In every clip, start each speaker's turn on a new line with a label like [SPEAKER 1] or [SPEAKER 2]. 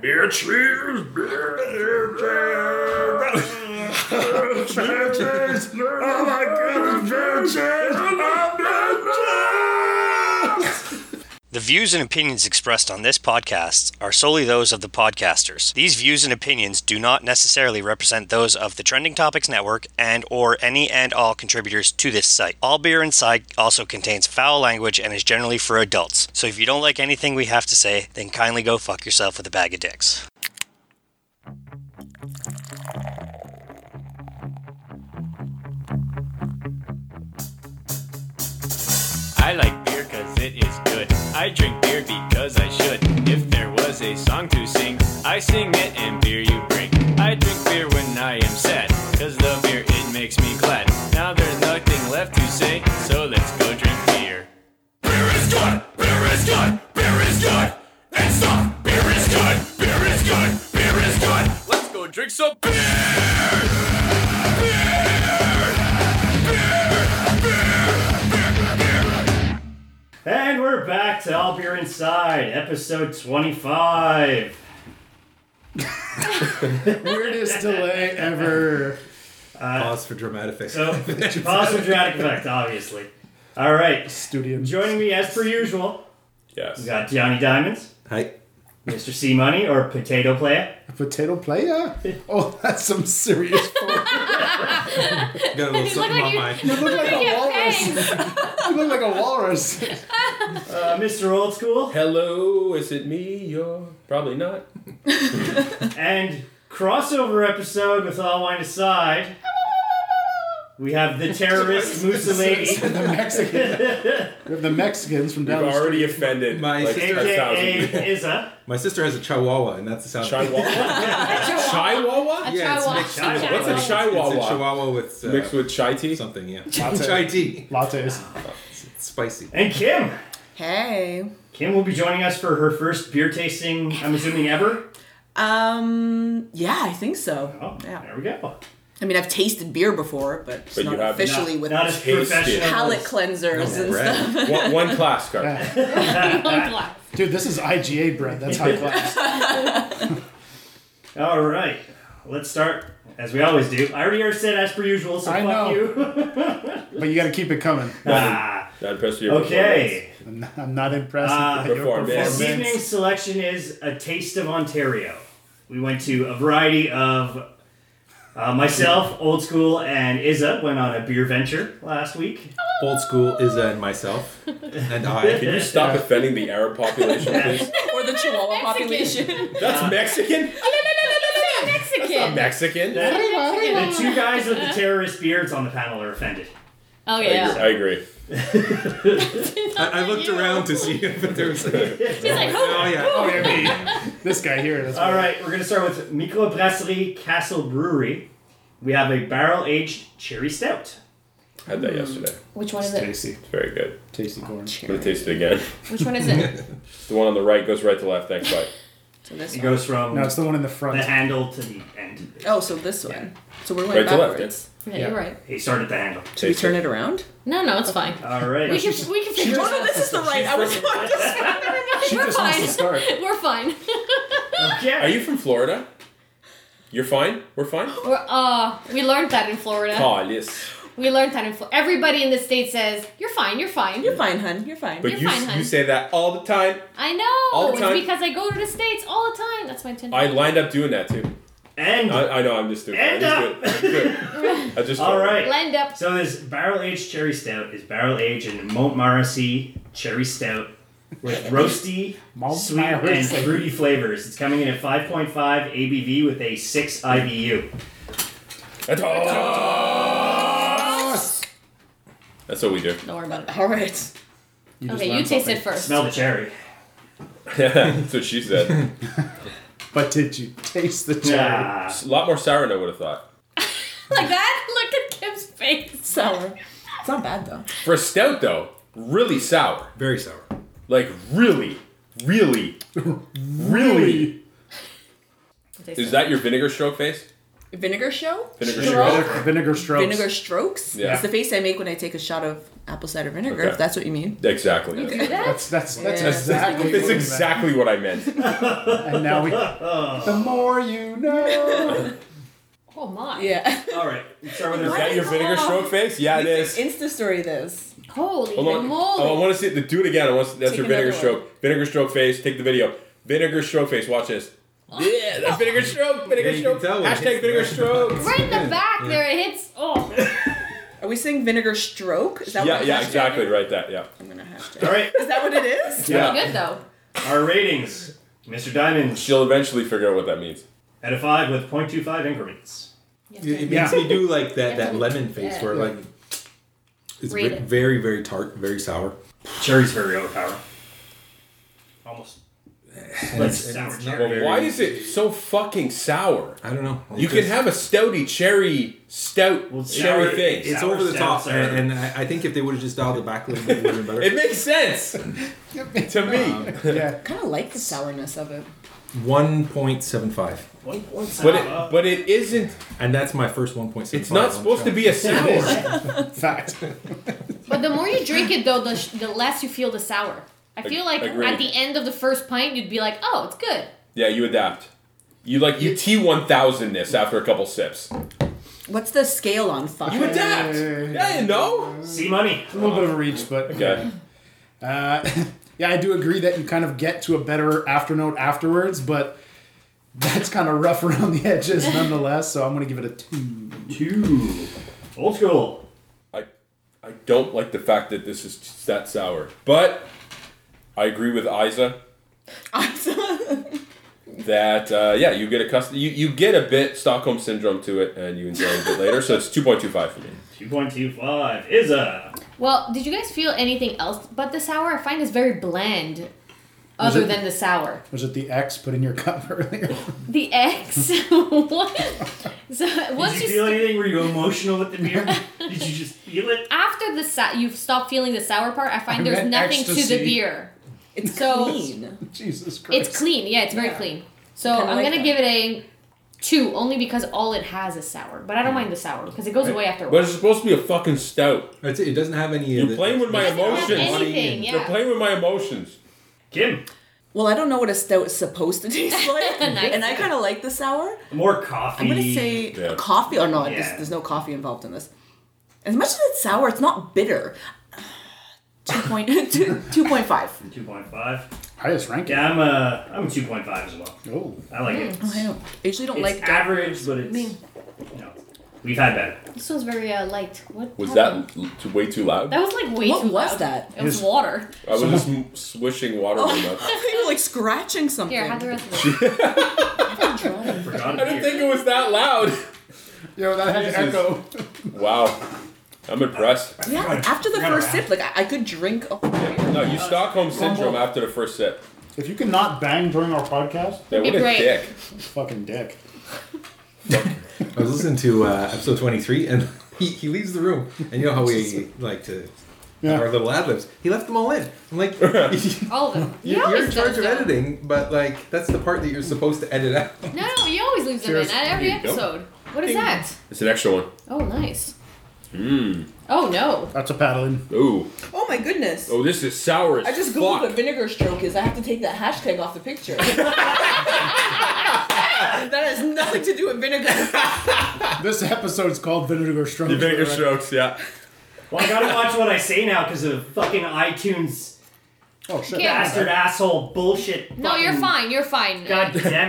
[SPEAKER 1] Beer cheers, beer cheers. Beer cheers. Oh my goodness, beer cheers. Oh, beer cheers.
[SPEAKER 2] The views and opinions expressed on this podcast are solely those of the podcasters. These views and opinions do not necessarily represent those of the Trending Topics Network and or any and all contributors to this site. All Beer Inside also contains foul language and is generally for adults. So if you don't like anything we have to say, then kindly go fuck yourself with a bag of dicks.
[SPEAKER 3] I like beer cause it is good. I drink beer because I should. If there was a song to sing, I sing it and beer you bring. I drink beer when I am sad, cause the beer it makes me glad. Now there's nothing left to say, so let's go drink beer.
[SPEAKER 4] Beer is good. Beer is good. Beer is good. And stop. Beer is good. Beer is good. Beer is good.
[SPEAKER 3] Let's go drink some beer!
[SPEAKER 5] And we're back to All Beer Inside, episode 25.
[SPEAKER 6] Weirdest delay ever. Uh,
[SPEAKER 7] Pause for dramatic effect.
[SPEAKER 5] So, pause for dramatic effect, obviously. All right.
[SPEAKER 6] Studio.
[SPEAKER 5] Joining me as per usual, we
[SPEAKER 1] Yes.
[SPEAKER 5] got Johnny Diamonds,
[SPEAKER 7] Hi.
[SPEAKER 5] Mr. C Money, or Potato Player.
[SPEAKER 6] Potato playa? Oh, that's some serious.
[SPEAKER 7] Got a little
[SPEAKER 8] You look
[SPEAKER 7] something on
[SPEAKER 8] like you,
[SPEAKER 6] you
[SPEAKER 7] mine.
[SPEAKER 6] look like a
[SPEAKER 8] Yeah,
[SPEAKER 6] walrus.
[SPEAKER 8] thanks.
[SPEAKER 6] You look like a walrus.
[SPEAKER 5] Uh, Mr. Old School,
[SPEAKER 9] Hello, is it me? You're probably not.
[SPEAKER 5] and crossover episode with All Wine Aside. We have the terrorist Mussolini,
[SPEAKER 6] the Mexican. We have the Mexicans from
[SPEAKER 9] You've
[SPEAKER 6] down the street.
[SPEAKER 9] already offended
[SPEAKER 7] My
[SPEAKER 9] like
[SPEAKER 7] sister-
[SPEAKER 9] a thousand people.
[SPEAKER 5] aka Izza.
[SPEAKER 7] My sister has a chihuahua, and that's the sound.
[SPEAKER 9] Chihuahua? Chihuahua?
[SPEAKER 8] A
[SPEAKER 7] Yeah, it's
[SPEAKER 8] chihuahua.
[SPEAKER 7] mixed
[SPEAKER 8] A
[SPEAKER 7] with-
[SPEAKER 8] chihuahua.
[SPEAKER 9] What's a
[SPEAKER 7] It's a
[SPEAKER 9] chihuahua?
[SPEAKER 7] chihuahua with uh,
[SPEAKER 9] Mixed with chai tea?
[SPEAKER 7] something, yeah.
[SPEAKER 6] Latte.
[SPEAKER 7] Chai tea.
[SPEAKER 6] Lattes.
[SPEAKER 7] It's spicy.
[SPEAKER 5] And Kim.
[SPEAKER 10] Hey.
[SPEAKER 5] Kim will be joining us for her first beer tasting, I'm assuming ever.
[SPEAKER 10] Um. Yeah, I think so.
[SPEAKER 5] Oh,
[SPEAKER 10] Yeah.
[SPEAKER 5] there we go.
[SPEAKER 10] I mean, I've tasted beer before, but, it's
[SPEAKER 9] But you
[SPEAKER 10] not
[SPEAKER 9] have
[SPEAKER 10] officially with
[SPEAKER 5] Not as
[SPEAKER 9] Taste it.
[SPEAKER 5] professional.
[SPEAKER 10] palate
[SPEAKER 5] as-
[SPEAKER 10] cleansers and
[SPEAKER 7] bread.
[SPEAKER 10] stuff.
[SPEAKER 9] One, one class card.
[SPEAKER 8] One glass.
[SPEAKER 6] Dude, this is IGA bread. That's high class.
[SPEAKER 5] All right, let's start as we always do. I already said as per usual, so
[SPEAKER 6] I
[SPEAKER 5] fuck
[SPEAKER 6] know.
[SPEAKER 5] you.
[SPEAKER 6] But you gotta keep it coming.
[SPEAKER 5] ah,
[SPEAKER 9] Not impressed with your
[SPEAKER 5] okay.
[SPEAKER 6] I'm not, I'm not impressed
[SPEAKER 5] Ah.
[SPEAKER 6] with your
[SPEAKER 9] Performance.
[SPEAKER 5] This evening's
[SPEAKER 6] performance.
[SPEAKER 5] selection is a taste of Ontario. We went to a variety of. Uh, myself, old school, and Izza went on a beer venture last week.
[SPEAKER 7] Old school is and myself and I.
[SPEAKER 9] Can you stop offending the Arab population, please?
[SPEAKER 10] or the Chihuahua population.
[SPEAKER 9] That's Mexican?
[SPEAKER 8] Oh, Mexican.
[SPEAKER 9] Mexican?
[SPEAKER 5] The
[SPEAKER 8] Mexican.
[SPEAKER 5] two guys with the terrorist beards on the panel are offended.
[SPEAKER 8] Oh
[SPEAKER 9] I agree.
[SPEAKER 8] yeah.
[SPEAKER 9] I agree.
[SPEAKER 7] I, I looked around to see if there was. A,
[SPEAKER 8] He's like, who?
[SPEAKER 7] oh yeah.
[SPEAKER 6] Oh, yeah, me. This guy here. That's
[SPEAKER 5] All right, we're going to start with Microbrasserie Castle Brewery. We have a barrel aged cherry stout.
[SPEAKER 9] Had that yesterday.
[SPEAKER 8] Which one is it?
[SPEAKER 6] Tasty.
[SPEAKER 9] It's very good.
[SPEAKER 6] Tasty corn.
[SPEAKER 9] I'm gonna taste it again.
[SPEAKER 8] Which one is it?
[SPEAKER 9] The one on the right goes right to left. Thanks, bye.
[SPEAKER 10] So this
[SPEAKER 5] It
[SPEAKER 10] one.
[SPEAKER 5] goes from
[SPEAKER 6] No, it's the one in the
[SPEAKER 5] the
[SPEAKER 6] front.
[SPEAKER 5] handle to the end.
[SPEAKER 10] Oh, so this one. So we're going
[SPEAKER 9] Right to left,
[SPEAKER 10] backwards.
[SPEAKER 8] Yeah, you're right.
[SPEAKER 5] He started the handle.
[SPEAKER 10] Should we turn it around?
[SPEAKER 8] No, no, it's fine.
[SPEAKER 5] All right.
[SPEAKER 8] We can we can figure it
[SPEAKER 10] Oh no,
[SPEAKER 8] out.
[SPEAKER 10] this is the right. I was
[SPEAKER 6] She
[SPEAKER 8] We're
[SPEAKER 6] just wants to
[SPEAKER 8] fine.
[SPEAKER 6] start.
[SPEAKER 8] We're fine.
[SPEAKER 5] yeah.
[SPEAKER 9] Are you from Florida? You're fine? We're fine?
[SPEAKER 8] We're uh we learned that in Florida.
[SPEAKER 9] Ah, yes.
[SPEAKER 8] We learned that in Florida. Everybody in the state says, You're fine, you're fine.
[SPEAKER 10] You're fine, hun. You're fine.
[SPEAKER 9] But
[SPEAKER 8] You're
[SPEAKER 9] you,
[SPEAKER 8] fine, hon.
[SPEAKER 9] you say that all the time.
[SPEAKER 8] I know.
[SPEAKER 9] All the
[SPEAKER 8] it's
[SPEAKER 9] time.
[SPEAKER 8] because I go to the states all the time. That's my Tinder.
[SPEAKER 9] I lined up doing that too.
[SPEAKER 5] and
[SPEAKER 6] Uh,
[SPEAKER 9] I, I know I'm just doing.
[SPEAKER 5] End
[SPEAKER 9] I'm just doing. I just.
[SPEAKER 5] all right.
[SPEAKER 8] Blend up.
[SPEAKER 5] So this barrel aged cherry stout is barrel aged in Montmorency cherry stout with roasty, sweet, and
[SPEAKER 6] Montmorency.
[SPEAKER 5] fruity flavors. It's coming in at 5.5 ABV with a 6 IBU.
[SPEAKER 9] That's all. That's what we do.
[SPEAKER 8] Don't worry about it.
[SPEAKER 10] All right.
[SPEAKER 8] okay, you taste it first.
[SPEAKER 5] Smell the cherry.
[SPEAKER 9] That's what she said.
[SPEAKER 6] But did you taste the cherry?
[SPEAKER 5] Yeah.
[SPEAKER 9] It's a lot more sour than I would have thought.
[SPEAKER 8] like that? Look at Kim's face.
[SPEAKER 10] Sour. It's not bad though.
[SPEAKER 9] For a stout though, really sour.
[SPEAKER 7] Very sour.
[SPEAKER 9] Like really, really, really. Is that your vinegar stroke face?
[SPEAKER 10] Vinegar show?
[SPEAKER 6] Vinegar
[SPEAKER 10] Stroke?
[SPEAKER 6] stroke. Vinegar- vinegar strokes.
[SPEAKER 10] Vinegar strokes?
[SPEAKER 6] Yeah.
[SPEAKER 10] It's the face I make when I take a shot of apple cider vinegar,
[SPEAKER 9] Okay.
[SPEAKER 10] if that's what you mean.
[SPEAKER 9] Exactly.
[SPEAKER 10] You do that?
[SPEAKER 6] That's that's that's
[SPEAKER 10] Yeah.
[SPEAKER 6] exactly.
[SPEAKER 9] That's
[SPEAKER 6] what we
[SPEAKER 9] exactly what I meant.
[SPEAKER 6] meant. And now we. The more you know.
[SPEAKER 8] Oh my.
[SPEAKER 10] Yeah.
[SPEAKER 5] All right. Start
[SPEAKER 9] Is that your vinegar stroke face? Yeah, it is.
[SPEAKER 10] Insta story this.
[SPEAKER 8] Holy
[SPEAKER 9] Hold on.
[SPEAKER 8] moly.
[SPEAKER 9] Oh, I want to see it. Do it again. I want. That's
[SPEAKER 10] Take
[SPEAKER 9] your vinegar
[SPEAKER 10] another one.
[SPEAKER 9] stroke. Vinegar stroke face. Take the video. Vinegar stroke face. Watch this. Yeah, that's vinegar stroke. Vinegar
[SPEAKER 7] you
[SPEAKER 9] stroke.
[SPEAKER 7] can tell when it
[SPEAKER 9] Hashtag
[SPEAKER 7] hits
[SPEAKER 9] vinegar
[SPEAKER 7] the-
[SPEAKER 9] stroke.
[SPEAKER 8] Right in the back there, it hits. Oh.
[SPEAKER 10] Are we saying vinegar stroke? Is that
[SPEAKER 9] Yeah,
[SPEAKER 10] what
[SPEAKER 9] yeah,
[SPEAKER 10] hashtag?
[SPEAKER 9] exactly. Right, that. Yeah.
[SPEAKER 10] I'm gonna hashtag.
[SPEAKER 5] All right.
[SPEAKER 10] Is that what it is?
[SPEAKER 9] Yeah.
[SPEAKER 8] Good though.
[SPEAKER 5] Our ratings. Mr. Diamond
[SPEAKER 9] She'll eventually figure out what that means.
[SPEAKER 5] at a five with 0.25 increments.
[SPEAKER 8] You have
[SPEAKER 7] It, it
[SPEAKER 8] to
[SPEAKER 7] makes
[SPEAKER 6] Yeah.
[SPEAKER 7] me do like that that
[SPEAKER 8] Yeah.
[SPEAKER 7] lemon face where like it's
[SPEAKER 8] Read
[SPEAKER 7] ve-
[SPEAKER 8] it.
[SPEAKER 7] very very tart, very sour.
[SPEAKER 5] Cherry's very overpowering. Almost.
[SPEAKER 7] And
[SPEAKER 5] That's
[SPEAKER 7] it's-
[SPEAKER 5] sour
[SPEAKER 7] it's
[SPEAKER 5] cherry.
[SPEAKER 7] not
[SPEAKER 9] Well,
[SPEAKER 7] very-
[SPEAKER 9] why is it so fucking sour?
[SPEAKER 7] I don't know.
[SPEAKER 9] You can
[SPEAKER 7] It's-
[SPEAKER 9] have a stouty cherry stout
[SPEAKER 5] Well,
[SPEAKER 9] cherry
[SPEAKER 5] sour-
[SPEAKER 9] thing.
[SPEAKER 7] It's
[SPEAKER 5] sour
[SPEAKER 7] over the
[SPEAKER 5] sour
[SPEAKER 7] top,
[SPEAKER 5] sour.
[SPEAKER 7] and, and I, I think if they would have just dialed it back a little bit, it would have been better.
[SPEAKER 9] It makes sense to
[SPEAKER 7] Uh,
[SPEAKER 9] me.
[SPEAKER 6] Yeah.
[SPEAKER 10] Kind of like the sourness of it.
[SPEAKER 7] One point seven five,
[SPEAKER 9] But it, but it isn't.
[SPEAKER 7] and that's my first one point seven
[SPEAKER 9] It's
[SPEAKER 7] five.
[SPEAKER 9] not supposed to be a sour.
[SPEAKER 6] Fact.
[SPEAKER 8] But the more you drink it, though, the, sh- the less you feel the sour. I feel like
[SPEAKER 9] Agreed.
[SPEAKER 8] at the end of the first pint, you'd be like, "Oh, it's good."
[SPEAKER 9] yeah, you adapt. You like you T one thousand this after a couple sips.
[SPEAKER 10] What's the scale on
[SPEAKER 9] You
[SPEAKER 10] five?
[SPEAKER 9] adapt. Yeah, you know.
[SPEAKER 5] See money.
[SPEAKER 6] A little bit of a reach, but
[SPEAKER 9] Okay.
[SPEAKER 6] Uh, yeah, I do agree that you kind of get to a better afternote afterwards, but that's kind of rough around the edges nonetheless. So I'm gonna give it a two.
[SPEAKER 5] Two. Old school.
[SPEAKER 9] I I don't like the fact that this is just that sour, but I agree with Isa that uh, yeah, you get a custom, you, you get a bit Stockholm syndrome to it, and you enjoy it a bit later. So it's two point two five for me.
[SPEAKER 5] 2.25 is a.
[SPEAKER 8] Well, did you guys feel anything else? But the sour, I find, is very bland. Other
[SPEAKER 6] it-
[SPEAKER 8] than the sour,
[SPEAKER 6] Was it the X put in your cup earlier?
[SPEAKER 8] the X. what? So
[SPEAKER 5] Did
[SPEAKER 8] once
[SPEAKER 5] you
[SPEAKER 8] you,
[SPEAKER 5] feel
[SPEAKER 8] st-
[SPEAKER 5] anything? Were you emotional with the beer? Did you just feel it?
[SPEAKER 8] after the sa- you've stopped feeling the sour part, I find
[SPEAKER 6] I
[SPEAKER 8] there's
[SPEAKER 6] meant
[SPEAKER 8] nothing to
[SPEAKER 6] ecstasy.
[SPEAKER 8] the beer.
[SPEAKER 10] It's
[SPEAKER 8] So-
[SPEAKER 10] clean.
[SPEAKER 6] Jesus Christ.
[SPEAKER 8] It's clean. Yeah, it's very
[SPEAKER 10] Yeah.
[SPEAKER 8] clean. So
[SPEAKER 10] kinda
[SPEAKER 8] I'm
[SPEAKER 10] like
[SPEAKER 8] gonna
[SPEAKER 10] that.
[SPEAKER 8] give it a two, only because all it has is sour. But I don't mind the sour because it goes away after a
[SPEAKER 9] But
[SPEAKER 8] while.
[SPEAKER 9] it's supposed to be a fucking stout.
[SPEAKER 7] It's, it doesn't have any. of
[SPEAKER 9] You're
[SPEAKER 7] the-
[SPEAKER 9] playing with my
[SPEAKER 8] It doesn't have
[SPEAKER 9] emotions.
[SPEAKER 8] anything,
[SPEAKER 9] You're
[SPEAKER 8] yeah.
[SPEAKER 9] playing with my emotions.
[SPEAKER 5] Kim,
[SPEAKER 10] Well, I don't know what a stout is supposed to taste like,
[SPEAKER 8] Nice.
[SPEAKER 10] and I kind of like the sour.
[SPEAKER 5] more coffee.
[SPEAKER 10] I'm gonna say
[SPEAKER 9] Yeah.
[SPEAKER 10] a coffee. Oh no,
[SPEAKER 5] Yeah.
[SPEAKER 10] there's, there's no coffee involved in this. As much as it's sour, it's not bitter. 2.5. 2.5.
[SPEAKER 5] 2.5.
[SPEAKER 6] Highest ranking.
[SPEAKER 5] Yeah, I'm a, I'm a 2.5 as well.
[SPEAKER 6] Oh.
[SPEAKER 5] I like it.
[SPEAKER 10] Hmm. I don't. I usually don't
[SPEAKER 5] It's
[SPEAKER 10] like dark-
[SPEAKER 5] average, but it's. You know, we've had better.
[SPEAKER 8] This one's very uh, light. What
[SPEAKER 9] Was
[SPEAKER 8] happened?
[SPEAKER 9] that l- too, way too loud?
[SPEAKER 8] That was like way
[SPEAKER 10] What
[SPEAKER 8] too
[SPEAKER 10] was
[SPEAKER 8] loud.
[SPEAKER 10] that?
[SPEAKER 8] It was water.
[SPEAKER 9] I was just m- swishing water in my mouth.
[SPEAKER 10] You're like scratching something.
[SPEAKER 8] Here, have the rest of it.
[SPEAKER 5] Forgot
[SPEAKER 9] I
[SPEAKER 5] about
[SPEAKER 9] didn't
[SPEAKER 5] beer.
[SPEAKER 9] think it was that loud.
[SPEAKER 6] Yo, that had to echo.
[SPEAKER 9] Wow. I'm impressed.
[SPEAKER 10] yeah, like after the first sip, like I, I could drink. Oh, A whole beer.
[SPEAKER 9] No, you Stockholm syndrome after the first sip.
[SPEAKER 6] If you cannot bang during our podcast,
[SPEAKER 9] Yeah, what
[SPEAKER 8] be
[SPEAKER 9] a
[SPEAKER 8] great.
[SPEAKER 9] dick.
[SPEAKER 6] fucking dick.
[SPEAKER 7] I was listening to uh, episode twenty three, and he, he leaves the room, and you know how we like to have
[SPEAKER 6] Yeah.
[SPEAKER 7] our little ad libs. He left them all in. I'm like,
[SPEAKER 8] All of them. He
[SPEAKER 7] you're,
[SPEAKER 8] always
[SPEAKER 7] you're in charge
[SPEAKER 8] does
[SPEAKER 7] of
[SPEAKER 8] that.
[SPEAKER 7] editing, but like that's the part that you're supposed to edit out.
[SPEAKER 8] No, no, he always leaves them in
[SPEAKER 6] Cheers.
[SPEAKER 8] at every
[SPEAKER 9] There you go.
[SPEAKER 8] episode. What is that?
[SPEAKER 9] It's an extra one.
[SPEAKER 8] Oh, nice.
[SPEAKER 7] Mmm.
[SPEAKER 8] Oh no.
[SPEAKER 6] That's a paddling.
[SPEAKER 9] Ooh.
[SPEAKER 10] Oh my goodness.
[SPEAKER 9] Oh, this is sour as
[SPEAKER 10] I just googled
[SPEAKER 9] fuck.
[SPEAKER 10] what vinegar stroke is. I have to take that hashtag off the picture. that has nothing to do with vinegar.
[SPEAKER 6] This episode's called Vinegar Strokes.
[SPEAKER 9] The vinegar strokes, yeah.
[SPEAKER 5] Well, I gotta watch what I say now because of fucking iTunes
[SPEAKER 6] Oh shit.
[SPEAKER 8] Yeah.
[SPEAKER 5] bastard asshole bullshit.
[SPEAKER 8] No, you're
[SPEAKER 10] Mm.
[SPEAKER 5] fucking-
[SPEAKER 8] fine. You're fine.
[SPEAKER 5] God damn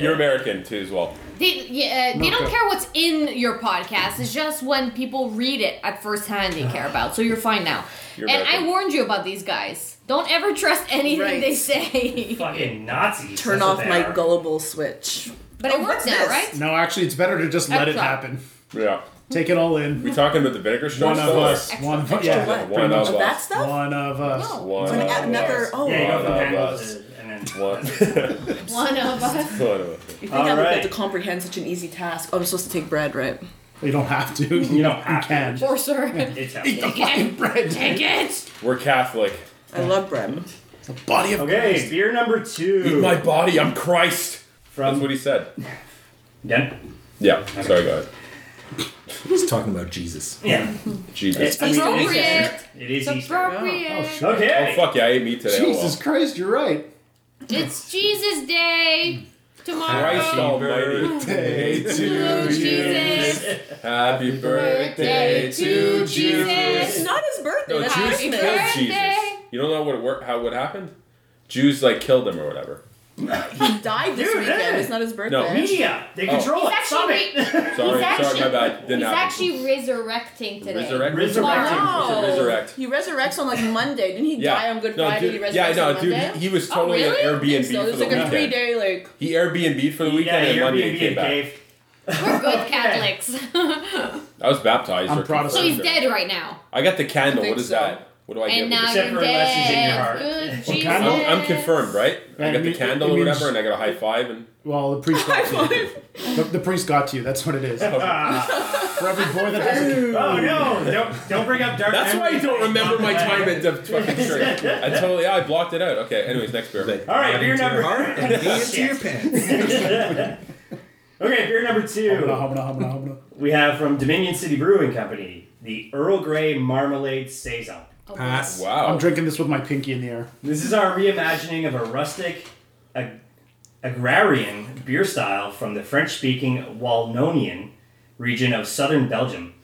[SPEAKER 9] You're American too, as well.
[SPEAKER 8] They, yeah, uh, they don't
[SPEAKER 6] Okay.
[SPEAKER 8] care what's in your podcast. It's just when people read it at first hand they care about. So you're fine now.
[SPEAKER 9] You're
[SPEAKER 8] and
[SPEAKER 9] American.
[SPEAKER 8] I warned you about these guys. Don't ever trust anything
[SPEAKER 10] Right.
[SPEAKER 8] they say.
[SPEAKER 5] fucking Nazis.
[SPEAKER 10] Turn
[SPEAKER 5] that's what
[SPEAKER 10] off
[SPEAKER 5] they
[SPEAKER 10] my
[SPEAKER 5] are.
[SPEAKER 10] gullible switch.
[SPEAKER 8] But it works now,
[SPEAKER 10] this?
[SPEAKER 8] right?
[SPEAKER 6] No, actually, it's better to just let it
[SPEAKER 8] Extra.
[SPEAKER 6] happen.
[SPEAKER 9] Yeah.
[SPEAKER 6] Take it all in.
[SPEAKER 9] We talking about the vinegar strokes?
[SPEAKER 6] One of
[SPEAKER 9] though?
[SPEAKER 6] us.
[SPEAKER 8] Extra.
[SPEAKER 6] One of us.
[SPEAKER 10] Extra
[SPEAKER 6] Yeah.
[SPEAKER 10] what?
[SPEAKER 9] One of
[SPEAKER 10] Of that
[SPEAKER 9] us.
[SPEAKER 10] stuff?
[SPEAKER 6] One of us.
[SPEAKER 8] No.
[SPEAKER 9] One
[SPEAKER 10] Like,
[SPEAKER 9] of
[SPEAKER 10] another.
[SPEAKER 9] us.
[SPEAKER 10] Oh,
[SPEAKER 5] Yeah, you go
[SPEAKER 9] One
[SPEAKER 5] from
[SPEAKER 9] of
[SPEAKER 5] handles
[SPEAKER 9] us.
[SPEAKER 5] to- and then
[SPEAKER 9] One.
[SPEAKER 8] One of us.
[SPEAKER 9] One of us.
[SPEAKER 10] You think I would be
[SPEAKER 5] Alright.
[SPEAKER 10] able to comprehend such an easy task? Oh, I'm supposed to take bread, right?
[SPEAKER 6] You don't have to. You
[SPEAKER 5] don't have to.
[SPEAKER 6] can.
[SPEAKER 8] Or sir.
[SPEAKER 5] it's out.
[SPEAKER 8] Take it. Take it.
[SPEAKER 9] We're Catholic.
[SPEAKER 10] I love bread.
[SPEAKER 6] Body of
[SPEAKER 5] Okay, beer number two.
[SPEAKER 9] My body, I'm Christ.
[SPEAKER 5] from
[SPEAKER 9] That's what he said.
[SPEAKER 5] Done?
[SPEAKER 9] Yeah. Sorry, go ahead.
[SPEAKER 7] He's talking about Jesus.
[SPEAKER 5] Yeah.
[SPEAKER 9] Jesus.
[SPEAKER 5] It's
[SPEAKER 8] appropriate.
[SPEAKER 5] It is
[SPEAKER 8] It's
[SPEAKER 5] Easter.
[SPEAKER 8] appropriate.
[SPEAKER 9] Oh
[SPEAKER 5] Okay.
[SPEAKER 9] fuck yeah, I ate meat today.
[SPEAKER 6] Jesus Christ, you're right.
[SPEAKER 8] It's Jesus Day
[SPEAKER 9] Oh, well.
[SPEAKER 8] tomorrow.
[SPEAKER 9] Christ Almighty.
[SPEAKER 6] Day
[SPEAKER 8] Oh, Jesus.
[SPEAKER 9] Happy birthday to Jesus.
[SPEAKER 10] It's not his birthday.
[SPEAKER 9] No,
[SPEAKER 10] that's
[SPEAKER 9] Jews
[SPEAKER 10] Christmas.
[SPEAKER 9] killed
[SPEAKER 8] birthday.
[SPEAKER 9] Jesus. You don't know what it wor- how what happened? Jews like killed him or whatever.
[SPEAKER 10] He died this
[SPEAKER 5] Dude,
[SPEAKER 10] weekend.
[SPEAKER 5] hey.
[SPEAKER 10] It's not his birthday.
[SPEAKER 5] Media. They
[SPEAKER 9] Oh.
[SPEAKER 5] control
[SPEAKER 8] He's
[SPEAKER 5] it. Stop
[SPEAKER 8] actually,
[SPEAKER 5] it.
[SPEAKER 9] Sorry, sorry,
[SPEAKER 8] actually-
[SPEAKER 9] my bad.
[SPEAKER 8] he's
[SPEAKER 9] Didn't happen.
[SPEAKER 8] actually resurrecting today.
[SPEAKER 9] Resurrect.
[SPEAKER 5] Resurrecting.
[SPEAKER 10] Wow.
[SPEAKER 9] He resurrect.
[SPEAKER 10] Oh. He resurrects on like Monday. Didn't he
[SPEAKER 9] Yeah.
[SPEAKER 10] die on Good
[SPEAKER 9] No,
[SPEAKER 10] Friday?
[SPEAKER 9] dude-
[SPEAKER 10] he resurrects
[SPEAKER 9] yeah, no,
[SPEAKER 10] on
[SPEAKER 9] dude,
[SPEAKER 10] Monday?
[SPEAKER 9] he- he was totally
[SPEAKER 10] oh,
[SPEAKER 9] an
[SPEAKER 10] really?
[SPEAKER 9] Airbnb
[SPEAKER 10] so. It was
[SPEAKER 9] for the
[SPEAKER 10] like a
[SPEAKER 9] weekend.
[SPEAKER 10] three day like.
[SPEAKER 9] He Airbnb'd for the
[SPEAKER 5] Yeah,
[SPEAKER 9] weekend and
[SPEAKER 5] you're
[SPEAKER 9] Monday
[SPEAKER 5] being
[SPEAKER 9] he came
[SPEAKER 5] a
[SPEAKER 9] back.
[SPEAKER 5] cave.
[SPEAKER 8] We're good Catholics.
[SPEAKER 9] I was baptized.
[SPEAKER 6] I'm
[SPEAKER 9] or
[SPEAKER 6] Protestant.
[SPEAKER 8] so he's
[SPEAKER 9] confirmed.
[SPEAKER 8] dead right now.
[SPEAKER 9] I got the candle.
[SPEAKER 10] I
[SPEAKER 9] What
[SPEAKER 10] think
[SPEAKER 9] is
[SPEAKER 10] so.
[SPEAKER 9] that? What do I
[SPEAKER 8] And
[SPEAKER 9] get?
[SPEAKER 8] now
[SPEAKER 9] with
[SPEAKER 5] Except
[SPEAKER 8] you're
[SPEAKER 5] for unless he's in your heart.
[SPEAKER 8] dead. Good Jesus.
[SPEAKER 9] it? I'm, I'm confirmed, right? I
[SPEAKER 6] Yeah,
[SPEAKER 9] got the
[SPEAKER 6] it-
[SPEAKER 9] candle
[SPEAKER 6] it
[SPEAKER 9] or
[SPEAKER 6] means-
[SPEAKER 9] whatever, and I got a high five. And
[SPEAKER 6] Well, the priest got you. The, the priest got you. That's what it is. For every boy that has a
[SPEAKER 5] Oh no! Don't don't bring up dark.
[SPEAKER 9] that's why I
[SPEAKER 5] memories.
[SPEAKER 9] don't remember my time at the fucking church. I totally, I blocked it out. Okay. Anyways, next beer.
[SPEAKER 7] Like,
[SPEAKER 5] All right,
[SPEAKER 7] hand
[SPEAKER 5] beer
[SPEAKER 7] into
[SPEAKER 5] number-
[SPEAKER 7] your heart and hand
[SPEAKER 5] Shit.
[SPEAKER 7] into your pants.
[SPEAKER 5] Okay, beer number
[SPEAKER 6] Humana,
[SPEAKER 5] two.
[SPEAKER 6] humana, humana, humana.
[SPEAKER 5] We have from Dominion City Brewing Company the Earl Grey Marmalade saison.
[SPEAKER 7] Pass.
[SPEAKER 9] Wow.
[SPEAKER 6] I'm drinking this with my pinky in the air.
[SPEAKER 5] This is our reimagining of a rustic, ag- agrarian beer style from the French-speaking Walnonian region of southern Belgium.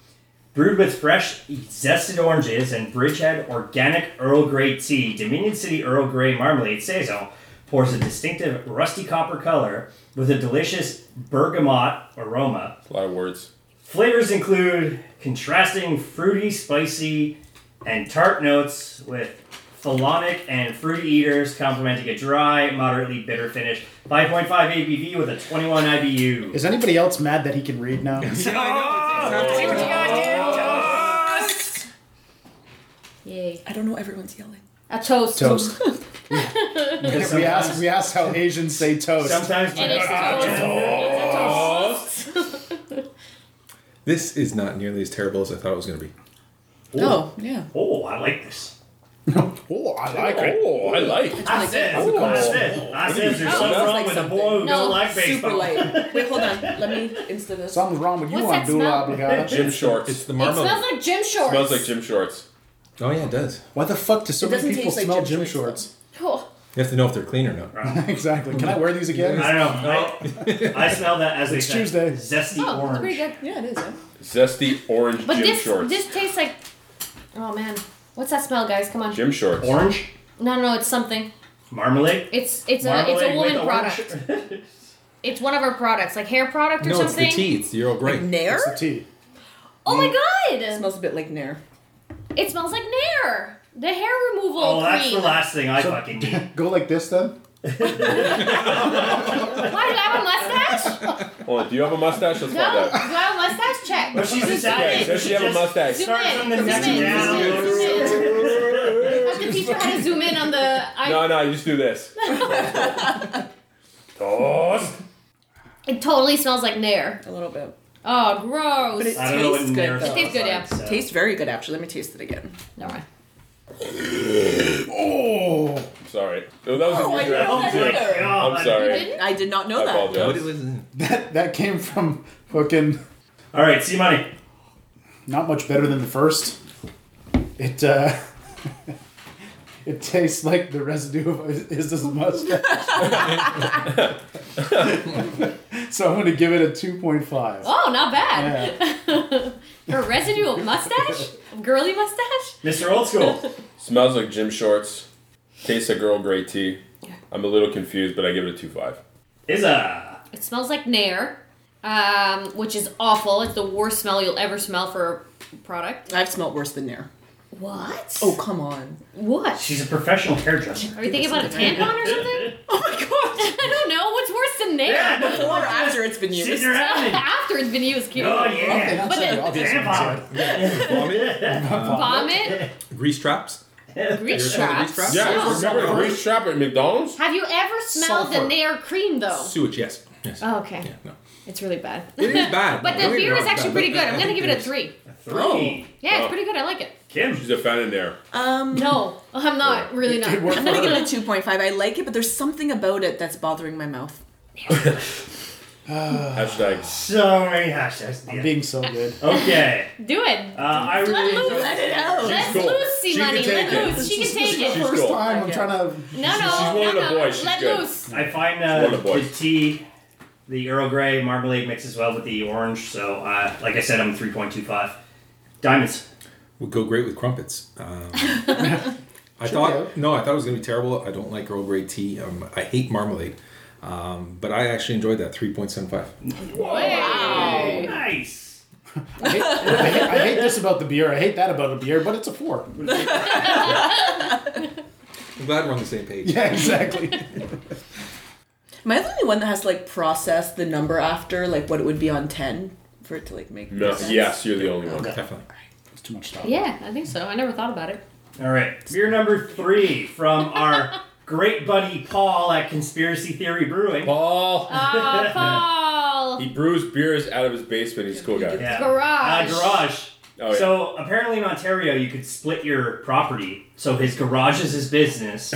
[SPEAKER 5] Brewed with fresh, zested oranges and Bridgehead organic Earl Grey tea, Dominion City Earl Grey Marmalade Saison pours a distinctive rusty copper color with a delicious bergamot aroma.
[SPEAKER 9] a lot of words.
[SPEAKER 5] Flavors include contrasting fruity, spicy, and tart notes with phalonic and fruity eaters, complementing a dry, moderately bitter finish. 5.5 ABV with a 21 IBU.
[SPEAKER 6] Is anybody else mad that he can read now?
[SPEAKER 8] Yay.
[SPEAKER 10] I don't know. Everyone's yelling.
[SPEAKER 8] A toast.
[SPEAKER 6] Toast.
[SPEAKER 5] Because
[SPEAKER 6] we
[SPEAKER 5] sometimes-
[SPEAKER 6] asked. We asked how Asians say toast.
[SPEAKER 5] Sometimes Ah,
[SPEAKER 8] It is toast. It's a toast.
[SPEAKER 7] This is not nearly as terrible as I thought it was going to be.
[SPEAKER 10] Oh, yeah.
[SPEAKER 5] Oh, I like this.
[SPEAKER 6] Oh, I like it.
[SPEAKER 9] Oh, I like.
[SPEAKER 5] I said, I said, I said, there's something
[SPEAKER 9] Smells
[SPEAKER 5] wrong
[SPEAKER 10] like
[SPEAKER 5] with
[SPEAKER 10] something.
[SPEAKER 5] a boy who
[SPEAKER 8] No,
[SPEAKER 5] don't like
[SPEAKER 10] Super
[SPEAKER 5] baseball.
[SPEAKER 10] light. Wait, hold on. Let me insta this.
[SPEAKER 6] Something's wrong with you
[SPEAKER 8] What's
[SPEAKER 6] on
[SPEAKER 8] that
[SPEAKER 6] Dula
[SPEAKER 8] smell?
[SPEAKER 6] Obligata.
[SPEAKER 9] Gym shorts.
[SPEAKER 7] It's the
[SPEAKER 8] It
[SPEAKER 7] marmalade.
[SPEAKER 8] smells like gym shorts.
[SPEAKER 9] smells like gym shorts.
[SPEAKER 7] oh yeah, it does.
[SPEAKER 6] Why the fuck do so
[SPEAKER 10] It
[SPEAKER 6] many
[SPEAKER 10] doesn't
[SPEAKER 6] people
[SPEAKER 10] taste like
[SPEAKER 6] smell
[SPEAKER 10] gym
[SPEAKER 6] gym
[SPEAKER 10] shorts,
[SPEAKER 6] shorts?
[SPEAKER 8] Oh,
[SPEAKER 7] You have to know if they're clean or not.
[SPEAKER 6] exactly. Can I wear these again?
[SPEAKER 5] I don't know. I, I smell that as they
[SPEAKER 6] It's
[SPEAKER 5] say,
[SPEAKER 6] Tuesday.
[SPEAKER 5] zesty
[SPEAKER 8] oh it's pretty
[SPEAKER 5] orange.
[SPEAKER 8] good.
[SPEAKER 10] Yeah, it is. Yeah.
[SPEAKER 9] Zesty orange
[SPEAKER 8] But
[SPEAKER 9] gym
[SPEAKER 8] this
[SPEAKER 9] shorts.
[SPEAKER 8] this tastes like. Oh man, what's that smell, guys? Come on.
[SPEAKER 9] gym shorts.
[SPEAKER 5] Orange
[SPEAKER 8] No, no, it's something.
[SPEAKER 5] marmalade.
[SPEAKER 8] It's it's a it's a
[SPEAKER 5] marmalade with
[SPEAKER 8] woman
[SPEAKER 5] orange-
[SPEAKER 8] product. It's one of our products, like hair product or
[SPEAKER 7] No, it's
[SPEAKER 8] something.
[SPEAKER 7] the tea. It's the Earl Grey.
[SPEAKER 6] It's
[SPEAKER 10] Nair?
[SPEAKER 6] the tea.
[SPEAKER 8] Oh
[SPEAKER 9] Mm.
[SPEAKER 8] my
[SPEAKER 10] It
[SPEAKER 8] god!
[SPEAKER 10] smells a bit like Nair.
[SPEAKER 8] It smells like Nair, the hair removal
[SPEAKER 5] Oh, that's the
[SPEAKER 8] cream.
[SPEAKER 5] last thing I fucking need.
[SPEAKER 6] Go like this then.
[SPEAKER 8] Why do I have a mustache?
[SPEAKER 9] Hold on, do you have a mustache? Let's
[SPEAKER 8] No,
[SPEAKER 9] find
[SPEAKER 8] do I
[SPEAKER 9] out.
[SPEAKER 8] have a mustache? Check.
[SPEAKER 5] But she's
[SPEAKER 9] Okay,
[SPEAKER 5] Italian.
[SPEAKER 9] does she have a
[SPEAKER 5] Just-
[SPEAKER 9] mustache?
[SPEAKER 8] Zoom
[SPEAKER 5] Start
[SPEAKER 8] in.
[SPEAKER 5] from the
[SPEAKER 8] zoom
[SPEAKER 5] neck
[SPEAKER 8] in.
[SPEAKER 5] down.
[SPEAKER 8] Zoom in. Zoom in. I have to teach her how to zoom in on the. I,
[SPEAKER 9] No, no, you just do this. Toast.
[SPEAKER 8] It totally smells like Nair.
[SPEAKER 10] A little bit.
[SPEAKER 8] Oh, gross.
[SPEAKER 10] But it
[SPEAKER 5] I don't know what
[SPEAKER 10] tastes good,
[SPEAKER 5] Nair's
[SPEAKER 10] though.
[SPEAKER 8] Tastes good, yeah.
[SPEAKER 5] so-
[SPEAKER 10] Tastes very good, actually. Let me taste it again.
[SPEAKER 8] Never mind.
[SPEAKER 9] I'm sorry. No, that was a
[SPEAKER 10] Oh, I
[SPEAKER 9] weird
[SPEAKER 10] know
[SPEAKER 5] Oh
[SPEAKER 9] reaction.
[SPEAKER 5] my
[SPEAKER 10] Nair.
[SPEAKER 5] god.
[SPEAKER 9] I'm sorry.
[SPEAKER 8] didn't?
[SPEAKER 10] I did not know
[SPEAKER 9] I
[SPEAKER 10] that.
[SPEAKER 7] What it
[SPEAKER 9] apologize.
[SPEAKER 7] was in.
[SPEAKER 6] That came from fucking
[SPEAKER 5] All right, see money.
[SPEAKER 6] not much better than the first. It uh, it tastes like the residue of his- his mustache. so I'm gonna give it a two point five.
[SPEAKER 8] Oh, not bad.
[SPEAKER 6] Yeah.
[SPEAKER 8] Her residual mustache? Girly mustache?
[SPEAKER 5] Mr. Old School.
[SPEAKER 9] Smells like gym shorts. Tastes like Girl Grey tea. I'm a little confused, but I give it a two five.
[SPEAKER 5] Is a.
[SPEAKER 8] It smells like Nair, um, which is awful. It's the worst smell you'll ever smell for a product.
[SPEAKER 10] I've smelled worse than Nair.
[SPEAKER 8] What?
[SPEAKER 10] Oh, come on.
[SPEAKER 8] What?
[SPEAKER 5] She's a professional hairdresser.
[SPEAKER 8] Are we thinking about a tampon or something?
[SPEAKER 10] Oh my god.
[SPEAKER 8] I don't know. What's worse than Nair?
[SPEAKER 5] Yeah, before
[SPEAKER 10] Or after it's been
[SPEAKER 5] Sit
[SPEAKER 10] used.
[SPEAKER 5] in your alley.
[SPEAKER 8] After it's been used, cute.
[SPEAKER 5] Oh, yeah.
[SPEAKER 8] But then-
[SPEAKER 5] Tampon.
[SPEAKER 8] Vomit,
[SPEAKER 7] Grease traps.
[SPEAKER 8] grease
[SPEAKER 7] You're talking
[SPEAKER 8] traps.
[SPEAKER 7] grease traps?
[SPEAKER 9] Yeah, remember the grease trap at McDonald's?
[SPEAKER 8] Have you ever smelled the
[SPEAKER 7] Sulfur.
[SPEAKER 8] Nair cream though?
[SPEAKER 7] Sewage. Yes. Yes.
[SPEAKER 8] Oh, okay,
[SPEAKER 7] Yeah, no.
[SPEAKER 8] it's really bad.
[SPEAKER 7] It is bad.
[SPEAKER 8] But
[SPEAKER 7] Don't
[SPEAKER 8] the
[SPEAKER 7] get me
[SPEAKER 8] beer is
[SPEAKER 7] wrong,
[SPEAKER 8] actually
[SPEAKER 7] but
[SPEAKER 8] pretty
[SPEAKER 7] I-
[SPEAKER 8] good.
[SPEAKER 7] I
[SPEAKER 8] I'm gonna
[SPEAKER 7] think
[SPEAKER 8] give it a
[SPEAKER 7] there's-
[SPEAKER 8] three.
[SPEAKER 5] Three.
[SPEAKER 8] Yeah,
[SPEAKER 9] Oh.
[SPEAKER 8] it's pretty good. I like it.
[SPEAKER 9] She's
[SPEAKER 5] Kim.
[SPEAKER 9] a fan in there.
[SPEAKER 10] Um,
[SPEAKER 8] No, I'm not. Really not.
[SPEAKER 10] I'm gonna give it a 2.5. I like it, but there's something about it that's bothering my mouth.
[SPEAKER 6] Uh,
[SPEAKER 9] Hashtag.
[SPEAKER 5] So many hashtags. I'm
[SPEAKER 6] being so good.
[SPEAKER 5] Okay.
[SPEAKER 11] Do it.
[SPEAKER 5] Uh, I really
[SPEAKER 11] Let
[SPEAKER 5] enjoyed
[SPEAKER 11] loose.
[SPEAKER 5] it.
[SPEAKER 11] Let's
[SPEAKER 9] cool.
[SPEAKER 11] loose
[SPEAKER 9] She can
[SPEAKER 11] money.
[SPEAKER 9] take
[SPEAKER 11] Let
[SPEAKER 9] it.
[SPEAKER 11] loose. She can
[SPEAKER 6] This
[SPEAKER 11] take
[SPEAKER 6] is the
[SPEAKER 11] it.
[SPEAKER 9] She's
[SPEAKER 6] first
[SPEAKER 9] cool.
[SPEAKER 6] time I'm trying to.
[SPEAKER 11] No,
[SPEAKER 9] She's
[SPEAKER 11] no,
[SPEAKER 9] one
[SPEAKER 11] no,
[SPEAKER 9] of the
[SPEAKER 11] no.
[SPEAKER 9] boys. She's
[SPEAKER 11] Let
[SPEAKER 9] good.
[SPEAKER 11] loose.
[SPEAKER 5] I find
[SPEAKER 9] It's
[SPEAKER 5] uh,
[SPEAKER 9] one of
[SPEAKER 5] the
[SPEAKER 9] the
[SPEAKER 5] tea, the Earl Grey marmalade mixes well with the orange. So, uh, like I said, I'm 3.25 diamonds.
[SPEAKER 7] Would go great with crumpets. Um, I thought no, I thought it was going to be terrible. I don't like Earl Grey tea. Um, I hate marmalade. Um, but I actually enjoyed that three point seven five.
[SPEAKER 11] Wow.
[SPEAKER 5] Nice.
[SPEAKER 6] I hate, I hate- I hate this about the beer. I hate that about the beer, but it's a four.
[SPEAKER 7] I'm glad we're on the same page.
[SPEAKER 6] Yeah, exactly.
[SPEAKER 10] Am I the only one that has to like process the number after, like what it would be on ten for it to like make
[SPEAKER 9] No,
[SPEAKER 10] sense?
[SPEAKER 9] yes, you're the only one.
[SPEAKER 7] Definitely.
[SPEAKER 6] It's too much stuff.
[SPEAKER 11] Yeah, I think so. I never thought about it.
[SPEAKER 5] All right. Beer number three from our great buddy Paul at Conspiracy Theory Brewing.
[SPEAKER 9] Paul.
[SPEAKER 8] Uh,
[SPEAKER 11] Oh, Paul.
[SPEAKER 9] He brews beers out of his basement. He's a cool guy.
[SPEAKER 5] Yeah.
[SPEAKER 11] Garage.
[SPEAKER 5] Uh, garage.
[SPEAKER 9] Oh, yeah.
[SPEAKER 5] So apparently in Ontario, you could split your property. So his garage is his business,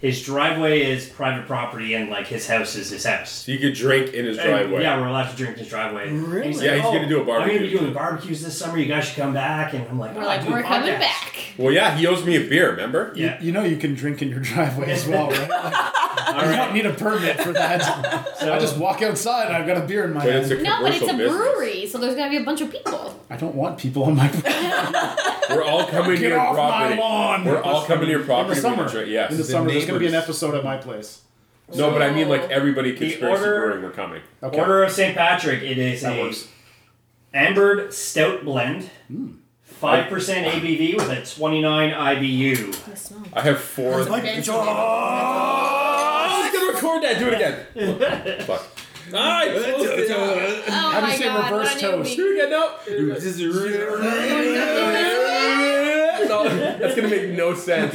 [SPEAKER 5] his driveway is private property, and like his house is his house.
[SPEAKER 9] you could drink in his
[SPEAKER 5] And,
[SPEAKER 9] driveway.
[SPEAKER 5] yeah, we're allowed to drink in his driveway. And "Oh,
[SPEAKER 10] Really?
[SPEAKER 9] Yeah, he's gonna do a
[SPEAKER 5] I'm gonna be
[SPEAKER 9] barbecue."
[SPEAKER 5] doing barbecues this summer. You guys should come back. And I'm like,
[SPEAKER 11] We're
[SPEAKER 5] "Oh,
[SPEAKER 11] like,
[SPEAKER 5] do a
[SPEAKER 11] we're coming
[SPEAKER 5] podcast."
[SPEAKER 11] back.
[SPEAKER 9] Well, yeah, he owes me a beer. Remember?
[SPEAKER 5] Yeah.
[SPEAKER 6] You know you can drink in your driveway as well, right?
[SPEAKER 5] All
[SPEAKER 6] I
[SPEAKER 5] right.
[SPEAKER 6] don't need a permit for that.
[SPEAKER 5] So,
[SPEAKER 6] I just walk outside and I've got a beer in my
[SPEAKER 9] But it's
[SPEAKER 6] hand.
[SPEAKER 9] a
[SPEAKER 11] No, but it's a
[SPEAKER 9] commercial business.
[SPEAKER 11] brewery, so there's gonna be a bunch of people.
[SPEAKER 6] I don't want people on my
[SPEAKER 9] We're all coming to
[SPEAKER 6] Get
[SPEAKER 9] your
[SPEAKER 6] off
[SPEAKER 9] property.
[SPEAKER 6] my lawn.
[SPEAKER 9] We're all coming to your property.
[SPEAKER 6] in the
[SPEAKER 9] we can
[SPEAKER 6] summer.
[SPEAKER 9] drink- Yes.
[SPEAKER 6] In the
[SPEAKER 7] The
[SPEAKER 6] summer, there's going to be an
[SPEAKER 7] neighbors.
[SPEAKER 6] episode at my place.
[SPEAKER 9] No, but I mean like everybody conspiracy
[SPEAKER 5] order-
[SPEAKER 9] brewing. We're coming.
[SPEAKER 6] Okay.
[SPEAKER 5] Order of St. Patrick. It is
[SPEAKER 6] That
[SPEAKER 5] a
[SPEAKER 6] works.
[SPEAKER 5] ambered stout blend,
[SPEAKER 9] Hmm.
[SPEAKER 5] five percent ABV with a twenty nine IBU.
[SPEAKER 9] I have four. Oh, I was gonna record that. Do it again. Fuck. Ah, I closed it.
[SPEAKER 11] Oh How
[SPEAKER 6] do you say reverse toast?
[SPEAKER 9] Do it again. No. This is No, that's gonna make no sense.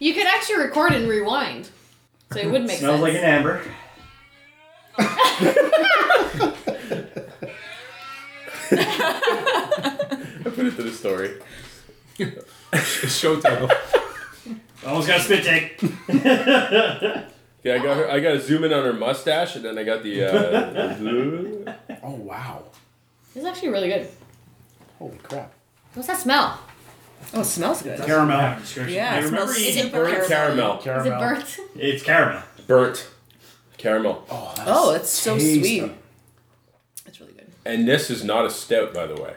[SPEAKER 11] You could actually record and rewind, so it would make
[SPEAKER 5] Smells
[SPEAKER 11] sense.
[SPEAKER 5] like an amber.
[SPEAKER 9] I put it to the story.
[SPEAKER 7] Show title.
[SPEAKER 5] Almost got a spit take.
[SPEAKER 9] Yeah, I got her, I got to zoom in on her mustache, and then I got the. Uh,
[SPEAKER 6] Oh, wow.
[SPEAKER 11] it's actually really good.
[SPEAKER 6] Holy crap.
[SPEAKER 11] What's that smell?
[SPEAKER 10] Oh, it smells good.
[SPEAKER 6] Caramel.
[SPEAKER 5] Have a description.
[SPEAKER 10] Yeah,
[SPEAKER 5] I
[SPEAKER 10] it
[SPEAKER 5] remember
[SPEAKER 10] smells
[SPEAKER 5] eating-
[SPEAKER 10] super
[SPEAKER 9] burnt caramel,
[SPEAKER 11] Is it
[SPEAKER 6] Caramel.
[SPEAKER 11] burnt?
[SPEAKER 5] It's caramel.
[SPEAKER 9] burnt caramel,
[SPEAKER 6] Oh, that's
[SPEAKER 10] Oh, it's so
[SPEAKER 6] tasty.
[SPEAKER 10] sweet. It's really good.
[SPEAKER 9] and this is not a stout, by the way.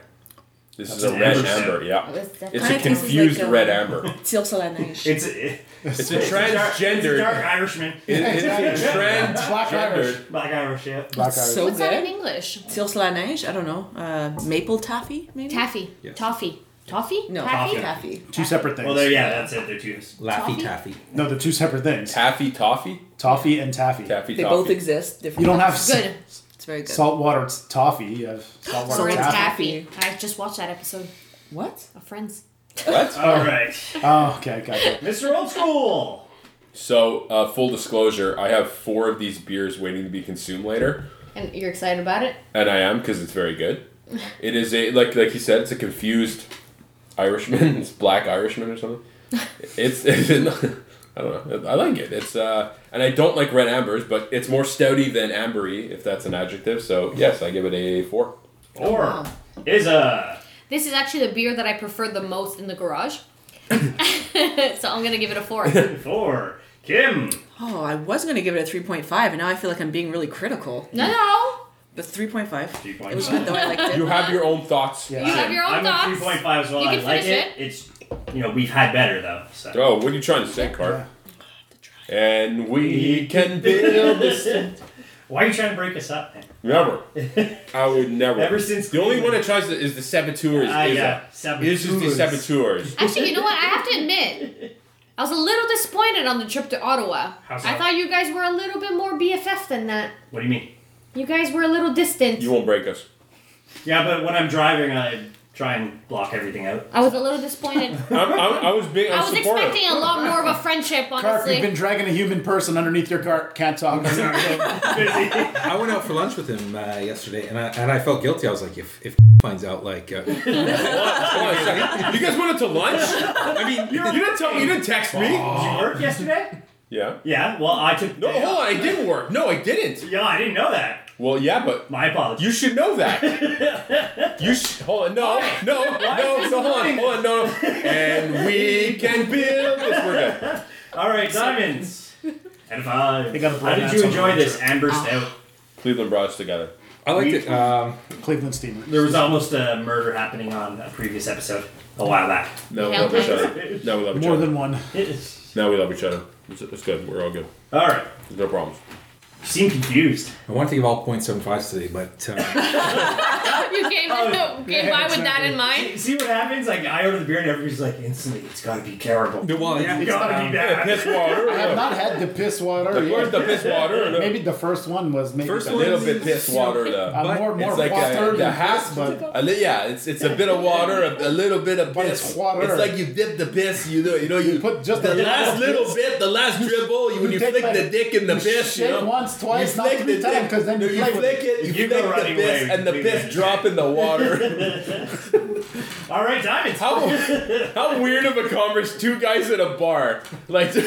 [SPEAKER 9] This is
[SPEAKER 5] That's
[SPEAKER 9] a
[SPEAKER 5] an
[SPEAKER 9] red
[SPEAKER 5] amber stout.
[SPEAKER 9] amber. Yeah,
[SPEAKER 11] It's definitely-
[SPEAKER 9] it's a
[SPEAKER 10] Kinda tastes like
[SPEAKER 9] confused
[SPEAKER 10] a-
[SPEAKER 9] red amber.
[SPEAKER 10] Teal Solange.
[SPEAKER 5] It's a,
[SPEAKER 9] It's a
[SPEAKER 5] it's a dark
[SPEAKER 9] transgender.
[SPEAKER 5] Irishman.
[SPEAKER 9] It- It's a
[SPEAKER 6] It's Black Irish.
[SPEAKER 9] transgendered.
[SPEAKER 5] Black Irish, yeah.
[SPEAKER 6] Black Irish.
[SPEAKER 10] So
[SPEAKER 11] What's that in
[SPEAKER 10] good.
[SPEAKER 11] English?
[SPEAKER 10] Teal Solange. I don't know. Uh, maple taffy, maybe.
[SPEAKER 11] Taffy.
[SPEAKER 7] Yes.
[SPEAKER 11] Toffee. Toffee?
[SPEAKER 10] No,
[SPEAKER 11] Taffy?
[SPEAKER 10] taffy.
[SPEAKER 6] two separate things.
[SPEAKER 5] Well, there, yeah, that's it. They're twos.
[SPEAKER 7] Laffy
[SPEAKER 11] Toffee?
[SPEAKER 7] taffy.
[SPEAKER 6] No, they're two separate things.
[SPEAKER 9] Taffy toffee.
[SPEAKER 6] Toffee and taffy.
[SPEAKER 9] Taffy
[SPEAKER 10] They both
[SPEAKER 9] toffee.
[SPEAKER 10] exist. Different.
[SPEAKER 6] You don't have
[SPEAKER 11] Good.
[SPEAKER 10] It's very good.
[SPEAKER 6] saltwater t- toffee. You have saltwater
[SPEAKER 11] Friends
[SPEAKER 6] taffy.
[SPEAKER 11] taffy. I just watched that episode
[SPEAKER 10] What?
[SPEAKER 11] of Friends.
[SPEAKER 9] What?
[SPEAKER 5] All right.
[SPEAKER 6] Oh, okay, gotcha.
[SPEAKER 5] Mr. Old School.
[SPEAKER 9] So, uh, full disclosure, I have four of these beers waiting to be consumed later.
[SPEAKER 11] And you're excited about it?
[SPEAKER 9] and I am because it's very good. It is a like like you said, it's a confused Irishman. It's black Irishman or something. It's, it's I don't know. I like it. It's uh, and I don't like red ambers, but it's more stouty than ambery, if that's an adjective. So yes, I give it a four.
[SPEAKER 5] Or
[SPEAKER 11] Oh, wow.
[SPEAKER 5] is a.
[SPEAKER 11] This is actually the beer that I preferred the most in the garage. so I'm gonna give it a four. no,
[SPEAKER 5] Four. Kim.
[SPEAKER 10] Oh, I was gonna give it a 3.5, and now I feel like I'm being really critical.
[SPEAKER 11] no.
[SPEAKER 10] But 3.5.
[SPEAKER 5] 3.5.
[SPEAKER 10] It was good though. I liked
[SPEAKER 9] You
[SPEAKER 10] it.
[SPEAKER 9] have your own thoughts.
[SPEAKER 6] Yeah.
[SPEAKER 11] You have your own
[SPEAKER 5] Uh, I'm
[SPEAKER 11] thoughts.
[SPEAKER 5] at 3.5 as well.
[SPEAKER 11] You
[SPEAKER 5] I
[SPEAKER 11] can
[SPEAKER 5] like
[SPEAKER 11] finish
[SPEAKER 5] it. It's, you know, we've had better, though. So.
[SPEAKER 9] Oh, what are you trying to say, Carp? And we can build this.
[SPEAKER 5] Why are you trying to break us up? man?
[SPEAKER 9] Never. I would never.
[SPEAKER 5] Ever since
[SPEAKER 9] the only one that tries to, is the saboteurs.
[SPEAKER 5] Ah,
[SPEAKER 9] is
[SPEAKER 5] yeah,
[SPEAKER 9] a, is just the
[SPEAKER 5] saboteurs.
[SPEAKER 9] saboteurs.
[SPEAKER 11] Actually, you know what? I have to admit, I was a little disappointed on the trip to Ottawa.
[SPEAKER 5] How so?
[SPEAKER 11] I thought you guys were a little bit more BFF than that.
[SPEAKER 5] What do you mean?
[SPEAKER 11] You guys were a little distant.
[SPEAKER 9] You won't break us.
[SPEAKER 5] Yeah, but when I'm driving, I try and block everything out.
[SPEAKER 11] I was a little disappointed.
[SPEAKER 9] I'm, I'm, I was being. I'm
[SPEAKER 11] I was
[SPEAKER 9] supportive.
[SPEAKER 11] expecting a lot more of a friendship,
[SPEAKER 6] Carp,
[SPEAKER 11] honestly.
[SPEAKER 6] you've been dragging a human person underneath your cart. Can't talk.
[SPEAKER 7] I went out for lunch with him uh, yesterday, and I and I felt guilty. I was like, if if finds out, like, uh,
[SPEAKER 9] Hold on a second. You guys went out to lunch? I mean, you didn't tell me. You didn't text me.
[SPEAKER 6] Oh.
[SPEAKER 5] Did you work yesterday?
[SPEAKER 9] Yeah.
[SPEAKER 5] Yeah, well, I took.
[SPEAKER 9] No, hold on. It didn't work. No, it didn't.
[SPEAKER 5] Yeah, I didn't know that.
[SPEAKER 9] Well, yeah, but
[SPEAKER 5] My apologies.
[SPEAKER 9] you should know that. you should. Hold on. No, no, no, no. Hold on. Hold on. No, no. And we can build this. We're good.
[SPEAKER 5] All right, diamonds. and five.
[SPEAKER 6] They got a
[SPEAKER 5] How did
[SPEAKER 6] bromance
[SPEAKER 5] you
[SPEAKER 6] on
[SPEAKER 5] enjoy
[SPEAKER 6] the
[SPEAKER 5] this amber
[SPEAKER 11] Oh.
[SPEAKER 5] stout?
[SPEAKER 9] Cleveland brought us together.
[SPEAKER 7] I liked it. Um,
[SPEAKER 6] Cleveland Steamers.
[SPEAKER 5] There was almost a murder happening on a previous episode a while back.
[SPEAKER 9] Now we
[SPEAKER 11] Hell
[SPEAKER 9] love each
[SPEAKER 11] yeah.
[SPEAKER 9] other. Now we love each
[SPEAKER 6] more
[SPEAKER 9] other.
[SPEAKER 6] than one.
[SPEAKER 9] Now we love each other. It's, it's good. We're all good.
[SPEAKER 5] All right.
[SPEAKER 9] There's no problems.
[SPEAKER 5] You seem confused.
[SPEAKER 7] I wanted to give all 0.75s today, but uh,
[SPEAKER 11] You came,
[SPEAKER 9] Oh,
[SPEAKER 11] no, came by with that in mind?
[SPEAKER 5] See what happens? Like, I order the beer and everybody's like, instantly, it's gotta be terrible.
[SPEAKER 7] well, yeah,
[SPEAKER 5] It's gotta be bad.
[SPEAKER 9] Piss water.
[SPEAKER 6] I have not had the piss water. yet.
[SPEAKER 9] Where's the piss water? No.
[SPEAKER 6] Maybe the first one was maybe
[SPEAKER 7] First
[SPEAKER 9] a
[SPEAKER 6] the,
[SPEAKER 7] one-
[SPEAKER 9] little bit piss water though.
[SPEAKER 6] uh, more more
[SPEAKER 9] It's like
[SPEAKER 6] water
[SPEAKER 9] a, the
[SPEAKER 6] than
[SPEAKER 9] half,
[SPEAKER 6] piss, but
[SPEAKER 9] a li- yeah, it's it's a bit of water, a, a little bit of
[SPEAKER 6] But
[SPEAKER 9] piss.
[SPEAKER 6] it's water.
[SPEAKER 9] like you dip the piss, you know, you know, you,
[SPEAKER 6] put just
[SPEAKER 9] the
[SPEAKER 6] a
[SPEAKER 9] last
[SPEAKER 6] little
[SPEAKER 9] little bit, the last dribble, you, when you,
[SPEAKER 6] take
[SPEAKER 9] flick
[SPEAKER 6] like-
[SPEAKER 9] the dick in the
[SPEAKER 6] you
[SPEAKER 9] piss, you
[SPEAKER 6] shake
[SPEAKER 9] know,
[SPEAKER 6] once, twice,
[SPEAKER 9] you
[SPEAKER 6] not
[SPEAKER 9] flick
[SPEAKER 6] three
[SPEAKER 9] the
[SPEAKER 6] times,
[SPEAKER 9] dick,
[SPEAKER 6] 'cause then
[SPEAKER 9] no,
[SPEAKER 6] you
[SPEAKER 9] you
[SPEAKER 6] play with
[SPEAKER 9] flick it, you
[SPEAKER 5] You go
[SPEAKER 9] flick the
[SPEAKER 5] running away
[SPEAKER 9] piss,
[SPEAKER 5] with
[SPEAKER 9] and the
[SPEAKER 5] the
[SPEAKER 9] piss
[SPEAKER 5] big
[SPEAKER 9] drop in the water.
[SPEAKER 5] All right, diamonds.
[SPEAKER 9] how how weird of a converse, two guys at a bar, like you,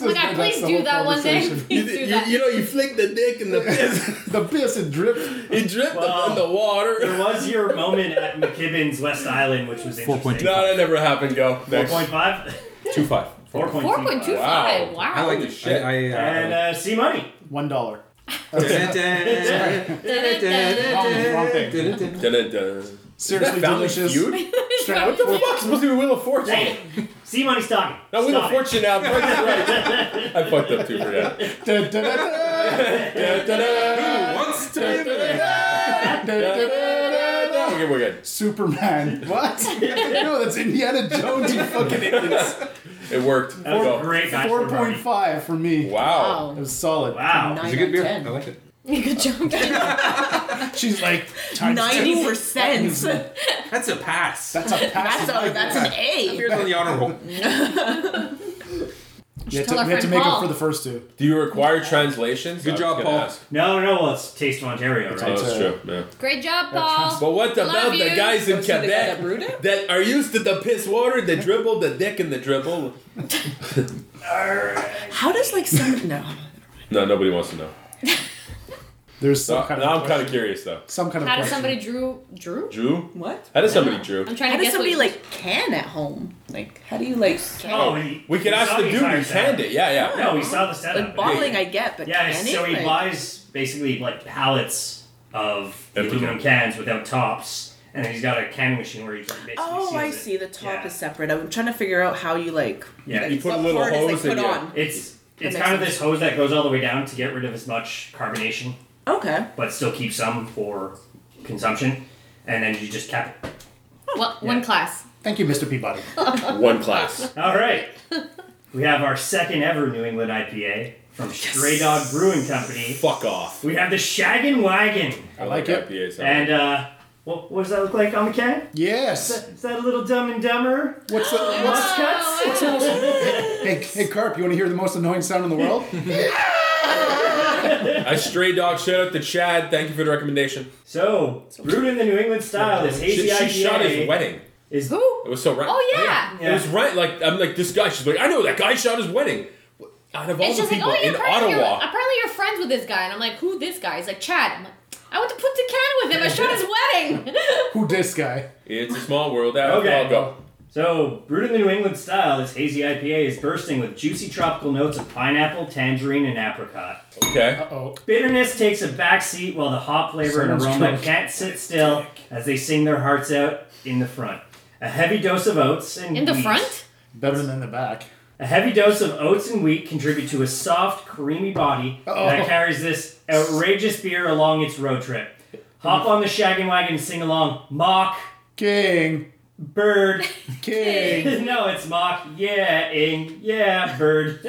[SPEAKER 11] Oh my god,
[SPEAKER 6] That's
[SPEAKER 11] please
[SPEAKER 6] the
[SPEAKER 11] do
[SPEAKER 6] whole
[SPEAKER 11] that one day.
[SPEAKER 6] conversation.
[SPEAKER 11] Please do
[SPEAKER 9] you,
[SPEAKER 11] that.
[SPEAKER 9] you know, you flick the dick in the piss,
[SPEAKER 6] the piss it dripped.
[SPEAKER 9] it dripped
[SPEAKER 5] Wow.
[SPEAKER 9] in the water.
[SPEAKER 5] There was your moment at McKibben's West Island, which was interesting.
[SPEAKER 7] 4.2.
[SPEAKER 9] No, that never happened. Go next.
[SPEAKER 5] 4.5?
[SPEAKER 7] 2.5.
[SPEAKER 11] 4.25. Wow.
[SPEAKER 9] Wow.
[SPEAKER 7] I liked it.
[SPEAKER 9] shit.
[SPEAKER 7] I, I, uh,
[SPEAKER 5] And uh, C Money.
[SPEAKER 6] One dollar.
[SPEAKER 7] Sorry.
[SPEAKER 9] Dun, dun, dun.
[SPEAKER 6] Oh, Seriously
[SPEAKER 9] Family
[SPEAKER 6] delicious.
[SPEAKER 9] Feud?
[SPEAKER 6] Straight up for-
[SPEAKER 9] Fuck, supposed to be Wheel of Fortune.
[SPEAKER 5] C Money's talking.
[SPEAKER 9] Not Wheel
[SPEAKER 5] Stop
[SPEAKER 9] of
[SPEAKER 5] it.
[SPEAKER 9] Fortune now. Price is right. I fucked up too for that.
[SPEAKER 6] Da- da- da- da-
[SPEAKER 9] Da, da, da,
[SPEAKER 7] Once to
[SPEAKER 6] da- da- da- da-
[SPEAKER 9] da, da. Okay, we're good.
[SPEAKER 6] Superman. What? no, that's Indiana Jones. You fucking idiots.
[SPEAKER 9] It worked.
[SPEAKER 5] That was
[SPEAKER 9] Go.
[SPEAKER 5] a great guys
[SPEAKER 6] Four point
[SPEAKER 5] party.
[SPEAKER 6] five for me.
[SPEAKER 9] Wow.
[SPEAKER 6] It was solid.
[SPEAKER 5] Wow.
[SPEAKER 7] It's a good beer. I liked it.
[SPEAKER 11] Good job.
[SPEAKER 6] She's like times
[SPEAKER 10] Ninety
[SPEAKER 6] two.
[SPEAKER 10] percent. That's
[SPEAKER 7] That's a pass.
[SPEAKER 6] That's a pass.
[SPEAKER 10] a that's an A.
[SPEAKER 7] Here's on the honor roll.
[SPEAKER 6] You had to,
[SPEAKER 11] Tell our
[SPEAKER 6] we had to
[SPEAKER 11] friend
[SPEAKER 6] make
[SPEAKER 11] Paul.
[SPEAKER 6] up for the first two.
[SPEAKER 9] Do you require translations?
[SPEAKER 7] Good
[SPEAKER 9] I was
[SPEAKER 7] job,
[SPEAKER 9] gonna
[SPEAKER 7] Paul.
[SPEAKER 9] ask.
[SPEAKER 5] No, no, no. Well, it's Taste of Ontario, right?
[SPEAKER 9] Oh, that's true. Yeah.
[SPEAKER 11] Great job, Paul.
[SPEAKER 9] But what about
[SPEAKER 11] you.
[SPEAKER 9] the guys in
[SPEAKER 10] Was he the guy
[SPEAKER 9] Quebec
[SPEAKER 10] that brewed it?
[SPEAKER 9] that are used to the piss water, the dribble, the dick, and the dribble?
[SPEAKER 10] How does like some no?
[SPEAKER 9] No, nobody wants to know.
[SPEAKER 6] There's some
[SPEAKER 9] No,
[SPEAKER 6] kind
[SPEAKER 9] now
[SPEAKER 6] of
[SPEAKER 9] I'm kind of curious though.
[SPEAKER 6] some kind of
[SPEAKER 11] How does
[SPEAKER 6] question.
[SPEAKER 11] somebody drew drew?
[SPEAKER 9] Drew?
[SPEAKER 10] What?
[SPEAKER 9] How does somebody drew?
[SPEAKER 11] I'm trying
[SPEAKER 10] How
[SPEAKER 11] to
[SPEAKER 10] does
[SPEAKER 11] guess
[SPEAKER 10] somebody
[SPEAKER 11] what
[SPEAKER 10] like can at home? Like how do you like can?
[SPEAKER 5] Oh, he,
[SPEAKER 9] We could
[SPEAKER 5] he
[SPEAKER 9] ask
[SPEAKER 5] saw
[SPEAKER 9] the dude
[SPEAKER 5] entire
[SPEAKER 9] who canned
[SPEAKER 5] setup.
[SPEAKER 9] it. Yeah, yeah.
[SPEAKER 5] No, we saw the setup.
[SPEAKER 10] Like bottling, I get, but
[SPEAKER 5] Yeah,
[SPEAKER 10] canning,
[SPEAKER 5] so he
[SPEAKER 10] like,
[SPEAKER 5] buys basically like pallets of the
[SPEAKER 9] Empty
[SPEAKER 5] aluminum cans without tops, and then he's got a canning machine where he like, basically
[SPEAKER 10] Oh,
[SPEAKER 5] seals
[SPEAKER 10] I
[SPEAKER 5] it.
[SPEAKER 10] see. The top
[SPEAKER 5] Yeah.
[SPEAKER 10] is separate. I'm trying to figure out how you like.
[SPEAKER 5] Yeah,
[SPEAKER 10] like,
[SPEAKER 5] you
[SPEAKER 9] put a
[SPEAKER 10] what
[SPEAKER 9] little
[SPEAKER 10] part is, like,
[SPEAKER 9] hose in
[SPEAKER 10] put
[SPEAKER 9] it.
[SPEAKER 10] on.
[SPEAKER 5] It's it's
[SPEAKER 10] makes
[SPEAKER 5] kind of
[SPEAKER 10] sense.
[SPEAKER 5] this hose that goes all the way down to get rid of as much carbonation,
[SPEAKER 10] Okay.
[SPEAKER 5] but still keep some for consumption, and then you just cap it.
[SPEAKER 11] Well, one class.
[SPEAKER 6] Thank you, Mr. Peabody.
[SPEAKER 9] One class.
[SPEAKER 5] All right, we have our second ever New England IPA from Stray Dog Brewing Company.
[SPEAKER 9] Fuck off.
[SPEAKER 5] We have the Shaggin' Wagon,
[SPEAKER 9] I
[SPEAKER 6] like it.
[SPEAKER 9] IPAs.
[SPEAKER 5] and uh, what, what does that look like on the can?
[SPEAKER 6] Yes.
[SPEAKER 5] Is that a little Dumb and Dumber?
[SPEAKER 6] What's the what's
[SPEAKER 5] Muscats?
[SPEAKER 6] hey hey Carp? You want to hear the most annoying sound in the world?
[SPEAKER 9] A stray dog shout out to Chad. Thank you for the recommendation.
[SPEAKER 5] So, brewed in the New England style, this
[SPEAKER 9] She,
[SPEAKER 5] hazy
[SPEAKER 9] she
[SPEAKER 5] IPA
[SPEAKER 9] shot his wedding.
[SPEAKER 5] is
[SPEAKER 11] Who?
[SPEAKER 9] It was so right.
[SPEAKER 11] Oh, yeah.
[SPEAKER 5] Yeah.
[SPEAKER 9] It was right. Like I'm like this guy. She's like I know that guy shot his wedding. Out of all
[SPEAKER 11] It's
[SPEAKER 9] the
[SPEAKER 11] just like,
[SPEAKER 9] people
[SPEAKER 11] oh, yeah,
[SPEAKER 9] in
[SPEAKER 11] apparently, You're,
[SPEAKER 9] Ottawa,
[SPEAKER 11] apparently you're friends with this guy. And I'm like, who this guy? He's like, Chad. I'm like, I went to put the can with him. I shot his wedding.
[SPEAKER 6] Who this guy?
[SPEAKER 9] it's a small world.
[SPEAKER 5] Okay.
[SPEAKER 9] Okay. I'll go.
[SPEAKER 5] So, brewed in the New England style, this hazy IPA is bursting with juicy tropical notes of pineapple, tangerine, and apricot.
[SPEAKER 9] Okay.
[SPEAKER 6] Oh,
[SPEAKER 5] Bitterness takes a backseat while the hot flavor and
[SPEAKER 6] Someone's
[SPEAKER 5] aroma
[SPEAKER 6] drunk.
[SPEAKER 5] can't sit still as they sing their hearts out in the front. A heavy dose of oats and
[SPEAKER 11] In the
[SPEAKER 5] wheat-
[SPEAKER 11] front?
[SPEAKER 6] better than the back.
[SPEAKER 5] A heavy dose of oats and wheat contribute to a soft, creamy body
[SPEAKER 6] Oh.
[SPEAKER 5] that carries this outrageous beer along its road trip. Hop on the shaggin' wagon and sing along. Mock,
[SPEAKER 6] King,
[SPEAKER 5] bird.
[SPEAKER 6] king,
[SPEAKER 5] no, it's mock. Yeah, ing, yeah, bird.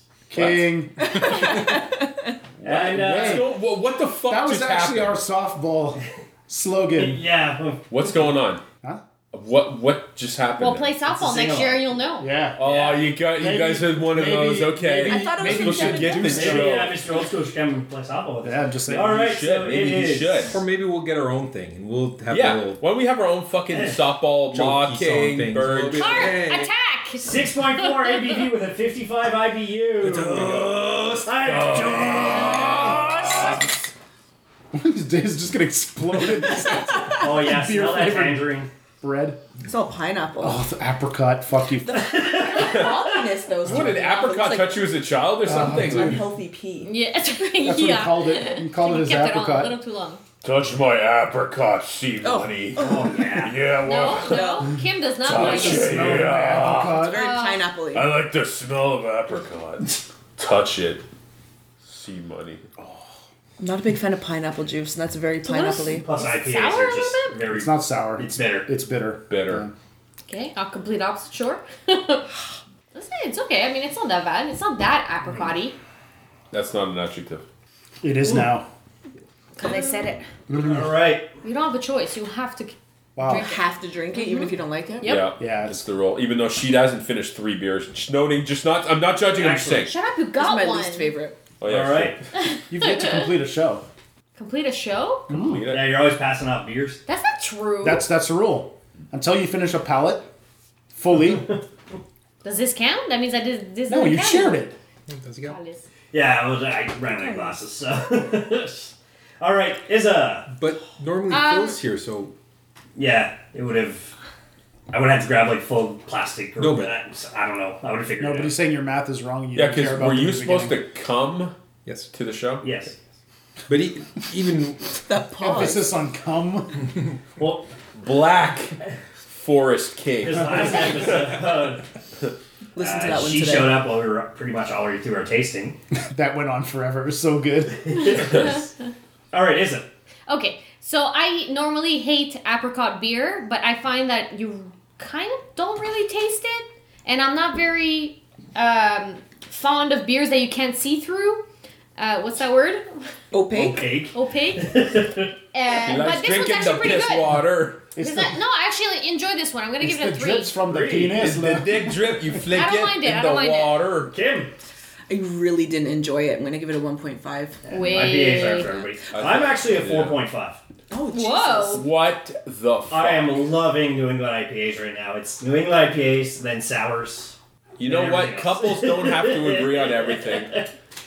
[SPEAKER 6] king.
[SPEAKER 5] and,
[SPEAKER 9] What's
[SPEAKER 5] uh,
[SPEAKER 9] go- wha- what the fuck
[SPEAKER 6] That was
[SPEAKER 9] just
[SPEAKER 6] actually our
[SPEAKER 9] happened?
[SPEAKER 6] softball slogan.
[SPEAKER 5] yeah.
[SPEAKER 9] What's going on?
[SPEAKER 6] Huh?
[SPEAKER 9] What what just happened?
[SPEAKER 11] We'll play softball next
[SPEAKER 5] sing-along.
[SPEAKER 11] year. You'll know.
[SPEAKER 6] Yeah.
[SPEAKER 9] Oh, you got you
[SPEAKER 6] Maybe-
[SPEAKER 9] guys had one of
[SPEAKER 6] maybe-
[SPEAKER 9] those. Okay.
[SPEAKER 6] maybe-
[SPEAKER 10] I thought it was
[SPEAKER 6] maybe
[SPEAKER 10] in
[SPEAKER 9] People should
[SPEAKER 10] Kevin
[SPEAKER 9] get
[SPEAKER 10] Deuce.
[SPEAKER 9] this
[SPEAKER 5] Maybe uh,
[SPEAKER 9] show.
[SPEAKER 5] Mr. Old School should come and play softball with us.
[SPEAKER 6] Yeah, I'm just saying.
[SPEAKER 5] All right,
[SPEAKER 9] You
[SPEAKER 5] so
[SPEAKER 9] should.
[SPEAKER 5] it
[SPEAKER 9] Maybe you
[SPEAKER 5] is-
[SPEAKER 9] should.
[SPEAKER 7] Or maybe we'll get our own thing and we'll have a
[SPEAKER 9] Yeah.
[SPEAKER 7] little
[SPEAKER 9] Why don't we have our own fucking softball
[SPEAKER 7] Jokey song
[SPEAKER 9] mocking
[SPEAKER 7] things.
[SPEAKER 9] bird?
[SPEAKER 11] Carp,
[SPEAKER 7] Hey.
[SPEAKER 11] attack.
[SPEAKER 5] 6.4 ABV with a 55 IBU.
[SPEAKER 6] Oh, One of these days, it's just gonna explode in this
[SPEAKER 5] Oh, yeah,
[SPEAKER 6] Beer
[SPEAKER 5] smell that
[SPEAKER 6] flavored.
[SPEAKER 5] tangerine.
[SPEAKER 6] bread.
[SPEAKER 10] It's all pineapple.
[SPEAKER 6] Oh, the apricot. Fuck you.
[SPEAKER 10] Fogginess, those
[SPEAKER 9] What, an apricot touch you as a child or something?
[SPEAKER 10] Unhealthy pee.
[SPEAKER 8] Yeah, that's right.
[SPEAKER 6] That's what
[SPEAKER 8] yeah.
[SPEAKER 6] he called it. He called it his
[SPEAKER 8] Kept it on a little
[SPEAKER 6] apricot.
[SPEAKER 8] too long.
[SPEAKER 9] Touch my apricot, see money.
[SPEAKER 5] Oh, yeah.
[SPEAKER 9] Yeah,
[SPEAKER 8] No, no. Kim does not like it.
[SPEAKER 6] Apricot.
[SPEAKER 10] Very pineapple
[SPEAKER 9] I like the smell of apricot. Touch it. See money.
[SPEAKER 10] I'm not a big fan of pineapple juice, and that's very
[SPEAKER 8] little
[SPEAKER 10] pineapple y.
[SPEAKER 5] Plus, IPAs
[SPEAKER 8] Sour a
[SPEAKER 5] are
[SPEAKER 8] little
[SPEAKER 5] just
[SPEAKER 8] bit?
[SPEAKER 5] very.
[SPEAKER 6] It's not sour.
[SPEAKER 5] It's bitter.
[SPEAKER 6] It's bitter.
[SPEAKER 9] Bitter.
[SPEAKER 8] Okay, a complete opposite shore. Let's say it's okay. I mean, it's not that bad. It's not that apricot
[SPEAKER 9] That's not an adjective.
[SPEAKER 6] It is now.
[SPEAKER 10] Because I said it.
[SPEAKER 5] All right.
[SPEAKER 8] You don't have a choice. You have to.
[SPEAKER 10] You
[SPEAKER 6] Wow.
[SPEAKER 10] have to drink it,
[SPEAKER 8] Mm-hmm.
[SPEAKER 10] even if you don't like it.
[SPEAKER 8] Yep.
[SPEAKER 9] Yeah.
[SPEAKER 6] Yeah,
[SPEAKER 9] It's the rule. Even though she hasn't finished three beers. She's noting just not I'm not judging, I'm just saying.
[SPEAKER 8] Shut up, you
[SPEAKER 10] It's
[SPEAKER 8] got
[SPEAKER 10] my
[SPEAKER 8] one.
[SPEAKER 10] least favorite.
[SPEAKER 9] Oh
[SPEAKER 5] All right.
[SPEAKER 6] You get to complete a show.
[SPEAKER 8] Complete a show?
[SPEAKER 9] Complete it.
[SPEAKER 5] Yeah, you're always passing out beers.
[SPEAKER 8] That's not true.
[SPEAKER 6] That's that's the rule. Until you finish a palate fully.
[SPEAKER 8] Does this count? That means I did this.
[SPEAKER 6] No,
[SPEAKER 8] doesn't
[SPEAKER 6] you
[SPEAKER 8] count.
[SPEAKER 6] shared it.
[SPEAKER 8] Alice.
[SPEAKER 5] Yeah, I, was, I ran out of glasses, so. All right, Izza.
[SPEAKER 7] But normally
[SPEAKER 8] Um,
[SPEAKER 7] Phil's here, so
[SPEAKER 5] Yeah, it would have. I would have to grab like full plastic. Or,
[SPEAKER 7] No, but-
[SPEAKER 5] I, I don't know. I would have figured
[SPEAKER 6] No,
[SPEAKER 5] it
[SPEAKER 6] but
[SPEAKER 5] out.
[SPEAKER 6] he's saying your math is wrong and you
[SPEAKER 9] Yeah,
[SPEAKER 6] don't care
[SPEAKER 9] because
[SPEAKER 6] about
[SPEAKER 9] were
[SPEAKER 6] it in
[SPEAKER 9] you
[SPEAKER 6] the
[SPEAKER 9] supposed
[SPEAKER 6] beginning.
[SPEAKER 9] to come
[SPEAKER 7] yes.
[SPEAKER 9] to the show?
[SPEAKER 5] Yes.
[SPEAKER 7] But e even
[SPEAKER 10] That pause.
[SPEAKER 6] Emphasis on cum.
[SPEAKER 5] Well,
[SPEAKER 9] Black Forest King.
[SPEAKER 5] this last episode,
[SPEAKER 10] Listen to
[SPEAKER 5] uh,
[SPEAKER 10] that one
[SPEAKER 5] she showed
[SPEAKER 10] today.
[SPEAKER 5] up while we were pretty much already through our tasting.
[SPEAKER 6] That went on forever. It was so good.
[SPEAKER 5] All right, Izza.
[SPEAKER 8] Okay, so I normally hate apricot beer, but I find that you kind of don't really taste it, and I'm not very um, fond of beers that you can't see through. Uh, what's that word?
[SPEAKER 10] Opaque.
[SPEAKER 5] Cake.
[SPEAKER 8] Opaque. uh,
[SPEAKER 9] He
[SPEAKER 8] but
[SPEAKER 9] likes
[SPEAKER 8] this one's
[SPEAKER 9] drinking
[SPEAKER 8] actually
[SPEAKER 9] the
[SPEAKER 8] pretty
[SPEAKER 9] piss
[SPEAKER 8] good.
[SPEAKER 9] water.
[SPEAKER 6] It's
[SPEAKER 8] This
[SPEAKER 6] the,
[SPEAKER 8] is- no, I actually enjoy this one. I'm gonna
[SPEAKER 6] it's
[SPEAKER 8] give it
[SPEAKER 6] the
[SPEAKER 8] a three.
[SPEAKER 6] drips from the
[SPEAKER 5] Three.
[SPEAKER 6] penis.
[SPEAKER 9] It's the dick drip. You flick
[SPEAKER 8] I don't
[SPEAKER 9] it
[SPEAKER 8] mind it,
[SPEAKER 9] in
[SPEAKER 8] I don't
[SPEAKER 9] the
[SPEAKER 8] mind it.
[SPEAKER 9] water.
[SPEAKER 5] Kim.
[SPEAKER 10] I really didn't enjoy it. I'm gonna give it a 1.5.
[SPEAKER 8] Wait.
[SPEAKER 5] IPAs are for everybody.
[SPEAKER 9] I
[SPEAKER 5] I'm
[SPEAKER 9] think-
[SPEAKER 5] actually a
[SPEAKER 9] yeah.
[SPEAKER 5] 4.5.
[SPEAKER 10] Oh, Jesus.
[SPEAKER 8] Whoa.
[SPEAKER 9] What the fuck?
[SPEAKER 5] I am loving New England IPAs right now. It's New England IPAs, then sours.
[SPEAKER 9] You know
[SPEAKER 5] and
[SPEAKER 9] what?
[SPEAKER 5] everything else.
[SPEAKER 9] Couples don't have to agree on everything.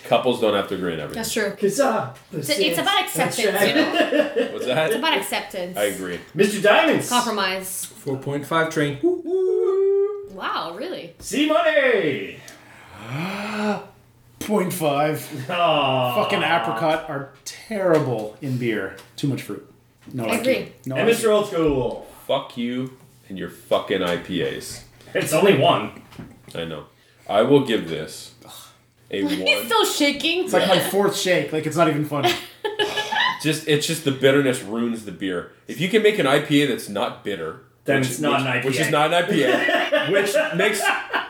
[SPEAKER 9] Couples don't have to agree on everything.
[SPEAKER 8] That's true.
[SPEAKER 5] Kazaa.
[SPEAKER 8] It's, it's about acceptance, you know. It's
[SPEAKER 9] What's that?
[SPEAKER 8] about acceptance.
[SPEAKER 9] I agree.
[SPEAKER 5] Mr. Diamonds.
[SPEAKER 8] Compromise.
[SPEAKER 7] 4.5 train. Woo, woo.
[SPEAKER 8] Wow, really?
[SPEAKER 5] See money.
[SPEAKER 6] Point five.
[SPEAKER 5] Oh.
[SPEAKER 6] Fucking apricot are terrible in beer. Too much fruit. No,
[SPEAKER 8] I agree.
[SPEAKER 6] No,
[SPEAKER 5] And Mr. Old School.
[SPEAKER 9] Fuck you and your fucking IPAs.
[SPEAKER 5] It's only one.
[SPEAKER 9] I know. I will give this a
[SPEAKER 8] He's
[SPEAKER 9] one.
[SPEAKER 8] still shaking.
[SPEAKER 6] It's like my fourth shake. Like it's not even funny.
[SPEAKER 9] Just it's just the bitterness ruins the beer. If you can make an IPA that's not bitter,
[SPEAKER 5] Then it's not
[SPEAKER 9] which,
[SPEAKER 5] an IPA.
[SPEAKER 9] which is not an IPA, which makes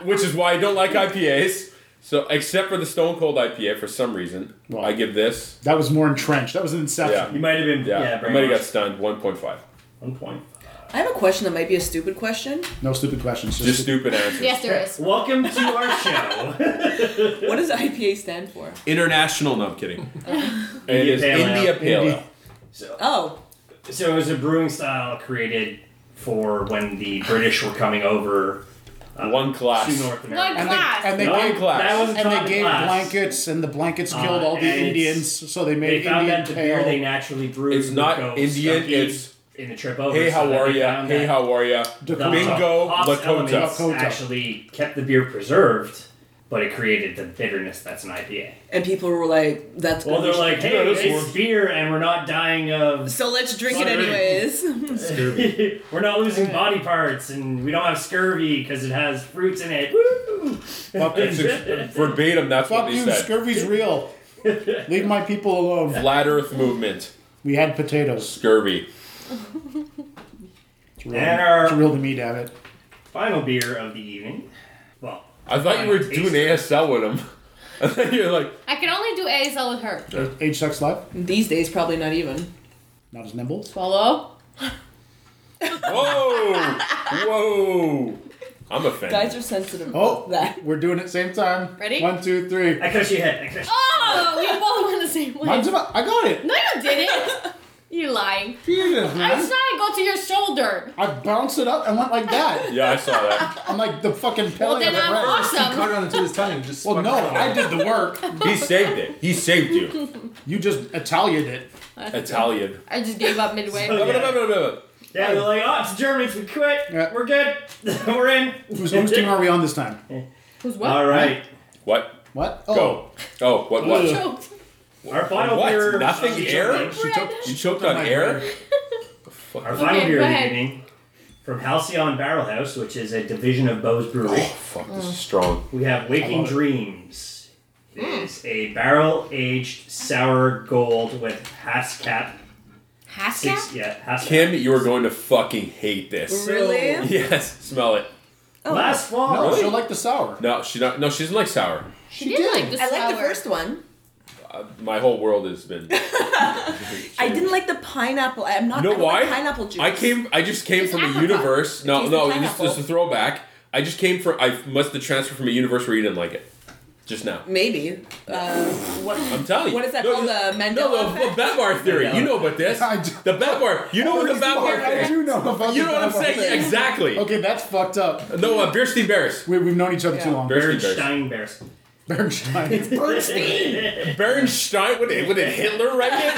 [SPEAKER 9] which is why I don't like IPAs. So except for the Stone Cold IPA, for some reason,
[SPEAKER 6] Wow.
[SPEAKER 9] I give this.
[SPEAKER 6] That was more entrenched. That was an inception.
[SPEAKER 5] You might have been.
[SPEAKER 9] Yeah,
[SPEAKER 5] Yeah,
[SPEAKER 9] I might have got stunned. One point five.
[SPEAKER 5] One point.
[SPEAKER 10] I have a question that might be a stupid question.
[SPEAKER 6] No stupid questions. Just,
[SPEAKER 9] Just stupid answers.
[SPEAKER 8] Yes, there is.
[SPEAKER 5] Welcome to our show.
[SPEAKER 10] What does IPA stand for?
[SPEAKER 9] International. No, I'm kidding. it is
[SPEAKER 5] Pale Ale.
[SPEAKER 9] India Pale Ale.
[SPEAKER 10] Oh,
[SPEAKER 5] so it was a brewing style created for when the British were coming over Uh,
[SPEAKER 9] One class.
[SPEAKER 5] to North
[SPEAKER 8] One
[SPEAKER 5] America.
[SPEAKER 6] and
[SPEAKER 8] class.
[SPEAKER 6] they, and they
[SPEAKER 9] One
[SPEAKER 6] gave,
[SPEAKER 9] class.
[SPEAKER 5] That was
[SPEAKER 6] and they
[SPEAKER 5] not
[SPEAKER 6] gave
[SPEAKER 5] class.
[SPEAKER 6] blankets, and the blankets killed all the
[SPEAKER 5] and it's-
[SPEAKER 6] Indians, so they
[SPEAKER 5] They
[SPEAKER 6] made
[SPEAKER 5] found
[SPEAKER 6] Indian
[SPEAKER 5] that the beer
[SPEAKER 6] pale.
[SPEAKER 5] they naturally brewed.
[SPEAKER 9] It's
[SPEAKER 5] would
[SPEAKER 9] not
[SPEAKER 5] go
[SPEAKER 9] Indian,
[SPEAKER 5] skunky
[SPEAKER 9] it's-
[SPEAKER 5] in the trip over.
[SPEAKER 9] Hey,
[SPEAKER 5] so
[SPEAKER 9] how
[SPEAKER 5] that
[SPEAKER 9] are
[SPEAKER 5] they
[SPEAKER 9] ya?
[SPEAKER 5] found
[SPEAKER 9] Hey,
[SPEAKER 5] that
[SPEAKER 9] how are ya?
[SPEAKER 5] the
[SPEAKER 9] Bingo,
[SPEAKER 5] hops elements
[SPEAKER 9] Lakota.
[SPEAKER 6] Lakota.
[SPEAKER 5] Actually, kept the beer preserved, but it created the bitterness that's an IPA.
[SPEAKER 10] and people were like, "That's
[SPEAKER 5] Well,
[SPEAKER 10] gonna
[SPEAKER 5] they're
[SPEAKER 10] be
[SPEAKER 5] like,
[SPEAKER 10] sh-
[SPEAKER 5] hey,
[SPEAKER 9] this
[SPEAKER 5] it's
[SPEAKER 9] works."
[SPEAKER 5] beer, and we're not dying of.
[SPEAKER 10] So let's drink it
[SPEAKER 5] Sorry.
[SPEAKER 10] anyways.
[SPEAKER 5] we're not losing body parts, and we don't have scurvy because it has fruits in it. Woo!
[SPEAKER 6] Fuck
[SPEAKER 9] It's ex- verbatim, that's what
[SPEAKER 6] Fuck
[SPEAKER 9] they
[SPEAKER 6] you,
[SPEAKER 9] said.
[SPEAKER 6] scurvy's real. Leave my people alone.
[SPEAKER 9] Flat Earth movement.
[SPEAKER 6] We had potatoes.
[SPEAKER 9] Scurvy.
[SPEAKER 6] It's real,
[SPEAKER 5] And our-
[SPEAKER 6] it's real to me, damn it.
[SPEAKER 5] Final beer of the evening. Well,
[SPEAKER 9] I thought you were doing ASL with him. And then you're like,
[SPEAKER 8] I can only do ASL with her.
[SPEAKER 6] Age sex life.
[SPEAKER 10] These days, probably not even.
[SPEAKER 6] Not as nimble.
[SPEAKER 8] Follow.
[SPEAKER 9] whoa, whoa. I'm offended.
[SPEAKER 10] Guys are sensitive.
[SPEAKER 6] Oh,
[SPEAKER 10] about that.
[SPEAKER 6] we're doing it same time.
[SPEAKER 8] Ready?
[SPEAKER 6] One, two, three.
[SPEAKER 5] I cut your head. I cut your
[SPEAKER 8] Oh, we both went the same way.
[SPEAKER 6] Mine's about- I got it.
[SPEAKER 8] No, you didn't. You're lying.
[SPEAKER 6] Jesus,
[SPEAKER 8] I
[SPEAKER 6] man.
[SPEAKER 8] saw it go to your shoulder.
[SPEAKER 6] I bounced it up and went like that.
[SPEAKER 9] Yeah, I saw that.
[SPEAKER 6] I'm like the fucking
[SPEAKER 8] Well,
[SPEAKER 6] pillar.
[SPEAKER 8] then I'm awesome.
[SPEAKER 7] Caught it onto his tongue and just.
[SPEAKER 6] Well,
[SPEAKER 7] spun
[SPEAKER 6] no,
[SPEAKER 7] it
[SPEAKER 6] I
[SPEAKER 7] around.
[SPEAKER 6] did the work.
[SPEAKER 9] He saved it. He saved you.
[SPEAKER 6] You just Italian it.
[SPEAKER 9] Italian.
[SPEAKER 8] I just gave up midway.
[SPEAKER 5] So, yeah.
[SPEAKER 9] Well,
[SPEAKER 5] Yeah, they're like, oh, it's Germans. We quit.
[SPEAKER 6] Yeah.
[SPEAKER 5] We're good. We're in.
[SPEAKER 6] Whose whose team are we on this time?
[SPEAKER 8] Who's what?
[SPEAKER 5] All right.
[SPEAKER 9] What?
[SPEAKER 6] What?
[SPEAKER 9] Go. Oh, what? What?
[SPEAKER 8] Choked.
[SPEAKER 5] Our final
[SPEAKER 9] What?
[SPEAKER 5] beer.
[SPEAKER 9] Nothing
[SPEAKER 5] of the
[SPEAKER 9] air?
[SPEAKER 5] evening-
[SPEAKER 9] She choked, she choked on
[SPEAKER 6] my
[SPEAKER 9] air?
[SPEAKER 5] Our final
[SPEAKER 8] Okay,
[SPEAKER 5] beer
[SPEAKER 8] go
[SPEAKER 5] of the
[SPEAKER 8] ahead.
[SPEAKER 5] evening from Halcyon Barrel House, which is a division of Bose Brewery.
[SPEAKER 9] Oh, Fuck, this is strong.
[SPEAKER 5] We have Waking Dreams. It
[SPEAKER 8] Mm.
[SPEAKER 5] is a barrel aged sour gold with Hascap.
[SPEAKER 8] Hascat?
[SPEAKER 5] Six, yeah, Hascap.
[SPEAKER 9] Kim, you are going to fucking hate this.
[SPEAKER 10] Oh, Really?
[SPEAKER 9] Yes, smell it.
[SPEAKER 8] Oh.
[SPEAKER 5] Last fall.
[SPEAKER 6] No, she'll like the sour.
[SPEAKER 9] No, she not. No, she doesn't like sour.
[SPEAKER 8] She, did, like the
[SPEAKER 10] I like
[SPEAKER 8] sour.
[SPEAKER 10] the first one.
[SPEAKER 9] My whole world has been.
[SPEAKER 10] I didn't like the pineapple. I'm not.
[SPEAKER 9] You know
[SPEAKER 10] I don't like
[SPEAKER 9] why?
[SPEAKER 10] pineapple juice.
[SPEAKER 9] I came. I just came
[SPEAKER 8] It's
[SPEAKER 9] from
[SPEAKER 8] apricot.
[SPEAKER 9] a universe. No,
[SPEAKER 10] It's
[SPEAKER 9] no,
[SPEAKER 10] the
[SPEAKER 9] this, this is a
[SPEAKER 10] pineapple.
[SPEAKER 9] throwback. I just came from. I must have transferred from a universe where you didn't like it. Just now.
[SPEAKER 10] Maybe. Uh, what?
[SPEAKER 9] I'm telling you.
[SPEAKER 10] What is that
[SPEAKER 9] No,
[SPEAKER 10] called? uh,
[SPEAKER 9] this-
[SPEAKER 10] The Mandela
[SPEAKER 9] No, the, the
[SPEAKER 10] effect?
[SPEAKER 9] Babar theory. You know about this.
[SPEAKER 6] I do-
[SPEAKER 9] The Babar. You know what the Babar
[SPEAKER 6] I
[SPEAKER 9] theory
[SPEAKER 6] do know about
[SPEAKER 9] You
[SPEAKER 6] the
[SPEAKER 9] know what I'm
[SPEAKER 6] Babar.
[SPEAKER 9] saying? Exactly.
[SPEAKER 6] Okay, that's fucked up.
[SPEAKER 9] No, uh, Bierstein Bears.
[SPEAKER 6] We, we've known each other too long.
[SPEAKER 9] Bernstein
[SPEAKER 5] Bernstein Bears.
[SPEAKER 6] Bernstein.
[SPEAKER 9] Bears. Bernstein with a, with a Hitler right there.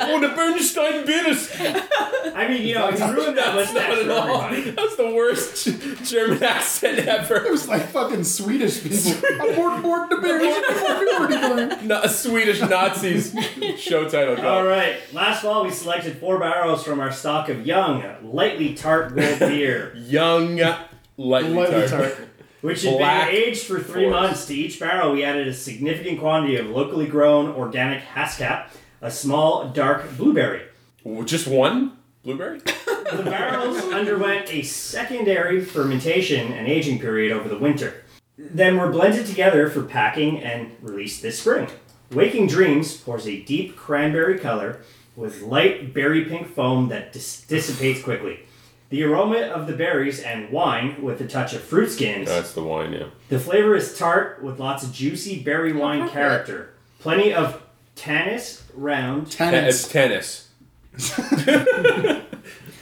[SPEAKER 9] oh, the Bernstein Bears.
[SPEAKER 5] I mean, you know, you ruined that
[SPEAKER 9] That's
[SPEAKER 5] list for
[SPEAKER 9] not at all.
[SPEAKER 5] everybody.
[SPEAKER 9] That's the worst G- German accent
[SPEAKER 6] it
[SPEAKER 9] ever.
[SPEAKER 6] was like fucking Swedish people. Abort, abort the bears. Abort, abort, abort.
[SPEAKER 9] Not Swedish Nazis. Show title. Go.
[SPEAKER 5] All right. Last fall, we selected four barrels from our stock of young, lightly tart gold beer,
[SPEAKER 9] Young lightly,
[SPEAKER 6] Lightly
[SPEAKER 9] tart.
[SPEAKER 6] tart.
[SPEAKER 5] which had
[SPEAKER 9] Black
[SPEAKER 5] been aged for three
[SPEAKER 9] forest.
[SPEAKER 5] months. To each barrel, we added a significant quantity of locally grown organic Hascap, a small dark blueberry.
[SPEAKER 9] Ooh, Just one blueberry.
[SPEAKER 5] The barrels underwent a secondary fermentation and aging period over the winter, then were blended together for packing and released this spring. Waking Dreams pours a deep cranberry color with light berry pink foam that dis- dissipates quickly. The aroma of the berries and wine with a touch of fruit skins.
[SPEAKER 9] That's the wine. Yeah.
[SPEAKER 5] The flavor is tart with lots of juicy berry wine character. Plenty of tannis round
[SPEAKER 9] It's
[SPEAKER 6] Tenants.
[SPEAKER 9] tennis.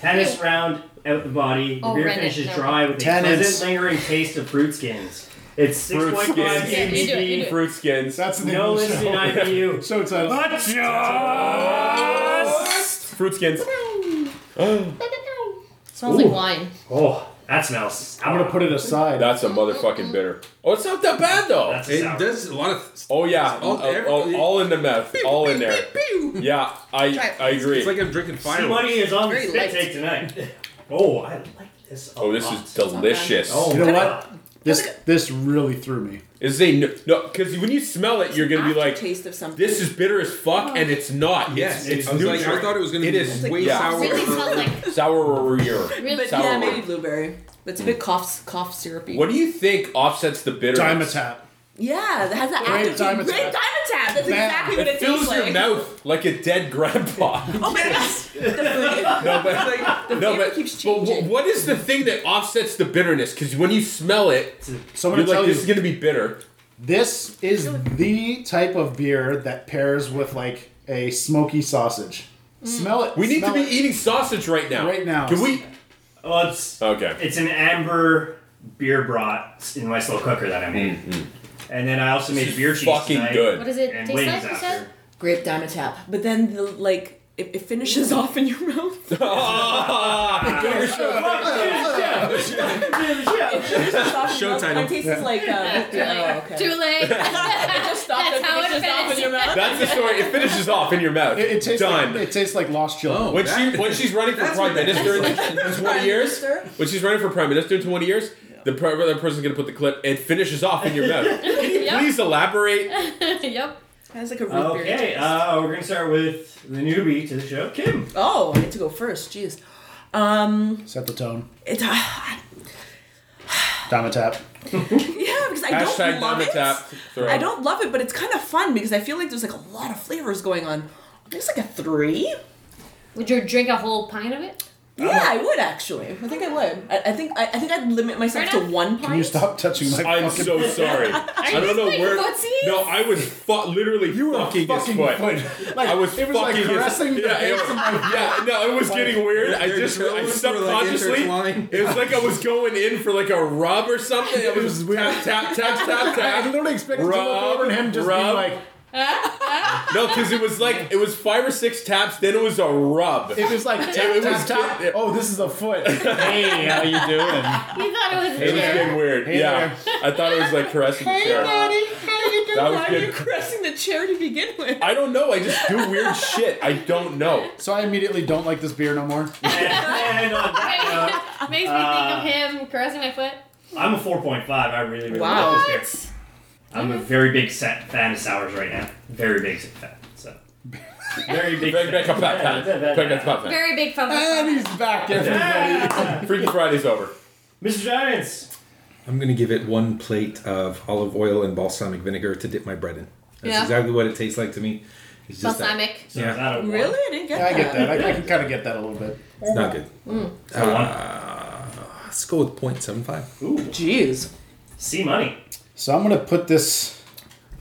[SPEAKER 5] Tennis round out the body. The
[SPEAKER 8] Oh,
[SPEAKER 5] beer
[SPEAKER 8] rennet,
[SPEAKER 5] finish is
[SPEAKER 8] no.
[SPEAKER 5] dry with a
[SPEAKER 6] Tennis.
[SPEAKER 5] pleasant lingering taste of fruit skins. It's
[SPEAKER 9] Fruit
[SPEAKER 5] 6.5
[SPEAKER 9] skins.
[SPEAKER 8] Yeah, you do it, you do
[SPEAKER 5] ABV.
[SPEAKER 8] it.
[SPEAKER 9] Fruit skins.
[SPEAKER 6] That's the name
[SPEAKER 5] No
[SPEAKER 6] of the
[SPEAKER 5] listed
[SPEAKER 6] show.
[SPEAKER 5] IBU.
[SPEAKER 6] Show title.
[SPEAKER 9] Fruit skins.
[SPEAKER 8] Smells like wine.
[SPEAKER 5] Oh, that smells.
[SPEAKER 6] I'm gonna put it aside.
[SPEAKER 9] That's a motherfucking bitter. Oh, it's not that bad though.
[SPEAKER 5] That's a
[SPEAKER 7] It
[SPEAKER 5] sour.
[SPEAKER 7] does a lot of.
[SPEAKER 9] oh yeah.
[SPEAKER 7] all-
[SPEAKER 9] Oh, oh, all in the mouth. All in there. Yeah. I
[SPEAKER 10] Try it.
[SPEAKER 9] I agree.
[SPEAKER 7] It's like I'm drinking
[SPEAKER 5] The
[SPEAKER 7] fire.
[SPEAKER 5] money is on the
[SPEAKER 10] Very
[SPEAKER 5] spit
[SPEAKER 10] light.
[SPEAKER 5] take tonight. Oh, I like this. A
[SPEAKER 9] Oh, this
[SPEAKER 5] lot.
[SPEAKER 9] is delicious.
[SPEAKER 5] Oh,
[SPEAKER 6] You know
[SPEAKER 5] wow.
[SPEAKER 6] what? This this really threw me.
[SPEAKER 9] Is a no, no, because when you smell it, you're gonna be like,
[SPEAKER 10] taste of something.
[SPEAKER 9] "This is bitter as fuck," and it's not.
[SPEAKER 7] Yes,
[SPEAKER 9] it's, it's
[SPEAKER 7] I was like, I
[SPEAKER 9] neutral.
[SPEAKER 7] thought it was going to
[SPEAKER 9] It
[SPEAKER 7] be
[SPEAKER 9] is-
[SPEAKER 7] way
[SPEAKER 9] yeah.
[SPEAKER 7] sour.
[SPEAKER 8] Really smells like
[SPEAKER 9] sour or rear.
[SPEAKER 8] really
[SPEAKER 10] But
[SPEAKER 8] sour.
[SPEAKER 10] yeah,
[SPEAKER 9] sour.
[SPEAKER 10] maybe blueberry. But it's a bit cough cough syrupy.
[SPEAKER 9] What do you think offsets the bitterness?
[SPEAKER 6] Dimetap.
[SPEAKER 10] Yeah, that has that
[SPEAKER 6] Grape
[SPEAKER 10] aftertaste.
[SPEAKER 6] Dimetap.
[SPEAKER 10] Grape Dimetap. That's
[SPEAKER 6] Man.
[SPEAKER 10] exactly what
[SPEAKER 9] It
[SPEAKER 10] it,
[SPEAKER 9] fills
[SPEAKER 10] tastes
[SPEAKER 9] your
[SPEAKER 10] like.
[SPEAKER 9] mouth like a dead grandpa.
[SPEAKER 10] Oh my gosh. The flavor.
[SPEAKER 9] no, but like, no,
[SPEAKER 10] flavor
[SPEAKER 9] but,
[SPEAKER 10] keeps
[SPEAKER 9] but wh-
[SPEAKER 10] changing.
[SPEAKER 9] what is the thing that offsets the bitterness? Because when you smell it,
[SPEAKER 6] Someone
[SPEAKER 9] you're
[SPEAKER 6] tell
[SPEAKER 9] like,
[SPEAKER 6] you
[SPEAKER 9] "This is gonna be bitter."
[SPEAKER 6] This is the type of beer that pairs with like a smoky sausage. Smell it.
[SPEAKER 9] We need to
[SPEAKER 6] smell
[SPEAKER 9] be
[SPEAKER 6] it.
[SPEAKER 9] eating sausage right now.
[SPEAKER 6] Right now.
[SPEAKER 9] Can we?
[SPEAKER 5] Oh, it's
[SPEAKER 9] Okay.
[SPEAKER 5] it's an amber beer brat in my slow cooker that I made. And then I also made beer cheese.
[SPEAKER 9] Fucking
[SPEAKER 5] tonight
[SPEAKER 9] good.
[SPEAKER 8] What does it
[SPEAKER 5] And
[SPEAKER 8] taste
[SPEAKER 5] wings
[SPEAKER 8] like, you
[SPEAKER 5] after.
[SPEAKER 8] said?
[SPEAKER 10] Grape Dimetap. But then the like it, it finishes off in your mouth.
[SPEAKER 5] Yeah.
[SPEAKER 10] Show
[SPEAKER 7] title.
[SPEAKER 10] It tastes like um, oh, okay.
[SPEAKER 8] Too late.
[SPEAKER 10] Just stop
[SPEAKER 8] That's
[SPEAKER 10] that
[SPEAKER 8] how it
[SPEAKER 10] finishes off in
[SPEAKER 8] finishes.
[SPEAKER 10] your mouth.
[SPEAKER 9] That's the story. It finishes off in your mouth.
[SPEAKER 6] It, it tastes
[SPEAKER 9] Done.
[SPEAKER 6] Like, it tastes like lost children.
[SPEAKER 7] Oh,
[SPEAKER 9] When
[SPEAKER 7] that-
[SPEAKER 9] she when she's running for
[SPEAKER 7] That's
[SPEAKER 9] prime
[SPEAKER 7] what that
[SPEAKER 9] minister in,
[SPEAKER 7] is.
[SPEAKER 9] in twenty years,
[SPEAKER 10] minister?
[SPEAKER 9] when she's running for prime minister in twenty years, the pri- other person's gonna put the clip and finishes off in your mouth. Can you
[SPEAKER 8] Yep.
[SPEAKER 9] please elaborate?
[SPEAKER 8] yep.
[SPEAKER 10] That's like a root beer.
[SPEAKER 5] Okay,
[SPEAKER 10] taste.
[SPEAKER 5] uh, we're gonna start with the newbie to the show, Kim.
[SPEAKER 10] oh, I get to go first. Jeez.
[SPEAKER 9] Oh.
[SPEAKER 10] Um,
[SPEAKER 6] Set the tone.
[SPEAKER 10] it, uh,
[SPEAKER 6] Dimetap.
[SPEAKER 10] yeah, because
[SPEAKER 9] Hashtag
[SPEAKER 10] I don't love
[SPEAKER 9] diamond
[SPEAKER 10] it.
[SPEAKER 9] tap. Throw.
[SPEAKER 10] I don't love it, but it's kind of fun because I feel like there's like a lot of flavors going on. It's like a three.
[SPEAKER 8] Would you drink a whole pint of it?
[SPEAKER 10] Yeah, I would actually. I think I would. I, I think I, I think I'd limit myself to
[SPEAKER 8] enough.
[SPEAKER 10] one pint.
[SPEAKER 6] Can you stop touching my
[SPEAKER 9] I'm
[SPEAKER 6] fucking
[SPEAKER 9] so sorry. I
[SPEAKER 8] you
[SPEAKER 9] don't know
[SPEAKER 8] playing
[SPEAKER 9] where.
[SPEAKER 8] footsies?
[SPEAKER 9] No, I was fu- literally
[SPEAKER 6] You were
[SPEAKER 9] fucking, his
[SPEAKER 6] fucking
[SPEAKER 9] foot.
[SPEAKER 6] foot. Like,
[SPEAKER 9] I was
[SPEAKER 6] it was like
[SPEAKER 9] fucking his-
[SPEAKER 6] caressing the
[SPEAKER 9] yeah, it
[SPEAKER 6] base
[SPEAKER 9] was-
[SPEAKER 6] of my-
[SPEAKER 9] yeah, no, it was getting weird. I
[SPEAKER 7] your
[SPEAKER 9] just I
[SPEAKER 7] toes were, like,
[SPEAKER 9] subconsciously
[SPEAKER 7] intertwined.
[SPEAKER 9] it was like I was going in for like a rub or something. I
[SPEAKER 6] It
[SPEAKER 9] was
[SPEAKER 6] was weird.
[SPEAKER 9] tap tap tap
[SPEAKER 6] I
[SPEAKER 9] tap tap.
[SPEAKER 6] literally expected to look
[SPEAKER 9] Rub,
[SPEAKER 6] over and him just
[SPEAKER 9] rub.
[SPEAKER 6] be like,
[SPEAKER 9] No, because it was like it was five or six taps. Then it was a rub.
[SPEAKER 6] it was like tap,
[SPEAKER 9] it
[SPEAKER 6] tap,
[SPEAKER 9] was
[SPEAKER 6] tap.
[SPEAKER 9] good.
[SPEAKER 6] Oh, this is a foot. hey, how you doing?
[SPEAKER 8] You thought it was
[SPEAKER 9] It
[SPEAKER 8] a
[SPEAKER 9] was
[SPEAKER 8] chair.
[SPEAKER 9] getting weird.
[SPEAKER 6] Hey
[SPEAKER 9] yeah, I thought it was like caressing the chair. That was
[SPEAKER 10] Why were you
[SPEAKER 9] good.
[SPEAKER 10] caressing the chair to begin with?
[SPEAKER 9] I don't know. I just do weird shit. I don't know.
[SPEAKER 6] So I immediately don't like this beer no more.
[SPEAKER 5] and uh, on that
[SPEAKER 8] Makes me
[SPEAKER 5] Uh,
[SPEAKER 8] think of him caressing my foot.
[SPEAKER 5] note, I'm a 4.5. I really, really
[SPEAKER 10] Wow.
[SPEAKER 5] like this beer. I'm a very big sa- fan of sours right now. Very big sa- fan. So. Very big
[SPEAKER 9] Back, back up that
[SPEAKER 5] fan.
[SPEAKER 9] time. Back up that time.
[SPEAKER 8] Very big fun.
[SPEAKER 6] And he's back, everybody.
[SPEAKER 9] Freaky Friday's over.
[SPEAKER 5] Mr. Giants!
[SPEAKER 7] I'm going to give it one plate of olive oil and balsamic vinegar to dip my bread in. That's
[SPEAKER 8] Yeah.
[SPEAKER 7] exactly what it tastes like to me. It's just that-
[SPEAKER 8] Balsamic.
[SPEAKER 5] So
[SPEAKER 7] Yeah.
[SPEAKER 5] is that a one?
[SPEAKER 10] Really? I didn't get
[SPEAKER 6] I
[SPEAKER 10] that.
[SPEAKER 6] get that. I, I can kind of get that a little bit.
[SPEAKER 7] It's not good.
[SPEAKER 5] So one.
[SPEAKER 7] Let's go with 0.75.
[SPEAKER 10] Jeez.
[SPEAKER 5] C money.
[SPEAKER 6] So I'm gonna put this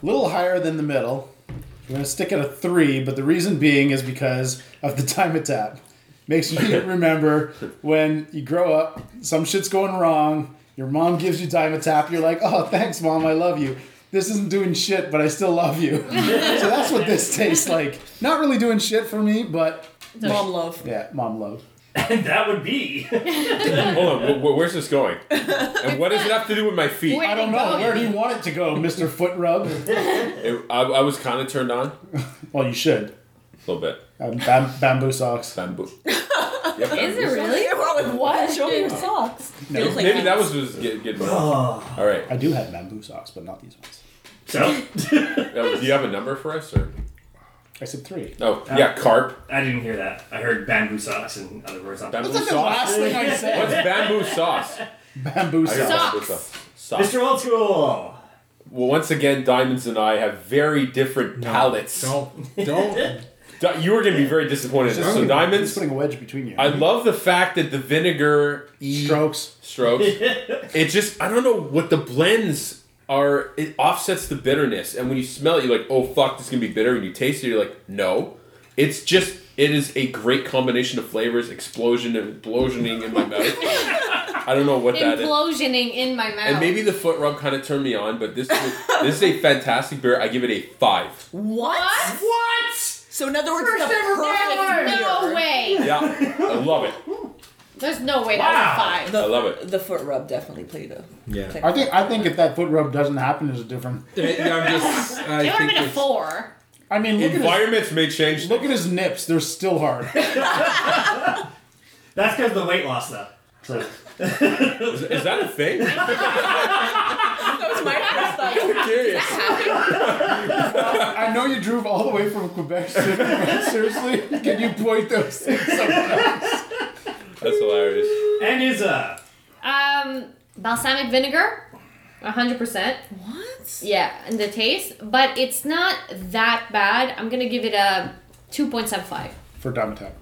[SPEAKER 6] a little higher than the middle. I'm gonna stick at a three, but the reason being is because of the time of tap. Makes me remember when you grow up, some shit's going wrong. Your mom gives you time of tap. You're like, oh, thanks, mom, I love you. This isn't doing shit, but I still love you. so that's what this tastes like. Not really doing shit for me, but
[SPEAKER 10] Mom love.
[SPEAKER 6] yeah, mom love.
[SPEAKER 5] And that would be.
[SPEAKER 9] Hold on, wh- wh- where's this going? And what does it have to do with my feet?
[SPEAKER 8] Wait.
[SPEAKER 6] I don't know. Where do you want it to go, Mr. Foot Rub?
[SPEAKER 9] It- I, I was kind of turned on a
[SPEAKER 6] Well, you should.
[SPEAKER 9] little bit.
[SPEAKER 6] Um, bam- bamboo socks.
[SPEAKER 9] Bamboo. Yep,
[SPEAKER 8] Is it
[SPEAKER 9] bamboo.
[SPEAKER 8] really?
[SPEAKER 10] You're all like, what? Show me your socks. Feels like
[SPEAKER 9] Maybe that was just get, get one. All right.
[SPEAKER 6] I do have bamboo socks, but not these ones.
[SPEAKER 5] So,
[SPEAKER 9] Now, do you have a number for us or?
[SPEAKER 6] I said three.
[SPEAKER 9] No. yeah, carp.
[SPEAKER 5] I didn't hear that. I heard bamboo socks and other words on
[SPEAKER 9] Bamboo
[SPEAKER 5] that.
[SPEAKER 6] That's
[SPEAKER 9] sauce.
[SPEAKER 6] the last thing I
[SPEAKER 9] What's
[SPEAKER 6] said.
[SPEAKER 9] bamboo sauce?
[SPEAKER 6] Bamboo
[SPEAKER 9] I got
[SPEAKER 6] sauce.
[SPEAKER 9] bamboo
[SPEAKER 8] Socks.
[SPEAKER 9] sauce. Socks.
[SPEAKER 5] Mr. Old School!
[SPEAKER 9] Well, once again, Diamonds and I have very different palates.
[SPEAKER 7] Don't. Don't.
[SPEAKER 9] Di- You were going to be very disappointed. in this. So,
[SPEAKER 6] Just
[SPEAKER 9] Diamonds,
[SPEAKER 6] putting a wedge between you.
[SPEAKER 9] I love the fact that the vinegar e-
[SPEAKER 6] Strokes.
[SPEAKER 9] strokes. it just I don't know what the blends are. It offsets the bitterness, and when you smell it, you're like, oh fuck, this is gonna be bitter. And you taste it, you're like, no, it's just it is a great combination of flavors, explosion and explosioning in my mouth. I don't know what that is.
[SPEAKER 8] Implosioning in my mouth.
[SPEAKER 9] And maybe the foot rub kind of turned me on, but this is, this is a fantastic beer. I give it a five.
[SPEAKER 10] What?
[SPEAKER 5] What?
[SPEAKER 10] So in other words, the
[SPEAKER 8] There's
[SPEAKER 10] perfect
[SPEAKER 8] no
[SPEAKER 10] beer.
[SPEAKER 8] way.
[SPEAKER 9] Yeah, I love it.
[SPEAKER 8] There's no way
[SPEAKER 5] Wow.
[SPEAKER 8] that's a five.
[SPEAKER 10] The,
[SPEAKER 9] I love it.
[SPEAKER 10] The foot rub definitely played a.
[SPEAKER 7] Yeah.
[SPEAKER 6] I think I think if that foot rub doesn't happen, is a different.
[SPEAKER 7] yeah I'm just. I
[SPEAKER 8] It would have
[SPEAKER 7] think
[SPEAKER 8] been a
[SPEAKER 7] it's-
[SPEAKER 8] four.
[SPEAKER 6] I mean, look at his,
[SPEAKER 9] Environments may change.
[SPEAKER 6] look at his nips. They're still hard.
[SPEAKER 5] That's because of the weight loss, though. So,
[SPEAKER 9] Is, is that a thing? I'm
[SPEAKER 10] That was my first thought.
[SPEAKER 9] curious.
[SPEAKER 6] I know you drove all the way from Quebec City. but Seriously, can you point those things somewhere?
[SPEAKER 9] That's hilarious.
[SPEAKER 5] and is uh, a.
[SPEAKER 8] Um, balsamic vinegar, hundred percent.
[SPEAKER 10] What?
[SPEAKER 8] Yeah, and the taste, but it's not that bad. I'm gonna give it a two point seven five.
[SPEAKER 6] For Diamond Tap.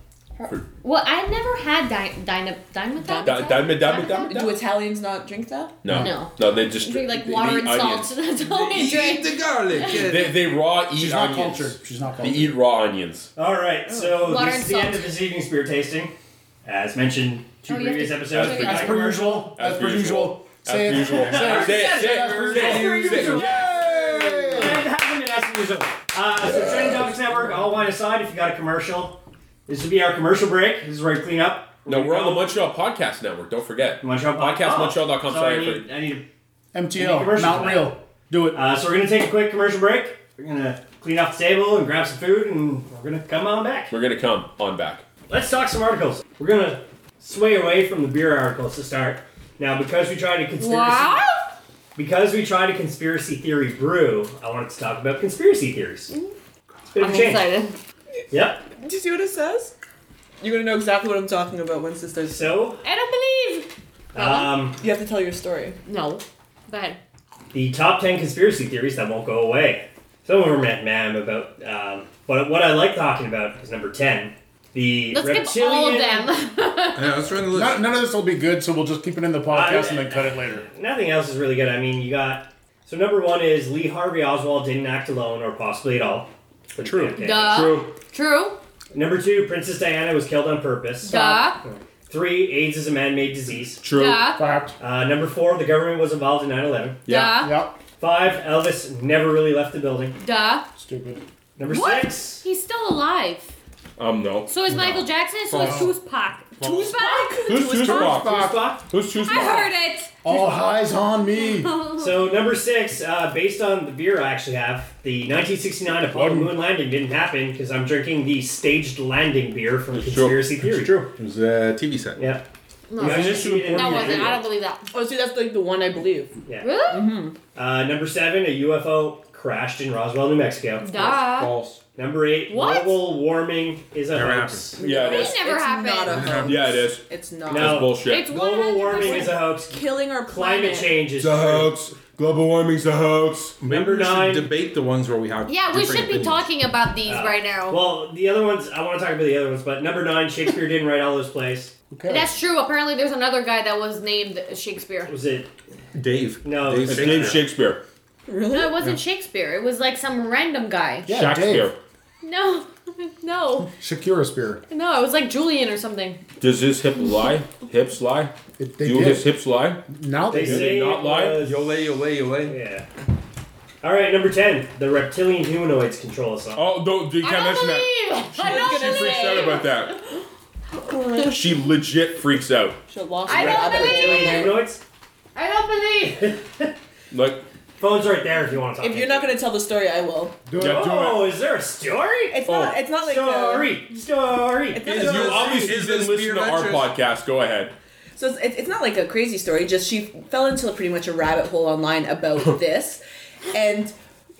[SPEAKER 8] Well, I never had di- dyna- dynamatite.
[SPEAKER 9] Di- diamond, diamond, diamond,
[SPEAKER 10] Do Italians not drink that?
[SPEAKER 9] No.
[SPEAKER 8] No.
[SPEAKER 9] No, they just
[SPEAKER 8] Drink like
[SPEAKER 9] they-
[SPEAKER 8] water and
[SPEAKER 9] they eat
[SPEAKER 8] salt.
[SPEAKER 9] onions.
[SPEAKER 8] That's all I
[SPEAKER 7] Eat
[SPEAKER 8] drink.
[SPEAKER 7] the garlic.
[SPEAKER 9] They, they raw eat
[SPEAKER 6] She's not
[SPEAKER 9] onions.
[SPEAKER 6] cultured. She's not
[SPEAKER 9] They
[SPEAKER 6] cultured.
[SPEAKER 9] eat raw onions.
[SPEAKER 5] Alright, so
[SPEAKER 8] Oh, Water
[SPEAKER 5] this
[SPEAKER 8] and
[SPEAKER 5] is the
[SPEAKER 8] salt.
[SPEAKER 5] end of this evening's beer tasting. As mentioned two
[SPEAKER 8] Oh, you have
[SPEAKER 5] previous
[SPEAKER 8] to-
[SPEAKER 5] episodes,
[SPEAKER 9] As
[SPEAKER 5] we
[SPEAKER 9] per-
[SPEAKER 5] got
[SPEAKER 6] As
[SPEAKER 5] a
[SPEAKER 6] per
[SPEAKER 5] commercial.
[SPEAKER 6] usual. As per usual. Say
[SPEAKER 9] As
[SPEAKER 6] it.
[SPEAKER 9] usual.
[SPEAKER 6] Say it.
[SPEAKER 9] Say it, say it,
[SPEAKER 6] As per
[SPEAKER 9] say it,
[SPEAKER 6] usual.
[SPEAKER 9] say it.
[SPEAKER 5] And having an ask is over. Uh, so Trending Topics Network, all wine aside, if you got a commercial, this would be our commercial break. This is where we clean up.
[SPEAKER 9] No, we're on the
[SPEAKER 5] gonna
[SPEAKER 9] Montreal
[SPEAKER 5] go-
[SPEAKER 9] Podcast Network. Don't forget.
[SPEAKER 5] Montreal
[SPEAKER 9] Podcast,
[SPEAKER 5] oh,
[SPEAKER 9] Montreal.com.
[SPEAKER 5] Sorry, I
[SPEAKER 9] Sorry
[SPEAKER 5] need,
[SPEAKER 9] for-
[SPEAKER 5] I need
[SPEAKER 6] MTL. Mount Real. Do it.
[SPEAKER 5] uh, So we're going to take a quick commercial break. We're going to clean off the table and grab some food, and we're going to come on back.
[SPEAKER 9] We're going to come on back.
[SPEAKER 5] Let's talk some articles. We're going to sway away from the beer articles to start. Now, because we tried a conspiracy... Because we tried a conspiracy theory brew, I wanted to talk about conspiracy theories. Bit of a
[SPEAKER 8] I'm
[SPEAKER 5] change.
[SPEAKER 8] excited.
[SPEAKER 5] Yep.
[SPEAKER 10] Do you see what it says? You're gonna know exactly what I'm talking about once this does.
[SPEAKER 5] So,
[SPEAKER 8] I don't believe. Uh-huh.
[SPEAKER 5] um,
[SPEAKER 10] You have to tell your story.
[SPEAKER 8] No. Go ahead.
[SPEAKER 5] the top 10 conspiracy theories that won't go away. Some of them are mad mad about, um, but what I like talking about is number 10 The
[SPEAKER 8] Let's give
[SPEAKER 5] reptilian.
[SPEAKER 8] all of them.
[SPEAKER 7] I was trying to
[SPEAKER 6] None,
[SPEAKER 7] listen.
[SPEAKER 6] none of this will be good, so we'll just keep it in the podcast
[SPEAKER 5] I-
[SPEAKER 6] and then cut it later.
[SPEAKER 5] Nothing else is really good. I mean, you got so number one is Lee Harvey Oswald didn't act alone or possibly at all.
[SPEAKER 7] True.
[SPEAKER 5] Okay.
[SPEAKER 8] Duh.
[SPEAKER 7] True.
[SPEAKER 8] True.
[SPEAKER 5] Number two, Princess Diana was killed on purpose.
[SPEAKER 8] Duh.
[SPEAKER 5] Three, AIDS is a man-made disease.
[SPEAKER 7] True.
[SPEAKER 8] Duh.
[SPEAKER 6] Fact.
[SPEAKER 5] Uh, number four, the government was involved in 9/11.
[SPEAKER 8] Duh.
[SPEAKER 6] Yep.
[SPEAKER 5] Five, Elvis never really left the building.
[SPEAKER 8] Duh.
[SPEAKER 6] Stupid.
[SPEAKER 5] Number six,
[SPEAKER 8] He's still alive.
[SPEAKER 9] Um, no.
[SPEAKER 8] So is Michael Jackson. So is Tupac. Tupac.
[SPEAKER 9] Who's Tupac?
[SPEAKER 6] Fuck.
[SPEAKER 5] Tupac.
[SPEAKER 9] Who's Tupac?
[SPEAKER 8] I heard it.
[SPEAKER 6] All eyes on me.
[SPEAKER 5] So number six, uh, based on the beer I actually have, the 1969 Apollo moon landing didn't happen because I'm drinking the staged landing beer from Conspiracy Theory.
[SPEAKER 7] It's true. It was a TV set.
[SPEAKER 5] Yeah.
[SPEAKER 8] No,
[SPEAKER 5] You
[SPEAKER 8] that
[SPEAKER 5] actually see it in the
[SPEAKER 8] wasn't.
[SPEAKER 5] video.
[SPEAKER 8] I don't believe that.
[SPEAKER 10] Oh, see, that's like the one I believe.
[SPEAKER 5] Yeah.
[SPEAKER 8] Really?
[SPEAKER 5] Uh, number seven, a UFO crashed in Roswell, New Mexico.
[SPEAKER 8] Duh.
[SPEAKER 7] False.
[SPEAKER 5] Number eight,
[SPEAKER 8] What?
[SPEAKER 5] global warming is a
[SPEAKER 7] Never
[SPEAKER 5] hoax.
[SPEAKER 9] Yeah, it
[SPEAKER 8] It
[SPEAKER 9] is.
[SPEAKER 8] never
[SPEAKER 10] it's
[SPEAKER 8] happened.
[SPEAKER 10] Not a hoax.
[SPEAKER 9] Yeah, it is.
[SPEAKER 10] It's not.
[SPEAKER 5] No.
[SPEAKER 9] That's bullshit.
[SPEAKER 8] It's
[SPEAKER 5] Global
[SPEAKER 8] 100%
[SPEAKER 5] warming is a hoax.
[SPEAKER 10] Killing our
[SPEAKER 5] Climate
[SPEAKER 10] planet.
[SPEAKER 5] change
[SPEAKER 9] It's
[SPEAKER 5] is
[SPEAKER 9] a
[SPEAKER 5] true.
[SPEAKER 9] hoax. Global warming's a hoax.
[SPEAKER 7] Maybe
[SPEAKER 5] Number
[SPEAKER 7] we should
[SPEAKER 5] nine.
[SPEAKER 7] Debate the ones where we have.
[SPEAKER 8] Yeah, we
[SPEAKER 7] different
[SPEAKER 8] should be
[SPEAKER 7] opinions.
[SPEAKER 8] talking about these
[SPEAKER 5] Uh,
[SPEAKER 8] right now.
[SPEAKER 5] Well, the other ones, I want to talk about the other ones, but number nine, Shakespeare didn't write all those plays.
[SPEAKER 6] Okay.
[SPEAKER 8] That's true. Apparently, there's another guy that was named Shakespeare.
[SPEAKER 5] Was it?
[SPEAKER 7] Dave.
[SPEAKER 5] No,
[SPEAKER 7] Dave
[SPEAKER 5] it's
[SPEAKER 9] It's
[SPEAKER 7] Shakespeare.
[SPEAKER 9] named Shakespeare.
[SPEAKER 8] No, it wasn't Shakespeare. It was like some random guy.
[SPEAKER 6] yeah,
[SPEAKER 9] Shakespeare.
[SPEAKER 6] Dave.
[SPEAKER 8] No, no,
[SPEAKER 6] Shakira Spear.
[SPEAKER 8] no. It was like Julian or something.
[SPEAKER 9] Does his hip lie? Hips lie?
[SPEAKER 6] It, they
[SPEAKER 9] Do
[SPEAKER 6] did.
[SPEAKER 9] his hips lie?
[SPEAKER 6] Now
[SPEAKER 5] They
[SPEAKER 6] they do.
[SPEAKER 5] say
[SPEAKER 9] not
[SPEAKER 5] it
[SPEAKER 9] lie?
[SPEAKER 5] was-
[SPEAKER 7] yole, yole.
[SPEAKER 5] Yeah. All right, number ten, the reptilian humanoids control us all.
[SPEAKER 9] Oh, no, you
[SPEAKER 8] I
[SPEAKER 9] can't
[SPEAKER 8] don't
[SPEAKER 9] mention that.
[SPEAKER 8] believe. I don't
[SPEAKER 9] She freaks out
[SPEAKER 8] believe.
[SPEAKER 9] about that. she legit freaks out.
[SPEAKER 10] She lost
[SPEAKER 8] I
[SPEAKER 10] her
[SPEAKER 8] don't
[SPEAKER 10] other-
[SPEAKER 8] believe.
[SPEAKER 5] Reptilian humanoids.
[SPEAKER 8] I don't believe.
[SPEAKER 9] Like,
[SPEAKER 5] Phone's right there if you want to talk.
[SPEAKER 10] If you're not gonna tell the story, I will.
[SPEAKER 6] Do it.
[SPEAKER 9] yeah,
[SPEAKER 5] Oh, is there a story?
[SPEAKER 10] It's not. It's not like uh,
[SPEAKER 5] Story, story.
[SPEAKER 10] It's
[SPEAKER 9] do
[SPEAKER 10] not
[SPEAKER 9] it.
[SPEAKER 10] like
[SPEAKER 9] You
[SPEAKER 10] a-
[SPEAKER 9] obviously
[SPEAKER 7] Is
[SPEAKER 9] didn't
[SPEAKER 7] this
[SPEAKER 9] listen to our
[SPEAKER 7] beer
[SPEAKER 9] podcast. Go ahead.
[SPEAKER 10] So it's, it's, it's not like a crazy story. Just she fell into pretty much a rabbit hole online about this, and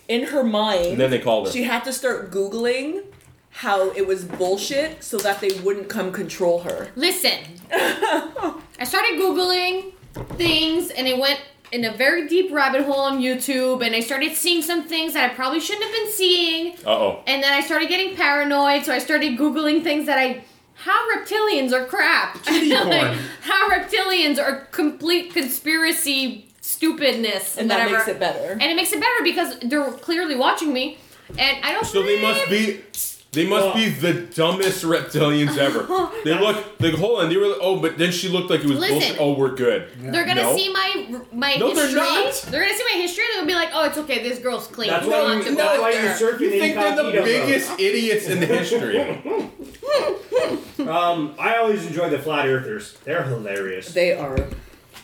[SPEAKER 10] in her
[SPEAKER 9] And
[SPEAKER 10] mind,
[SPEAKER 9] then they called her.
[SPEAKER 10] she had to start googling how it was bullshit so that they wouldn't come control her.
[SPEAKER 8] Listen, I started Googling things and it went in a very deep rabbit hole on YouTube and I started seeing some things that I probably shouldn't have been seeing.
[SPEAKER 9] uh oh.
[SPEAKER 8] And then I started getting paranoid, so I started Googling things that I. How reptilians are crap. like, how reptilians are complete conspiracy stupidness.
[SPEAKER 10] And that
[SPEAKER 8] whatever.
[SPEAKER 10] makes it better.
[SPEAKER 8] And it makes it better because they're clearly watching me. And I don't
[SPEAKER 9] So they must
[SPEAKER 8] believe-
[SPEAKER 9] be. They must
[SPEAKER 5] Oh.
[SPEAKER 9] be the dumbest reptilians ever. They look like hold on, they were oh, but then she looked like it was
[SPEAKER 8] Oh. Listen.
[SPEAKER 9] bullshit. Oh, we're good.
[SPEAKER 8] They're gonna
[SPEAKER 9] No.
[SPEAKER 8] see my my
[SPEAKER 9] No, they're
[SPEAKER 8] history.
[SPEAKER 9] not.
[SPEAKER 8] They're gonna see my history. They're gonna be like, "Oh, it's okay. This girl's clean.
[SPEAKER 5] That's
[SPEAKER 8] We don't
[SPEAKER 5] why,
[SPEAKER 8] have
[SPEAKER 5] you,
[SPEAKER 8] to
[SPEAKER 5] that's
[SPEAKER 8] go
[SPEAKER 5] why you
[SPEAKER 8] there."
[SPEAKER 5] surf in
[SPEAKER 9] You think they're the
[SPEAKER 5] incognito mode.
[SPEAKER 9] biggest idiots in history?
[SPEAKER 5] Um, I always enjoy the flat earthers. They're hilarious.
[SPEAKER 10] They are.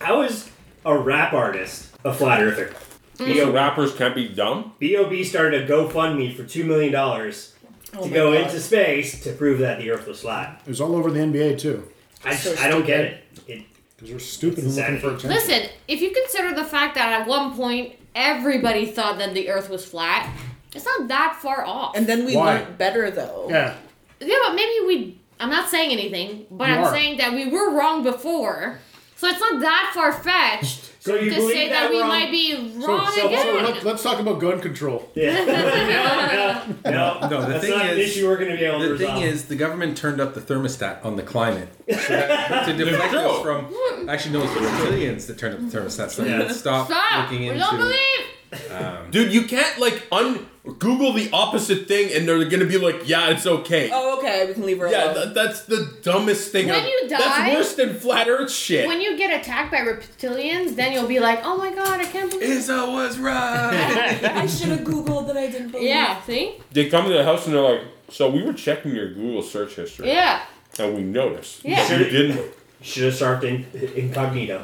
[SPEAKER 5] I was a rap artist, a flat earther.
[SPEAKER 10] Mm.
[SPEAKER 8] Mm.
[SPEAKER 9] so rappers can't be dumb.
[SPEAKER 5] B.O.B. started a GoFundMe for $2 million
[SPEAKER 10] Oh
[SPEAKER 5] to
[SPEAKER 10] my
[SPEAKER 5] go
[SPEAKER 10] God.
[SPEAKER 5] into space to prove that the earth was flat.
[SPEAKER 6] It was all over the NBA too.
[SPEAKER 5] I,
[SPEAKER 10] So
[SPEAKER 5] I don't get it. it
[SPEAKER 6] Because we're stupid and looking
[SPEAKER 5] Insanity.
[SPEAKER 6] for attention.
[SPEAKER 8] Listen, if you consider the fact that at one point everybody thought that the Earth was flat, it's not that far off.
[SPEAKER 10] And then we
[SPEAKER 6] Why?
[SPEAKER 10] learned better though.
[SPEAKER 6] Yeah.
[SPEAKER 8] yeah, but maybe we. I'm not saying anything, but
[SPEAKER 6] You
[SPEAKER 8] I'm
[SPEAKER 6] are.
[SPEAKER 8] saying that we were wrong before, so it's not that far fetched
[SPEAKER 5] so you
[SPEAKER 8] to
[SPEAKER 5] believe
[SPEAKER 8] say
[SPEAKER 5] that,
[SPEAKER 8] that, we
[SPEAKER 5] wrong?
[SPEAKER 8] might be
[SPEAKER 6] So,
[SPEAKER 8] wrong
[SPEAKER 6] so-
[SPEAKER 8] again.
[SPEAKER 6] so let, us talk about gun control.
[SPEAKER 5] Yeah. no, no, no.
[SPEAKER 7] No, the
[SPEAKER 5] that's
[SPEAKER 7] thing
[SPEAKER 5] not an
[SPEAKER 7] is-
[SPEAKER 5] issue we're going to be able to
[SPEAKER 7] The
[SPEAKER 5] resolve.
[SPEAKER 7] thing is, the government turned up the thermostat on the climate so that- to deflect
[SPEAKER 9] True.
[SPEAKER 7] us from. Actually, no, it's the reptilians that turned up the thermostat. So
[SPEAKER 5] Yeah.
[SPEAKER 7] yeah. stop,
[SPEAKER 8] Stop!
[SPEAKER 7] looking
[SPEAKER 8] We
[SPEAKER 7] into.
[SPEAKER 8] don't believe.
[SPEAKER 9] Dude, you can't like un Google the opposite thing and they're gonna be like, yeah, it's okay.
[SPEAKER 10] Oh, okay. We can leave her
[SPEAKER 9] yeah,
[SPEAKER 10] alone.
[SPEAKER 9] th- that's the dumbest thing.
[SPEAKER 8] When
[SPEAKER 9] I've-
[SPEAKER 8] you die-
[SPEAKER 9] that's worse than flat Earth shit.
[SPEAKER 8] When you get attacked by reptilians, then you'll be like, "Oh my god, I can't believe."
[SPEAKER 7] Izzo was right.
[SPEAKER 10] I should have googled that I didn't believe.
[SPEAKER 8] Yeah, see?
[SPEAKER 9] they come to the house and they're like, so we were checking your Google search history
[SPEAKER 8] Yeah.
[SPEAKER 9] and we noticed
[SPEAKER 8] Yeah.
[SPEAKER 9] that you didn't.
[SPEAKER 5] Should have surfed in, incognito.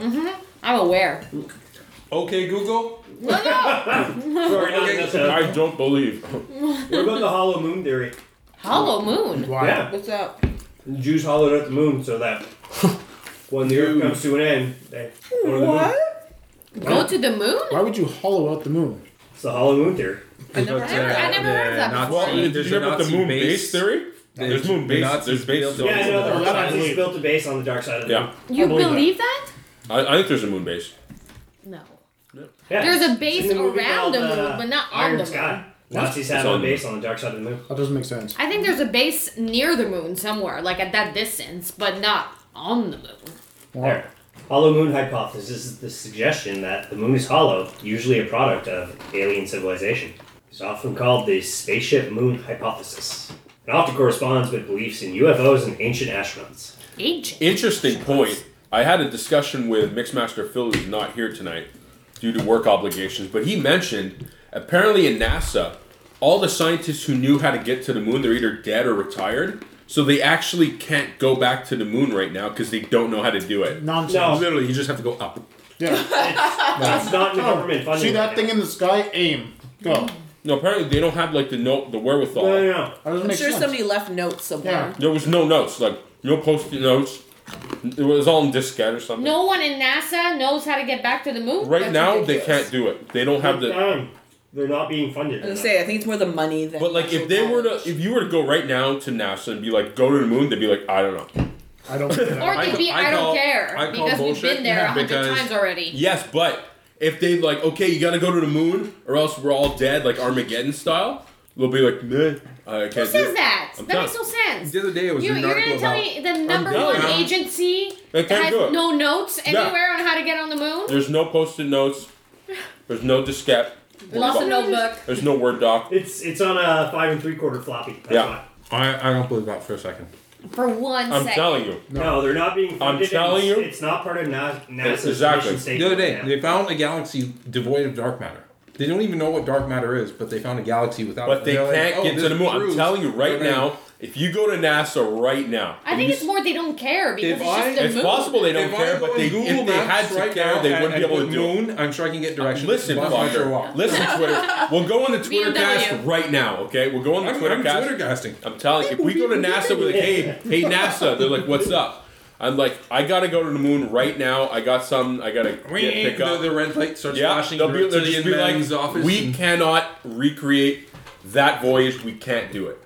[SPEAKER 8] I'm aware.
[SPEAKER 7] okay, Google.
[SPEAKER 8] No, no!
[SPEAKER 5] Sorry, not
[SPEAKER 7] Okay.
[SPEAKER 5] necessarily.
[SPEAKER 9] I don't believe.
[SPEAKER 5] What about the hollow moon theory?
[SPEAKER 8] Hollow moon.
[SPEAKER 6] Why?
[SPEAKER 5] Yeah.
[SPEAKER 10] What's up?
[SPEAKER 5] The Jews hollowed out the moon so that when the earth comes to an end, they go to the moon.
[SPEAKER 8] Go to the moon?
[SPEAKER 6] Why would you hollow out the moon?
[SPEAKER 5] It's the hollow moon theory.
[SPEAKER 7] I never,
[SPEAKER 8] heard- I never heard of that before.
[SPEAKER 9] Well, did you hear about the moon base, theory? There's, moon base. there's base.
[SPEAKER 5] Yeah, I know.
[SPEAKER 6] Oh,
[SPEAKER 5] The
[SPEAKER 6] that I
[SPEAKER 5] Nazis
[SPEAKER 6] believe.
[SPEAKER 5] built a base on the dark side of the
[SPEAKER 9] Yeah.
[SPEAKER 5] moon.
[SPEAKER 8] You
[SPEAKER 5] I believe
[SPEAKER 8] believe that?
[SPEAKER 9] I, I think there's a moon base.
[SPEAKER 8] No.
[SPEAKER 5] Yeah.
[SPEAKER 8] There's a
[SPEAKER 5] It's
[SPEAKER 8] base
[SPEAKER 5] in the movie
[SPEAKER 8] around
[SPEAKER 5] called,
[SPEAKER 8] the moon,
[SPEAKER 5] uh,
[SPEAKER 8] but not on
[SPEAKER 5] Iron
[SPEAKER 8] the moon.
[SPEAKER 5] Sky. Nazis had
[SPEAKER 9] It's
[SPEAKER 5] on
[SPEAKER 9] on-
[SPEAKER 5] base on the dark side of the moon.
[SPEAKER 6] That doesn't make sense.
[SPEAKER 8] I think there's a base near the moon somewhere, like at that distance, but not on the moon.
[SPEAKER 5] There. Hollow moon hypothesis is the suggestion that the moon is hollow, usually a product of alien civilization. It's often called the spaceship moon hypothesis. It often corresponds with beliefs in UFOs and ancient astronauts.
[SPEAKER 8] Ancient.
[SPEAKER 9] Interesting point. I had a discussion with Mixmaster Phil, who's not here tonight due to work obligations, but he mentioned apparently in NASA, all the scientists who knew how to get to the moon, they're either dead or retired. So they actually can't go back to the moon right now because they don't know how to do it.
[SPEAKER 6] Nonsense.
[SPEAKER 5] No.
[SPEAKER 7] Literally, you just have to go up.
[SPEAKER 6] Yeah.
[SPEAKER 5] It's not in the government funding.
[SPEAKER 6] See that
[SPEAKER 5] right
[SPEAKER 6] thing in the sky? Aim. Go.
[SPEAKER 9] No, apparently they don't have like the note, the wherewithal.
[SPEAKER 5] now. No, no, no.
[SPEAKER 6] That doesn't
[SPEAKER 10] I'm
[SPEAKER 6] make
[SPEAKER 10] sure
[SPEAKER 6] sense.
[SPEAKER 10] somebody left notes somewhere.
[SPEAKER 9] There was no notes, like no post-it notes. It was all in diskette or something.
[SPEAKER 8] No one in NASA knows how to get back to the moon.
[SPEAKER 9] right
[SPEAKER 10] That's
[SPEAKER 9] now
[SPEAKER 10] ridiculous.
[SPEAKER 9] they can't do it. They don't have the.
[SPEAKER 5] Um, They're not being funded.
[SPEAKER 10] I was
[SPEAKER 5] enough.
[SPEAKER 10] gonna say, I think it's more the money than.
[SPEAKER 9] But like, if they were to, if you were to go right now to NASA and be like, go to the moon, they'd be like, I don't know.
[SPEAKER 6] I don't get
[SPEAKER 8] Or
[SPEAKER 6] that.
[SPEAKER 8] it
[SPEAKER 9] I-
[SPEAKER 8] could be,
[SPEAKER 9] I
[SPEAKER 8] I,
[SPEAKER 9] call-
[SPEAKER 8] don't care.
[SPEAKER 9] I call
[SPEAKER 8] because we've
[SPEAKER 9] bullshit,
[SPEAKER 8] been there a
[SPEAKER 9] yeah,
[SPEAKER 8] hundred
[SPEAKER 9] because-
[SPEAKER 8] times already.
[SPEAKER 9] Yes, but if they like, okay, you gotta go to the moon, or else we're all dead, like Armageddon style. They'll be like, meh, I can't.
[SPEAKER 8] Who
[SPEAKER 9] do
[SPEAKER 8] says
[SPEAKER 9] it."
[SPEAKER 8] that?
[SPEAKER 9] I'm
[SPEAKER 8] that
[SPEAKER 9] done.
[SPEAKER 8] makes no sense.
[SPEAKER 7] The other day, I was
[SPEAKER 8] You,
[SPEAKER 7] reading
[SPEAKER 8] you're
[SPEAKER 7] an
[SPEAKER 8] gonna
[SPEAKER 7] article
[SPEAKER 8] tell
[SPEAKER 7] about.
[SPEAKER 8] me the number
[SPEAKER 9] done.
[SPEAKER 8] one agency
[SPEAKER 9] They
[SPEAKER 8] that
[SPEAKER 9] can't
[SPEAKER 8] has
[SPEAKER 9] do it.
[SPEAKER 8] no notes
[SPEAKER 9] Yeah.
[SPEAKER 8] anywhere on how to get on the moon?
[SPEAKER 9] There's no post-it notes. There's no diskette.
[SPEAKER 8] Lost a notebook.
[SPEAKER 9] There's no Word doc.
[SPEAKER 5] It's it's on a five and three quarter floppy. That's
[SPEAKER 9] Yeah.
[SPEAKER 5] why.
[SPEAKER 7] I, I don't believe that for a second.
[SPEAKER 8] For one
[SPEAKER 9] I'm
[SPEAKER 8] second.
[SPEAKER 9] telling you.
[SPEAKER 5] No. they're not being funded. and
[SPEAKER 9] telling
[SPEAKER 5] it's-
[SPEAKER 9] you.
[SPEAKER 5] it's not part of Na- NASA's
[SPEAKER 9] Exactly.
[SPEAKER 5] mission
[SPEAKER 7] The
[SPEAKER 5] statement.
[SPEAKER 7] other day,
[SPEAKER 5] Yeah.
[SPEAKER 7] they found a galaxy devoid of dark matter. They don't even know what dark matter is, but they found a galaxy without.
[SPEAKER 9] But they
[SPEAKER 7] they're like,
[SPEAKER 9] can't
[SPEAKER 7] "Oh,
[SPEAKER 9] get
[SPEAKER 7] this
[SPEAKER 9] to the moon. I'm
[SPEAKER 7] proves
[SPEAKER 9] telling you right
[SPEAKER 7] that
[SPEAKER 9] now. If you go to NASA right now,
[SPEAKER 8] I think it's more they don't care because
[SPEAKER 7] If
[SPEAKER 8] it's just
[SPEAKER 7] I-
[SPEAKER 8] the
[SPEAKER 9] It's
[SPEAKER 8] moon.
[SPEAKER 9] possible they don't
[SPEAKER 7] If I
[SPEAKER 9] care,
[SPEAKER 7] go
[SPEAKER 9] but
[SPEAKER 7] on
[SPEAKER 9] they,
[SPEAKER 7] Google
[SPEAKER 9] if they had
[SPEAKER 7] Maps
[SPEAKER 9] to
[SPEAKER 7] right
[SPEAKER 9] care,
[SPEAKER 7] now
[SPEAKER 9] they
[SPEAKER 7] and-
[SPEAKER 9] wouldn't be
[SPEAKER 7] and
[SPEAKER 9] able to
[SPEAKER 7] put
[SPEAKER 9] do it. Uh,
[SPEAKER 7] moon, I'm sure I can get directions.
[SPEAKER 9] Listen,
[SPEAKER 7] Bus
[SPEAKER 9] fucker.
[SPEAKER 7] metro walk.
[SPEAKER 9] Listen, Twitter. We'll go on the Twitter
[SPEAKER 8] BMW.
[SPEAKER 9] cast right now, okay? We'll go on the
[SPEAKER 7] I'm,
[SPEAKER 9] Twitter
[SPEAKER 7] I'm
[SPEAKER 9] cast.
[SPEAKER 7] Twitter casting.
[SPEAKER 9] I'm telling you, if we go to NASA, we're like, hey, hey NASA, they're like, what's up? I'm like, I gotta go to the moon right now. I got some. I gotta get, pick
[SPEAKER 7] the,
[SPEAKER 9] up.
[SPEAKER 7] the red light starts
[SPEAKER 9] yeah,
[SPEAKER 7] flashing.
[SPEAKER 9] they'll be,
[SPEAKER 7] to
[SPEAKER 9] they'll
[SPEAKER 7] the
[SPEAKER 9] just be like,
[SPEAKER 7] men's office.
[SPEAKER 9] we
[SPEAKER 7] and-
[SPEAKER 9] cannot recreate that voyage. We can't do it.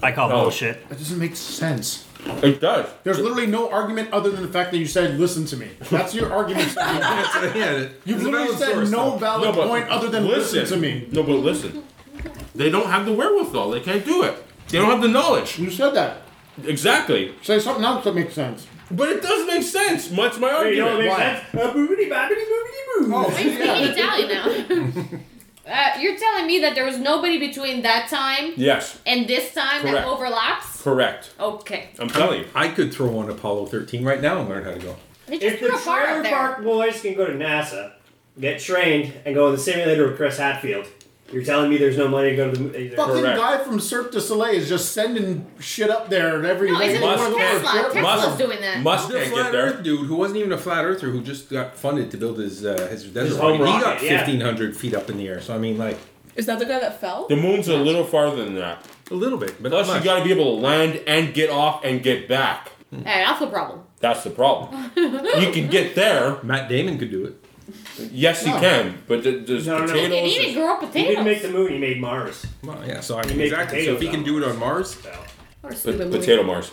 [SPEAKER 5] I call
[SPEAKER 9] Oh.
[SPEAKER 5] bullshit.
[SPEAKER 6] That doesn't make sense.
[SPEAKER 9] It does.
[SPEAKER 6] There's literally no argument other than the fact that you said, listen to me. That's your argument.
[SPEAKER 7] That's what I had.
[SPEAKER 6] You've
[SPEAKER 7] It's a
[SPEAKER 6] literally
[SPEAKER 7] valid
[SPEAKER 6] said
[SPEAKER 7] source,
[SPEAKER 6] no
[SPEAKER 7] though.
[SPEAKER 9] No,
[SPEAKER 6] valid
[SPEAKER 9] but
[SPEAKER 6] point other than listen, to me.
[SPEAKER 9] No, but listen. They don't have the wherewithal. They can't do it. They don't have the knowledge.
[SPEAKER 6] You said that.
[SPEAKER 9] Exactly.
[SPEAKER 6] Say something else that makes sense.
[SPEAKER 9] But it does make sense. That's my
[SPEAKER 5] You know
[SPEAKER 9] argument.
[SPEAKER 5] what makes
[SPEAKER 6] Why?
[SPEAKER 5] sense? Uh, boobity bobbity boobity boo.
[SPEAKER 6] Oh,
[SPEAKER 8] Speaking Italian now. uh, you're telling me that there was nobody between that time
[SPEAKER 9] yes,
[SPEAKER 8] and this time
[SPEAKER 9] Correct.
[SPEAKER 8] that overlaps?
[SPEAKER 9] correct.
[SPEAKER 8] Okay.
[SPEAKER 9] I'm telling you.
[SPEAKER 7] I could throw on Apollo 13 right now and learn how to go.
[SPEAKER 8] They just
[SPEAKER 5] If the
[SPEAKER 8] put a bar
[SPEAKER 5] trailer
[SPEAKER 8] up there.
[SPEAKER 5] park boys can go to NASA, get trained, and go in the simulator with Chris Hatfield, you're telling me there's no money to go to the either.
[SPEAKER 6] Fucking
[SPEAKER 9] Correct.
[SPEAKER 6] guy from Cirque du Soleil is just sending shit up there and every.
[SPEAKER 8] No, isn't it
[SPEAKER 6] one of
[SPEAKER 9] Musk
[SPEAKER 6] those
[SPEAKER 9] can't-
[SPEAKER 8] Tesla?
[SPEAKER 6] airports.
[SPEAKER 8] Tesla's
[SPEAKER 9] Musk-
[SPEAKER 8] doing that.
[SPEAKER 9] Musk
[SPEAKER 7] The
[SPEAKER 9] can't
[SPEAKER 7] flat
[SPEAKER 9] get there.
[SPEAKER 7] Earth dude who wasn't even a flat earther who just got funded to build his uh, his desert
[SPEAKER 5] home
[SPEAKER 7] rocket. He
[SPEAKER 5] rocket,
[SPEAKER 7] got
[SPEAKER 5] yeah.
[SPEAKER 7] 1500 feet up in the air. So I mean like
[SPEAKER 10] Is that the guy that fell?
[SPEAKER 9] The moon's a little farther than that.
[SPEAKER 7] a little bit, but
[SPEAKER 9] Plus,
[SPEAKER 7] not
[SPEAKER 9] you
[SPEAKER 7] much.
[SPEAKER 9] got to be able to land and get off and get back.
[SPEAKER 8] Hey, that's the problem.
[SPEAKER 9] That's the problem. you can get there.
[SPEAKER 7] Matt Damon could do it.
[SPEAKER 9] Yes, you
[SPEAKER 6] No.
[SPEAKER 9] can. But th- there's
[SPEAKER 5] No, no, no.
[SPEAKER 8] They
[SPEAKER 9] potatoes.
[SPEAKER 8] need to
[SPEAKER 9] there's-
[SPEAKER 8] grow
[SPEAKER 5] He didn't make
[SPEAKER 8] potatoes.
[SPEAKER 5] the moon. He made Mars.
[SPEAKER 7] Well, yeah, so I
[SPEAKER 5] You
[SPEAKER 7] mean,
[SPEAKER 5] make
[SPEAKER 7] exactly. So if he
[SPEAKER 5] potatoes
[SPEAKER 7] can
[SPEAKER 5] out
[SPEAKER 7] do it
[SPEAKER 5] of
[SPEAKER 7] on Mars,
[SPEAKER 5] So
[SPEAKER 8] What a stupid
[SPEAKER 9] Pot-
[SPEAKER 8] movie.
[SPEAKER 9] potato Mars.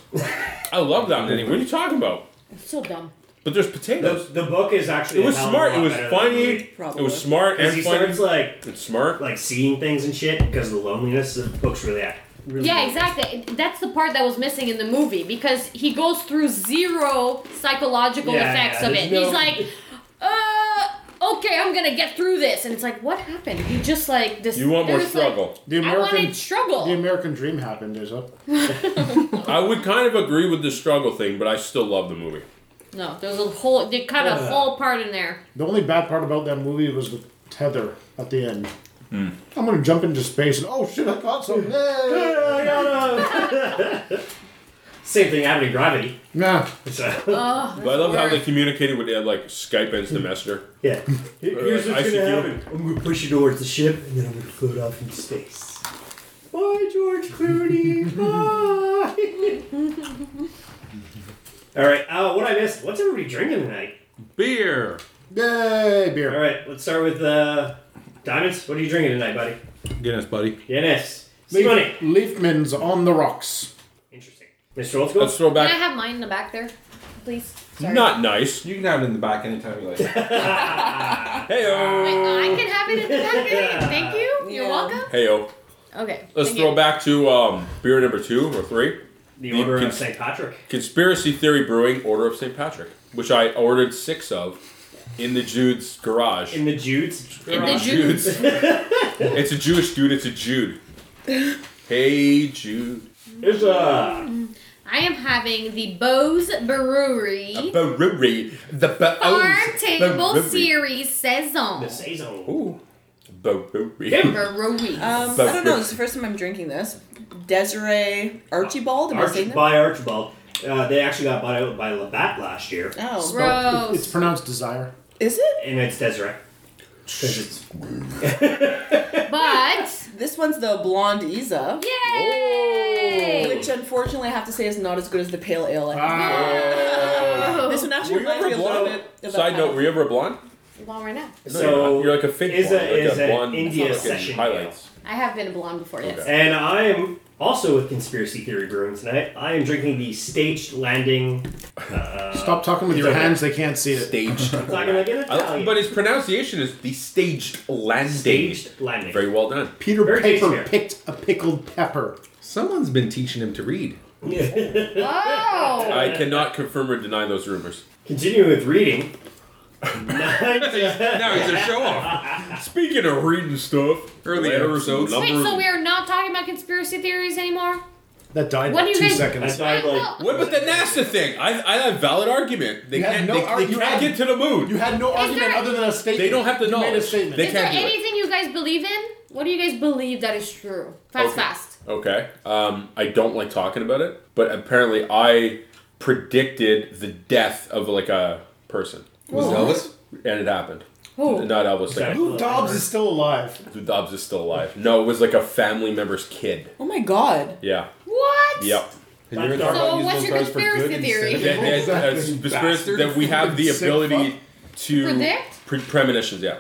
[SPEAKER 9] I love that movie. What are you talking about?
[SPEAKER 8] So dumb.
[SPEAKER 9] But there's
[SPEAKER 5] the,
[SPEAKER 9] potatoes.
[SPEAKER 5] the book is actually.
[SPEAKER 9] It was
[SPEAKER 5] a hell of a
[SPEAKER 9] smart.
[SPEAKER 5] lot
[SPEAKER 9] It was
[SPEAKER 5] better than the
[SPEAKER 9] funny.
[SPEAKER 5] movie.
[SPEAKER 9] It
[SPEAKER 10] Probably.
[SPEAKER 9] was smart
[SPEAKER 5] 'Cause
[SPEAKER 9] and
[SPEAKER 5] he
[SPEAKER 9] funny.
[SPEAKER 5] starts like
[SPEAKER 9] It's smart.
[SPEAKER 5] like seeing things and shit because of the loneliness. The book's really act. Really
[SPEAKER 8] Yeah,
[SPEAKER 5] good.
[SPEAKER 8] exactly. That's the part that was missing in the movie because he goes through zero psychological
[SPEAKER 5] Yeah,
[SPEAKER 8] effects
[SPEAKER 5] yeah,
[SPEAKER 8] of
[SPEAKER 5] there's
[SPEAKER 8] it.
[SPEAKER 5] no-
[SPEAKER 8] He's like, uh, okay, I'm gonna get through this, and it's like, what happened? He just like this.
[SPEAKER 9] You want more
[SPEAKER 8] there's, like-
[SPEAKER 9] struggle.
[SPEAKER 6] The
[SPEAKER 8] I
[SPEAKER 6] American,
[SPEAKER 8] wanted struggle.
[SPEAKER 6] the American dream happened, Izzo.
[SPEAKER 9] I would kind of agree with the struggle thing, but I still love the movie.
[SPEAKER 8] Oh, no, there's a whole. They cut a
[SPEAKER 5] Yeah.
[SPEAKER 8] whole part in there.
[SPEAKER 6] The only bad part about that movie was the tether at the end. I'm gonna jump into space and oh shit, I caught something. Yay.
[SPEAKER 5] Oh, no, no. Same thing happened in Gravity.
[SPEAKER 6] Nah,
[SPEAKER 5] So,
[SPEAKER 9] But I love how they communicated with uh, like Skype and Semester.
[SPEAKER 5] yeah. Here- Here's
[SPEAKER 9] Uh,
[SPEAKER 5] what's
[SPEAKER 9] ICQ.
[SPEAKER 5] gonna happen. I'm gonna push you towards the ship, and then I'm gonna float off into space. Bye, George Clooney. Bye. All right. Uh, what I missed? What's everybody drinking tonight?
[SPEAKER 7] beer.
[SPEAKER 6] yay
[SPEAKER 5] All
[SPEAKER 6] beer.
[SPEAKER 5] right. Let's start with uh, diamonds. What are you drinking tonight, buddy?
[SPEAKER 7] Guinness, buddy.
[SPEAKER 5] Guinness.
[SPEAKER 6] Leaf-
[SPEAKER 5] Money.
[SPEAKER 6] Leafman's on the rocks.
[SPEAKER 5] Interesting. Mr. Old School.
[SPEAKER 9] Let's throw
[SPEAKER 8] Can I
[SPEAKER 9] back.
[SPEAKER 8] have mine in the back there, please? Sorry.
[SPEAKER 9] Not nice.
[SPEAKER 7] You can have it in the back anytime you like.
[SPEAKER 9] Heyo.
[SPEAKER 8] I can have it in the back there. Thank you. You're
[SPEAKER 10] Yeah.
[SPEAKER 8] welcome.
[SPEAKER 9] Heyo.
[SPEAKER 8] Okay.
[SPEAKER 9] Let's
[SPEAKER 8] thank
[SPEAKER 9] throw
[SPEAKER 8] you.
[SPEAKER 9] back to um, beer number two or three.
[SPEAKER 5] The
[SPEAKER 9] You
[SPEAKER 5] Order
[SPEAKER 9] can-
[SPEAKER 5] of St. Patrick.
[SPEAKER 9] Conspiracy Theory Brewing Order of St. Patrick, which I ordered six of in the Jude's garage.
[SPEAKER 5] In the Jude's.
[SPEAKER 8] In the Jude-
[SPEAKER 9] Jude's. it's a Jewish dude, it's a Jude. Hey, Jude.
[SPEAKER 5] There's uh, a.
[SPEAKER 8] I am having the Bose Brewery
[SPEAKER 9] A brewery. The oh,
[SPEAKER 8] Farm Table
[SPEAKER 9] Series.
[SPEAKER 8] Series Saison.
[SPEAKER 5] The Saison.
[SPEAKER 9] Ooh. Brewery.
[SPEAKER 5] Him.
[SPEAKER 8] Brewery.
[SPEAKER 10] Um, I don't know. It's the first time I'm drinking this. Desiree Archibald. Am I saying
[SPEAKER 5] Arch,
[SPEAKER 10] that?
[SPEAKER 5] by Archibald. Uh, they actually got bought out by Labatt last year,
[SPEAKER 10] Oh,
[SPEAKER 8] Gross.
[SPEAKER 6] It's pronounced desire.
[SPEAKER 10] is it?
[SPEAKER 5] and it's Desiree. 'Cause it's-
[SPEAKER 8] but
[SPEAKER 10] This one's the Blonde Isa,
[SPEAKER 9] Oh.
[SPEAKER 8] yay!
[SPEAKER 10] which unfortunately I have to say is not as good as the Pale Ale. I had. This one actually
[SPEAKER 9] Were you
[SPEAKER 10] reminds me
[SPEAKER 9] ever
[SPEAKER 10] a little bit.
[SPEAKER 9] blonde?
[SPEAKER 10] of
[SPEAKER 9] Side
[SPEAKER 10] that
[SPEAKER 9] note, were you ever blonde?
[SPEAKER 8] Blonde right now.
[SPEAKER 9] No,
[SPEAKER 5] So,
[SPEAKER 9] you're, not. You're like a fake
[SPEAKER 5] is a-
[SPEAKER 9] blonde, like
[SPEAKER 5] is
[SPEAKER 9] a
[SPEAKER 5] a
[SPEAKER 9] blonde
[SPEAKER 5] India
[SPEAKER 9] fucking
[SPEAKER 5] session
[SPEAKER 9] highlights.
[SPEAKER 8] I have been blonde before. Yes.
[SPEAKER 9] Okay.
[SPEAKER 5] and I am also with Conspiracy Theory Brewing tonight. I am drinking the Staged Landing. Uh,
[SPEAKER 6] Stop talking with your
[SPEAKER 5] it's okay.
[SPEAKER 6] hands; they can't see it.
[SPEAKER 9] Staged.
[SPEAKER 5] It's not gonna get it.
[SPEAKER 9] I like- but his pronunciation is the staged landing.
[SPEAKER 5] Staged Landing.
[SPEAKER 9] Very well done.
[SPEAKER 6] Peter
[SPEAKER 5] Very tasty
[SPEAKER 6] Piper
[SPEAKER 5] beer.
[SPEAKER 6] picked a pickled pepper.
[SPEAKER 7] Someone's been teaching him to read.
[SPEAKER 8] Oh,
[SPEAKER 9] I cannot confirm or deny those rumors.
[SPEAKER 5] Continuing with reading. Nine-
[SPEAKER 9] Now he's a show off. Speaking of reading stuff,
[SPEAKER 7] Early
[SPEAKER 9] Letters,
[SPEAKER 7] episodes.
[SPEAKER 9] numbers.
[SPEAKER 8] wait. So we are not talking about conspiracy theories anymore.
[SPEAKER 6] That died
[SPEAKER 8] What do
[SPEAKER 6] in
[SPEAKER 8] you
[SPEAKER 6] two
[SPEAKER 8] guys-
[SPEAKER 5] I
[SPEAKER 6] seconds.
[SPEAKER 5] died like.
[SPEAKER 9] What about the NASA thing? I, I have valid argument. They
[SPEAKER 6] You had
[SPEAKER 9] can't,
[SPEAKER 6] no
[SPEAKER 9] they,
[SPEAKER 6] ar-
[SPEAKER 9] they
[SPEAKER 6] you
[SPEAKER 9] can't
[SPEAKER 6] had-
[SPEAKER 9] get to the moon.
[SPEAKER 6] You had no argument
[SPEAKER 8] there-
[SPEAKER 6] other than a statement.
[SPEAKER 9] they don't have the
[SPEAKER 6] you
[SPEAKER 9] knowledge.
[SPEAKER 6] Made a statement.
[SPEAKER 9] They
[SPEAKER 8] Is there
[SPEAKER 9] can't do it.
[SPEAKER 8] anything you guys believe in? What do you guys believe that is true? Fast,
[SPEAKER 9] Okay.
[SPEAKER 8] fast.
[SPEAKER 9] Okay. Um, I don't like talking about it, but apparently I predicted the death of like a person,
[SPEAKER 7] Was it Elvis?
[SPEAKER 9] and it happened.
[SPEAKER 8] Who?
[SPEAKER 9] Not Elvis. Like,
[SPEAKER 5] Exactly.
[SPEAKER 6] Lou Dobbs is still alive.
[SPEAKER 9] Lou Dobbs is still alive. No, it was like a family member's kid.
[SPEAKER 10] Oh my god.
[SPEAKER 9] Yeah.
[SPEAKER 8] What?
[SPEAKER 9] Yep.
[SPEAKER 7] Have you ever
[SPEAKER 5] So
[SPEAKER 7] thought about using
[SPEAKER 8] what's
[SPEAKER 7] those
[SPEAKER 8] your
[SPEAKER 7] cards for
[SPEAKER 8] conspiracy
[SPEAKER 7] good
[SPEAKER 8] theory?
[SPEAKER 7] instead
[SPEAKER 9] That,
[SPEAKER 7] of
[SPEAKER 9] that-
[SPEAKER 7] evil?
[SPEAKER 9] that's
[SPEAKER 6] Exactly,
[SPEAKER 9] the
[SPEAKER 6] you
[SPEAKER 9] spirit- that we
[SPEAKER 6] bastard.
[SPEAKER 9] have the
[SPEAKER 6] Sick
[SPEAKER 9] ability
[SPEAKER 6] fuck.
[SPEAKER 9] to
[SPEAKER 8] Predict?
[SPEAKER 9] pre- premonitions. Yeah.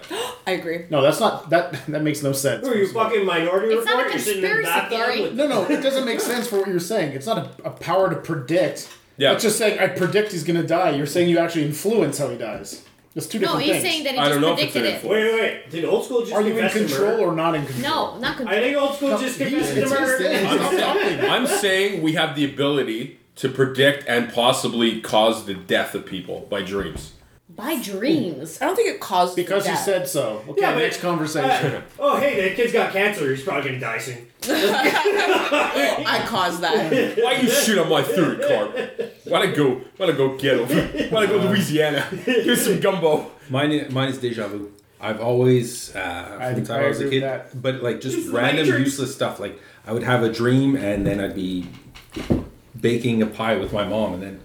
[SPEAKER 10] I agree.
[SPEAKER 6] No, that's not that. That makes no sense.
[SPEAKER 5] Who are you fucking minority
[SPEAKER 8] It's not
[SPEAKER 5] report?
[SPEAKER 8] a
[SPEAKER 5] You're sitting in the
[SPEAKER 8] conspiracy
[SPEAKER 5] bathtub
[SPEAKER 8] theory.
[SPEAKER 5] with-
[SPEAKER 6] No, no, it doesn't make sense for what you're saying. It's not a, a power to predict.
[SPEAKER 9] Yeah.
[SPEAKER 6] It's just saying I predict he's gonna die. You're saying you actually influence how he dies. It's two
[SPEAKER 8] No,
[SPEAKER 6] different
[SPEAKER 8] he's
[SPEAKER 6] things.
[SPEAKER 8] saying that he
[SPEAKER 9] I
[SPEAKER 8] just
[SPEAKER 9] don't know if it's
[SPEAKER 8] predicted
[SPEAKER 9] an
[SPEAKER 8] it.
[SPEAKER 9] influence.
[SPEAKER 5] Wait, wait, wait. Did old school just
[SPEAKER 6] Are you in
[SPEAKER 5] confess to
[SPEAKER 6] control
[SPEAKER 5] murder?
[SPEAKER 6] or not in control?
[SPEAKER 8] No, not
[SPEAKER 5] I
[SPEAKER 8] control.
[SPEAKER 5] think old school
[SPEAKER 6] No,
[SPEAKER 5] just
[SPEAKER 6] he's-
[SPEAKER 5] confessed to
[SPEAKER 6] it's his thing.
[SPEAKER 5] murder.
[SPEAKER 6] He's talking.
[SPEAKER 9] I'm saying we have the ability to predict and possibly cause the death of people by dreams.
[SPEAKER 8] By dreams.
[SPEAKER 10] I don't think it caused
[SPEAKER 6] Because
[SPEAKER 10] that.
[SPEAKER 6] you said so. Okay,
[SPEAKER 5] Yeah, but-
[SPEAKER 6] next conversation.
[SPEAKER 5] Uh, oh, hey, that kid's got cancer. He's probably gonna die soon.
[SPEAKER 10] I caused that.
[SPEAKER 9] Why you shoot on my third card? Why not go? Why not go ghetto? Why not go Louisiana? Give some gumbo.
[SPEAKER 7] Mine, i- mine is deja vu. I've always, uh,
[SPEAKER 6] I-
[SPEAKER 7] from the time
[SPEAKER 6] I
[SPEAKER 7] I was a
[SPEAKER 6] agree
[SPEAKER 7] kid,
[SPEAKER 6] with that.
[SPEAKER 7] but like just
[SPEAKER 5] This is
[SPEAKER 7] random
[SPEAKER 5] nature.
[SPEAKER 7] useless stuff. Like I would have a dream and then I'd be baking a pie with my mom, and then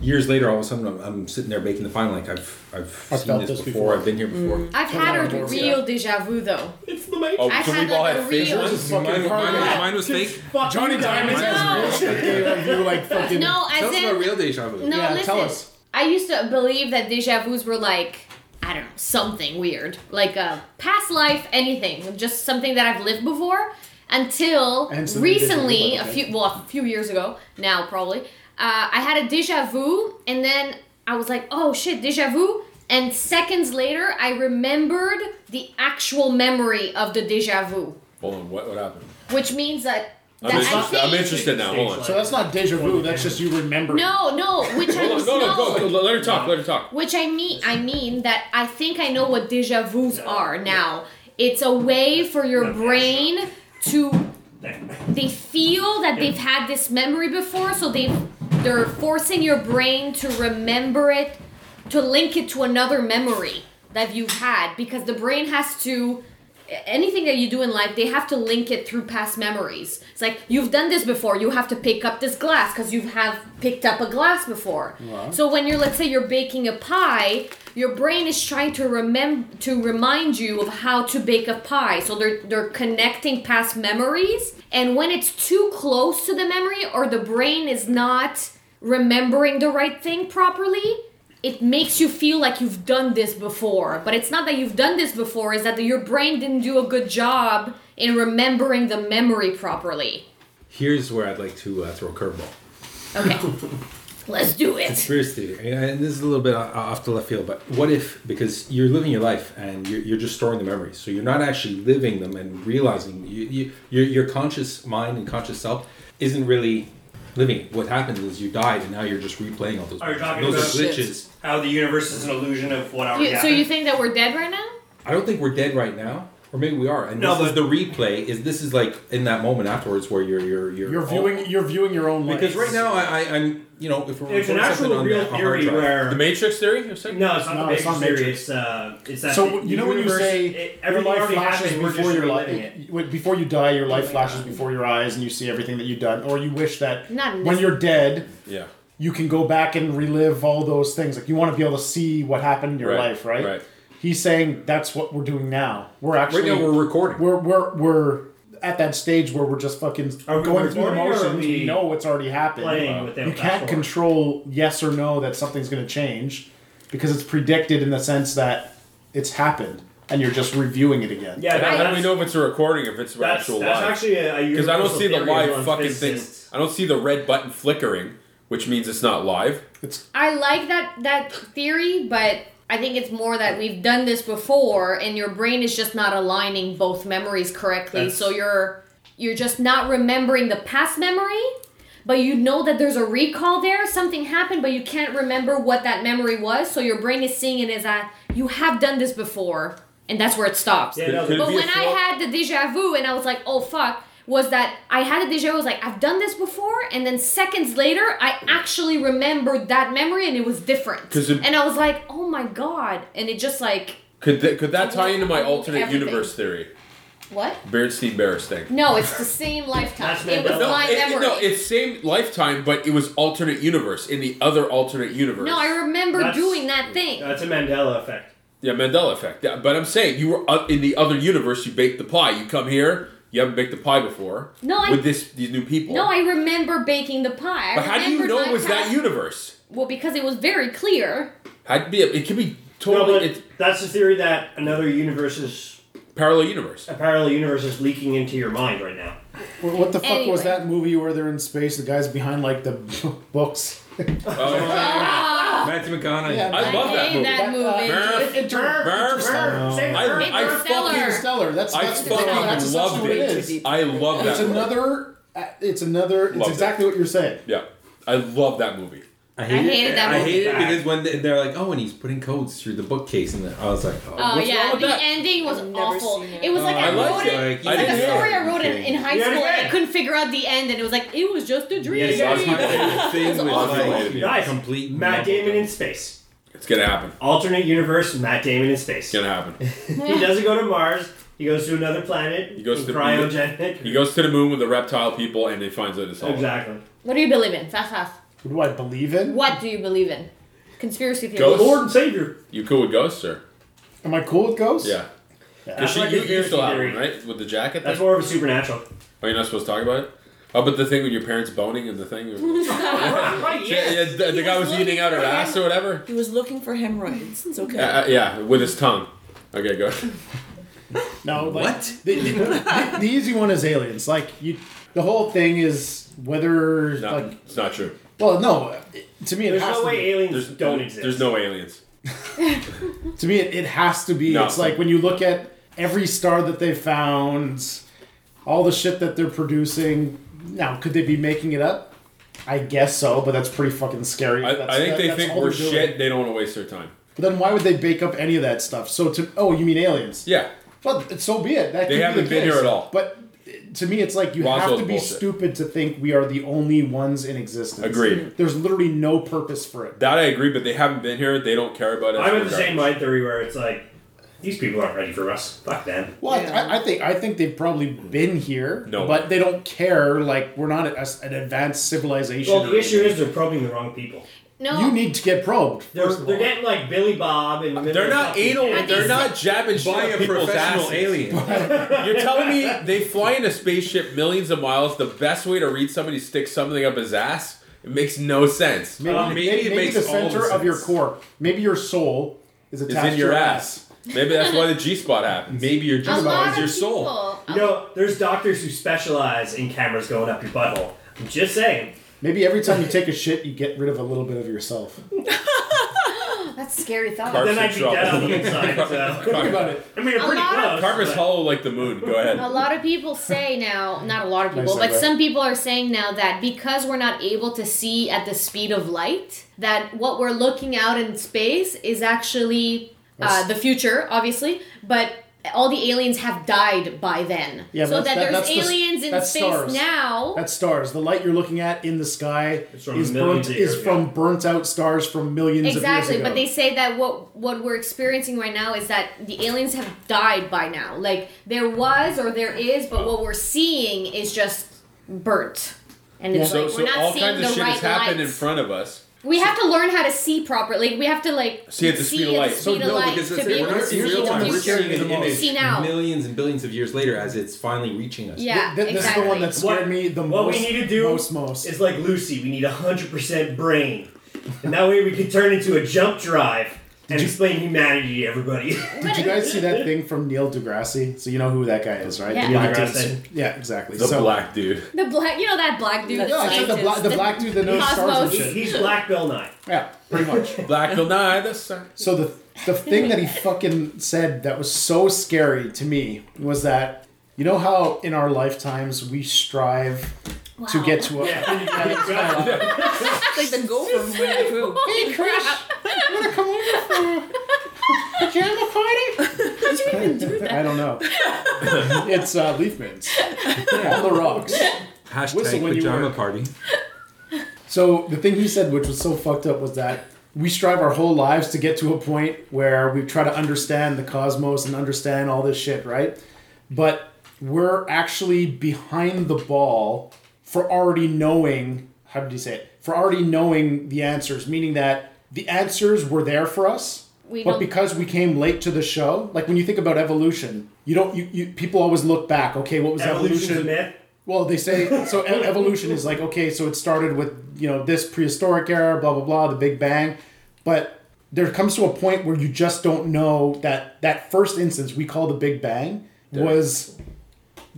[SPEAKER 7] years later, all of a sudden, I'm, I'm sitting there baking the pie. and, Like I've, I've,
[SPEAKER 6] I've
[SPEAKER 7] seen
[SPEAKER 6] felt
[SPEAKER 7] this,
[SPEAKER 6] this
[SPEAKER 7] before.
[SPEAKER 6] before.
[SPEAKER 7] I've been here before.
[SPEAKER 8] I've had a real deja vu though.
[SPEAKER 5] It's the matrix.
[SPEAKER 9] Oh,
[SPEAKER 8] I
[SPEAKER 9] so
[SPEAKER 8] had
[SPEAKER 9] we've all
[SPEAKER 8] like
[SPEAKER 9] had
[SPEAKER 8] a
[SPEAKER 9] fake
[SPEAKER 8] real-
[SPEAKER 9] ones.
[SPEAKER 6] Fucking
[SPEAKER 7] Mine, mine,
[SPEAKER 6] hard.
[SPEAKER 7] mine was fake.
[SPEAKER 5] Fuck
[SPEAKER 6] Johnny
[SPEAKER 5] you,
[SPEAKER 6] Diamond's has bullshit game of you like fucking.
[SPEAKER 8] No, as
[SPEAKER 7] Tell us about
[SPEAKER 8] in
[SPEAKER 7] real deja vu.
[SPEAKER 8] no.
[SPEAKER 6] Yeah,
[SPEAKER 8] listen,
[SPEAKER 6] tell us.
[SPEAKER 8] I used to believe that deja vu's were like I don't know something weird, like a past life, anything, just something that I've lived before. Until
[SPEAKER 6] And so they did it,
[SPEAKER 8] recently, a
[SPEAKER 6] okay.
[SPEAKER 8] few well, a few years ago now probably, uh, I had a deja vu, and then I was like, oh shit, deja vu. And seconds later, I remembered the actual memory of the deja vu,
[SPEAKER 9] Hold on, what, what happened?
[SPEAKER 8] which means that. that
[SPEAKER 9] I'm
[SPEAKER 8] I
[SPEAKER 9] interested, I'm
[SPEAKER 8] think-
[SPEAKER 9] interested now. Hold on.
[SPEAKER 6] So that's not deja vu. That's just you remembering.
[SPEAKER 8] No, no, which I
[SPEAKER 9] Hold
[SPEAKER 8] was
[SPEAKER 9] on. No, no,
[SPEAKER 8] no.
[SPEAKER 9] go, go. Let her talk. Let her talk.
[SPEAKER 8] Which I mean, I mean that I think I know what deja vu's are now. It's a way for your brain to they feel that they've had this memory before, so they they're forcing your brain to remember it, to link it to another memory that you've had because the brain has to anything that you do in life they have to link it through past memories it's like you've done this before you have to pick up this glass because you have picked up a glass before so when you're let's say you're baking a pie your brain is trying to remember to remind you of how to bake a pie so they're they're connecting past memories and when it's too close to the memory or the brain is not remembering the right thing properly it makes you feel like you've done this before but it's not that you've done this before is that your brain didn't do a good job in remembering the memory properly
[SPEAKER 7] Here's where I'd like to uh, throw a curveball.
[SPEAKER 8] okay Let's do it.
[SPEAKER 7] Conspiracy theory. And and this is a little bit o- off the left field, but what if, because you're living your life and you're, you're just storing the memories, so you're not actually living them and realizing you, you, your, your conscious mind and conscious self isn't really living it. What happened is you died and now you're just replaying all those,
[SPEAKER 5] Are you talking
[SPEAKER 7] those
[SPEAKER 5] about-
[SPEAKER 7] are glitches.
[SPEAKER 5] How the universe is an illusion of what already
[SPEAKER 12] You, so
[SPEAKER 5] happened.
[SPEAKER 12] you think that we're dead right now?
[SPEAKER 7] I don't think we're dead right now. Or maybe we are, and
[SPEAKER 5] No,
[SPEAKER 7] this is the replay. Is this is like in that moment afterwards where you're you're you're,
[SPEAKER 6] You're
[SPEAKER 7] all-
[SPEAKER 6] viewing. You're viewing your own life.
[SPEAKER 7] because right now I, I I'm you know if we're
[SPEAKER 5] There's an
[SPEAKER 7] recording something
[SPEAKER 5] actual
[SPEAKER 7] on
[SPEAKER 5] real
[SPEAKER 7] the- a hard
[SPEAKER 5] theory
[SPEAKER 7] drive-
[SPEAKER 5] where
[SPEAKER 9] The Matrix theory? You're saying?
[SPEAKER 5] no, it's not
[SPEAKER 6] No,
[SPEAKER 5] the
[SPEAKER 6] it's
[SPEAKER 5] Matrix
[SPEAKER 6] not
[SPEAKER 5] theory.
[SPEAKER 6] Matrix.
[SPEAKER 5] It's uh, it's that
[SPEAKER 6] So
[SPEAKER 5] the
[SPEAKER 6] you know when you
[SPEAKER 5] universe-
[SPEAKER 6] say
[SPEAKER 5] it,
[SPEAKER 6] your
[SPEAKER 5] everything
[SPEAKER 6] life
[SPEAKER 5] already
[SPEAKER 6] flashes
[SPEAKER 5] happened, we're
[SPEAKER 6] before
[SPEAKER 5] just
[SPEAKER 6] your life,
[SPEAKER 5] reliving it.
[SPEAKER 6] when- before you die, your life flashes before your eyes, and you see everything that you've done, or you wish that
[SPEAKER 8] Not in
[SPEAKER 6] when
[SPEAKER 8] this-
[SPEAKER 6] you're dead,
[SPEAKER 9] Yeah.
[SPEAKER 6] you can go back and relive all those things. Like you want to be able to see what happened in your
[SPEAKER 9] Right,
[SPEAKER 6] life, right?
[SPEAKER 9] right.
[SPEAKER 6] He's saying that's what we're doing now. We're
[SPEAKER 7] right
[SPEAKER 6] actually
[SPEAKER 7] now we're recording.
[SPEAKER 6] we're we're we're at that stage where we're just fucking
[SPEAKER 5] Are we
[SPEAKER 6] going through the
[SPEAKER 5] recording or are
[SPEAKER 6] motions.
[SPEAKER 5] we
[SPEAKER 6] We know what's already happened.
[SPEAKER 5] playing with them
[SPEAKER 6] you can't
[SPEAKER 5] fast forward?
[SPEAKER 6] control yes or no that something's going to change because it's predicted in the sense that it's happened and you're just reviewing it again.
[SPEAKER 5] Yeah, that,
[SPEAKER 9] How do
[SPEAKER 5] that's,
[SPEAKER 9] we know if it's a recording, if it's
[SPEAKER 5] that's,
[SPEAKER 9] actual
[SPEAKER 5] that's
[SPEAKER 9] live?
[SPEAKER 5] actually a
[SPEAKER 9] Because I don't
[SPEAKER 5] universal
[SPEAKER 9] see the
[SPEAKER 5] theory among
[SPEAKER 9] live fucking thing.
[SPEAKER 5] physicists.
[SPEAKER 9] I don't see the red button flickering, which means it's not live.
[SPEAKER 8] I like that that theory, but I think it's more that we've done this before, and your brain is just not aligning both memories correctly.
[SPEAKER 5] That's-
[SPEAKER 8] so you're you're just not remembering the past memory, but you know that there's a recall there. Something happened, but you can't remember what that memory was. So your brain is seeing it as a you have done this before, and that's where it stops.
[SPEAKER 5] Yeah, no,
[SPEAKER 9] Could- could
[SPEAKER 5] the-
[SPEAKER 9] it
[SPEAKER 8] But
[SPEAKER 9] be a
[SPEAKER 8] when I
[SPEAKER 9] throw-
[SPEAKER 8] had the deja vu and I was like, oh fuck, was that I had a deja vu, I was like, I've done this before, and then seconds later, I actually remembered that memory and it was different.
[SPEAKER 9] 'Cause it-
[SPEAKER 8] and I was like, oh my god. And it just like,
[SPEAKER 9] Could that, could that tie into my alternate
[SPEAKER 8] Everything.
[SPEAKER 9] universe theory?
[SPEAKER 8] what?
[SPEAKER 9] Bernstein Bears thing.
[SPEAKER 8] No, it's the same lifetime.
[SPEAKER 5] That's
[SPEAKER 8] It was
[SPEAKER 5] Mandela.
[SPEAKER 9] No,
[SPEAKER 8] my
[SPEAKER 9] it- it-
[SPEAKER 8] memory.
[SPEAKER 9] no, it's same lifetime, but it was alternate universe in the other alternate universe.
[SPEAKER 8] No, I remember
[SPEAKER 5] That's-
[SPEAKER 8] doing that thing.
[SPEAKER 5] That's a Mandela effect.
[SPEAKER 9] yeah, Mandela effect. Yeah, but I'm saying you were up in the other universe. You baked the pie. You come here. You haven't baked the pie before.
[SPEAKER 8] No, I-
[SPEAKER 9] with this these new people.
[SPEAKER 8] no, I remember baking the pie. I
[SPEAKER 9] But how do you
[SPEAKER 8] remembered
[SPEAKER 9] know
[SPEAKER 8] my
[SPEAKER 9] it was that
[SPEAKER 8] past-
[SPEAKER 9] universe?
[SPEAKER 8] Well, because it was very clear.
[SPEAKER 9] Had to be. A, it could be
[SPEAKER 5] No,
[SPEAKER 9] totally.
[SPEAKER 5] but
[SPEAKER 9] it's
[SPEAKER 5] that's the theory that another universe is
[SPEAKER 9] parallel universe. Uh,
[SPEAKER 5] a parallel universe is leaking into your mind right now.
[SPEAKER 6] Wh- What the fuck
[SPEAKER 8] Anyway.
[SPEAKER 6] was that movie where they're in space? The guys behind like the books.
[SPEAKER 9] Oh,
[SPEAKER 7] Matthew McConaughey.
[SPEAKER 6] Yeah,
[SPEAKER 9] I love that
[SPEAKER 8] Hey,
[SPEAKER 9] movie.
[SPEAKER 5] uh,
[SPEAKER 8] that movie.
[SPEAKER 9] Verve.
[SPEAKER 6] It, it turned
[SPEAKER 9] Verve.
[SPEAKER 5] Verve.
[SPEAKER 9] Oh. I, I
[SPEAKER 8] Interstellar.
[SPEAKER 9] fucking,
[SPEAKER 6] stellar. That's
[SPEAKER 9] I
[SPEAKER 6] that's
[SPEAKER 9] fucking
[SPEAKER 6] that's
[SPEAKER 9] loved
[SPEAKER 6] essentially what it
[SPEAKER 9] it.
[SPEAKER 6] is.
[SPEAKER 9] I love that.
[SPEAKER 6] It's
[SPEAKER 9] movie.
[SPEAKER 6] another. uh, It's another. It's
[SPEAKER 9] Love it.
[SPEAKER 6] exactly what you're saying.
[SPEAKER 9] Yeah, I love that movie.
[SPEAKER 7] I
[SPEAKER 8] hated that
[SPEAKER 7] I
[SPEAKER 8] movie.
[SPEAKER 7] hate it because when they- they're like, oh, and he's putting codes through the bookcase, and I was like, oh,
[SPEAKER 8] Oh
[SPEAKER 7] what's
[SPEAKER 8] yeah,
[SPEAKER 9] wrong with
[SPEAKER 8] the
[SPEAKER 9] that?
[SPEAKER 8] ending was
[SPEAKER 10] I've never
[SPEAKER 8] awful.
[SPEAKER 10] seen
[SPEAKER 8] It.
[SPEAKER 10] it.
[SPEAKER 8] was like
[SPEAKER 7] Oh,
[SPEAKER 8] I,
[SPEAKER 9] I
[SPEAKER 8] wrote
[SPEAKER 9] liked
[SPEAKER 8] it.
[SPEAKER 9] it. Like,
[SPEAKER 8] it's
[SPEAKER 9] I
[SPEAKER 8] like a
[SPEAKER 9] didn't
[SPEAKER 8] story
[SPEAKER 7] care.
[SPEAKER 8] I wrote in, in high
[SPEAKER 5] You
[SPEAKER 8] school, and I
[SPEAKER 5] understand?
[SPEAKER 8] couldn't figure out the end, and it was like it was just a dream.
[SPEAKER 5] Yes,
[SPEAKER 7] That's my favorite thing with
[SPEAKER 8] awful.
[SPEAKER 7] like
[SPEAKER 5] Guys,
[SPEAKER 7] complete
[SPEAKER 5] Matt
[SPEAKER 7] novel.
[SPEAKER 5] Damon in space.
[SPEAKER 9] It's gonna happen.
[SPEAKER 5] Alternate universe, Matt Damon in
[SPEAKER 9] It's
[SPEAKER 5] space.
[SPEAKER 9] gonna happen.
[SPEAKER 5] He doesn't go to Mars. He goes to another planet. He
[SPEAKER 9] goes to the moon.
[SPEAKER 5] cryogenic.
[SPEAKER 9] He goes to the moon with the reptile people, and he finds out it's all
[SPEAKER 5] exactly.
[SPEAKER 8] What do you believe in? Fast, fast.
[SPEAKER 6] What do I believe in?
[SPEAKER 8] What do you believe in? Conspiracy theories.
[SPEAKER 9] Ghosts?
[SPEAKER 5] Lord and Savior.
[SPEAKER 9] You cool with ghosts, sir?
[SPEAKER 6] Am I cool with ghosts?
[SPEAKER 9] Yeah.
[SPEAKER 5] That's
[SPEAKER 9] Cause she,
[SPEAKER 5] like
[SPEAKER 9] you,
[SPEAKER 5] a
[SPEAKER 9] you still have
[SPEAKER 5] theory.
[SPEAKER 9] one, right? With the jacket.
[SPEAKER 5] That's
[SPEAKER 9] That's
[SPEAKER 5] more of a supernatural.
[SPEAKER 9] Are you not supposed to talk about it? Oh, but the thing with your parents boning and the thing.
[SPEAKER 5] right,
[SPEAKER 9] yeah, yeah, the, the guy was eating out her ass or whatever.
[SPEAKER 10] He was looking for hemorrhoids. It's okay.
[SPEAKER 9] Uh, yeah, with his tongue. Okay, go.
[SPEAKER 6] No. Like,
[SPEAKER 7] What?
[SPEAKER 6] The, the, the- the easy one is aliens. Like you, the whole thing is whether
[SPEAKER 9] No,
[SPEAKER 6] like.
[SPEAKER 9] it's not true.
[SPEAKER 6] Well, no. it- To me, it
[SPEAKER 5] There's
[SPEAKER 6] has
[SPEAKER 5] no
[SPEAKER 6] to
[SPEAKER 5] way
[SPEAKER 6] be.
[SPEAKER 5] aliens
[SPEAKER 9] There's
[SPEAKER 5] don't exist.
[SPEAKER 9] There's no aliens.
[SPEAKER 6] To me, it, it has to be.
[SPEAKER 9] No.
[SPEAKER 6] It's like when you look at every star that they found, all the shit that they're producing. Now, could they be making it up? I guess so, but that's pretty fucking scary.
[SPEAKER 9] I,
[SPEAKER 6] That's-
[SPEAKER 9] I think
[SPEAKER 6] that-
[SPEAKER 9] they
[SPEAKER 6] that's
[SPEAKER 9] think
[SPEAKER 6] all
[SPEAKER 9] we're
[SPEAKER 6] they're doing.
[SPEAKER 9] shit. They don't want to waste their time.
[SPEAKER 6] But then why would they bake up any of that stuff? So to oh, you mean aliens?
[SPEAKER 9] Yeah,
[SPEAKER 6] Well, so be it. That could
[SPEAKER 9] They
[SPEAKER 6] be
[SPEAKER 9] haven't
[SPEAKER 6] the
[SPEAKER 9] been
[SPEAKER 6] case.
[SPEAKER 9] here at all.
[SPEAKER 6] But to me, it's like you have
[SPEAKER 9] Roswell's
[SPEAKER 6] to be
[SPEAKER 9] bullshit.
[SPEAKER 6] stupid to think we are the only ones in existence.
[SPEAKER 9] Agreed.
[SPEAKER 6] There's literally no purpose for it.
[SPEAKER 9] that I agree. But they haven't been here. They don't care about us.
[SPEAKER 5] I'm
[SPEAKER 9] We're
[SPEAKER 5] of the same
[SPEAKER 9] garbage.
[SPEAKER 5] mind theory where it's like, these people aren't ready for us. Fuck them.
[SPEAKER 6] Well, I-
[SPEAKER 10] Yeah.
[SPEAKER 6] I, I think I think they've probably been here,
[SPEAKER 9] No.
[SPEAKER 6] but they don't care. Like we're not a, an advanced civilization.
[SPEAKER 5] Well, the issue is they're probing the wrong people.
[SPEAKER 8] no,
[SPEAKER 6] you need to get probed.
[SPEAKER 5] They're,
[SPEAKER 6] first of
[SPEAKER 5] they're
[SPEAKER 6] all.
[SPEAKER 5] getting like Billy Bob and
[SPEAKER 9] They're not anal. They're not jabbing shit
[SPEAKER 7] Buy
[SPEAKER 9] up
[SPEAKER 7] a
[SPEAKER 9] people's
[SPEAKER 7] professional
[SPEAKER 9] asses.
[SPEAKER 7] alien.
[SPEAKER 9] You're telling me they fly in a spaceship millions of miles. The best way to read somebody sticks something up his ass. It makes no sense.
[SPEAKER 6] maybe,
[SPEAKER 5] Um,
[SPEAKER 6] maybe,
[SPEAKER 7] maybe it
[SPEAKER 6] maybe
[SPEAKER 7] makes
[SPEAKER 6] the
[SPEAKER 7] all the
[SPEAKER 6] center of your
[SPEAKER 7] sense.
[SPEAKER 6] core, maybe your soul is
[SPEAKER 9] It's
[SPEAKER 6] attached
[SPEAKER 9] in
[SPEAKER 6] to
[SPEAKER 9] your ass. Maybe that's why the G spot happens.
[SPEAKER 7] Maybe you're
[SPEAKER 8] a
[SPEAKER 7] just
[SPEAKER 8] lot
[SPEAKER 7] about
[SPEAKER 8] of
[SPEAKER 7] your
[SPEAKER 8] people.
[SPEAKER 7] soul.
[SPEAKER 5] You know, there's doctors who specialize in cameras going up your butthole. I'm just saying.
[SPEAKER 6] Maybe every time you take a shit, you get rid of a little bit of yourself.
[SPEAKER 8] That's a scary thought.
[SPEAKER 9] Carp-
[SPEAKER 5] Then I'd be dead on the inside. So.
[SPEAKER 6] Think about it.
[SPEAKER 5] I mean, you're pretty
[SPEAKER 8] A lot of-
[SPEAKER 5] close.
[SPEAKER 9] Carp is
[SPEAKER 5] but-
[SPEAKER 9] hollow like the moon. Go ahead.
[SPEAKER 8] A lot of people say now, not a lot of people,
[SPEAKER 6] Nice
[SPEAKER 8] but
[SPEAKER 6] segue.
[SPEAKER 8] some people are saying now that because we're not able to see at the speed of light, that what we're looking out in space is actually uh, the future, obviously, but all the aliens have died by then.
[SPEAKER 6] Yeah,
[SPEAKER 8] so
[SPEAKER 6] but
[SPEAKER 8] that,
[SPEAKER 6] that-
[SPEAKER 8] there's
[SPEAKER 6] that's the-
[SPEAKER 8] aliens in
[SPEAKER 6] that's
[SPEAKER 8] space
[SPEAKER 6] stars.
[SPEAKER 8] now.
[SPEAKER 6] That's stars. The light you're looking at in the sky
[SPEAKER 5] from
[SPEAKER 6] is burnt
[SPEAKER 5] millions of
[SPEAKER 6] is
[SPEAKER 5] years
[SPEAKER 6] from
[SPEAKER 5] ago.
[SPEAKER 6] burnt out stars from millions of years
[SPEAKER 8] Exactly,
[SPEAKER 6] ago.
[SPEAKER 8] but they say that what what we're experiencing right now is that the aliens have died by now. Like there was or there is, but what we're seeing is just burnt. And it's
[SPEAKER 9] So,
[SPEAKER 8] like
[SPEAKER 9] so
[SPEAKER 8] we're not
[SPEAKER 9] all
[SPEAKER 8] seeing
[SPEAKER 9] kinds
[SPEAKER 8] the
[SPEAKER 9] of shit
[SPEAKER 8] right
[SPEAKER 9] has happened in
[SPEAKER 8] lights.
[SPEAKER 9] front of us.
[SPEAKER 8] we have to learn how to see properly. Like, we have to like
[SPEAKER 9] See at the speed of light. So,
[SPEAKER 8] speed of
[SPEAKER 7] no,
[SPEAKER 8] light
[SPEAKER 7] because
[SPEAKER 8] to
[SPEAKER 7] that's
[SPEAKER 8] be
[SPEAKER 7] it.
[SPEAKER 8] able
[SPEAKER 7] We're
[SPEAKER 8] to
[SPEAKER 7] not
[SPEAKER 8] see
[SPEAKER 7] seeing real time.
[SPEAKER 8] the
[SPEAKER 7] We're
[SPEAKER 8] future.
[SPEAKER 7] seeing an image
[SPEAKER 8] See now.
[SPEAKER 7] millions and billions of years later as it's finally reaching us.
[SPEAKER 8] Yeah,
[SPEAKER 6] Th- this
[SPEAKER 8] exactly.
[SPEAKER 6] is the one that scared me the
[SPEAKER 5] What
[SPEAKER 6] most.
[SPEAKER 5] we need to do
[SPEAKER 6] most most.
[SPEAKER 5] is like Lucy. We need hundred percent brain, and that way we can turn into a jump drive and explain humanity to everybody.
[SPEAKER 6] Did you guys see that thing from Neil deGrasse? So you know who that guy is, right?
[SPEAKER 8] Yeah.
[SPEAKER 6] The black
[SPEAKER 5] Neil deGrasse.
[SPEAKER 6] dude's- Yeah, exactly.
[SPEAKER 9] The
[SPEAKER 6] so,
[SPEAKER 9] black dude.
[SPEAKER 8] The black, you know that black dude.
[SPEAKER 6] Yeah,
[SPEAKER 10] Yeah,
[SPEAKER 8] that's
[SPEAKER 6] it's like the,
[SPEAKER 8] scientist.
[SPEAKER 6] bla- the black dude that knows stars and
[SPEAKER 8] Cosmos.
[SPEAKER 5] He-
[SPEAKER 6] shit.
[SPEAKER 5] He's Black Bill Nye.
[SPEAKER 6] Yeah, pretty much.
[SPEAKER 9] Black will die the sun.
[SPEAKER 6] So the the thing that he fucking said that was so scary to me was that you know how in our lifetimes we strive to get to a
[SPEAKER 10] That's like the gopher from Winnie the Pooh.
[SPEAKER 6] hey Chris, you wanna come over for a pajama party? I don't know. it's uh, Leafman's on the rocks.
[SPEAKER 7] Hashtag
[SPEAKER 6] Whistle when you
[SPEAKER 7] pajama
[SPEAKER 6] work.
[SPEAKER 7] party.
[SPEAKER 6] So the thing he said, which was so fucked up, was that we strive our whole lives to get to a point where we try to understand the cosmos and understand all this shit, right? But we're actually behind the ball for already knowing. How did he say it? For already knowing the answers, meaning that the answers were there for us.
[SPEAKER 8] We
[SPEAKER 6] but
[SPEAKER 8] don't-
[SPEAKER 6] because we came late to the show, like when you think about evolution, you don't you, you people always look back. Okay, what was
[SPEAKER 5] Evolution's a
[SPEAKER 6] evolution?
[SPEAKER 5] myth.
[SPEAKER 6] Well, they say so. e- evolution is like okay, so it started with you know this prehistoric era, blah blah blah, the Big Bang, but there comes to a point where you just don't know that that first instance we call the Big Bang was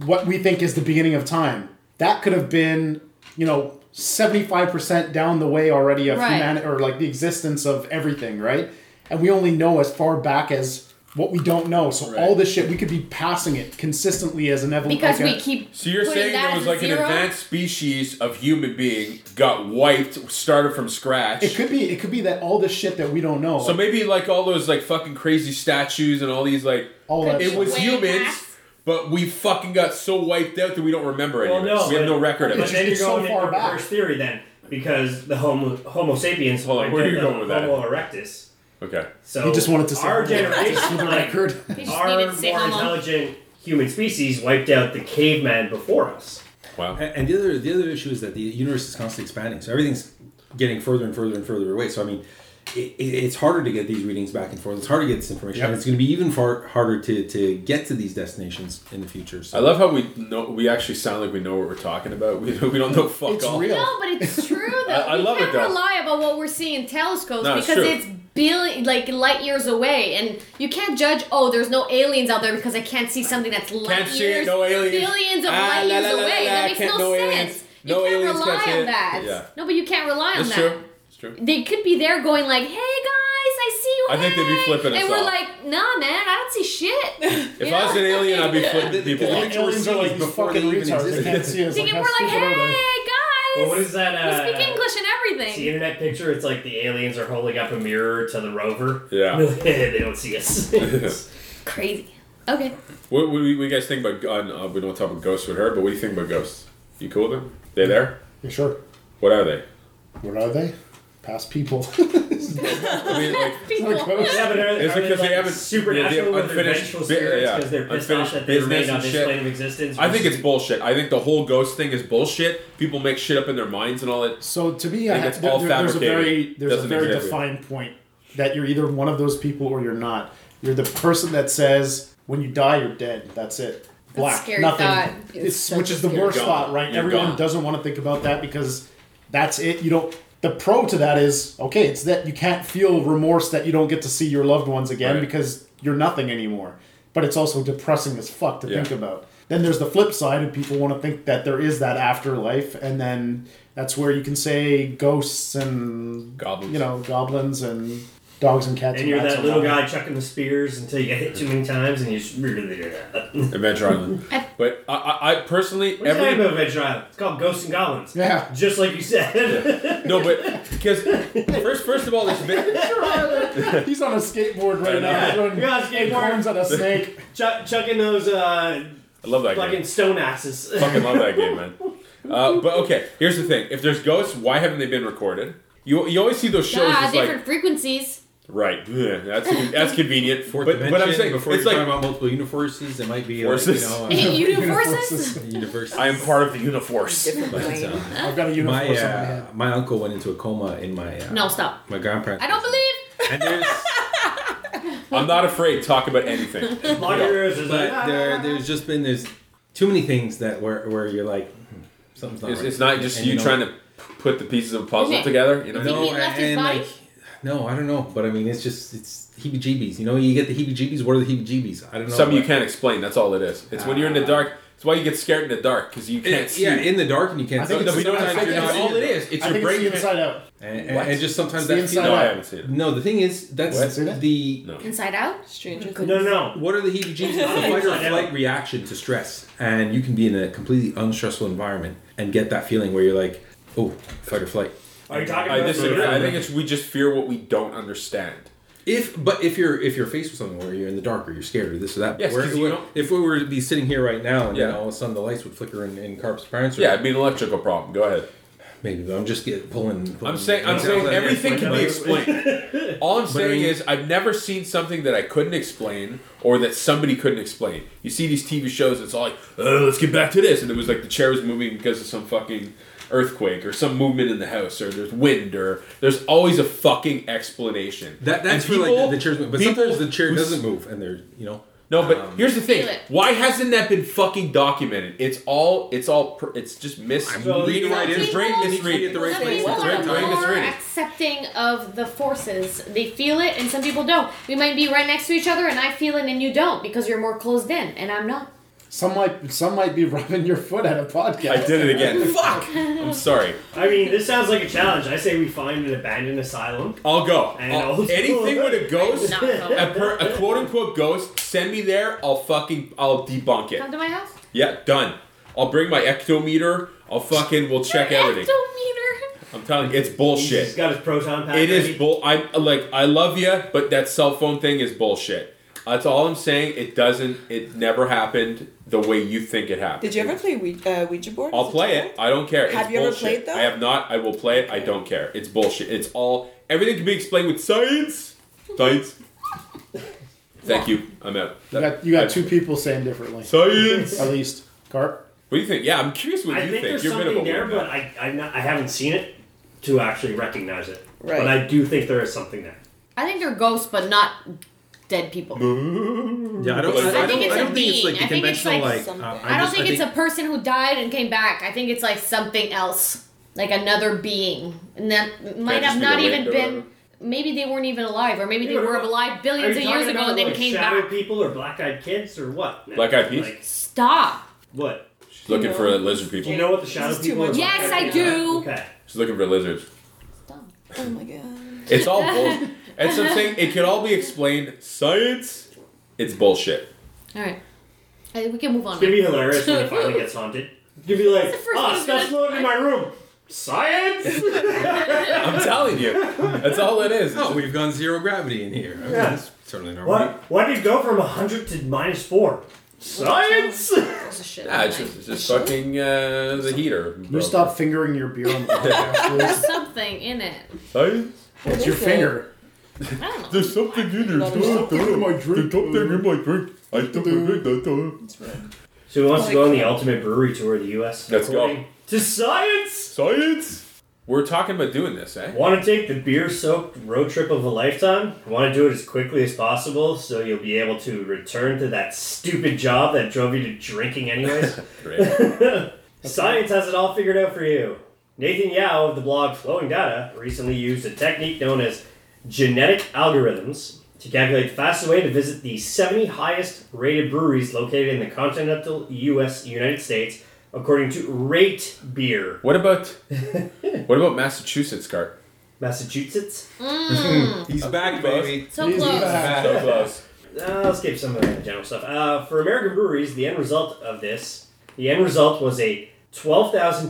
[SPEAKER 6] what we think is the beginning of time. That could have been you know seventy five percent down the way already of
[SPEAKER 8] Right.
[SPEAKER 6] humanity or like the existence of everything, right? And we only know as far back as what we don't know. So all this shit, we could be passing it consistently as an evolution.
[SPEAKER 8] because we keep.
[SPEAKER 9] So you're
[SPEAKER 8] putting
[SPEAKER 9] saying
[SPEAKER 8] that
[SPEAKER 9] there
[SPEAKER 8] as
[SPEAKER 9] was
[SPEAKER 8] a
[SPEAKER 9] like an
[SPEAKER 8] zero?
[SPEAKER 9] advanced species of human being got wiped, started from scratch.
[SPEAKER 6] It could be. It could be that all this shit that we don't know.
[SPEAKER 9] so maybe like all those like fucking crazy statues and all these like
[SPEAKER 6] all that.
[SPEAKER 9] it
[SPEAKER 6] shit.
[SPEAKER 9] was
[SPEAKER 8] Way
[SPEAKER 9] humans,
[SPEAKER 8] past.
[SPEAKER 9] but we fucking got so wiped out that we don't remember
[SPEAKER 5] Well,
[SPEAKER 9] anything.
[SPEAKER 5] no,
[SPEAKER 9] we have
[SPEAKER 5] but-
[SPEAKER 9] no record of
[SPEAKER 5] But
[SPEAKER 9] it.
[SPEAKER 5] then you're
[SPEAKER 6] It's so
[SPEAKER 5] going
[SPEAKER 6] far
[SPEAKER 5] into
[SPEAKER 6] back.
[SPEAKER 5] reverse theory then, because the Homo, homo sapiens
[SPEAKER 9] Hold on,
[SPEAKER 5] were
[SPEAKER 9] where are
[SPEAKER 5] the
[SPEAKER 9] you going with that?
[SPEAKER 5] Homo erectus.
[SPEAKER 9] Okay,
[SPEAKER 5] So
[SPEAKER 6] He just wanted to say
[SPEAKER 5] our
[SPEAKER 6] homo erectus
[SPEAKER 5] generation,
[SPEAKER 6] for the
[SPEAKER 5] like,
[SPEAKER 6] record.
[SPEAKER 8] just
[SPEAKER 5] our
[SPEAKER 8] needed
[SPEAKER 5] more
[SPEAKER 8] to say homo.
[SPEAKER 5] intelligent human species wiped out the caveman before us.
[SPEAKER 9] wow.
[SPEAKER 7] And, and the other the other issue is that the universe is constantly expanding, so everything's getting further and further and further away. So I mean, it, it, it's harder to get these readings back and forth. It's harder to get this information,
[SPEAKER 6] Yep.
[SPEAKER 7] and it's going to be even far harder to, to get to these destinations in the future. So
[SPEAKER 9] I love how we know we actually sound like we know what we're talking about. We, we don't know fuck
[SPEAKER 6] It's
[SPEAKER 9] all.
[SPEAKER 6] real.
[SPEAKER 8] No, but it's true though.
[SPEAKER 9] I- I
[SPEAKER 8] we
[SPEAKER 9] love it,
[SPEAKER 8] can't
[SPEAKER 9] though.
[SPEAKER 8] rely about what we're seeing in telescopes
[SPEAKER 9] No, it's
[SPEAKER 8] because
[SPEAKER 9] true.
[SPEAKER 8] it's billion like light years away, and you can't judge. Oh, there's no aliens out there because I can't see something that's light
[SPEAKER 9] Can't see it,
[SPEAKER 8] years,
[SPEAKER 9] no aliens.
[SPEAKER 8] billions of
[SPEAKER 9] Ah,
[SPEAKER 8] light
[SPEAKER 9] la,
[SPEAKER 8] years
[SPEAKER 9] la, la,
[SPEAKER 8] away.
[SPEAKER 9] la, la,
[SPEAKER 8] that makes
[SPEAKER 9] can't-
[SPEAKER 8] no,
[SPEAKER 9] no
[SPEAKER 8] sense.
[SPEAKER 9] aliens.
[SPEAKER 8] You
[SPEAKER 9] No
[SPEAKER 8] can't
[SPEAKER 9] aliens,
[SPEAKER 8] rely
[SPEAKER 9] can't see
[SPEAKER 8] on
[SPEAKER 9] it.
[SPEAKER 8] that.
[SPEAKER 9] Yeah.
[SPEAKER 8] No, but you can't rely on
[SPEAKER 9] That's
[SPEAKER 8] that.
[SPEAKER 9] true. It's true.
[SPEAKER 8] They could be there going like, "Hey guys, I see you."
[SPEAKER 9] I think they'd be
[SPEAKER 8] hey."
[SPEAKER 9] flipping us
[SPEAKER 8] And we're
[SPEAKER 9] off.
[SPEAKER 8] like, "Nah, man, I don't see shit."
[SPEAKER 9] If I was an alien, I'd be flipping people
[SPEAKER 7] Because the aliens
[SPEAKER 9] off.
[SPEAKER 7] are like before they even
[SPEAKER 6] They
[SPEAKER 7] existed.
[SPEAKER 6] can't see us.
[SPEAKER 8] Thinking
[SPEAKER 6] Like,
[SPEAKER 8] we're
[SPEAKER 6] how
[SPEAKER 8] like,
[SPEAKER 6] stupid
[SPEAKER 8] "Hey
[SPEAKER 6] are they?
[SPEAKER 8] guys,
[SPEAKER 5] Well, what is that?
[SPEAKER 8] we
[SPEAKER 5] Uh,
[SPEAKER 8] speak English and everything."
[SPEAKER 5] The internet picture, it's like the aliens are holding up a mirror to the rover.
[SPEAKER 9] Yeah.
[SPEAKER 5] they don't see us. It's-
[SPEAKER 8] Crazy. Okay.
[SPEAKER 9] What, what, do you- what do you guys think about? gun- Uh, we don't talk about ghosts with her, but what do you think about ghosts? You cool with them? They there?
[SPEAKER 6] Yeah, sure.
[SPEAKER 9] What are they?
[SPEAKER 6] What are they? Past people.
[SPEAKER 9] I mean, like,
[SPEAKER 8] People.
[SPEAKER 6] Ghosts.
[SPEAKER 5] yeah, but are,
[SPEAKER 9] It's
[SPEAKER 5] are
[SPEAKER 9] because they
[SPEAKER 5] they, like,
[SPEAKER 9] haven't- yeah,
[SPEAKER 5] supernatural
[SPEAKER 9] they have
[SPEAKER 5] with their
[SPEAKER 9] unfinished
[SPEAKER 5] vengeful
[SPEAKER 9] bit-
[SPEAKER 5] spirits
[SPEAKER 9] yeah,
[SPEAKER 5] because they're pissed
[SPEAKER 9] unfinished
[SPEAKER 5] off that they
[SPEAKER 9] business
[SPEAKER 5] remain on
[SPEAKER 9] and
[SPEAKER 5] this
[SPEAKER 9] shit.
[SPEAKER 5] plane of existence.
[SPEAKER 9] I think it's
[SPEAKER 5] versus-
[SPEAKER 9] bullshit. I think the whole ghost thing is bullshit. People make shit up in their minds and all that.
[SPEAKER 6] So to me, I
[SPEAKER 9] think it's
[SPEAKER 6] there-
[SPEAKER 9] all
[SPEAKER 6] there- there's a
[SPEAKER 9] fabricated.
[SPEAKER 6] very there's
[SPEAKER 9] Doesn't
[SPEAKER 6] a very
[SPEAKER 9] exist.
[SPEAKER 6] defined point that you're either one of those people or you're not. You're the person that says when you die, you're dead. That's it. Black.
[SPEAKER 8] scary
[SPEAKER 6] Nothing.
[SPEAKER 8] thought.
[SPEAKER 6] It's,
[SPEAKER 8] It's
[SPEAKER 6] which
[SPEAKER 8] such
[SPEAKER 6] is
[SPEAKER 8] a
[SPEAKER 6] the
[SPEAKER 8] scary
[SPEAKER 6] worst
[SPEAKER 9] thought.
[SPEAKER 6] thought, right?
[SPEAKER 9] You're
[SPEAKER 6] Everyone
[SPEAKER 9] gone.
[SPEAKER 6] doesn't want to think about that because that's it. You don't. The pro to that is okay. It's that you can't feel remorse that you don't get to see your loved ones again
[SPEAKER 9] Right.
[SPEAKER 6] because you're nothing anymore. But it's also depressing as fuck to
[SPEAKER 9] Yeah.
[SPEAKER 6] think about. Then there's the flip side, and people want to think that there is that afterlife, and then That's where you can say ghosts and
[SPEAKER 9] Goblins.
[SPEAKER 6] you know goblins and dogs and cats.
[SPEAKER 5] And you're
[SPEAKER 6] rats
[SPEAKER 5] that little
[SPEAKER 6] whatnot.
[SPEAKER 5] guy chucking the spears until you get hit too many times and you just really
[SPEAKER 9] Adventure Island. But I, I, I personally
[SPEAKER 5] What's the name
[SPEAKER 9] every
[SPEAKER 5] of Adventure Island? It's called Ghosts and Goblins.
[SPEAKER 6] Yeah.
[SPEAKER 5] Just like you said.
[SPEAKER 9] no, but because first, first of all, there's a bit.
[SPEAKER 6] He's on a skateboard right now.
[SPEAKER 5] Yeah.
[SPEAKER 6] throwing
[SPEAKER 5] You're on a skateboard.
[SPEAKER 6] acorns at a snake.
[SPEAKER 5] Chuck, chucking those uh,
[SPEAKER 9] I love that
[SPEAKER 5] fucking
[SPEAKER 9] game.
[SPEAKER 5] stone axes.
[SPEAKER 9] Fucking love that game, man. Uh, but okay, here's the thing: if there's ghosts, why haven't they been recorded? You, you always see those shows.
[SPEAKER 8] Ah,
[SPEAKER 9] it's
[SPEAKER 8] different
[SPEAKER 9] like
[SPEAKER 8] frequencies.
[SPEAKER 9] right, bleh, that's that's convenient.
[SPEAKER 7] Fourth
[SPEAKER 9] but,
[SPEAKER 7] dimension.
[SPEAKER 9] but I'm saying
[SPEAKER 7] before
[SPEAKER 9] it's
[SPEAKER 7] you're
[SPEAKER 9] like
[SPEAKER 7] talking about multiple universes, it might be
[SPEAKER 9] Forces?
[SPEAKER 7] like, you know, uh,
[SPEAKER 8] Universes?
[SPEAKER 7] universe.
[SPEAKER 9] I am part of the universe.
[SPEAKER 10] Different
[SPEAKER 7] But,
[SPEAKER 10] plane.
[SPEAKER 7] uh,
[SPEAKER 6] I've got a uniform
[SPEAKER 7] my
[SPEAKER 6] on my head.
[SPEAKER 7] uh, my uncle went into a coma in my uh,
[SPEAKER 8] No, stop.
[SPEAKER 7] my grandparents.
[SPEAKER 8] I don't believe.
[SPEAKER 7] And there's
[SPEAKER 9] I'm not afraid to talk about anything.
[SPEAKER 5] Lock your ears. It's like,
[SPEAKER 7] but there there's just been there's too many things that where where you're like hmm, something's not.
[SPEAKER 9] It's,
[SPEAKER 7] right.
[SPEAKER 9] it's not just
[SPEAKER 7] And
[SPEAKER 9] you
[SPEAKER 7] know-
[SPEAKER 9] trying to put the pieces of a puzzle
[SPEAKER 8] Okay.
[SPEAKER 9] together. You know,
[SPEAKER 8] Think he left his body?
[SPEAKER 7] no, I don't know, but I mean, it's just it's heebie-jeebies. You know, you get the heebie-jeebies. What are the heebie-jeebies? I don't know.
[SPEAKER 9] some you
[SPEAKER 7] but-
[SPEAKER 9] can't explain. That's all it is. It's when you're in the dark. It's why you get scared in the dark because you can't
[SPEAKER 7] It-
[SPEAKER 9] see.
[SPEAKER 7] yeah, in the dark and you can't.
[SPEAKER 6] I think
[SPEAKER 7] see.
[SPEAKER 6] it's-
[SPEAKER 7] No, but
[SPEAKER 9] I
[SPEAKER 7] sometimes
[SPEAKER 9] think
[SPEAKER 7] you're
[SPEAKER 9] it's
[SPEAKER 7] not
[SPEAKER 9] all
[SPEAKER 7] in
[SPEAKER 9] it
[SPEAKER 7] the
[SPEAKER 9] is.
[SPEAKER 7] dark.
[SPEAKER 9] It's
[SPEAKER 6] I
[SPEAKER 9] your
[SPEAKER 6] think
[SPEAKER 9] brain.
[SPEAKER 6] it's the inside out.
[SPEAKER 7] And, and-
[SPEAKER 9] What?
[SPEAKER 7] and just sometimes
[SPEAKER 6] the
[SPEAKER 7] that's
[SPEAKER 6] inside
[SPEAKER 9] no, I
[SPEAKER 6] out.
[SPEAKER 9] haven't seen it.
[SPEAKER 7] no. The thing is,
[SPEAKER 9] What?
[SPEAKER 7] that's
[SPEAKER 6] Seen it?
[SPEAKER 7] the
[SPEAKER 9] No.
[SPEAKER 8] Inside out?
[SPEAKER 10] Stranger
[SPEAKER 5] no,
[SPEAKER 10] Things.
[SPEAKER 5] no.
[SPEAKER 7] What are the heebie-jeebies? It's the fight or flight reaction to stress, and you can be in a completely unstressful environment and get that feeling where you're like, "Oh, fight or flight."
[SPEAKER 5] Are you talking
[SPEAKER 9] I
[SPEAKER 5] about
[SPEAKER 9] disagree. I think it's we just fear what we don't understand.
[SPEAKER 7] If but if you're if you're faced with something where you're in the dark or you're scared or this or that,
[SPEAKER 9] Yes,
[SPEAKER 7] where-
[SPEAKER 9] 'cause you
[SPEAKER 7] where-
[SPEAKER 9] don't-
[SPEAKER 7] if we were to be sitting here right now and
[SPEAKER 9] Yeah.
[SPEAKER 7] then all of a sudden the lights would flicker in, in Carp's parents, room,
[SPEAKER 9] Yeah, it'd be an electrical problem. Go ahead.
[SPEAKER 7] maybe but I'm just get, pulling, pulling.
[SPEAKER 9] I'm saying I'm saying
[SPEAKER 7] Yeah.
[SPEAKER 9] everything can be
[SPEAKER 7] Like,
[SPEAKER 9] explained. All I'm saying
[SPEAKER 7] I mean-
[SPEAKER 9] is I've never seen something that I couldn't explain or that somebody couldn't explain. You see these TV shows, it's all like, oh, let's get back to this, and it was like the chair was moving because of some fucking earthquake or some movement in the house or there's wind or there's always a fucking explanation.
[SPEAKER 7] That, that's
[SPEAKER 9] And
[SPEAKER 7] for like
[SPEAKER 9] people-
[SPEAKER 7] the, the chair's move, but
[SPEAKER 9] people
[SPEAKER 7] sometimes the chair
[SPEAKER 9] who s-
[SPEAKER 7] doesn't move and they're you know.
[SPEAKER 9] No, but
[SPEAKER 7] um,
[SPEAKER 9] here's the thing.
[SPEAKER 8] Feel it.
[SPEAKER 9] Why hasn't that been fucking documented? It's all it's all pr- it's just mis-
[SPEAKER 5] So
[SPEAKER 9] leading
[SPEAKER 5] you-
[SPEAKER 9] right in
[SPEAKER 8] People-
[SPEAKER 9] straight
[SPEAKER 7] At the right
[SPEAKER 8] Some
[SPEAKER 7] place,
[SPEAKER 8] people
[SPEAKER 7] at the
[SPEAKER 8] are
[SPEAKER 7] right time,
[SPEAKER 9] it's
[SPEAKER 8] more
[SPEAKER 9] ready.
[SPEAKER 8] accepting of the forces. They feel it, and some people don't. We might be right next to each other, and I feel it, and you don't because you're more closed in, and I'm not.
[SPEAKER 6] Some might some might be rubbing your foot at a podcast.
[SPEAKER 9] I did it again. Fuck. I'm sorry.
[SPEAKER 5] I mean, this sounds like a challenge. I say we find an abandoned asylum.
[SPEAKER 9] I'll go.
[SPEAKER 5] And
[SPEAKER 9] I'll-
[SPEAKER 5] also-
[SPEAKER 9] Oh, anything with a ghost,
[SPEAKER 8] Not
[SPEAKER 9] a,
[SPEAKER 8] going.
[SPEAKER 9] per, a quote unquote ghost, send me there. I'll fucking I'll debunk
[SPEAKER 8] Come
[SPEAKER 9] it.
[SPEAKER 8] to my house.
[SPEAKER 9] Yeah, done. I'll bring my ectometer. I'll fucking we'll check everything.
[SPEAKER 8] Ectometer.
[SPEAKER 9] I'm telling you, it's
[SPEAKER 5] He's
[SPEAKER 9] bullshit.
[SPEAKER 5] got his proton pack.
[SPEAKER 9] It
[SPEAKER 5] ready.
[SPEAKER 9] is bull. I'm like I love you, but that cell phone thing is bullshit. That's all I'm saying. It doesn't. It never happened the way you think it happened.
[SPEAKER 10] Did you ever play Ouija, uh, Ouija board? as
[SPEAKER 9] I'll
[SPEAKER 10] a
[SPEAKER 9] play
[SPEAKER 10] child?
[SPEAKER 9] it. I don't care.
[SPEAKER 10] Have
[SPEAKER 9] it's
[SPEAKER 10] you ever
[SPEAKER 9] bullshit.
[SPEAKER 10] played, though?
[SPEAKER 9] I have not. I will play it. I don't care. It's bullshit. It's all everything can be explained with science. Science. Thank you. I'm out.
[SPEAKER 6] You got, you got two people saying differently.
[SPEAKER 9] Science.
[SPEAKER 6] At least Carp.
[SPEAKER 9] What do you think? Yeah, I'm curious what
[SPEAKER 5] I
[SPEAKER 9] you
[SPEAKER 5] think there's
[SPEAKER 9] You're a bit of a
[SPEAKER 5] something there,
[SPEAKER 9] weirdo.
[SPEAKER 5] but I I'm not, I haven't seen it to actually recognize it.
[SPEAKER 10] Right.
[SPEAKER 5] But I do think there is something there.
[SPEAKER 8] I think they're ghosts, but not dead people.
[SPEAKER 7] Yeah, I don't.
[SPEAKER 9] I
[SPEAKER 7] I,
[SPEAKER 9] think
[SPEAKER 7] don't.
[SPEAKER 8] it's
[SPEAKER 7] I
[SPEAKER 8] a
[SPEAKER 7] don't think it's
[SPEAKER 8] being.
[SPEAKER 7] like the
[SPEAKER 8] I think it's
[SPEAKER 7] conventional
[SPEAKER 8] like
[SPEAKER 7] like.
[SPEAKER 10] something.
[SPEAKER 7] uh,
[SPEAKER 8] I, don't
[SPEAKER 7] just-
[SPEAKER 8] think, it's a person who died and came back. I think it's like something else, like another being, and that might
[SPEAKER 9] just
[SPEAKER 8] have
[SPEAKER 9] be
[SPEAKER 8] not
[SPEAKER 9] the
[SPEAKER 8] even
[SPEAKER 9] wind or
[SPEAKER 8] been.
[SPEAKER 9] whatever.
[SPEAKER 8] Maybe they weren't even alive, or maybe they
[SPEAKER 5] Yeah, but
[SPEAKER 8] were
[SPEAKER 5] what-
[SPEAKER 8] alive
[SPEAKER 5] Are
[SPEAKER 8] billions
[SPEAKER 5] you
[SPEAKER 8] of
[SPEAKER 5] talking
[SPEAKER 8] years ago
[SPEAKER 5] about,
[SPEAKER 8] and then
[SPEAKER 5] like,
[SPEAKER 8] came
[SPEAKER 5] shadow
[SPEAKER 8] back.
[SPEAKER 5] people or black-eyed kids or what?
[SPEAKER 9] Black-eyed peas?
[SPEAKER 5] Like,
[SPEAKER 8] Stop.
[SPEAKER 5] what?
[SPEAKER 9] She's looking for lizard
[SPEAKER 5] Do
[SPEAKER 9] people.
[SPEAKER 5] you know what the shadow
[SPEAKER 10] This is too
[SPEAKER 5] people? are?
[SPEAKER 10] much.
[SPEAKER 8] Yes, I do.
[SPEAKER 5] Okay.
[SPEAKER 9] She's looking for lizards.
[SPEAKER 8] Stop.
[SPEAKER 10] Oh my god.
[SPEAKER 9] It's all bullshit. That's what I'm saying. It can all be explained. Science. It's bullshit.
[SPEAKER 8] All right. I think we can move on.
[SPEAKER 5] It's gonna be hilarious when it finally gets haunted. You'll be like,
[SPEAKER 8] That's the first
[SPEAKER 5] ah,
[SPEAKER 8] thing
[SPEAKER 5] stuff's
[SPEAKER 8] that-
[SPEAKER 5] loaded in my room. Science.
[SPEAKER 9] I'm telling you. That's all it is.
[SPEAKER 7] Oh, we've gone zero gravity in here. I mean,
[SPEAKER 5] Yeah.
[SPEAKER 7] It's certainly normal.
[SPEAKER 5] What? Why did it go from 100 to minus 4? Science!
[SPEAKER 8] That's the shit.
[SPEAKER 9] Nah, Ah, it's just, it's just fucking uh, the heater.
[SPEAKER 6] You
[SPEAKER 9] broke.
[SPEAKER 6] stop fingering your beer on the podcast.
[SPEAKER 8] There's something in it.
[SPEAKER 9] Science.
[SPEAKER 6] It's your finger.
[SPEAKER 8] I don't know.
[SPEAKER 9] There's something in here.
[SPEAKER 10] There's
[SPEAKER 6] something in my drink.
[SPEAKER 9] There's something in my drink. I took my drink that time.
[SPEAKER 5] So he wants
[SPEAKER 8] Oh
[SPEAKER 5] to go on the ultimate brewery tour of the U.S.
[SPEAKER 9] Let's go.
[SPEAKER 5] According To science!
[SPEAKER 9] Science. We're talking about doing this, eh?
[SPEAKER 5] Want to take the beer soaked road trip of a lifetime? Want to do it as quickly as possible so you'll be able to return to that stupid job that drove you to drinking, anyways?
[SPEAKER 9] Great.
[SPEAKER 5] Science has it all figured out for you. Nathan Yao of the blog Flowing Data recently used a technique known as genetic algorithms to calculate the fastest way to visit the 70 highest rated breweries located in the continental US United States according to Rate Beer,
[SPEAKER 9] What about what about Massachusetts, Cart?
[SPEAKER 5] Massachusetts.
[SPEAKER 7] He's back,
[SPEAKER 9] close.
[SPEAKER 7] baby.
[SPEAKER 11] So close.
[SPEAKER 9] So close.
[SPEAKER 5] Uh, I'll skip some of the general stuff. Uh, for American breweries, the end result of this, the end result was a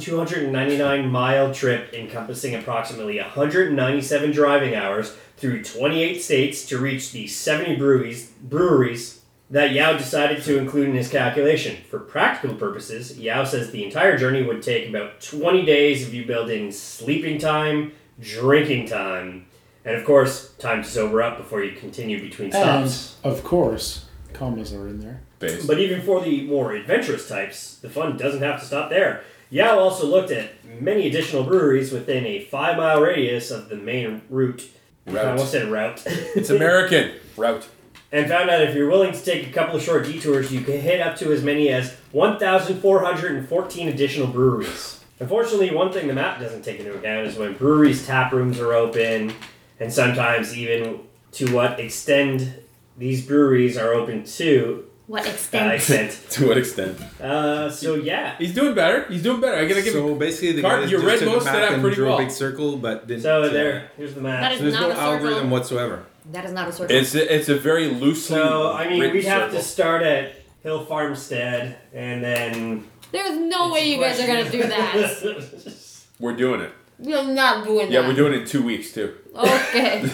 [SPEAKER 5] 12,299 mile trip encompassing approximately 197 driving hours through 28 states to reach the 70 breweries, breweries that Yao decided to include in his calculation. For practical purposes, Yao says the entire journey would take about 20 days if you build in sleeping time, drinking time, and of course, time to sober up before you continue between stops.
[SPEAKER 6] And of course, commas are in there.
[SPEAKER 9] Based.
[SPEAKER 5] But even for the more adventurous types, the fun doesn't have to stop there. Yao also looked at many additional breweries within a five mile radius of the main route. I almost
[SPEAKER 9] Route.
[SPEAKER 5] said route.
[SPEAKER 9] It's American. Route.
[SPEAKER 5] and found out if you're willing to take a couple of short detours, you can hit up to as many as 1,414 additional breweries. Unfortunately, one thing the map doesn't take into account is when breweries' tap rooms are open, and sometimes even to what extend these breweries are open to.
[SPEAKER 8] What
[SPEAKER 5] Uh,
[SPEAKER 8] extent?
[SPEAKER 5] extent.
[SPEAKER 9] To what extent?
[SPEAKER 5] Uh, so yeah.
[SPEAKER 9] He's doing better. He's doing better. I gotta give
[SPEAKER 7] So
[SPEAKER 9] him.
[SPEAKER 7] basically, the
[SPEAKER 9] Cart,
[SPEAKER 7] guy
[SPEAKER 9] you
[SPEAKER 7] just
[SPEAKER 9] read
[SPEAKER 7] took a
[SPEAKER 9] most of
[SPEAKER 7] map
[SPEAKER 9] that
[SPEAKER 7] and
[SPEAKER 9] pretty
[SPEAKER 7] drew
[SPEAKER 9] well.
[SPEAKER 7] a big circle, but didn't.
[SPEAKER 5] So
[SPEAKER 7] uh,
[SPEAKER 5] there, here's the
[SPEAKER 8] That
[SPEAKER 5] map.
[SPEAKER 8] is
[SPEAKER 7] There's
[SPEAKER 8] not
[SPEAKER 7] no
[SPEAKER 8] a circle.
[SPEAKER 7] algorithm whatsoever.
[SPEAKER 8] That is not a circle.
[SPEAKER 9] It's a, it's a very loosely.
[SPEAKER 5] So I mean,
[SPEAKER 9] written
[SPEAKER 5] we'd have
[SPEAKER 9] circle.
[SPEAKER 5] to start at Hill Farmstead, and then
[SPEAKER 8] There's no way you guys are gonna do that.
[SPEAKER 9] We're doing it.
[SPEAKER 8] You're not doing
[SPEAKER 9] Yeah,
[SPEAKER 8] that.
[SPEAKER 9] we're doing it in two weeks too.
[SPEAKER 8] Okay.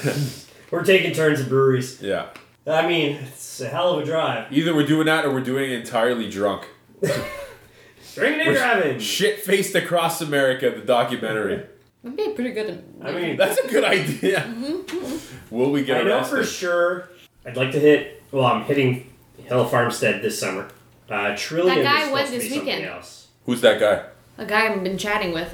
[SPEAKER 5] We're taking turns at breweries.
[SPEAKER 9] Yeah.
[SPEAKER 5] I mean, it's a hell of a drive.
[SPEAKER 9] Either we're doing that or we're doing it entirely drunk.
[SPEAKER 5] Drinking and driving.
[SPEAKER 9] Shit faced across America, the documentary.
[SPEAKER 8] That'd be pretty good. in-
[SPEAKER 5] I mean,
[SPEAKER 9] That's a good idea. Will we
[SPEAKER 5] I
[SPEAKER 9] get
[SPEAKER 5] know for
[SPEAKER 9] arrested?
[SPEAKER 5] sure. I'd like to hit. Well, I'm hitting Hill Farmstead this summer. Uh, Trillium
[SPEAKER 8] That guy
[SPEAKER 5] is
[SPEAKER 8] went
[SPEAKER 5] supposed to
[SPEAKER 8] this
[SPEAKER 5] be something
[SPEAKER 8] weekend.
[SPEAKER 5] else.
[SPEAKER 9] Who's that guy?
[SPEAKER 8] A guy I've been chatting with.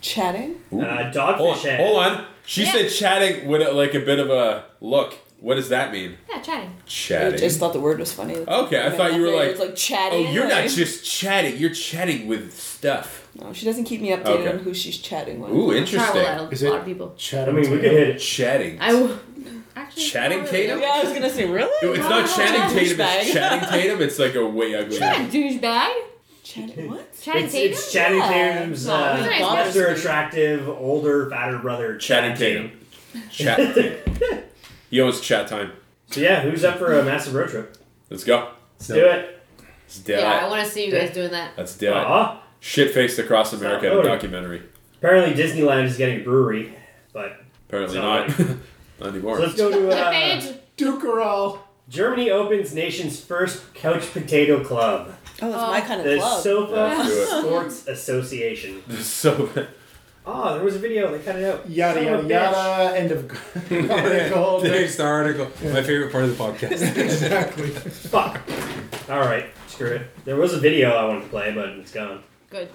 [SPEAKER 10] Chatting?
[SPEAKER 5] Uh,
[SPEAKER 9] Hold
[SPEAKER 5] Dogfish
[SPEAKER 9] on.
[SPEAKER 5] Head.
[SPEAKER 9] Hold on. She
[SPEAKER 8] Yeah.
[SPEAKER 9] said chatting with a, like a bit of a look. What does that mean?
[SPEAKER 8] Yeah, chatting.
[SPEAKER 10] I
[SPEAKER 9] Chatting.
[SPEAKER 10] just thought the word was funny.
[SPEAKER 9] Okay, I thought you were like,
[SPEAKER 10] it's like chatting.
[SPEAKER 9] oh, you're not
[SPEAKER 10] like-
[SPEAKER 9] just chatting. You're chatting with stuff.
[SPEAKER 10] No, she doesn't keep me updated
[SPEAKER 9] Okay.
[SPEAKER 10] on who she's chatting with.
[SPEAKER 9] Ooh,
[SPEAKER 8] Travel
[SPEAKER 9] interesting.
[SPEAKER 8] out
[SPEAKER 6] Is
[SPEAKER 8] a
[SPEAKER 6] it-
[SPEAKER 8] lot of people.
[SPEAKER 5] I
[SPEAKER 6] Chatting.
[SPEAKER 5] mean, we could hit it.
[SPEAKER 9] Chatting.
[SPEAKER 8] I w- actually
[SPEAKER 9] Chatting
[SPEAKER 8] probably-
[SPEAKER 9] Tatum?
[SPEAKER 10] Yeah, I was gonna say,
[SPEAKER 9] Dude,
[SPEAKER 10] really? Ah,
[SPEAKER 9] it's not Channing Tatum. It's
[SPEAKER 10] Douchebag.
[SPEAKER 9] Channing Tatum. It's like a way ugly.
[SPEAKER 8] Yeah, douchebag.
[SPEAKER 10] Chatting what?
[SPEAKER 8] Chatting
[SPEAKER 5] It's,
[SPEAKER 8] Tatum.
[SPEAKER 5] it's Channing
[SPEAKER 10] Yeah.
[SPEAKER 5] Tatum's
[SPEAKER 10] No,
[SPEAKER 5] uh,
[SPEAKER 8] it bothers
[SPEAKER 5] lesser
[SPEAKER 10] me.
[SPEAKER 5] attractive, older, fatter brother,
[SPEAKER 9] Channing Tatum. Chat Tatum. He owns chat time.
[SPEAKER 5] So yeah, who's up for a massive road trip?
[SPEAKER 9] Let's go.
[SPEAKER 5] Let's do it.
[SPEAKER 9] It's
[SPEAKER 8] yeah,
[SPEAKER 9] dead.
[SPEAKER 8] I want to see you guys doing that.
[SPEAKER 9] That's dead.
[SPEAKER 5] Aw.
[SPEAKER 9] Shit faced across America in a
[SPEAKER 5] loaded.
[SPEAKER 9] documentary.
[SPEAKER 5] Apparently Disneyland is getting a brewery, but
[SPEAKER 9] Apparently not.
[SPEAKER 5] It's not
[SPEAKER 9] not
[SPEAKER 5] so
[SPEAKER 9] anymore.
[SPEAKER 5] let's go to
[SPEAKER 8] Hey,
[SPEAKER 5] uh,
[SPEAKER 8] Paige.
[SPEAKER 6] Dukerel.
[SPEAKER 5] Germany opens nation's first couch potato club,
[SPEAKER 10] Oh, it's my kind of
[SPEAKER 5] the
[SPEAKER 10] club.
[SPEAKER 5] Sofa
[SPEAKER 9] Let's do it.
[SPEAKER 5] Sports Association.
[SPEAKER 9] so bad.
[SPEAKER 5] Oh, there was a video. They cut it out.
[SPEAKER 6] Yada
[SPEAKER 5] Son of
[SPEAKER 6] yada
[SPEAKER 5] a
[SPEAKER 6] yada. End of article.
[SPEAKER 7] Next article. My favorite part of the podcast.
[SPEAKER 6] exactly.
[SPEAKER 5] bitch. Fuck. All right, screw it. There was a video I wanted to play, but it's gone.
[SPEAKER 8] Good.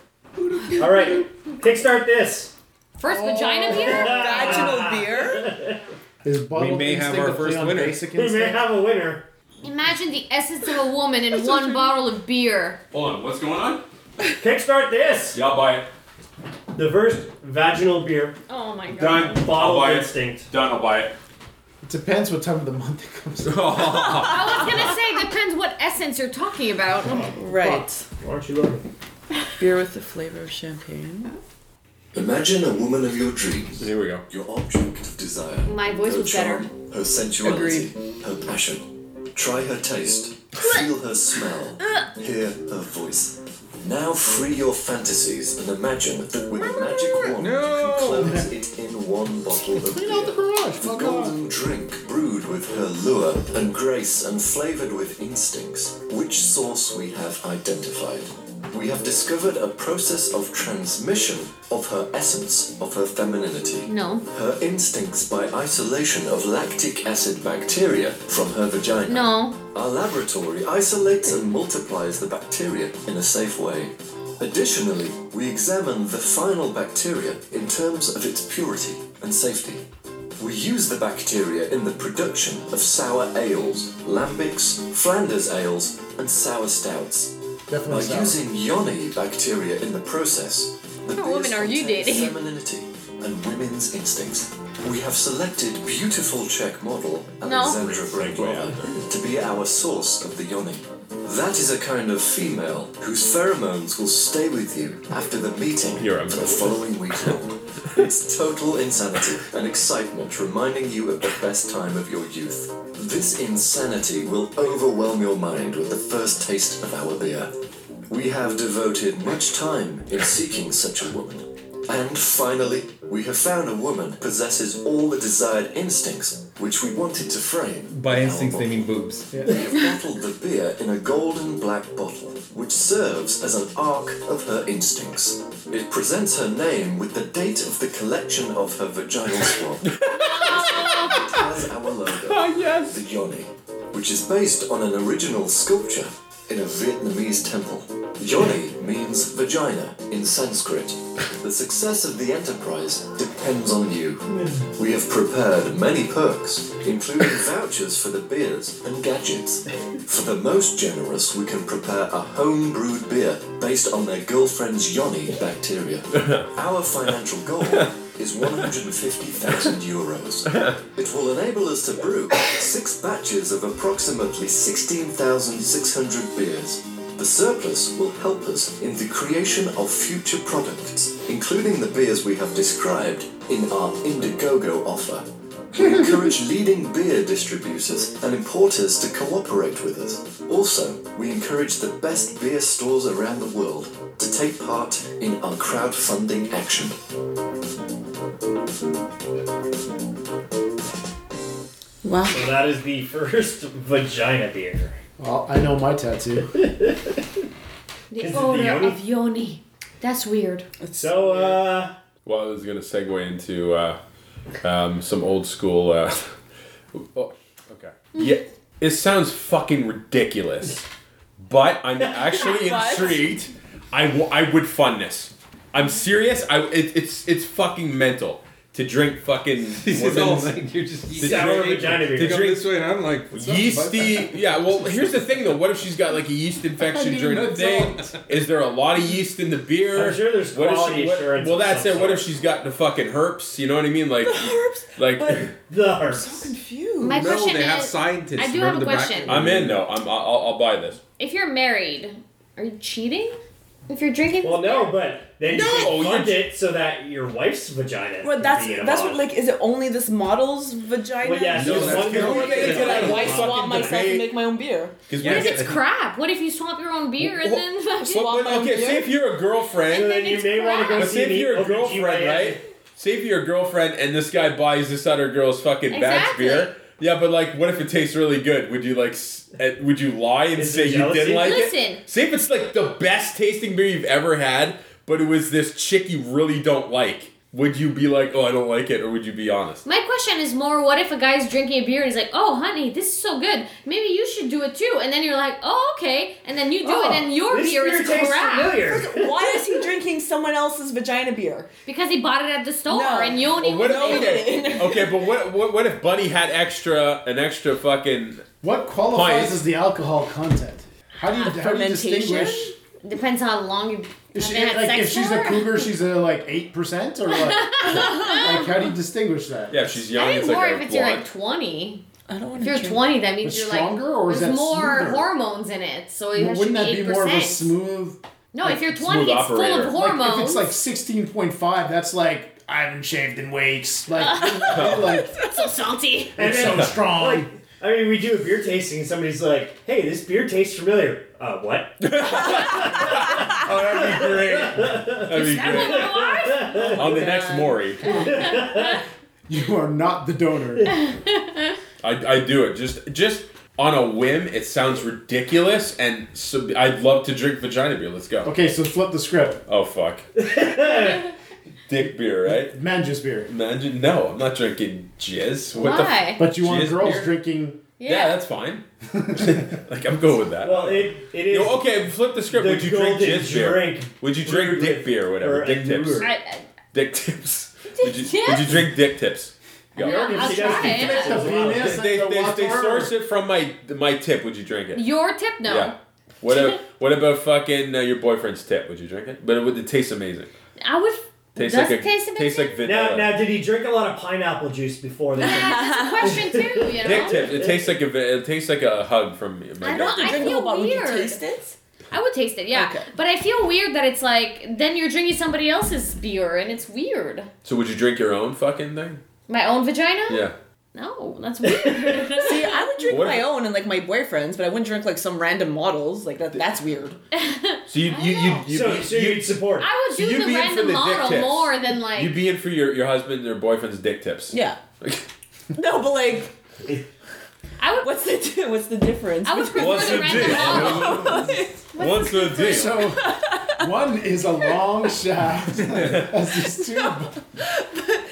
[SPEAKER 5] All right, kickstart this.
[SPEAKER 8] First vagina beer?
[SPEAKER 10] Vaginal beer?
[SPEAKER 6] Is bottled
[SPEAKER 7] may have
[SPEAKER 6] instinct
[SPEAKER 7] our
[SPEAKER 6] a play
[SPEAKER 7] first
[SPEAKER 6] on
[SPEAKER 7] winner.
[SPEAKER 6] Basic
[SPEAKER 5] We may
[SPEAKER 6] instinct?
[SPEAKER 5] have a winner.
[SPEAKER 8] Imagine the essence of a woman in one bottle of beer.
[SPEAKER 9] Hold on, what's going on?
[SPEAKER 5] Kickstart this.
[SPEAKER 9] Y'all buy it.
[SPEAKER 5] The first vaginal beer
[SPEAKER 8] Oh my god.
[SPEAKER 9] Done. I'll
[SPEAKER 5] bottle
[SPEAKER 9] buy it.
[SPEAKER 5] instinct.
[SPEAKER 9] Done, I'll buy it.
[SPEAKER 6] It depends what time of the month it comes. out.
[SPEAKER 8] I was gonna say depends what essence you're talking about.
[SPEAKER 10] Right.
[SPEAKER 5] Why aren't you looking?
[SPEAKER 10] Beer with the flavor of champagne.
[SPEAKER 4] Imagine a woman of your dreams,
[SPEAKER 9] Here we go.
[SPEAKER 4] your object of desire.
[SPEAKER 8] My voice
[SPEAKER 4] her
[SPEAKER 8] was better.
[SPEAKER 4] charm, Her sensuality, her passion. Try her taste, feel her smell, hear her voice. Now free your fantasies and imagine that with a magic wand you can close it in one bottle of
[SPEAKER 6] Clean out the
[SPEAKER 4] beer.
[SPEAKER 6] garage.
[SPEAKER 4] The
[SPEAKER 6] Fuck off.
[SPEAKER 4] golden drink brewed with her lure and grace and flavored with instincts, which source we have identified. We have discovered a process of transmission of her essence, of her femininity.
[SPEAKER 8] No.
[SPEAKER 4] Her instincts by isolation of lactic acid bacteria from her vagina.
[SPEAKER 8] No.
[SPEAKER 4] Our laboratory isolates and multiplies the bacteria in a safe way. Additionally, we examine the final bacteria in terms of its purity and safety. We use the bacteria in the production of sour ales, lambics, Flanders ales, and sour stouts. By
[SPEAKER 6] Definitely sour.
[SPEAKER 4] using yoni bacteria in the process, the
[SPEAKER 8] What women
[SPEAKER 4] beers
[SPEAKER 8] are you
[SPEAKER 4] contain
[SPEAKER 8] dating?
[SPEAKER 4] Femininity and women's instincts. We have selected beautiful Czech model
[SPEAKER 8] No.
[SPEAKER 4] Alexandra Breglova to be our source of the yoni. That is a kind of female whose pheromones will stay with you after the meeting
[SPEAKER 9] You're a
[SPEAKER 4] for the
[SPEAKER 9] male.
[SPEAKER 4] following weekend. it's total insanity and excitement reminding you of the best time of your youth. This insanity will overwhelm your mind with the first taste of our beer. We have devoted much time in seeking such a woman. And finally, we have found a woman possesses all the desired instincts which we wanted to frame.
[SPEAKER 7] By
[SPEAKER 4] in our
[SPEAKER 7] instincts, they
[SPEAKER 4] bottle.
[SPEAKER 7] mean boobs.
[SPEAKER 4] We have bottled the beer in a golden black bottle, which serves as an ark of her instincts. It presents her name with the date of the collection of her vaginal swab. As our logo,
[SPEAKER 9] yes.
[SPEAKER 4] the Yoni, which is based on an original sculpture in a Vietnamese temple. Yoni means vagina in Sanskrit. The success of the enterprise depends on you. We have prepared many perks, including vouchers for the beers and gadgets. For the most generous, we can prepare a home brewed beer based on their girlfriend's yoni bacteria. Our financial goal is 150,000 euros. It will enable us to brew six batches of approximately 16,600 beers. The surplus will help us in the creation of future products, including the beers we have described in our Indiegogo offer. We encourage leading beer distributors and importers to cooperate with us. Also, we encourage the best beer stores around the world to take part in our crowdfunding action.
[SPEAKER 10] Wow.
[SPEAKER 5] So that is the first vagina beer.
[SPEAKER 6] Well, I know my tattoo.
[SPEAKER 11] The
[SPEAKER 5] Is it the
[SPEAKER 11] odor
[SPEAKER 5] yoni?
[SPEAKER 11] of yoni. That's weird.
[SPEAKER 5] So uh,
[SPEAKER 9] Well, I was going to segue into uh, um, some old school. Uh, oh, okay. Yeah, it sounds fucking ridiculous, but I'm actually
[SPEAKER 10] What?
[SPEAKER 9] intrigued. I, w- I would fund this. I'm serious. I it, it's it's fucking mental to drink fucking
[SPEAKER 7] It's all
[SPEAKER 9] women's
[SPEAKER 7] like you're just
[SPEAKER 5] sour vagina
[SPEAKER 7] They
[SPEAKER 5] beer.
[SPEAKER 7] come this way, and I'm like what's up, bud?
[SPEAKER 9] yeasty. Yeah. Well, here's the thing though. What if she's got like a yeast infection
[SPEAKER 7] need
[SPEAKER 9] during
[SPEAKER 7] an
[SPEAKER 9] the thing? Is there a lot of yeast in the beer?
[SPEAKER 5] I'm sure there's
[SPEAKER 9] if
[SPEAKER 5] quality
[SPEAKER 9] what-
[SPEAKER 5] assurance
[SPEAKER 9] well,
[SPEAKER 5] of
[SPEAKER 9] that's
[SPEAKER 5] some
[SPEAKER 9] it. What if
[SPEAKER 5] sort.
[SPEAKER 9] she's got the fucking herpes? You know what I mean? Like,
[SPEAKER 10] Herbs.
[SPEAKER 9] like
[SPEAKER 10] But
[SPEAKER 5] the
[SPEAKER 10] I'm
[SPEAKER 5] herbs.
[SPEAKER 10] confused.
[SPEAKER 8] My
[SPEAKER 7] No,
[SPEAKER 8] question
[SPEAKER 7] they have
[SPEAKER 8] is-
[SPEAKER 7] scientists.
[SPEAKER 8] I do
[SPEAKER 7] Remember
[SPEAKER 8] have a
[SPEAKER 7] the back-
[SPEAKER 8] question.
[SPEAKER 9] I'm in though. I'm I'll, I'll buy this.
[SPEAKER 8] If you're married, are you cheating? If you're drinking,
[SPEAKER 5] Well, no, but then
[SPEAKER 9] No,
[SPEAKER 5] you
[SPEAKER 9] you're-
[SPEAKER 5] can fund it so that your wife's vagina.
[SPEAKER 10] Well,
[SPEAKER 5] could
[SPEAKER 10] that's
[SPEAKER 5] be in a
[SPEAKER 10] that's what
[SPEAKER 5] bottle.
[SPEAKER 10] like is it only this model's vagina?
[SPEAKER 5] Well, yeah, so
[SPEAKER 7] No, that's
[SPEAKER 5] one
[SPEAKER 7] the only way to get out
[SPEAKER 10] I
[SPEAKER 7] of
[SPEAKER 10] why
[SPEAKER 7] fucking
[SPEAKER 10] swap myself
[SPEAKER 9] debate.
[SPEAKER 10] and make my own beer?
[SPEAKER 9] Because
[SPEAKER 8] what if it's crap? What if you swamp your own beer and then
[SPEAKER 10] swap my own
[SPEAKER 9] okay,
[SPEAKER 10] beer?
[SPEAKER 9] say if you're a
[SPEAKER 5] So
[SPEAKER 9] girlfriend,
[SPEAKER 5] then you may want to go
[SPEAKER 9] but
[SPEAKER 5] see
[SPEAKER 9] say if
[SPEAKER 5] the
[SPEAKER 9] you're a
[SPEAKER 5] OBGYN.
[SPEAKER 9] girlfriend, right? Say if you're a girlfriend and this guy buys this other girl's fucking batch
[SPEAKER 8] Exactly.
[SPEAKER 9] beer. Yeah, but like, what if it tastes really good? Would you like? s- eh, Would you lie and
[SPEAKER 5] Is
[SPEAKER 9] say
[SPEAKER 5] it
[SPEAKER 9] you
[SPEAKER 5] jealousy?
[SPEAKER 9] didn't like
[SPEAKER 8] listen?
[SPEAKER 9] it? Say if it's like the best tasting beer you've ever had, but it was this chick you really don't like. Would you be like, oh, I don't like it, or would you be honest?
[SPEAKER 8] My question is more: What if a guy's drinking a beer and he's like, "Oh, honey, this is so good. Maybe you should do it too." And then you're like, "Oh, okay." And then you do
[SPEAKER 5] Oh,
[SPEAKER 8] it, and your
[SPEAKER 5] this
[SPEAKER 8] beer is
[SPEAKER 5] tastes
[SPEAKER 8] crap
[SPEAKER 5] familiar.
[SPEAKER 10] Why is he drinking someone else's vagina beer?
[SPEAKER 8] because he bought it at the store,
[SPEAKER 10] No.
[SPEAKER 8] and Yoni
[SPEAKER 9] But what
[SPEAKER 8] was
[SPEAKER 9] if,
[SPEAKER 10] No,
[SPEAKER 8] there.
[SPEAKER 9] okay, okay, but what, what what if Buddy had extra an extra fucking
[SPEAKER 6] What qualifies
[SPEAKER 9] Pint.
[SPEAKER 6] as the alcohol content? How do you, how do you
[SPEAKER 10] fermentation?
[SPEAKER 6] distinguish?
[SPEAKER 8] Depends how long you
[SPEAKER 6] Is
[SPEAKER 8] have
[SPEAKER 6] she,
[SPEAKER 8] been at
[SPEAKER 6] like,
[SPEAKER 8] sex
[SPEAKER 6] if she's
[SPEAKER 8] for.
[SPEAKER 6] a cougar, she's a, like 8% or what? like, how do you distinguish that?
[SPEAKER 9] Yeah, if she's young.
[SPEAKER 8] I
[SPEAKER 9] it's
[SPEAKER 8] think
[SPEAKER 9] like
[SPEAKER 8] more
[SPEAKER 9] a
[SPEAKER 8] if it's you're like
[SPEAKER 9] blonde.
[SPEAKER 8] twenty.
[SPEAKER 10] I don't want
[SPEAKER 8] If you're twenty, that means
[SPEAKER 6] It's
[SPEAKER 8] you're
[SPEAKER 6] stronger,
[SPEAKER 8] like
[SPEAKER 6] or is
[SPEAKER 8] there's
[SPEAKER 6] that
[SPEAKER 8] more
[SPEAKER 6] smoother?
[SPEAKER 8] hormones in it, so it
[SPEAKER 6] Well,
[SPEAKER 8] should
[SPEAKER 6] Wouldn't that be
[SPEAKER 8] eight
[SPEAKER 6] more of a
[SPEAKER 8] percent.
[SPEAKER 6] smooth?
[SPEAKER 8] no, if you're
[SPEAKER 9] Smooth
[SPEAKER 8] twenty, it's full
[SPEAKER 9] operator.
[SPEAKER 8] of hormones.
[SPEAKER 6] Like, if it's like 16.5, that's like, I haven't shaved in weeks. Like, like
[SPEAKER 8] It's so salty.
[SPEAKER 5] And
[SPEAKER 6] it's so
[SPEAKER 5] then,
[SPEAKER 6] strong.
[SPEAKER 5] like, I mean, we do a beer tasting, and somebody's like, "Hey, this beer tastes familiar." Uh, what?
[SPEAKER 9] Oh, that'd be great. That'd be
[SPEAKER 8] That was
[SPEAKER 9] great.
[SPEAKER 8] my wife.
[SPEAKER 9] On the next Maury,
[SPEAKER 6] you are not the donor.
[SPEAKER 9] I, I do it just just on a whim. It sounds ridiculous, and so I'd love to drink vagina beer. Let's go.
[SPEAKER 6] Okay, so flip the script.
[SPEAKER 9] Oh fuck. Dick beer, right?
[SPEAKER 6] Man's beer.
[SPEAKER 9] Imagine no, I'm not drinking jizz. What the?
[SPEAKER 8] Why?
[SPEAKER 6] But you want
[SPEAKER 9] Jizz
[SPEAKER 6] girls
[SPEAKER 9] beer?
[SPEAKER 6] drinking.
[SPEAKER 9] yeah. that's fine. like I'm good with that.
[SPEAKER 5] Well, it it is.
[SPEAKER 9] Yo, okay, flip the script.
[SPEAKER 5] The
[SPEAKER 9] Would you drink
[SPEAKER 5] golden
[SPEAKER 9] jizz beer?
[SPEAKER 5] drink
[SPEAKER 9] Would you drink
[SPEAKER 5] brewed
[SPEAKER 9] dick
[SPEAKER 5] with-
[SPEAKER 9] beer or
[SPEAKER 5] or
[SPEAKER 9] whatever?
[SPEAKER 5] a
[SPEAKER 9] Dick tips.
[SPEAKER 5] brewer.
[SPEAKER 8] I, I,
[SPEAKER 9] Dick tips. Would you,
[SPEAKER 8] tips?
[SPEAKER 9] would you drink dick tips? Go.
[SPEAKER 8] I'll
[SPEAKER 5] she
[SPEAKER 8] try
[SPEAKER 5] does
[SPEAKER 6] The
[SPEAKER 8] it.
[SPEAKER 6] penis
[SPEAKER 9] They,
[SPEAKER 6] and the
[SPEAKER 9] they, they
[SPEAKER 6] water.
[SPEAKER 9] source it from my my tip. Would you drink it?
[SPEAKER 8] Your tip, no.
[SPEAKER 9] Yeah. What, a, what about fucking uh, your boyfriend's tip? Would you drink it? But it would it tastes amazing.
[SPEAKER 8] I would
[SPEAKER 9] Tastes
[SPEAKER 8] Does
[SPEAKER 9] like
[SPEAKER 8] it
[SPEAKER 9] a,
[SPEAKER 8] taste a bit
[SPEAKER 9] tastes like
[SPEAKER 5] Now,
[SPEAKER 9] vanilla.
[SPEAKER 5] now, did he drink a lot of pineapple juice before this?
[SPEAKER 8] That's a question too, you
[SPEAKER 9] Dick
[SPEAKER 8] know.
[SPEAKER 9] tip. It tastes like a va- it tastes like a hug from me.
[SPEAKER 8] I don't. I
[SPEAKER 10] Drink the
[SPEAKER 8] feel
[SPEAKER 10] whole bottle. Would you
[SPEAKER 8] weird.
[SPEAKER 10] taste it?
[SPEAKER 8] I would taste it, yeah.
[SPEAKER 10] Okay.
[SPEAKER 8] But I feel weird that it's like then you're drinking somebody else's beer, and it's weird.
[SPEAKER 9] So would you drink your own fucking thing?
[SPEAKER 8] My own vagina?
[SPEAKER 9] Yeah.
[SPEAKER 8] No, that's weird.
[SPEAKER 10] See, I would drink
[SPEAKER 9] What-
[SPEAKER 10] my own and like my boyfriend's, but I wouldn't drink like some random models. Like that, that's weird.
[SPEAKER 9] So you you you you
[SPEAKER 5] so, so you'd support. it.
[SPEAKER 8] I would
[SPEAKER 9] So
[SPEAKER 8] do
[SPEAKER 9] you'd
[SPEAKER 8] the
[SPEAKER 9] be in for
[SPEAKER 8] random
[SPEAKER 9] the dick
[SPEAKER 8] model
[SPEAKER 9] tips.
[SPEAKER 8] more than like.
[SPEAKER 9] you'd be in for your your husband or boyfriend's dick tips.
[SPEAKER 10] Yeah. No, but like,
[SPEAKER 8] I would.
[SPEAKER 10] what's the what's the difference?
[SPEAKER 8] I would prefer
[SPEAKER 9] What's
[SPEAKER 8] the
[SPEAKER 9] the
[SPEAKER 8] random
[SPEAKER 9] deal?
[SPEAKER 8] model.
[SPEAKER 9] What's the deal?
[SPEAKER 6] So one is a long shaft. That's just two.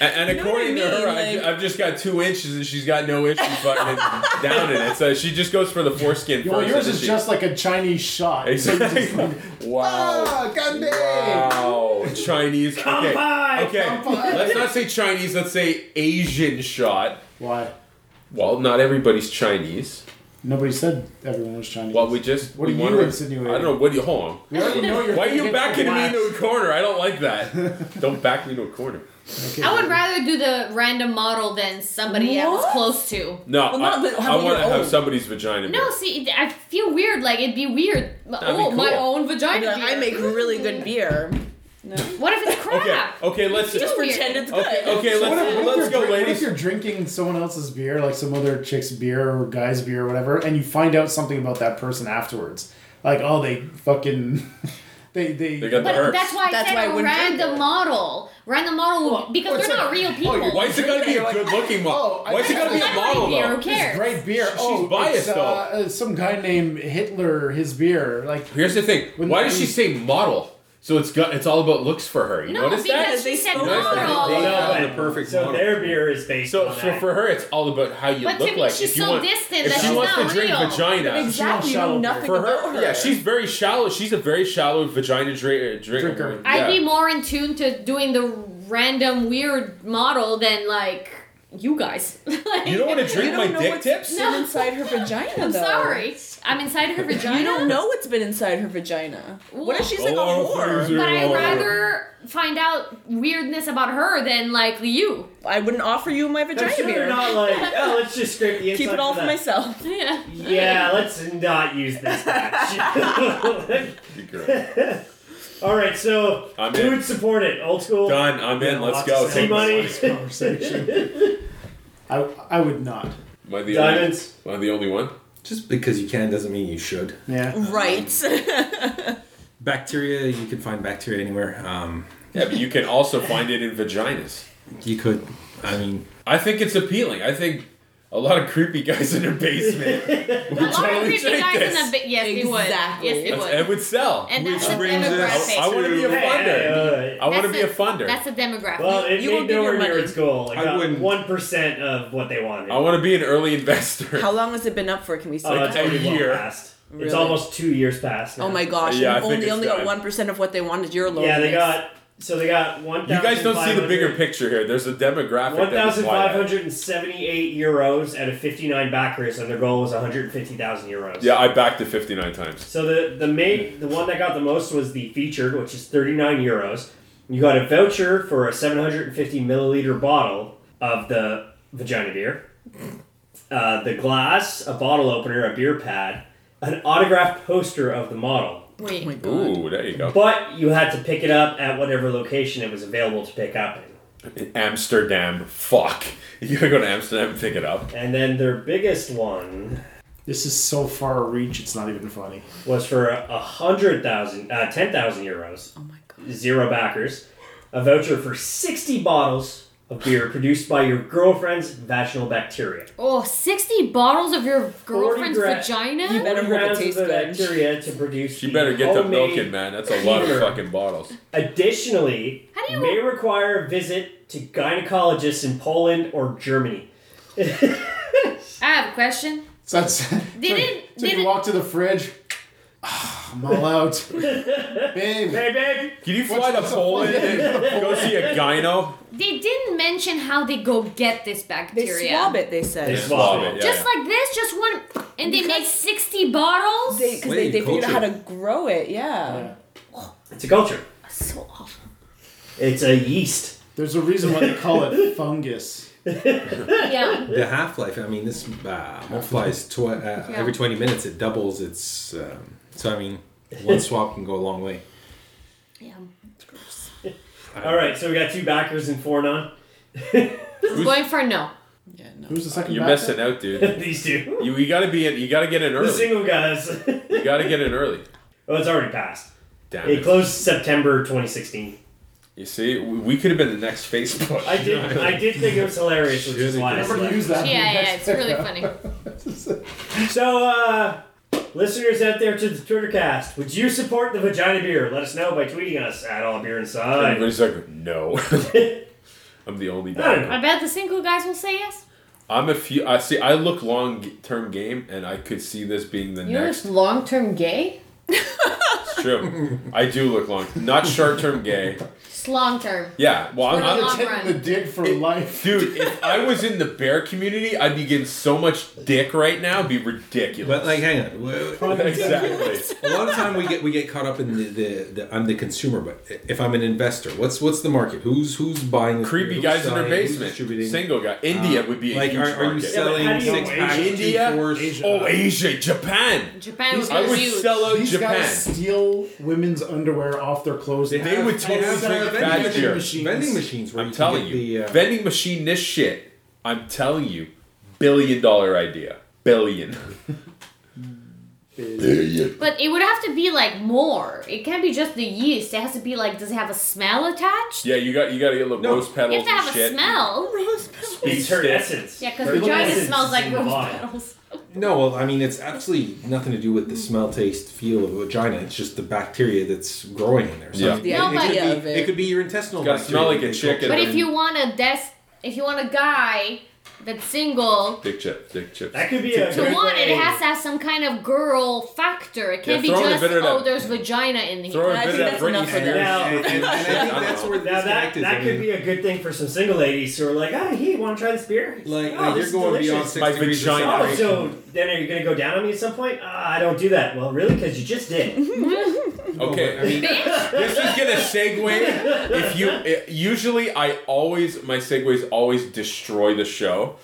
[SPEAKER 9] And, and
[SPEAKER 10] know what I
[SPEAKER 9] according to
[SPEAKER 10] mean,
[SPEAKER 9] her, I,
[SPEAKER 10] like-
[SPEAKER 9] have just got two inches, and she's got no inches fucking down in it. So she just goes for the foreskin
[SPEAKER 6] Well,
[SPEAKER 9] first.
[SPEAKER 6] yours
[SPEAKER 9] doesn't
[SPEAKER 6] is
[SPEAKER 9] she?
[SPEAKER 6] just like a Chinese shot. So you just
[SPEAKER 9] exactly.
[SPEAKER 6] like,
[SPEAKER 9] wow.
[SPEAKER 6] ah, god damn.
[SPEAKER 9] Wow, Chinese. okay,
[SPEAKER 5] Kanpai!
[SPEAKER 9] okay.
[SPEAKER 6] Kanpai!
[SPEAKER 9] Let's not say Chinese. Let's say Asian shot.
[SPEAKER 6] Why?
[SPEAKER 9] Well, not everybody's Chinese.
[SPEAKER 6] Nobody said everyone was Chinese.
[SPEAKER 9] Well, we just
[SPEAKER 6] What
[SPEAKER 9] we
[SPEAKER 6] are you
[SPEAKER 9] wanna-
[SPEAKER 6] insinuating?
[SPEAKER 9] I don't know. What do you hold on?
[SPEAKER 6] We already know you're
[SPEAKER 9] Why are
[SPEAKER 6] gonna
[SPEAKER 9] you
[SPEAKER 6] get
[SPEAKER 9] backing me
[SPEAKER 6] collapsed.
[SPEAKER 9] into a corner? I don't like that. don't back me into a corner.
[SPEAKER 6] Okay.
[SPEAKER 8] I would rather do the random model than somebody I was
[SPEAKER 10] What?
[SPEAKER 8] close to.
[SPEAKER 9] No,
[SPEAKER 10] Well,
[SPEAKER 9] I,
[SPEAKER 10] not that- how
[SPEAKER 9] I
[SPEAKER 10] about
[SPEAKER 9] want to
[SPEAKER 10] your
[SPEAKER 9] have
[SPEAKER 10] own?
[SPEAKER 9] somebody's vagina.
[SPEAKER 8] No, see, it- I feel weird. Like it'd be weird.
[SPEAKER 9] be
[SPEAKER 8] oh, my
[SPEAKER 9] cool.
[SPEAKER 8] own
[SPEAKER 10] I'd be
[SPEAKER 8] vagina.
[SPEAKER 10] like, I
[SPEAKER 8] beer.
[SPEAKER 10] make really good beer.
[SPEAKER 8] What if it's
[SPEAKER 9] Okay,
[SPEAKER 8] crap?
[SPEAKER 9] okay. Let's
[SPEAKER 8] Just
[SPEAKER 9] okay.
[SPEAKER 8] Weird.
[SPEAKER 10] Pretend it's good.
[SPEAKER 9] Okay, let's
[SPEAKER 6] What if, what if
[SPEAKER 9] let's
[SPEAKER 6] you're
[SPEAKER 9] go,
[SPEAKER 6] drink- what if
[SPEAKER 9] ladies.
[SPEAKER 6] you're drinking someone else's beer, like some other chick's beer or guy's beer or whatever, and you find out something about that person afterwards? Like, oh, they fucking, they they.
[SPEAKER 9] They got the
[SPEAKER 8] But
[SPEAKER 9] herpes.
[SPEAKER 8] that's why I
[SPEAKER 10] That's
[SPEAKER 8] said
[SPEAKER 10] why I
[SPEAKER 8] a
[SPEAKER 10] wouldn't drink
[SPEAKER 8] random
[SPEAKER 10] it.
[SPEAKER 8] model. Random model would, because
[SPEAKER 6] what's
[SPEAKER 8] they're
[SPEAKER 6] up?
[SPEAKER 8] not real people.
[SPEAKER 6] Oh, you're
[SPEAKER 9] Why is it gotta be a good looking model?
[SPEAKER 6] Oh, I
[SPEAKER 9] Why is it
[SPEAKER 6] think
[SPEAKER 9] gotta be a
[SPEAKER 8] Celebrity
[SPEAKER 9] model
[SPEAKER 8] beer,
[SPEAKER 9] though?
[SPEAKER 8] Who cares?
[SPEAKER 6] Great beer. oh,
[SPEAKER 9] biased,
[SPEAKER 6] it's, uh, uh, Some guy named Hitler, his beer. Like,
[SPEAKER 9] Here's the thing.
[SPEAKER 6] Wouldn't
[SPEAKER 9] Why
[SPEAKER 6] that
[SPEAKER 9] does she
[SPEAKER 6] be-
[SPEAKER 9] say model? So it's got it's all about looks for her. You
[SPEAKER 8] No,
[SPEAKER 9] notice that?
[SPEAKER 8] because she said
[SPEAKER 9] You notice that?
[SPEAKER 8] model.
[SPEAKER 9] They
[SPEAKER 5] No,
[SPEAKER 9] have
[SPEAKER 5] but-
[SPEAKER 9] the perfect
[SPEAKER 5] so
[SPEAKER 9] model.
[SPEAKER 5] their beer is based
[SPEAKER 9] So
[SPEAKER 5] on
[SPEAKER 9] for,
[SPEAKER 5] that.
[SPEAKER 9] for her, it's all about how you
[SPEAKER 8] But to
[SPEAKER 9] look
[SPEAKER 8] me,
[SPEAKER 9] like.
[SPEAKER 8] she's
[SPEAKER 9] if you
[SPEAKER 8] so
[SPEAKER 9] want,
[SPEAKER 8] distant
[SPEAKER 9] if
[SPEAKER 8] that
[SPEAKER 9] she
[SPEAKER 8] she's
[SPEAKER 9] wants
[SPEAKER 8] not
[SPEAKER 9] to drink
[SPEAKER 8] real.
[SPEAKER 9] vagina,
[SPEAKER 10] Exactly. You
[SPEAKER 6] shallow
[SPEAKER 10] know
[SPEAKER 6] beer.
[SPEAKER 10] nothing
[SPEAKER 9] for
[SPEAKER 10] about
[SPEAKER 9] her,
[SPEAKER 10] her.
[SPEAKER 9] yeah, she's very shallow. She's a very shallow vagina dra- drink,
[SPEAKER 6] Drinker.
[SPEAKER 9] Yeah.
[SPEAKER 8] I'd be more in tune to doing the random weird model than like you guys. Like,
[SPEAKER 9] You don't want to drink
[SPEAKER 10] You
[SPEAKER 9] my
[SPEAKER 10] don't know
[SPEAKER 9] dick
[SPEAKER 10] what's
[SPEAKER 9] tips?
[SPEAKER 10] been inside her vagina.
[SPEAKER 8] I'm
[SPEAKER 10] though.
[SPEAKER 8] sorry. I'm inside her vagina.
[SPEAKER 10] You don't know what's been inside her vagina. What if she's like a
[SPEAKER 9] Oh,
[SPEAKER 10] whore?
[SPEAKER 9] loser.
[SPEAKER 8] But I'd rather find out weirdness about her than like you.
[SPEAKER 10] I wouldn't offer you my
[SPEAKER 5] I'm
[SPEAKER 10] vagina
[SPEAKER 5] sure
[SPEAKER 10] beer.
[SPEAKER 5] they're not like, oh, let's just scrape the inside.
[SPEAKER 10] Keep it all for
[SPEAKER 5] that.
[SPEAKER 10] myself.
[SPEAKER 8] Yeah.
[SPEAKER 5] Yeah, let's not use this batch. all right, so
[SPEAKER 9] I'm
[SPEAKER 5] who
[SPEAKER 9] in.
[SPEAKER 5] would support it? Old school.
[SPEAKER 9] Done. I'm in. Let's
[SPEAKER 5] Lots
[SPEAKER 9] go.
[SPEAKER 5] of
[SPEAKER 9] Take
[SPEAKER 5] money.
[SPEAKER 9] this.
[SPEAKER 6] conversation. I, I would not.
[SPEAKER 9] Am I the
[SPEAKER 5] Diamonds.
[SPEAKER 9] only? Am I the only one?
[SPEAKER 7] Just because you can doesn't mean you should.
[SPEAKER 6] Yeah.
[SPEAKER 10] Right.
[SPEAKER 7] Bacteria, you can find bacteria anywhere. Um,
[SPEAKER 9] Yeah, but you can also find it in vaginas.
[SPEAKER 7] you could, I mean,
[SPEAKER 9] I think it's appealing. I think a lot of creepy guys in a basement would
[SPEAKER 8] A lot of
[SPEAKER 9] totally
[SPEAKER 8] creepy
[SPEAKER 9] drink
[SPEAKER 8] guys
[SPEAKER 9] this.
[SPEAKER 8] in the ba- yes, they would.
[SPEAKER 10] Exactly.
[SPEAKER 8] Yes, they
[SPEAKER 9] That's-
[SPEAKER 8] would.
[SPEAKER 9] and would sell.
[SPEAKER 8] and that's
[SPEAKER 7] Which
[SPEAKER 8] a
[SPEAKER 7] brings us-
[SPEAKER 8] demographic.
[SPEAKER 9] I want to be a
[SPEAKER 5] Hey,
[SPEAKER 9] funder.
[SPEAKER 5] hey, hey.
[SPEAKER 9] I want to
[SPEAKER 8] That's
[SPEAKER 9] be a
[SPEAKER 8] a- That's
[SPEAKER 9] funder.
[SPEAKER 8] a demographic.
[SPEAKER 5] Well, it
[SPEAKER 10] You
[SPEAKER 5] made
[SPEAKER 10] won't give
[SPEAKER 5] nowhere
[SPEAKER 10] your
[SPEAKER 5] near
[SPEAKER 10] money.
[SPEAKER 5] its goal. It
[SPEAKER 7] I
[SPEAKER 5] got
[SPEAKER 7] wouldn't.
[SPEAKER 5] one percent of what they wanted.
[SPEAKER 9] I want to be an early investor.
[SPEAKER 10] How long has it been up for? Can we say?
[SPEAKER 5] Oh,
[SPEAKER 10] that?
[SPEAKER 5] it's
[SPEAKER 9] a
[SPEAKER 5] already well
[SPEAKER 9] year.
[SPEAKER 5] past. It's
[SPEAKER 10] Really?
[SPEAKER 5] almost two years past. now.
[SPEAKER 10] oh my gosh!
[SPEAKER 9] Yeah, I
[SPEAKER 10] and
[SPEAKER 9] think
[SPEAKER 10] only
[SPEAKER 9] it's
[SPEAKER 10] only got
[SPEAKER 9] done.
[SPEAKER 10] one percent of what they wanted. You're low.
[SPEAKER 5] Yeah, they got. So they got one.
[SPEAKER 9] You guys don't see the bigger picture here. There's a demographic.
[SPEAKER 5] One
[SPEAKER 9] that
[SPEAKER 5] thousand
[SPEAKER 9] would buy
[SPEAKER 5] five
[SPEAKER 9] that.
[SPEAKER 5] hundred and seventy-eight euros out of fifty-nine backers, and their goal was one hundred and fifty thousand euros.
[SPEAKER 9] Yeah, I backed it 59 times.
[SPEAKER 5] So the the main the one that got the most was the featured, which is thirty-nine euros. You got a voucher for a seven hundred and fifty milliliter bottle of the vagina beer, uh, the glass, a bottle opener, a beer pad, an autographed poster of the model.
[SPEAKER 10] Oh my god.
[SPEAKER 9] Ooh, there you go.
[SPEAKER 5] But you had to pick it up at whatever location it was available to pick up in.
[SPEAKER 9] In Amsterdam, fuck. You gotta go to Amsterdam and pick it up.
[SPEAKER 5] And then their biggest one
[SPEAKER 6] This is so far reach, it's not even funny.
[SPEAKER 5] was for a hundred thousand, uh, ten thousand euros,
[SPEAKER 10] Oh my god.
[SPEAKER 5] zero backers, a voucher for sixty bottles of beer produced by your girlfriend's vaginal bacteria.
[SPEAKER 8] Oh, 60 bottles of your
[SPEAKER 5] 40
[SPEAKER 8] girlfriend's
[SPEAKER 5] gra-
[SPEAKER 8] vagina?
[SPEAKER 10] You better
[SPEAKER 5] 40
[SPEAKER 10] hope it
[SPEAKER 5] grams of
[SPEAKER 10] tastes
[SPEAKER 5] the
[SPEAKER 10] good.
[SPEAKER 5] bacteria to produce.
[SPEAKER 9] You
[SPEAKER 5] the
[SPEAKER 9] better get the
[SPEAKER 5] homemade-
[SPEAKER 9] milking, man. That's a lot of
[SPEAKER 5] Peter.
[SPEAKER 9] fucking bottles.
[SPEAKER 5] Additionally,
[SPEAKER 8] How do you-
[SPEAKER 5] may require a visit to gynecologists in Poland or Germany.
[SPEAKER 8] I have a question.
[SPEAKER 6] So that's. So,
[SPEAKER 8] didn't-
[SPEAKER 6] so
[SPEAKER 8] they
[SPEAKER 6] you
[SPEAKER 8] didn't-
[SPEAKER 6] walk to the fridge. "Ah, I'm all out, babe.
[SPEAKER 5] Hey, babe.
[SPEAKER 9] Can you fly to
[SPEAKER 6] what's the
[SPEAKER 9] Poland
[SPEAKER 6] point?
[SPEAKER 9] and go see a gyno?
[SPEAKER 8] They didn't mention how they go get this
[SPEAKER 10] They
[SPEAKER 8] bacteria.
[SPEAKER 10] swab it. They said.
[SPEAKER 5] They
[SPEAKER 10] Because
[SPEAKER 5] swab
[SPEAKER 9] Swab
[SPEAKER 5] it.
[SPEAKER 9] it,
[SPEAKER 8] Just
[SPEAKER 9] yeah.
[SPEAKER 8] like this, just one. And they make
[SPEAKER 10] Because-
[SPEAKER 8] 60 bottles?
[SPEAKER 10] they, 'cause
[SPEAKER 7] Wait,
[SPEAKER 10] they, they figured out how
[SPEAKER 7] culture.
[SPEAKER 10] to grow it. Yeah.
[SPEAKER 5] It's a culture.
[SPEAKER 8] so awful.
[SPEAKER 5] It's a yeast.
[SPEAKER 6] There's a reason why they call it fungus.
[SPEAKER 11] Yeah.
[SPEAKER 7] The half life. I mean, this uh, multiplies tw- uh, every twenty minutes. It doubles. It's um, so. I mean, one swap can go a long way.
[SPEAKER 11] Yeah.
[SPEAKER 5] All right, so we got two backers and four non.
[SPEAKER 11] Going for no.
[SPEAKER 10] Yeah, no.
[SPEAKER 6] Who's the second?
[SPEAKER 9] You're
[SPEAKER 6] backer?
[SPEAKER 9] messing out, dude.
[SPEAKER 5] These two.
[SPEAKER 9] You, you gotta be in, you gotta get in
[SPEAKER 5] The
[SPEAKER 9] early.
[SPEAKER 5] single guys.
[SPEAKER 9] You gotta get in early.
[SPEAKER 5] oh, it's already passed.
[SPEAKER 9] Damn
[SPEAKER 5] It
[SPEAKER 9] it.
[SPEAKER 5] closed September 2016.
[SPEAKER 9] You see, we we could have been the next Facebook.
[SPEAKER 5] I did. I did think it was hilarious, which is why I
[SPEAKER 6] Remember to
[SPEAKER 5] slept.
[SPEAKER 6] use that.
[SPEAKER 11] Yeah,
[SPEAKER 6] in the
[SPEAKER 11] yeah,
[SPEAKER 6] next
[SPEAKER 11] it's really
[SPEAKER 6] paragraph.
[SPEAKER 11] funny.
[SPEAKER 5] So, uh, listeners out there to the Twittercast, would you support the vagina beer? Let us know by tweeting us at All Beer Inside.
[SPEAKER 9] Everybody's like, no. I'm the only
[SPEAKER 5] I don't
[SPEAKER 9] guy.
[SPEAKER 5] know.
[SPEAKER 11] I bet the single guys will say yes.
[SPEAKER 9] I'm a few. I see. I look long g- term game, and I could see this being the
[SPEAKER 8] You're
[SPEAKER 9] next.
[SPEAKER 8] long term gay?
[SPEAKER 9] It's true. I do look long. Not short term gay.
[SPEAKER 11] It's long term.
[SPEAKER 9] Yeah. Well, I'm,
[SPEAKER 11] We're
[SPEAKER 9] I'm
[SPEAKER 11] not-
[SPEAKER 6] It's hitting the dick for life.
[SPEAKER 9] dude. If I was in the bear community, I'd be getting so much dick right now. It'd be ridiculous.
[SPEAKER 7] But like, hang on. Wait, wait.
[SPEAKER 9] exactly.
[SPEAKER 7] a lot of time we get we get caught up in the, the, the I'm the consumer, but if I'm an investor, what's what's the market? Who's who's buying? this beer?
[SPEAKER 9] Creepy
[SPEAKER 7] Who's
[SPEAKER 9] guys in their
[SPEAKER 7] selling it? Who's
[SPEAKER 9] basement.
[SPEAKER 7] distributing? um,
[SPEAKER 9] Single guy. India would be a
[SPEAKER 7] like,
[SPEAKER 9] huge
[SPEAKER 7] are, are you
[SPEAKER 9] market.
[SPEAKER 7] selling
[SPEAKER 5] how do you know
[SPEAKER 7] six packs?
[SPEAKER 5] Asia?
[SPEAKER 7] two
[SPEAKER 9] India.
[SPEAKER 7] fours?
[SPEAKER 9] Oh, Asia. Japan.
[SPEAKER 11] Japan was
[SPEAKER 9] I would
[SPEAKER 11] huge.
[SPEAKER 9] sell out
[SPEAKER 6] These
[SPEAKER 9] Japan.
[SPEAKER 6] guys steal women's underwear off their clothes.
[SPEAKER 7] They
[SPEAKER 9] They would totally
[SPEAKER 7] have
[SPEAKER 9] drink
[SPEAKER 7] vending
[SPEAKER 9] bad
[SPEAKER 7] machine-
[SPEAKER 9] beer.
[SPEAKER 6] machines.
[SPEAKER 7] Vending machines. Where
[SPEAKER 9] I'm
[SPEAKER 7] can
[SPEAKER 9] telling
[SPEAKER 7] get
[SPEAKER 9] you,
[SPEAKER 7] the, uh,
[SPEAKER 9] vending machine this shit. I'm telling you, billion dollar idea. Billion.
[SPEAKER 11] But it would have to be like more. It can't be just the yeast. It has to be like, does it have a smell attached?
[SPEAKER 9] yeah, you got you got to get little
[SPEAKER 7] No,
[SPEAKER 9] rose
[SPEAKER 11] You have
[SPEAKER 9] petals
[SPEAKER 11] to have
[SPEAKER 9] and
[SPEAKER 11] a
[SPEAKER 9] shit.
[SPEAKER 11] smell.
[SPEAKER 9] Speed
[SPEAKER 5] It's her
[SPEAKER 9] stick.
[SPEAKER 5] essence.
[SPEAKER 11] Yeah,
[SPEAKER 5] Her
[SPEAKER 11] because vagina
[SPEAKER 5] essence
[SPEAKER 11] smells
[SPEAKER 5] is
[SPEAKER 11] like
[SPEAKER 5] in the
[SPEAKER 11] rose
[SPEAKER 5] bottle.
[SPEAKER 11] petals.
[SPEAKER 7] No, well, I mean, it's absolutely nothing to do with the smell, taste, feel of a vagina. It's just the bacteria that's growing in there. So
[SPEAKER 9] Yeah.
[SPEAKER 7] it,
[SPEAKER 10] The
[SPEAKER 7] it could
[SPEAKER 10] idea
[SPEAKER 7] be,
[SPEAKER 10] of it.
[SPEAKER 7] could be your intestinal.
[SPEAKER 9] It's gotta
[SPEAKER 7] bacteria
[SPEAKER 9] smell like
[SPEAKER 7] that
[SPEAKER 9] a
[SPEAKER 7] they
[SPEAKER 9] chicken.
[SPEAKER 7] culture.
[SPEAKER 11] But if you want a des- if you want a guy that's single
[SPEAKER 9] Dick chip, dick chips.
[SPEAKER 5] That could be a.
[SPEAKER 11] to
[SPEAKER 5] good
[SPEAKER 11] want it,
[SPEAKER 5] way-
[SPEAKER 11] it has to have some kind kind of girl factor. It can't
[SPEAKER 9] Yeah, throw
[SPEAKER 11] be
[SPEAKER 9] in a
[SPEAKER 11] just
[SPEAKER 9] bit of
[SPEAKER 11] oh,
[SPEAKER 9] that-
[SPEAKER 11] there's vagina in here.
[SPEAKER 9] Throw a bit of
[SPEAKER 10] I think
[SPEAKER 9] that
[SPEAKER 10] that's
[SPEAKER 9] Britney
[SPEAKER 10] enough for
[SPEAKER 9] Spears.
[SPEAKER 5] Now,
[SPEAKER 7] And, and, and I
[SPEAKER 9] I
[SPEAKER 7] think
[SPEAKER 9] don't
[SPEAKER 7] that's
[SPEAKER 9] know.
[SPEAKER 7] where the
[SPEAKER 5] now that
[SPEAKER 7] disconnect is.
[SPEAKER 5] that
[SPEAKER 7] I
[SPEAKER 5] could
[SPEAKER 7] mean,
[SPEAKER 5] be a good thing for some single ladies who are like, ah, hey, want to try this beer?
[SPEAKER 7] like,
[SPEAKER 5] oh,
[SPEAKER 7] like
[SPEAKER 5] this
[SPEAKER 7] they're
[SPEAKER 5] is
[SPEAKER 7] going beyond
[SPEAKER 5] delicious.
[SPEAKER 7] six
[SPEAKER 9] My
[SPEAKER 7] degrees of
[SPEAKER 9] vagina.
[SPEAKER 5] Oh,
[SPEAKER 7] separation.
[SPEAKER 5] so then are you going to go down on me at some point? Ah, I don't do that. Well, really? Because you just did.
[SPEAKER 9] Okay,
[SPEAKER 7] I mean,
[SPEAKER 9] this is gonna segue. If you it, usually, I always my segues always destroy the show,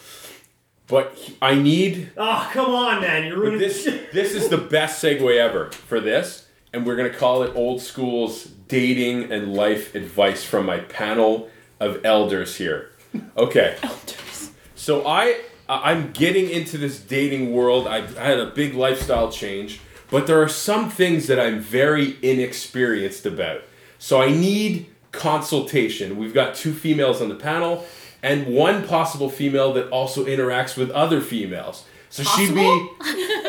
[SPEAKER 9] but he- I need
[SPEAKER 5] oh, come on, man. You're
[SPEAKER 9] But
[SPEAKER 5] ruining
[SPEAKER 9] this
[SPEAKER 5] the-
[SPEAKER 9] this is the best segue ever for this, and we're gonna call it old school's dating and life advice from my panel of elders here. Okay. elders. So I I- I'm getting into this dating world. I've, I had a big lifestyle change, but there are some things that I'm very inexperienced about. So I need consultation. We've got two females on the panel. And one possible female that also interacts with other females. So she'd be
[SPEAKER 11] Possible?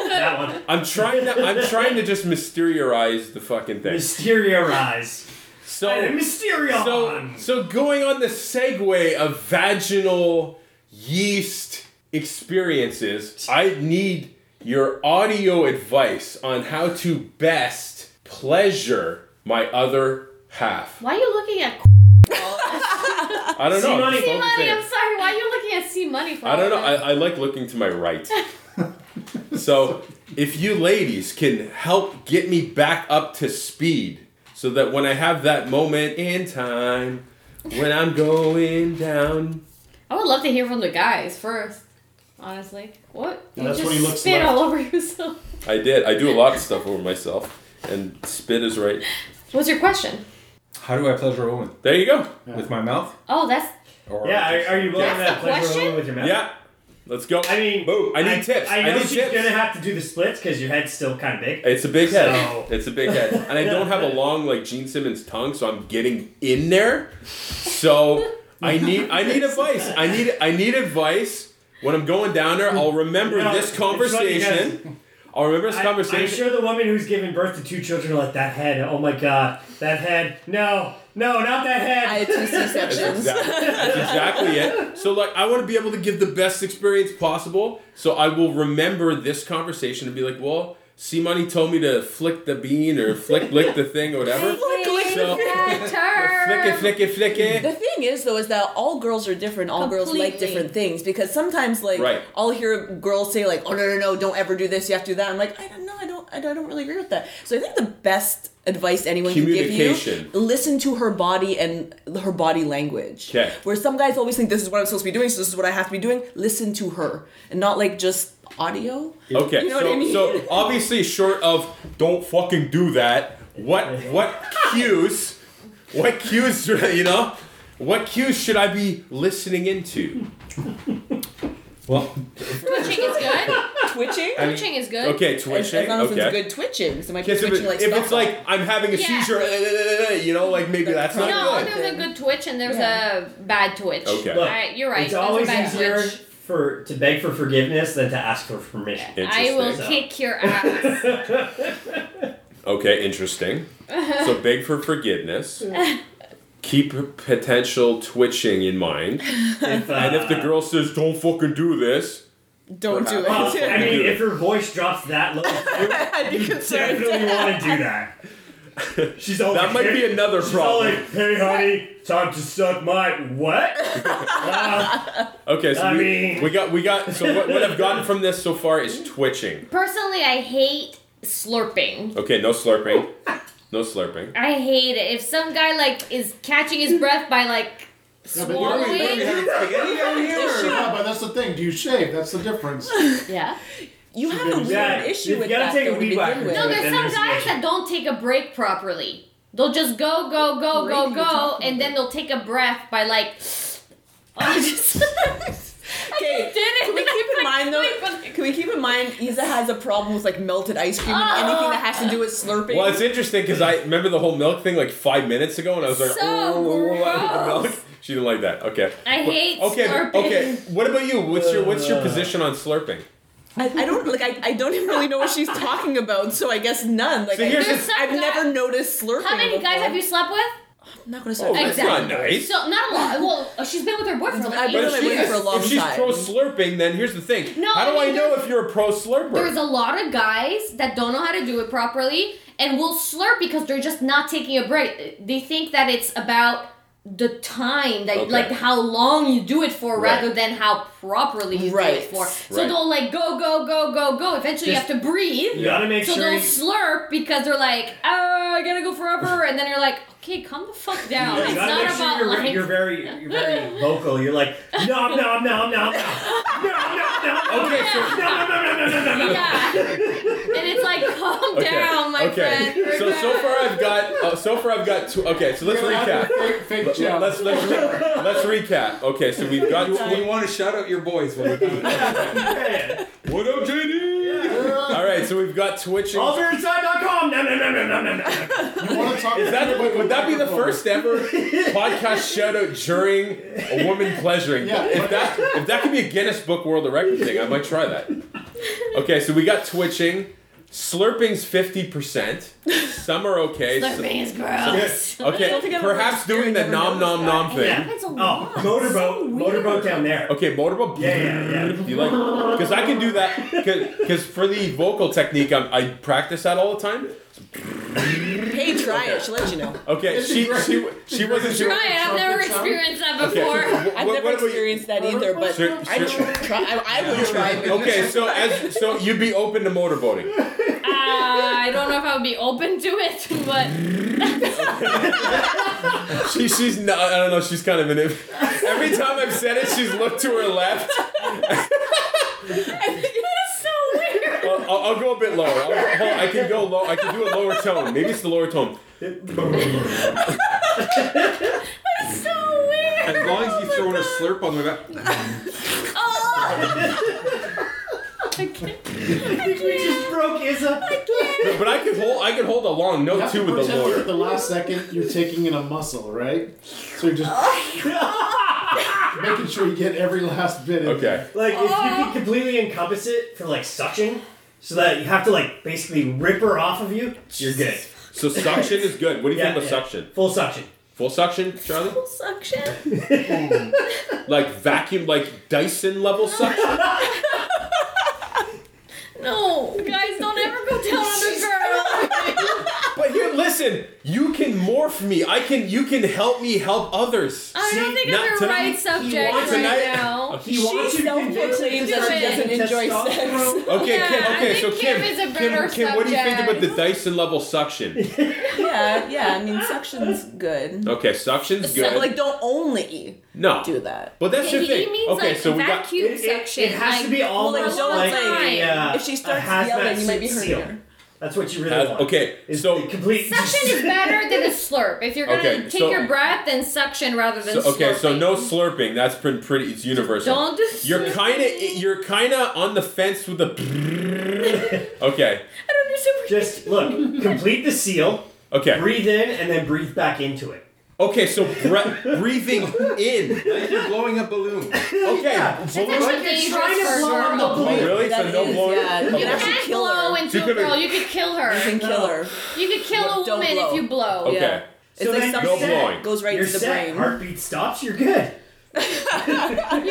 [SPEAKER 5] that one.
[SPEAKER 9] I'm trying to I'm trying to just mysteriorize the fucking thing.
[SPEAKER 5] Mysteriorize.
[SPEAKER 9] So
[SPEAKER 5] Mysterion.
[SPEAKER 9] so so going on the segue of vaginal yeast experiences, I need your audio advice on how to best pleasure my other half.
[SPEAKER 11] Why are you looking at
[SPEAKER 9] I don't know. I'm
[SPEAKER 5] Money.
[SPEAKER 9] just
[SPEAKER 5] See
[SPEAKER 11] money? I'm
[SPEAKER 9] focusing.
[SPEAKER 11] sorry. Why are you looking at C money for?
[SPEAKER 9] I don't
[SPEAKER 11] all
[SPEAKER 9] know.
[SPEAKER 11] that?
[SPEAKER 9] I, I like looking to my right. so, if you ladies can help get me back up to speed so that when I have that moment in time, when I'm going down,
[SPEAKER 11] I would love to hear from the guys first. Honestly, what? You
[SPEAKER 6] that's
[SPEAKER 11] just
[SPEAKER 6] when he looks
[SPEAKER 11] spit
[SPEAKER 6] left.
[SPEAKER 11] all over yourself.
[SPEAKER 9] I did. I do a lot of stuff over myself, and spit is right.
[SPEAKER 11] What's your question?
[SPEAKER 7] how do I pleasure a woman
[SPEAKER 9] There you go.
[SPEAKER 7] with my mouth?
[SPEAKER 11] Oh, that's
[SPEAKER 7] Or
[SPEAKER 5] yeah, are, are you willing
[SPEAKER 11] That's
[SPEAKER 5] to
[SPEAKER 11] the
[SPEAKER 5] pleasure
[SPEAKER 11] question?
[SPEAKER 5] alone with your mouth?
[SPEAKER 9] Yeah. Let's go.
[SPEAKER 5] I mean,
[SPEAKER 9] boom. I need tips.
[SPEAKER 5] I
[SPEAKER 9] I,
[SPEAKER 5] know
[SPEAKER 9] need
[SPEAKER 5] she's
[SPEAKER 9] tips.
[SPEAKER 5] gonna have to do the splits because your head's still kind of big.
[SPEAKER 9] It's a big head.
[SPEAKER 5] So-
[SPEAKER 9] It's a big head. And I don't have a long like Gene Simmons tongue, so I'm getting in there. So I need I need advice. I need I need advice. When I'm going down there, I'll remember
[SPEAKER 5] No,
[SPEAKER 9] this
[SPEAKER 5] it's funny, guys.
[SPEAKER 9] conversation. I'll remember this
[SPEAKER 5] I, I'm
[SPEAKER 9] conversation.
[SPEAKER 5] sure the woman who's giving birth to two children are like that head. Oh my god, that head. No, no, not that head.
[SPEAKER 10] I had two C
[SPEAKER 9] That's
[SPEAKER 10] sections.
[SPEAKER 9] exactly, that's exactly it. So like I want to be able to give the best experience possible. So I will remember this conversation and be like, well, C Money told me to flick the bean or flick lick the thing or whatever. So-
[SPEAKER 11] that
[SPEAKER 9] Flick
[SPEAKER 11] term.
[SPEAKER 9] it, flick it, flick it.
[SPEAKER 10] The thing is, though, is that all girls are different. All girls like
[SPEAKER 11] Completely.
[SPEAKER 10] different things because sometimes, like,
[SPEAKER 9] Right.
[SPEAKER 10] I'll hear girls say, like, "Oh no, no, no, don't ever do this. You have to do that." I'm like, I don't know. I don't. I don't I don't really agree with that. So I think the best advice anyone can give you.
[SPEAKER 9] Communication.
[SPEAKER 10] Listen to her body and her body language.
[SPEAKER 9] Okay.
[SPEAKER 10] Where some guys always think this is what I'm supposed to be doing, so this is what I have to be doing. Listen to her and not like just audio.
[SPEAKER 9] Okay,
[SPEAKER 10] You know
[SPEAKER 9] so,
[SPEAKER 10] what I mean?
[SPEAKER 9] so obviously, short of "don't fucking do that," what what cues, what cues, you know, what cues should I be listening into?
[SPEAKER 7] Well,
[SPEAKER 8] Twitching is good.
[SPEAKER 10] Twitching?
[SPEAKER 9] I mean,
[SPEAKER 8] Twitching is good.
[SPEAKER 9] Okay,
[SPEAKER 10] As,
[SPEAKER 9] twitching.
[SPEAKER 10] as long as
[SPEAKER 9] okay.
[SPEAKER 10] it's good twitching. So it might be
[SPEAKER 9] Because if,
[SPEAKER 10] twitching
[SPEAKER 9] it-
[SPEAKER 10] like
[SPEAKER 9] if
[SPEAKER 10] stuff
[SPEAKER 9] it's like I'm having a
[SPEAKER 8] Yeah.
[SPEAKER 9] seizure, eh, eh, eh, eh, you know, like maybe that's not
[SPEAKER 8] No,
[SPEAKER 9] good.
[SPEAKER 8] there's a good Twitch and there's
[SPEAKER 10] Yeah.
[SPEAKER 8] a bad Twitch.
[SPEAKER 9] Okay.
[SPEAKER 5] Look,
[SPEAKER 8] I- you're right.
[SPEAKER 5] It's
[SPEAKER 8] there's a
[SPEAKER 5] always
[SPEAKER 8] bad
[SPEAKER 5] easier
[SPEAKER 8] Twitch.
[SPEAKER 5] for to beg for forgiveness than to ask for permission.
[SPEAKER 8] I will
[SPEAKER 9] Interesting.
[SPEAKER 8] kick your ass.
[SPEAKER 9] Okay, interesting. so big for forgiveness. Keep potential twitching in mind.
[SPEAKER 5] If, uh,
[SPEAKER 9] And if the girl says, "Don't fucking do this,"
[SPEAKER 10] Don't do
[SPEAKER 5] well,
[SPEAKER 9] Perhaps.
[SPEAKER 10] it.
[SPEAKER 5] I mean, if her voice drops that low, you
[SPEAKER 10] I'd be concerned.
[SPEAKER 5] definitely want to do that. She's all
[SPEAKER 9] that
[SPEAKER 5] like,
[SPEAKER 9] might be
[SPEAKER 5] "Hey,"
[SPEAKER 9] another
[SPEAKER 5] She's all
[SPEAKER 9] problem.
[SPEAKER 5] like, "Hey, honey, time to suck my what?" Uh, Wow.
[SPEAKER 9] Okay, so
[SPEAKER 5] I
[SPEAKER 9] we,
[SPEAKER 5] mean-
[SPEAKER 9] we got we got. So what, what I've gotten from this so far is twitching.
[SPEAKER 8] Personally, I hate slurping.
[SPEAKER 9] Okay, no slurping, no slurping.
[SPEAKER 8] I hate it. If some guy like is catching his breath by like swallowing.
[SPEAKER 6] Yeah, but that's the thing. Do you shave? That's the difference.
[SPEAKER 8] Yeah.
[SPEAKER 10] You have a weird
[SPEAKER 5] Yeah,
[SPEAKER 10] issue
[SPEAKER 5] you've
[SPEAKER 10] with
[SPEAKER 5] gotta
[SPEAKER 10] that.
[SPEAKER 5] take a
[SPEAKER 10] though, to
[SPEAKER 5] weed
[SPEAKER 10] begin
[SPEAKER 5] whacker.
[SPEAKER 10] with.
[SPEAKER 8] No,
[SPEAKER 5] But
[SPEAKER 8] there's
[SPEAKER 5] then
[SPEAKER 8] some
[SPEAKER 5] there's
[SPEAKER 8] guys
[SPEAKER 5] Mitchell.
[SPEAKER 8] that don't take a break properly. They'll just go, go, go, go,
[SPEAKER 10] Break you're
[SPEAKER 8] go,
[SPEAKER 10] talking
[SPEAKER 8] and then they'll take a breath by like. Oh, just.
[SPEAKER 10] Okay,
[SPEAKER 8] did it.
[SPEAKER 10] Can we keep in mind though? Can we keep in mind Isa has a problem with like melted ice cream and anything that has to do with slurping?
[SPEAKER 9] Well, it's interesting because I remember the whole milk thing like five minutes ago, and I was like,
[SPEAKER 8] So
[SPEAKER 9] "Oh, I want the
[SPEAKER 8] gross.
[SPEAKER 9] milk." She didn't like that. Okay.
[SPEAKER 8] I hate
[SPEAKER 9] Okay.
[SPEAKER 8] slurping.
[SPEAKER 9] Okay. What about you? What's your what's
[SPEAKER 5] Uh.
[SPEAKER 9] your position on slurping?
[SPEAKER 10] I, I don't like. I, I don't even really know what she's talking about, so I guess none. Like,
[SPEAKER 9] So
[SPEAKER 10] I-
[SPEAKER 9] here's
[SPEAKER 8] There's the-
[SPEAKER 10] I've
[SPEAKER 8] some guy-
[SPEAKER 10] never noticed slurping.
[SPEAKER 8] How many guys
[SPEAKER 10] before.
[SPEAKER 8] have you slept with?
[SPEAKER 10] I'm not gonna start.
[SPEAKER 9] Oh, that's not
[SPEAKER 8] Exactly.
[SPEAKER 9] nice.
[SPEAKER 8] So not a lot. Well, she's been with her boyfriend for like
[SPEAKER 10] I've
[SPEAKER 8] eight
[SPEAKER 10] been
[SPEAKER 9] But
[SPEAKER 10] with
[SPEAKER 9] if,
[SPEAKER 10] my
[SPEAKER 8] years.
[SPEAKER 9] she's,
[SPEAKER 10] boyfriend for a long
[SPEAKER 9] if she's
[SPEAKER 10] time.
[SPEAKER 9] pro slurping, then here's the thing.
[SPEAKER 8] No,
[SPEAKER 9] How do
[SPEAKER 8] I
[SPEAKER 9] I
[SPEAKER 8] mean,
[SPEAKER 9] know
[SPEAKER 8] there's-
[SPEAKER 9] if you're a pro slurper?
[SPEAKER 8] There's a lot of guys that don't know how to do it properly and will slurp because they're just not taking a break. They think that it's about the time that
[SPEAKER 9] Okay.
[SPEAKER 8] like how long you do it for
[SPEAKER 9] Right.
[SPEAKER 8] rather than how properly you do
[SPEAKER 10] Right.
[SPEAKER 8] it for. So
[SPEAKER 9] Right.
[SPEAKER 8] they'll like go go go go go. Eventually you have to breathe.
[SPEAKER 5] You gotta make
[SPEAKER 8] So
[SPEAKER 5] sure.
[SPEAKER 8] they'll
[SPEAKER 5] You,
[SPEAKER 8] slurp because they're like, oh, I gotta go forever, and then you're like, okay, calm the fuck down.
[SPEAKER 5] you
[SPEAKER 8] it's
[SPEAKER 5] gotta
[SPEAKER 8] not
[SPEAKER 5] make
[SPEAKER 8] about
[SPEAKER 5] sure you're,
[SPEAKER 8] like
[SPEAKER 5] you're very you're very vocal. You're like, no, no, no, no, no, no, no, no.
[SPEAKER 9] Okay, so-
[SPEAKER 5] no, no, no, no, no, no, no.
[SPEAKER 8] yeah. and it's like, calm
[SPEAKER 9] Okay.
[SPEAKER 8] down, my
[SPEAKER 9] okay.
[SPEAKER 8] friend.
[SPEAKER 9] So so far I've got uh, so far I've got tw- okay. So let's recap.
[SPEAKER 6] Fake, fake
[SPEAKER 9] Let-
[SPEAKER 6] Jeff.
[SPEAKER 9] Let's let's re- let's recap. Okay, so we've got.
[SPEAKER 7] we want to shout out your boys when we're done.
[SPEAKER 5] Yeah.
[SPEAKER 9] What up, JD? All right, so we've got twitching.
[SPEAKER 5] Allbirdside.com. No, no, no, no, no, no, no.
[SPEAKER 6] You want to talk
[SPEAKER 9] Is that, would, would that be the first ever podcast shout out during a woman pleasuring?
[SPEAKER 6] Yeah.
[SPEAKER 9] If that if that could be a Guinness Book World Record thing, I might try that. Okay, so we got twitching. Slurping's fifty percent. Some are okay.
[SPEAKER 8] Slurping is gross.
[SPEAKER 9] Some- okay,
[SPEAKER 10] Don't forget about
[SPEAKER 9] perhaps
[SPEAKER 10] the
[SPEAKER 9] doing the
[SPEAKER 10] scary
[SPEAKER 9] nom
[SPEAKER 10] never
[SPEAKER 9] nom nom thing.
[SPEAKER 5] Yeah.
[SPEAKER 8] Happens a
[SPEAKER 5] Oh,
[SPEAKER 8] lot.
[SPEAKER 5] motorboat, motorboat down there.
[SPEAKER 9] Okay, motorboat.
[SPEAKER 5] Yeah, yeah, yeah.
[SPEAKER 9] Do you like? Because I can do that. Because for the vocal technique, I'm, I practice that all the time.
[SPEAKER 10] Hey, try it. She'll let you know.
[SPEAKER 9] Okay, she she she wasn't doing.
[SPEAKER 8] Try it. I've never experienced that before.
[SPEAKER 9] Okay,
[SPEAKER 10] I've
[SPEAKER 9] what-
[SPEAKER 10] never
[SPEAKER 9] what about you?
[SPEAKER 10] experienced that either, but
[SPEAKER 9] Sure,
[SPEAKER 10] I
[SPEAKER 9] sure.
[SPEAKER 10] would try. I, I would try. it.
[SPEAKER 9] Okay, so as so you'd be open to motorboating.
[SPEAKER 8] Uh, I don't know if I would be open to it, but
[SPEAKER 9] She, she's not. I don't know. She's kind of an. Every time I've said it, she's looked to her left.
[SPEAKER 8] it's so weird.
[SPEAKER 9] I'll, I'll, I'll go a bit lower. I'll, hold- I can go low. I can do a lower tone. Maybe it's the lower tone.
[SPEAKER 8] So weird.
[SPEAKER 7] As long as you throw in a slurp on the back.
[SPEAKER 8] Oh.
[SPEAKER 5] We just broke Isa.
[SPEAKER 9] But, but I could hold. I could hold a long note too with the
[SPEAKER 6] At
[SPEAKER 9] lower.
[SPEAKER 6] the last second, you're taking in a muscle, right? So you're just making sure you get every last bit. In
[SPEAKER 9] Okay.
[SPEAKER 5] Like if you can completely encompass it for like suction, so that you have to like basically rip her off of you, you're good.
[SPEAKER 9] So suction is good. What do you think of suction?
[SPEAKER 5] Full suction.
[SPEAKER 9] Full suction, Charlie?
[SPEAKER 8] Suction.
[SPEAKER 9] Like vacuum, like Dyson level suction.
[SPEAKER 8] No, guys, don't ever go down on a girl.
[SPEAKER 9] But here, listen. You can morph me. I can. You can help me help others.
[SPEAKER 8] I don't think
[SPEAKER 9] Not
[SPEAKER 8] I'm the
[SPEAKER 9] tonight.
[SPEAKER 8] right subject
[SPEAKER 9] wants
[SPEAKER 8] right
[SPEAKER 9] tonight.
[SPEAKER 8] now.
[SPEAKER 9] now.
[SPEAKER 5] He wants you to convince him
[SPEAKER 10] self-proclaims
[SPEAKER 5] to
[SPEAKER 10] that
[SPEAKER 5] start
[SPEAKER 10] she doesn't
[SPEAKER 5] taking
[SPEAKER 10] enjoy
[SPEAKER 9] Okay,
[SPEAKER 5] testosterone.
[SPEAKER 8] Oh, Yeah,
[SPEAKER 9] Kim,
[SPEAKER 8] I
[SPEAKER 9] okay,
[SPEAKER 8] think
[SPEAKER 9] so Kim,
[SPEAKER 8] Kim is a
[SPEAKER 9] Kim,
[SPEAKER 8] better
[SPEAKER 9] Kim, what do you think
[SPEAKER 8] subject.
[SPEAKER 9] about the Dyson level suction?
[SPEAKER 10] yeah, yeah. I mean, suction's good.
[SPEAKER 9] Okay, suction's
[SPEAKER 10] So,
[SPEAKER 9] good.
[SPEAKER 10] like, don't only
[SPEAKER 9] no,
[SPEAKER 10] do that.
[SPEAKER 9] But that's
[SPEAKER 8] he,
[SPEAKER 9] the
[SPEAKER 8] he
[SPEAKER 9] thing.
[SPEAKER 8] means
[SPEAKER 9] okay,
[SPEAKER 8] like
[SPEAKER 9] so we got.
[SPEAKER 8] vacuum
[SPEAKER 5] It, it-
[SPEAKER 8] suction.
[SPEAKER 5] it has
[SPEAKER 8] like,
[SPEAKER 5] to be almost
[SPEAKER 10] well,
[SPEAKER 5] like
[SPEAKER 10] it's
[SPEAKER 5] a,
[SPEAKER 8] fine.
[SPEAKER 5] uh,
[SPEAKER 10] If she starts
[SPEAKER 5] a hazmat
[SPEAKER 10] yelling, you might be
[SPEAKER 5] suit
[SPEAKER 10] hurting
[SPEAKER 5] seal.
[SPEAKER 10] her.
[SPEAKER 5] That's what you really
[SPEAKER 9] Has-
[SPEAKER 5] want.
[SPEAKER 9] okay,
[SPEAKER 5] is
[SPEAKER 9] so-
[SPEAKER 5] the complete
[SPEAKER 8] Suction is better than a slurp. If you're gonna
[SPEAKER 9] Okay,
[SPEAKER 8] take
[SPEAKER 9] so-
[SPEAKER 8] your breath, then suction rather than
[SPEAKER 9] So, okay, so
[SPEAKER 8] slurping.
[SPEAKER 9] no slurping. That's pretty pretty. It's universal.
[SPEAKER 8] Don't do
[SPEAKER 9] You're kind of
[SPEAKER 8] slurping.
[SPEAKER 9] you're kind of on the fence with the. okay,
[SPEAKER 8] I don't understand. what-
[SPEAKER 5] Just look, complete the seal,
[SPEAKER 9] okay.
[SPEAKER 5] breathe in, and then breathe back into it.
[SPEAKER 9] Okay, so bre- breathing in.
[SPEAKER 7] You're blowing a balloon.
[SPEAKER 9] Okay.
[SPEAKER 8] That's
[SPEAKER 9] balloon-
[SPEAKER 8] actually dangerous
[SPEAKER 5] trying to
[SPEAKER 8] for a
[SPEAKER 5] blow up
[SPEAKER 8] girl.
[SPEAKER 5] the balloon.
[SPEAKER 9] oh, really?
[SPEAKER 10] That
[SPEAKER 9] so no
[SPEAKER 10] is,
[SPEAKER 9] blowing.
[SPEAKER 10] yeah, you
[SPEAKER 9] Okay.
[SPEAKER 10] can
[SPEAKER 8] You
[SPEAKER 10] actually
[SPEAKER 8] can't
[SPEAKER 10] kill
[SPEAKER 8] blow
[SPEAKER 10] her.
[SPEAKER 9] She
[SPEAKER 8] into a
[SPEAKER 9] could be-
[SPEAKER 8] girl. You could kill
[SPEAKER 10] You
[SPEAKER 8] her.
[SPEAKER 10] can kill her.
[SPEAKER 8] You could kill a
[SPEAKER 10] Don't
[SPEAKER 8] woman
[SPEAKER 10] blow.
[SPEAKER 8] if you blow.
[SPEAKER 9] Okay.
[SPEAKER 10] Yeah. It's
[SPEAKER 5] So
[SPEAKER 10] like
[SPEAKER 5] then
[SPEAKER 10] something
[SPEAKER 5] you're
[SPEAKER 9] No
[SPEAKER 5] set.
[SPEAKER 9] blowing.
[SPEAKER 10] goes right
[SPEAKER 5] You're
[SPEAKER 10] to the
[SPEAKER 5] set.
[SPEAKER 10] brain.
[SPEAKER 5] Heartbeat stops. You're good.
[SPEAKER 8] You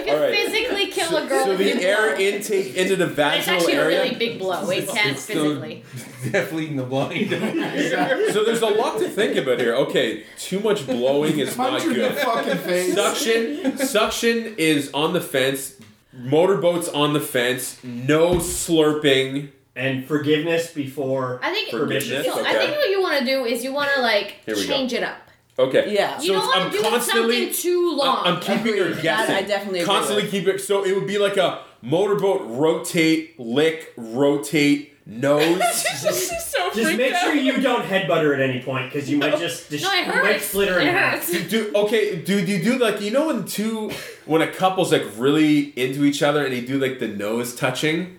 [SPEAKER 8] can
[SPEAKER 9] All right.
[SPEAKER 8] physically kill a girl.
[SPEAKER 9] So
[SPEAKER 8] if
[SPEAKER 9] the
[SPEAKER 8] you
[SPEAKER 9] air
[SPEAKER 8] blow.
[SPEAKER 9] intake into the
[SPEAKER 8] It's
[SPEAKER 9] vaginal
[SPEAKER 8] actually
[SPEAKER 9] area.
[SPEAKER 8] a really big blow. It can
[SPEAKER 7] It's still
[SPEAKER 8] physically.
[SPEAKER 7] definitely in the blind.
[SPEAKER 9] so there's a lot to think about here. Okay, too much blowing is not
[SPEAKER 6] Punch her in the
[SPEAKER 9] good.
[SPEAKER 6] fucking face.
[SPEAKER 9] Suction, suction is on the fence. Motorboats on the fence. No slurping.
[SPEAKER 5] And forgiveness before
[SPEAKER 8] I think.
[SPEAKER 9] Forgiveness.
[SPEAKER 8] so
[SPEAKER 9] Okay.
[SPEAKER 8] I think what you want to do is you want to like
[SPEAKER 9] Here we go.
[SPEAKER 8] change it up.
[SPEAKER 9] Okay.
[SPEAKER 10] Yeah.
[SPEAKER 8] You don't
[SPEAKER 9] it's-
[SPEAKER 8] want to do something too long.
[SPEAKER 9] I'm keeping her guessing.
[SPEAKER 10] I definitely agree
[SPEAKER 9] constantly
[SPEAKER 10] with.
[SPEAKER 9] keep it. So it would be like a motorboat rotate, lick, rotate, nose.
[SPEAKER 10] so
[SPEAKER 5] Just make sure you don't headbutt her at any point because you might just dis-
[SPEAKER 8] no, it
[SPEAKER 5] you might
[SPEAKER 8] hurts.
[SPEAKER 5] split her in
[SPEAKER 8] it
[SPEAKER 5] half.
[SPEAKER 8] hurts.
[SPEAKER 9] do okay. Do you do like you know when two when a couple's like really into each other and they do like the nose touching?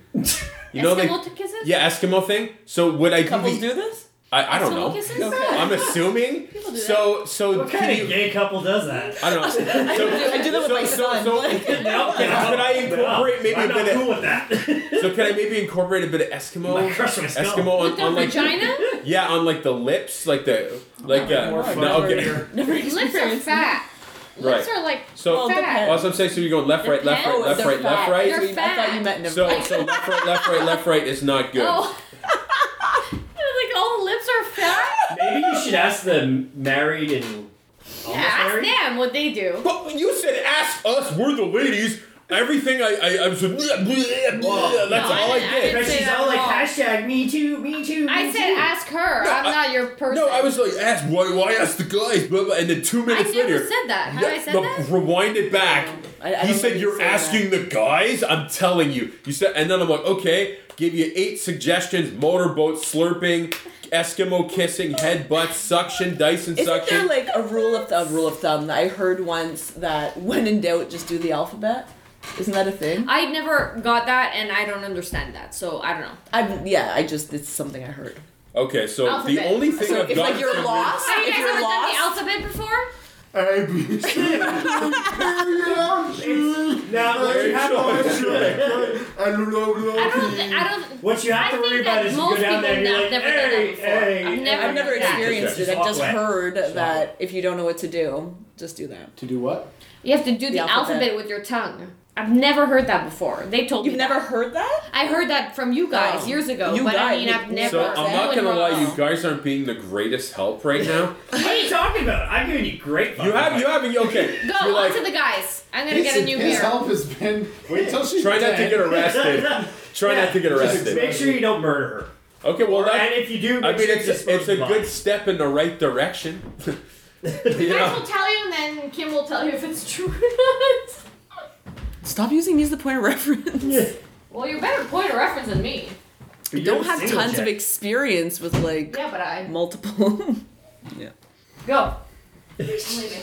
[SPEAKER 9] You know
[SPEAKER 8] Eskimo
[SPEAKER 9] like
[SPEAKER 8] kisses?
[SPEAKER 9] yeah Eskimo thing. So would I
[SPEAKER 10] Couples
[SPEAKER 9] do?
[SPEAKER 10] do
[SPEAKER 9] The,
[SPEAKER 10] this?
[SPEAKER 9] I, I don't know.
[SPEAKER 8] Eskimo kisses?
[SPEAKER 9] I'm assuming.
[SPEAKER 8] do
[SPEAKER 9] So so
[SPEAKER 5] What
[SPEAKER 9] can
[SPEAKER 5] kind
[SPEAKER 9] you-
[SPEAKER 5] of gay couple does that?
[SPEAKER 9] I don't know. So,
[SPEAKER 10] I do that with my
[SPEAKER 9] so,
[SPEAKER 10] son.
[SPEAKER 9] so,
[SPEAKER 10] like-
[SPEAKER 9] so,
[SPEAKER 5] No,
[SPEAKER 9] Could I incorporate maybe
[SPEAKER 5] I'm
[SPEAKER 9] a
[SPEAKER 5] not
[SPEAKER 9] bit of-
[SPEAKER 5] cool with that.
[SPEAKER 9] so can I maybe incorporate a bit of
[SPEAKER 5] My
[SPEAKER 9] Eskimo?
[SPEAKER 5] crush on skull.
[SPEAKER 9] Eskimo on,
[SPEAKER 8] With the
[SPEAKER 9] on like
[SPEAKER 8] vagina?
[SPEAKER 9] yeah on like the lips like the like uh,
[SPEAKER 6] More fun
[SPEAKER 9] no,
[SPEAKER 6] for
[SPEAKER 9] okay
[SPEAKER 6] your-
[SPEAKER 10] Never
[SPEAKER 8] Lips are
[SPEAKER 10] experienced
[SPEAKER 8] fat. Lips
[SPEAKER 9] Right.
[SPEAKER 8] are like
[SPEAKER 9] so
[SPEAKER 10] Well,
[SPEAKER 8] fat.
[SPEAKER 10] depends.
[SPEAKER 9] well, so I'm saying so you're going left right left right
[SPEAKER 8] Depends.
[SPEAKER 9] left
[SPEAKER 10] They're
[SPEAKER 9] right left
[SPEAKER 10] fat.
[SPEAKER 8] They're
[SPEAKER 9] right
[SPEAKER 10] I mean, I thought you meant never
[SPEAKER 9] So
[SPEAKER 10] mind.
[SPEAKER 9] so left right left right left right is not good.
[SPEAKER 8] Oh. like all lips are
[SPEAKER 9] Oh,
[SPEAKER 8] fat.
[SPEAKER 5] Maybe you should ask the married and almost
[SPEAKER 8] Yeah, ask
[SPEAKER 5] married.
[SPEAKER 8] them what they do.
[SPEAKER 9] But you said ask us, we're the ladies. Everything I I, I was bleh, bleh, bleh,
[SPEAKER 5] Whoa.
[SPEAKER 9] that's
[SPEAKER 8] No,
[SPEAKER 9] all
[SPEAKER 8] I-
[SPEAKER 9] I
[SPEAKER 8] I
[SPEAKER 9] did.
[SPEAKER 5] But
[SPEAKER 8] didn't- Say
[SPEAKER 5] she's
[SPEAKER 8] that
[SPEAKER 5] all like
[SPEAKER 8] wrong.
[SPEAKER 5] hashtag me too, me too. Me
[SPEAKER 8] I said
[SPEAKER 5] too.
[SPEAKER 8] ask her. I'm
[SPEAKER 9] I-
[SPEAKER 8] not your person.
[SPEAKER 9] no, I was like ask why why ask the guys, blah, blah, and then two
[SPEAKER 8] I
[SPEAKER 9] minutes
[SPEAKER 8] never
[SPEAKER 9] later.
[SPEAKER 8] said that. Have I said
[SPEAKER 9] no,
[SPEAKER 8] that?
[SPEAKER 9] Rewind it back.
[SPEAKER 10] I- I
[SPEAKER 9] he
[SPEAKER 10] don't
[SPEAKER 9] said
[SPEAKER 10] think
[SPEAKER 9] you're
[SPEAKER 10] you said
[SPEAKER 9] asking the guys. I'm telling you. You said, and then I'm like, okay. Give you eight suggestions: motorboat, slurping, Eskimo kissing, headbutt, suction, Dyson
[SPEAKER 10] Isn't
[SPEAKER 9] suction.
[SPEAKER 10] there like a rule of thumb? Rule of thumb that I heard once that when in doubt, just do the alphabet. Isn't that a thing?
[SPEAKER 8] I never got that, and I don't understand that. So I don't know.
[SPEAKER 10] I yeah, I just it's something I heard.
[SPEAKER 9] okay, so the
[SPEAKER 8] Alphabet.
[SPEAKER 9] only thing
[SPEAKER 10] So
[SPEAKER 9] I've
[SPEAKER 10] if
[SPEAKER 9] got
[SPEAKER 10] like you're lost,
[SPEAKER 8] Have you
[SPEAKER 10] if
[SPEAKER 8] guys
[SPEAKER 10] you're
[SPEAKER 8] ever done the
[SPEAKER 10] lost,
[SPEAKER 8] alphabet before?
[SPEAKER 6] A, B, C.
[SPEAKER 5] It's- Now what you have to
[SPEAKER 6] I don't know.
[SPEAKER 8] I don't. Th- I don't.
[SPEAKER 5] what you have
[SPEAKER 8] I
[SPEAKER 5] to
[SPEAKER 8] think that
[SPEAKER 5] worry about is you go
[SPEAKER 8] most
[SPEAKER 5] down there and
[SPEAKER 8] people
[SPEAKER 5] you're
[SPEAKER 8] have
[SPEAKER 5] like,
[SPEAKER 8] never done
[SPEAKER 5] hey,
[SPEAKER 8] that before.
[SPEAKER 5] hey.
[SPEAKER 8] I've
[SPEAKER 5] hey."
[SPEAKER 8] never
[SPEAKER 10] I've never
[SPEAKER 8] Yeah.
[SPEAKER 10] experienced
[SPEAKER 5] Just
[SPEAKER 10] it. I've
[SPEAKER 5] walk
[SPEAKER 10] just
[SPEAKER 5] away.
[SPEAKER 10] heard
[SPEAKER 5] Just walk
[SPEAKER 10] that if you don't know what to do, just do that.
[SPEAKER 6] To do what?
[SPEAKER 8] You have to do the, alphabet.
[SPEAKER 10] alphabet.
[SPEAKER 8] with your tongue. I've never heard that before. They told
[SPEAKER 10] You've
[SPEAKER 8] me.
[SPEAKER 10] never
[SPEAKER 8] that.
[SPEAKER 10] heard that?
[SPEAKER 8] I heard that from you guys
[SPEAKER 10] Oh.
[SPEAKER 8] years ago,
[SPEAKER 10] You
[SPEAKER 8] but I
[SPEAKER 10] guys-
[SPEAKER 8] mean, I've
[SPEAKER 10] So
[SPEAKER 8] never.
[SPEAKER 9] So I'm not
[SPEAKER 8] you
[SPEAKER 9] gonna
[SPEAKER 8] and
[SPEAKER 9] lie,
[SPEAKER 8] Ross.
[SPEAKER 9] you guys aren't being the greatest help right now.
[SPEAKER 5] What are you talking about? I'm giving you great.
[SPEAKER 9] You have you haven't okay.
[SPEAKER 8] Go
[SPEAKER 9] you're
[SPEAKER 8] on
[SPEAKER 9] like
[SPEAKER 8] to the guys. I'm gonna get a new
[SPEAKER 6] his
[SPEAKER 8] beer.
[SPEAKER 6] help has been. Wait till she's
[SPEAKER 9] try not to
[SPEAKER 6] dead.
[SPEAKER 9] get arrested. Try not to get
[SPEAKER 5] Just
[SPEAKER 9] arrested.
[SPEAKER 5] make sure you don't murder her.
[SPEAKER 9] Okay, well
[SPEAKER 5] and
[SPEAKER 9] that
[SPEAKER 5] if you do,
[SPEAKER 9] I
[SPEAKER 5] make
[SPEAKER 9] mean
[SPEAKER 5] sure
[SPEAKER 9] it's
[SPEAKER 5] you
[SPEAKER 9] a,
[SPEAKER 5] dispose
[SPEAKER 9] it's a
[SPEAKER 5] of
[SPEAKER 9] good
[SPEAKER 5] mine.
[SPEAKER 9] step in the right direction. you
[SPEAKER 8] Guys
[SPEAKER 9] know?
[SPEAKER 8] will tell you, and then Kim will tell you if it's true or not.
[SPEAKER 10] Stop using me as the point of reference.
[SPEAKER 8] Well, you're better point of reference than me.
[SPEAKER 10] You
[SPEAKER 5] You're
[SPEAKER 10] don't have
[SPEAKER 5] single,
[SPEAKER 10] tons of
[SPEAKER 5] Jack.
[SPEAKER 10] experience with like
[SPEAKER 8] Yeah, but I
[SPEAKER 10] multiple.
[SPEAKER 8] go. I'm leaving.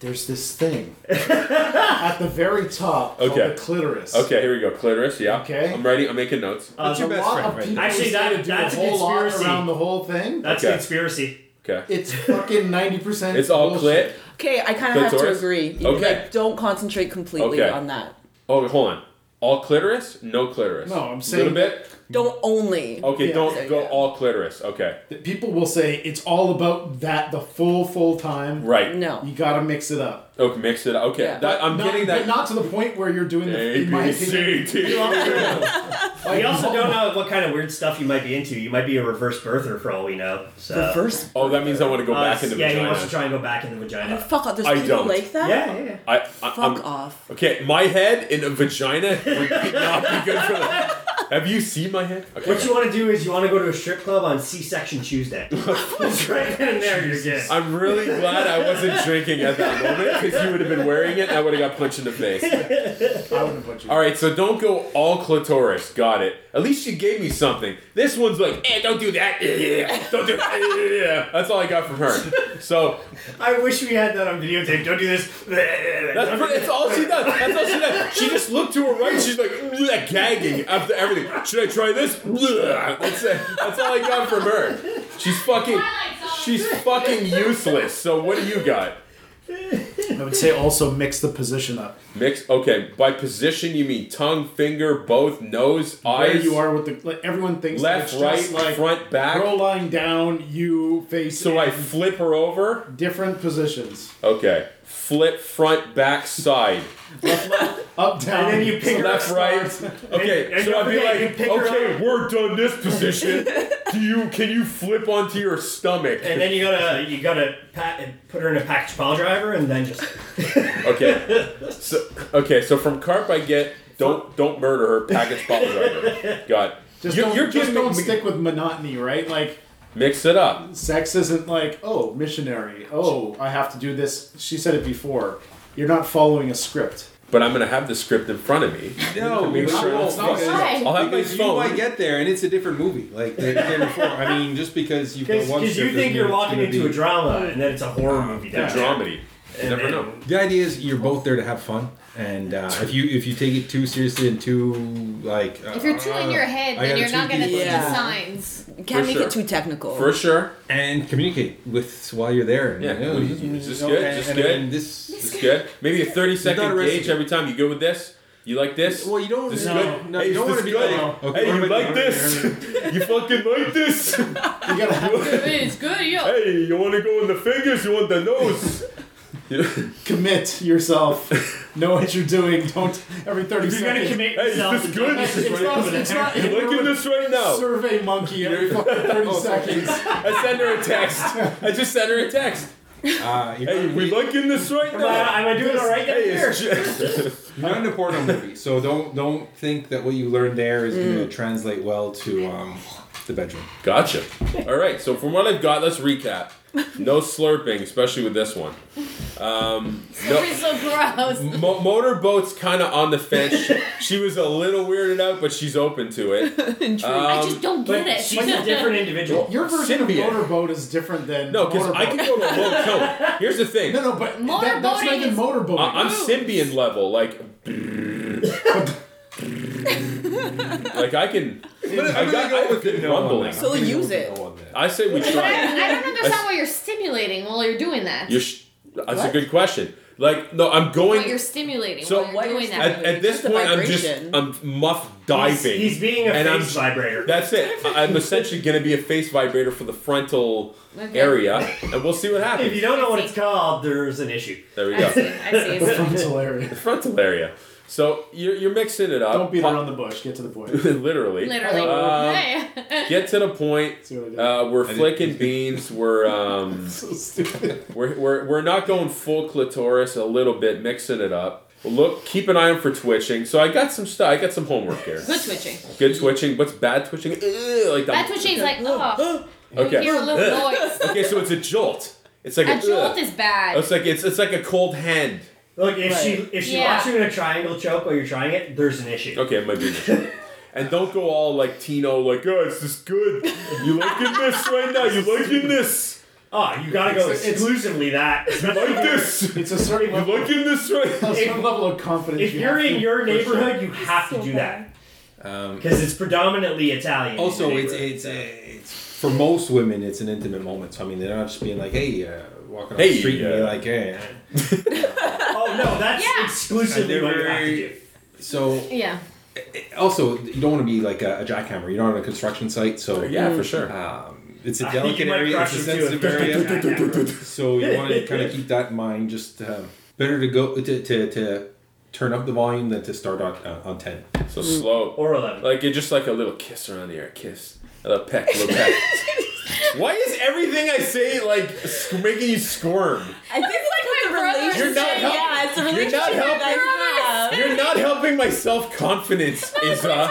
[SPEAKER 6] There's this thing at the very top called
[SPEAKER 9] Okay.
[SPEAKER 6] the clitoris.
[SPEAKER 9] Okay, here we go. Clitoris, yeah.
[SPEAKER 6] Okay.
[SPEAKER 9] I'm writing I'm making notes.
[SPEAKER 5] Uh,
[SPEAKER 6] It's a
[SPEAKER 5] the-
[SPEAKER 6] lot of people
[SPEAKER 5] Actually,
[SPEAKER 6] who
[SPEAKER 5] that-
[SPEAKER 6] say to do
[SPEAKER 5] that's a
[SPEAKER 6] a whole lot
[SPEAKER 5] conspiracy.
[SPEAKER 6] around the whole thing.
[SPEAKER 5] That's
[SPEAKER 9] Okay.
[SPEAKER 5] conspiracy.
[SPEAKER 9] Okay.
[SPEAKER 6] It's fucking ninety percent.
[SPEAKER 9] It's all clit.
[SPEAKER 10] okay, I kind of have to
[SPEAKER 9] Clitoris?
[SPEAKER 10] agree. You,
[SPEAKER 9] Okay.
[SPEAKER 10] like, don't concentrate completely
[SPEAKER 9] Okay.
[SPEAKER 10] on that.
[SPEAKER 9] Oh hold on. All clitoris? No clitoris.
[SPEAKER 6] No, I'm
[SPEAKER 9] A
[SPEAKER 6] saying
[SPEAKER 9] little bit.
[SPEAKER 10] Don't only.
[SPEAKER 9] Okay,
[SPEAKER 6] Yeah.
[SPEAKER 9] don't go
[SPEAKER 10] Yeah.
[SPEAKER 9] all clitoris. Okay,
[SPEAKER 6] That People will say it's all about that the full full time.
[SPEAKER 9] right.
[SPEAKER 10] No.
[SPEAKER 6] You gotta mix it up.
[SPEAKER 9] Okay, mix it. up. Okay,
[SPEAKER 10] Yeah.
[SPEAKER 9] that, I'm
[SPEAKER 6] not,
[SPEAKER 9] getting
[SPEAKER 6] but
[SPEAKER 9] that.
[SPEAKER 6] not to the point where you're doing the.
[SPEAKER 9] A
[SPEAKER 6] In my
[SPEAKER 9] B
[SPEAKER 6] opinion,
[SPEAKER 9] C T.
[SPEAKER 5] We also don't know what kind of weird stuff you might be into. You might be a reverse birther for all we know. So.
[SPEAKER 6] the first.
[SPEAKER 9] Oh, that means I want to go
[SPEAKER 5] Uh,
[SPEAKER 9] back in the
[SPEAKER 5] yeah, he
[SPEAKER 9] vagina.
[SPEAKER 5] wants to try and go back in the vagina.
[SPEAKER 10] Fuck off. There's
[SPEAKER 9] I
[SPEAKER 10] people
[SPEAKER 9] don't.
[SPEAKER 10] like that?
[SPEAKER 5] Yeah, yeah, yeah.
[SPEAKER 9] I, I,
[SPEAKER 10] Fuck
[SPEAKER 9] I'm-
[SPEAKER 10] off.
[SPEAKER 9] Okay, my head in a vagina would not be good for that. Have you seen my head? Okay.
[SPEAKER 5] What you want to do is you want to go to a strip club on C-section Tuesday. It's right in there. You're good.
[SPEAKER 9] I'm really glad I wasn't drinking at that moment because you would have been wearing it and I would have got punched in the face.
[SPEAKER 6] I wouldn't put you.
[SPEAKER 9] All right, so don't go all clitoris. Got it. At least you gave me something. This one's like, eh, don't do that. Eh, yeah, Don't do that. Eh, yeah. That's all I got from her. So
[SPEAKER 5] I wish we had that on videotape. Don't do this.
[SPEAKER 9] that's, pr- that's all she does. That's all she does. She just looked to her right. She's like bleh, gagging after everything. Should I try this? Bleh. That's it. That's all I got from her. She's fucking. She's fucking useless. So what do you got?
[SPEAKER 6] I would say also mix the position up.
[SPEAKER 9] Mix. Okay. By position, you mean tongue, finger, both, nose,
[SPEAKER 6] Where
[SPEAKER 9] eyes.
[SPEAKER 6] you are with the like, everyone thinks that
[SPEAKER 9] Left,
[SPEAKER 6] it's
[SPEAKER 9] right,
[SPEAKER 6] just like
[SPEAKER 9] front, back.
[SPEAKER 6] girl lying down, you face
[SPEAKER 9] So I
[SPEAKER 6] in
[SPEAKER 9] flip her over.
[SPEAKER 6] different positions.
[SPEAKER 9] Okay. Flip front back side.
[SPEAKER 6] Up down.
[SPEAKER 5] And then you pick her up.
[SPEAKER 9] Left right. Okay.
[SPEAKER 5] And- and
[SPEAKER 9] so
[SPEAKER 5] don't
[SPEAKER 9] I'd be
[SPEAKER 5] forget, you
[SPEAKER 9] like,
[SPEAKER 5] pick her
[SPEAKER 9] okay,
[SPEAKER 5] up."
[SPEAKER 9] we're done this position. Do you can you flip onto your stomach?
[SPEAKER 5] And then you gotta you gotta pat and put her in a package pile driver and then just
[SPEAKER 9] Okay. So okay, so from carp I get don't don't murder her, package bottle driver. Got it.
[SPEAKER 6] Just
[SPEAKER 9] You-
[SPEAKER 6] don't, just
[SPEAKER 9] giving
[SPEAKER 6] don't
[SPEAKER 9] me-
[SPEAKER 6] stick with monotony, right? Like
[SPEAKER 9] Mix it up.
[SPEAKER 6] sex isn't like oh missionary. Oh, I have to do this. She said it before. You're not following a script.
[SPEAKER 9] But I'm gonna have the script in front of me.
[SPEAKER 7] No, we
[SPEAKER 9] Make sure
[SPEAKER 7] won't.
[SPEAKER 9] it's
[SPEAKER 7] Not
[SPEAKER 9] fixed.
[SPEAKER 7] gonna-
[SPEAKER 9] I'll have my
[SPEAKER 7] because you might
[SPEAKER 9] phone.
[SPEAKER 7] get there and it's a different movie. Like they did before. I mean, just because you've got one
[SPEAKER 5] because
[SPEAKER 7] script
[SPEAKER 5] you
[SPEAKER 7] doesn't
[SPEAKER 5] think
[SPEAKER 7] mean
[SPEAKER 5] you're
[SPEAKER 7] it's
[SPEAKER 5] walking
[SPEAKER 7] gonna
[SPEAKER 5] into
[SPEAKER 7] be-
[SPEAKER 5] a drama and then it's a horror movie.
[SPEAKER 9] A
[SPEAKER 5] down there.
[SPEAKER 9] dramedy. You
[SPEAKER 5] And
[SPEAKER 9] never
[SPEAKER 5] then-
[SPEAKER 9] know.
[SPEAKER 7] The idea is you're both there to have fun, and uh, if you if you take it too seriously and too like uh,
[SPEAKER 8] If you're too in your head,
[SPEAKER 7] I
[SPEAKER 8] then
[SPEAKER 7] gotta
[SPEAKER 8] you're not
[SPEAKER 7] tweak
[SPEAKER 8] gonna
[SPEAKER 7] it.
[SPEAKER 8] see
[SPEAKER 10] Yeah.
[SPEAKER 8] the signs.
[SPEAKER 10] You can't
[SPEAKER 9] For
[SPEAKER 10] make
[SPEAKER 9] sure.
[SPEAKER 10] it too technical.
[SPEAKER 9] For sure.
[SPEAKER 7] and communicate with while you're there.
[SPEAKER 9] Yeah,
[SPEAKER 7] you know,
[SPEAKER 9] well,
[SPEAKER 7] you-
[SPEAKER 9] is this
[SPEAKER 7] you know,
[SPEAKER 9] good?
[SPEAKER 7] and-
[SPEAKER 9] This
[SPEAKER 7] and-
[SPEAKER 9] good?
[SPEAKER 7] and this
[SPEAKER 9] It's good. Maybe a 30 second
[SPEAKER 7] not a recipe.
[SPEAKER 9] gauge every time. You good with this? You like this?
[SPEAKER 7] Well, you don't.
[SPEAKER 9] This is
[SPEAKER 7] no,
[SPEAKER 9] good.
[SPEAKER 7] no,
[SPEAKER 9] Hey,
[SPEAKER 7] you don't
[SPEAKER 9] this
[SPEAKER 7] want to
[SPEAKER 9] is
[SPEAKER 7] be
[SPEAKER 9] good.
[SPEAKER 7] like,
[SPEAKER 9] Hey,
[SPEAKER 7] what
[SPEAKER 9] you
[SPEAKER 7] about-
[SPEAKER 9] like this? you fucking like this?
[SPEAKER 6] You gotta have,
[SPEAKER 8] It's good, yo.
[SPEAKER 9] hey, you want to go in the fingers? You want the nose? You-
[SPEAKER 6] commit yourself. know what you're doing. Don't every thirty
[SPEAKER 5] You're gonna
[SPEAKER 6] seconds.
[SPEAKER 5] commit
[SPEAKER 9] Hey, is
[SPEAKER 5] yourself.
[SPEAKER 9] this good?
[SPEAKER 5] This is
[SPEAKER 6] It's
[SPEAKER 5] right
[SPEAKER 6] not-
[SPEAKER 5] over the
[SPEAKER 6] it's
[SPEAKER 5] hair.
[SPEAKER 6] not-
[SPEAKER 9] You liking this right now?
[SPEAKER 6] Survey monkey every fucking thirty seconds.
[SPEAKER 9] I send her a text. I just sent her a text.
[SPEAKER 7] Uh, you're,
[SPEAKER 9] Hey,
[SPEAKER 7] not,
[SPEAKER 9] we liking this right
[SPEAKER 5] Am I-
[SPEAKER 9] now?
[SPEAKER 5] am I doing all right
[SPEAKER 9] Hey,
[SPEAKER 5] down here?
[SPEAKER 9] it's ju-
[SPEAKER 7] you're not in a porno movie, so don't don't think that what you learned there is going to translate well to um, the bedroom.
[SPEAKER 9] gotcha. All right. So from what I've got, let's recap. No slurping, especially with this one. Um, no,
[SPEAKER 8] It's so gross.
[SPEAKER 9] Mo- motorboat's kind of on the fence. She- she was a little weirded out, but she's open to it.
[SPEAKER 8] I
[SPEAKER 9] Um,
[SPEAKER 8] just don't
[SPEAKER 5] But
[SPEAKER 8] get it.
[SPEAKER 5] she's a different individual.
[SPEAKER 6] Your version
[SPEAKER 9] Symbiote.
[SPEAKER 6] of motorboat is different than
[SPEAKER 9] No, because I
[SPEAKER 6] motorboat.
[SPEAKER 9] can go to a low tone. Here's the thing.
[SPEAKER 6] No, no, but that, that's not
[SPEAKER 8] Motorboating
[SPEAKER 6] even
[SPEAKER 8] is-
[SPEAKER 6] motorboat.
[SPEAKER 9] I- I'm Symbian level, like, like I can. I got, I have good rumbling.
[SPEAKER 10] So use it.
[SPEAKER 9] I say we
[SPEAKER 8] But
[SPEAKER 9] try.
[SPEAKER 8] I,
[SPEAKER 9] it.
[SPEAKER 8] I don't understand why you're stimulating while you're doing that.
[SPEAKER 9] You're sh- that's a good question. Like, no, I'm
[SPEAKER 8] What you're
[SPEAKER 9] going.
[SPEAKER 8] stimulating
[SPEAKER 9] So-
[SPEAKER 8] while
[SPEAKER 10] Why
[SPEAKER 8] you're
[SPEAKER 10] you're
[SPEAKER 8] doing that.
[SPEAKER 9] At, at this
[SPEAKER 10] Just the
[SPEAKER 9] point, I'm just
[SPEAKER 10] vibration.
[SPEAKER 9] I'm muff diving.
[SPEAKER 5] He's, he's being a
[SPEAKER 9] And I'm-
[SPEAKER 5] face vibrator.
[SPEAKER 9] That's it. I- I'm essentially going to be a face vibrator for the frontal
[SPEAKER 8] Okay.
[SPEAKER 9] area, and we'll see what
[SPEAKER 5] if you
[SPEAKER 9] happens.
[SPEAKER 5] don't know what it's called, there's an issue.
[SPEAKER 9] There we
[SPEAKER 8] I see.
[SPEAKER 9] go.
[SPEAKER 8] I see.
[SPEAKER 6] It's hilarious.
[SPEAKER 9] Frontal area. So you're, you're mixing it up.
[SPEAKER 6] Don't beat around the bush. Get to the point.
[SPEAKER 9] Literally.
[SPEAKER 8] Literally.
[SPEAKER 9] Um,
[SPEAKER 8] Hey.
[SPEAKER 9] Get to the point.
[SPEAKER 6] See what I did?
[SPEAKER 9] Uh, we're flicking beans. We're um,
[SPEAKER 6] so stupid.
[SPEAKER 9] we're, we're we're not going full clitoris. A little bit, mixing it up. Look, keep an eye on for twitching. So I got some stuff. I got some homework here.
[SPEAKER 8] Good twitching.
[SPEAKER 9] Good twitching. What's bad twitching? Ugh, like
[SPEAKER 8] That
[SPEAKER 9] that.
[SPEAKER 8] twitching is like, oh, you hear a
[SPEAKER 9] Okay.
[SPEAKER 8] little noise.
[SPEAKER 9] Okay, so it's a jolt. It's like a,
[SPEAKER 8] A jolt
[SPEAKER 9] ugh.
[SPEAKER 8] is bad.
[SPEAKER 9] It's like it's it's like a cold hand.
[SPEAKER 5] Look, if she if she
[SPEAKER 8] Yeah.
[SPEAKER 5] locks you in a triangle choke while you're trying it, there's an issue.
[SPEAKER 9] Okay, it might be. And don't go all like Tino, like, oh, it's just good. You liking this right now? You liking this?
[SPEAKER 5] Oh, you gotta go
[SPEAKER 6] It's- it's-
[SPEAKER 5] exclusively that.
[SPEAKER 9] Like this?
[SPEAKER 6] It's a certain
[SPEAKER 9] You
[SPEAKER 6] level,
[SPEAKER 9] liking this right?
[SPEAKER 6] a certain level of confidence.
[SPEAKER 5] If
[SPEAKER 6] you
[SPEAKER 5] you're
[SPEAKER 6] have
[SPEAKER 5] in
[SPEAKER 6] to-
[SPEAKER 5] your
[SPEAKER 6] for sure.
[SPEAKER 5] neighborhood, you have to do that
[SPEAKER 7] Um,
[SPEAKER 5] because it's predominantly Italian. in
[SPEAKER 7] also,
[SPEAKER 5] your
[SPEAKER 7] it's
[SPEAKER 5] neighborhood,
[SPEAKER 7] it's,
[SPEAKER 5] so.
[SPEAKER 7] uh, it's for most women, it's an intimate moment. So I mean, they're not just being like, "Hey, uh, walking on
[SPEAKER 9] Hey,
[SPEAKER 7] the street," and
[SPEAKER 9] uh,
[SPEAKER 7] be like, "Hey."
[SPEAKER 5] oh no, that's
[SPEAKER 8] Yeah.
[SPEAKER 5] exclusively
[SPEAKER 7] And
[SPEAKER 5] what
[SPEAKER 7] they're
[SPEAKER 5] you have to
[SPEAKER 7] very-
[SPEAKER 5] do.
[SPEAKER 7] So
[SPEAKER 8] Yeah.
[SPEAKER 7] also, you don't want to be like a, a jackhammer. You're not on a construction site, so
[SPEAKER 9] Yeah, for sure.
[SPEAKER 7] um, it's a
[SPEAKER 5] I think you
[SPEAKER 7] delicate
[SPEAKER 5] might
[SPEAKER 7] area.
[SPEAKER 5] crush
[SPEAKER 7] It's a
[SPEAKER 5] him, too,
[SPEAKER 7] sensitive
[SPEAKER 5] if you
[SPEAKER 7] area.
[SPEAKER 5] don't do it.
[SPEAKER 7] So you want to kind of keep that in mind. Just uh, better to go to, to, to turn up the volume than to start on uh, on ten.
[SPEAKER 9] So slow.
[SPEAKER 5] Or 11.
[SPEAKER 9] Like it's just like a little kiss around the ear, a kiss, a little peck, a little peck. Why is everything I say like s- making you squirm?
[SPEAKER 10] I think it's
[SPEAKER 11] my
[SPEAKER 10] like
[SPEAKER 11] brother
[SPEAKER 10] relationship.
[SPEAKER 9] You're not helping.
[SPEAKER 10] Yeah, it's a
[SPEAKER 9] You're not
[SPEAKER 10] relationship
[SPEAKER 9] helping.
[SPEAKER 10] that you have.
[SPEAKER 9] You're not helping my self confidence, Is uh,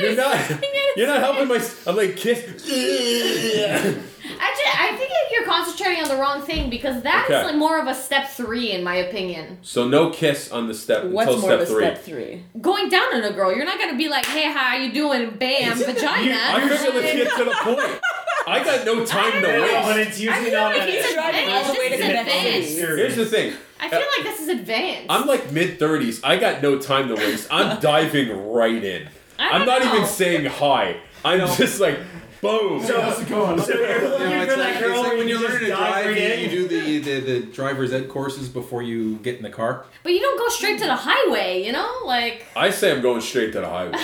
[SPEAKER 9] You're not. You're not helping my. s- I'm like kiss.
[SPEAKER 8] Actually, I think you're concentrating on the wrong thing because that's
[SPEAKER 9] Okay.
[SPEAKER 8] like more of a step three, in my opinion.
[SPEAKER 9] So no kiss on the step
[SPEAKER 10] What's
[SPEAKER 9] until
[SPEAKER 10] more of
[SPEAKER 9] step
[SPEAKER 10] a
[SPEAKER 9] three.
[SPEAKER 10] step three?
[SPEAKER 8] Going down on a girl, you're not gonna be like, "Hey, how you doing?" Bam, vagina.
[SPEAKER 9] I figured let's get to the point. I got no time to
[SPEAKER 5] No,
[SPEAKER 9] waste.
[SPEAKER 5] but it's usually
[SPEAKER 10] I
[SPEAKER 5] not
[SPEAKER 10] feel
[SPEAKER 5] an
[SPEAKER 10] like he's
[SPEAKER 5] ex-
[SPEAKER 10] driving all the way to
[SPEAKER 8] This is
[SPEAKER 10] the next
[SPEAKER 8] advanced.
[SPEAKER 10] city.
[SPEAKER 9] Here's the thing.
[SPEAKER 8] I feel like this is advanced.
[SPEAKER 9] I'm like mid 30s. I got no time to waste. I'm diving right in.
[SPEAKER 8] I don't
[SPEAKER 9] I'm not
[SPEAKER 8] know.
[SPEAKER 9] even saying hi. I'm just like, boom.
[SPEAKER 5] So, so you're
[SPEAKER 7] You
[SPEAKER 5] looking
[SPEAKER 7] know,
[SPEAKER 5] for
[SPEAKER 7] it's
[SPEAKER 5] that
[SPEAKER 7] like,
[SPEAKER 5] girl
[SPEAKER 7] it's like
[SPEAKER 5] when
[SPEAKER 7] when you
[SPEAKER 5] you
[SPEAKER 7] learn
[SPEAKER 5] just
[SPEAKER 7] to
[SPEAKER 5] dive
[SPEAKER 7] drive,
[SPEAKER 5] right
[SPEAKER 7] you,
[SPEAKER 5] in.
[SPEAKER 7] you do the, the, the driver's ed courses before you get in the car.
[SPEAKER 8] but you don't go straight to the highway, you know? Like,
[SPEAKER 9] I say I'm going straight to the highway.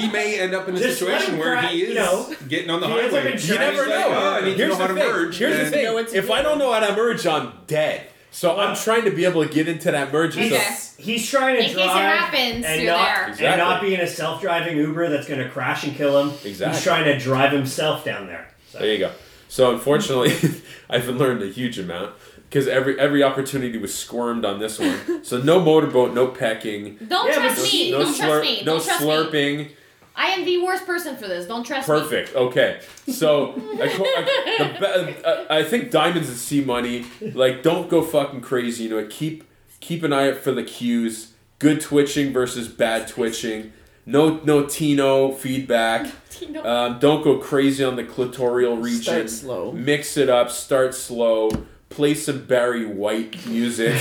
[SPEAKER 7] He may end up in a
[SPEAKER 5] Just let
[SPEAKER 7] situation
[SPEAKER 5] him
[SPEAKER 7] where
[SPEAKER 5] cry,
[SPEAKER 7] he is
[SPEAKER 5] you know,
[SPEAKER 7] getting on the
[SPEAKER 5] he ends up
[SPEAKER 7] highway.
[SPEAKER 5] in
[SPEAKER 9] You
[SPEAKER 5] Right,
[SPEAKER 9] never
[SPEAKER 5] he's
[SPEAKER 9] know.
[SPEAKER 5] like,
[SPEAKER 7] "Oh, I need to
[SPEAKER 9] Here's
[SPEAKER 7] know how
[SPEAKER 9] the
[SPEAKER 7] to
[SPEAKER 9] thing.
[SPEAKER 7] merge,"
[SPEAKER 9] Here's
[SPEAKER 7] and-
[SPEAKER 9] the thing.
[SPEAKER 10] No, it's
[SPEAKER 9] if I don't know how to merge, I'm dead. So I'm trying to be able to get into that merge. and
[SPEAKER 8] Okay.
[SPEAKER 9] stuff.
[SPEAKER 5] He's trying to
[SPEAKER 8] In case it
[SPEAKER 5] drive
[SPEAKER 8] happens,
[SPEAKER 5] and
[SPEAKER 8] you're
[SPEAKER 5] not
[SPEAKER 8] there.
[SPEAKER 9] Exactly.
[SPEAKER 5] and not be in a self-driving Uber that's going to crash and kill him.
[SPEAKER 9] Exactly.
[SPEAKER 5] He's trying to drive himself down there. So.
[SPEAKER 9] There you go. So unfortunately, I've learned a huge amount because every every opportunity was squirmed on this one. So no motorboat, no pecking,
[SPEAKER 8] don't
[SPEAKER 5] Yeah, but
[SPEAKER 8] trust
[SPEAKER 5] s-
[SPEAKER 8] me.
[SPEAKER 9] no
[SPEAKER 8] don't trust
[SPEAKER 9] slurp,
[SPEAKER 8] me.
[SPEAKER 9] no
[SPEAKER 8] don't trust me.
[SPEAKER 9] slurping.
[SPEAKER 8] I am the worst person for this. Don't trust me.
[SPEAKER 9] Perfect. Okay. So I, co- I, the be- uh, I think diamonds and sea money. Like, don't go fucking crazy. You know, keep keep an eye out for the cues. Good twitching versus bad twitching. No no Tino feedback.
[SPEAKER 5] Uh,
[SPEAKER 8] Tino.
[SPEAKER 9] Um, don't go crazy on the clitoral region.
[SPEAKER 10] Start slow.
[SPEAKER 9] Mix it up. Start slow. Play some Barry White music.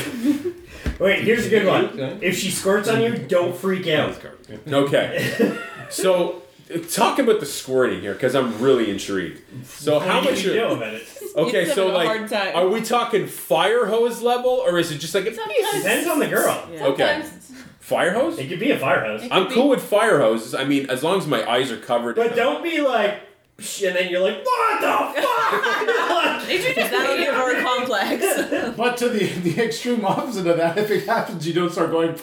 [SPEAKER 5] Wait, here's a good one. If she squirts on you, don't freak out.
[SPEAKER 9] Okay. So talk about the squirting here because I'm really intrigued. So how
[SPEAKER 5] What do
[SPEAKER 9] much?
[SPEAKER 5] you
[SPEAKER 9] are-
[SPEAKER 5] know about it?
[SPEAKER 9] Okay,
[SPEAKER 10] He's
[SPEAKER 9] so
[SPEAKER 10] having a
[SPEAKER 9] like,
[SPEAKER 10] hard time.
[SPEAKER 9] are we talking fire hose level, or is it just like a
[SPEAKER 5] Depends on the girl.
[SPEAKER 9] okay fire hose?
[SPEAKER 5] It could be a fire hose.
[SPEAKER 9] I'm cool with fire hoses. I mean, as long as my eyes are covered.
[SPEAKER 5] But don't be like, "Psh," and then you're like, what the fuck?
[SPEAKER 10] Did you just that'll get more complex?
[SPEAKER 6] But to the, the extreme opposite of that, if it happens, you don't start going.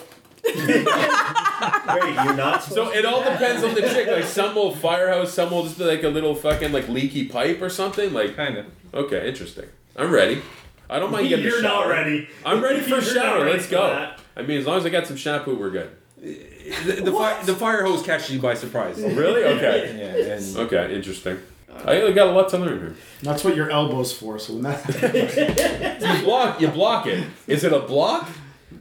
[SPEAKER 5] Wait, you're not
[SPEAKER 9] So
[SPEAKER 5] supposed
[SPEAKER 9] it all depends on the chick. Like some will fire hose, some will just be like a little fucking like leaky pipe or something. Like
[SPEAKER 7] Kind of.
[SPEAKER 9] okay, interesting. I'm ready. I don't mind getting. a
[SPEAKER 5] You're not
[SPEAKER 9] shower.
[SPEAKER 5] ready.
[SPEAKER 9] I'm ready for
[SPEAKER 5] You're
[SPEAKER 9] a
[SPEAKER 5] not
[SPEAKER 9] shower.
[SPEAKER 5] ready
[SPEAKER 9] Let's
[SPEAKER 5] for
[SPEAKER 9] go.
[SPEAKER 5] that.
[SPEAKER 9] I mean, as long as I got some shampoo, we're good.
[SPEAKER 7] The, the, fi- the fire hose catches you by surprise.
[SPEAKER 5] Oh,
[SPEAKER 7] yeah,
[SPEAKER 9] Really? Okay.
[SPEAKER 7] and
[SPEAKER 9] Okay. Interesting. I got a lot to learn here.
[SPEAKER 6] That's what your elbow's for. So when that happens,
[SPEAKER 9] You block. You block it. Is it a block?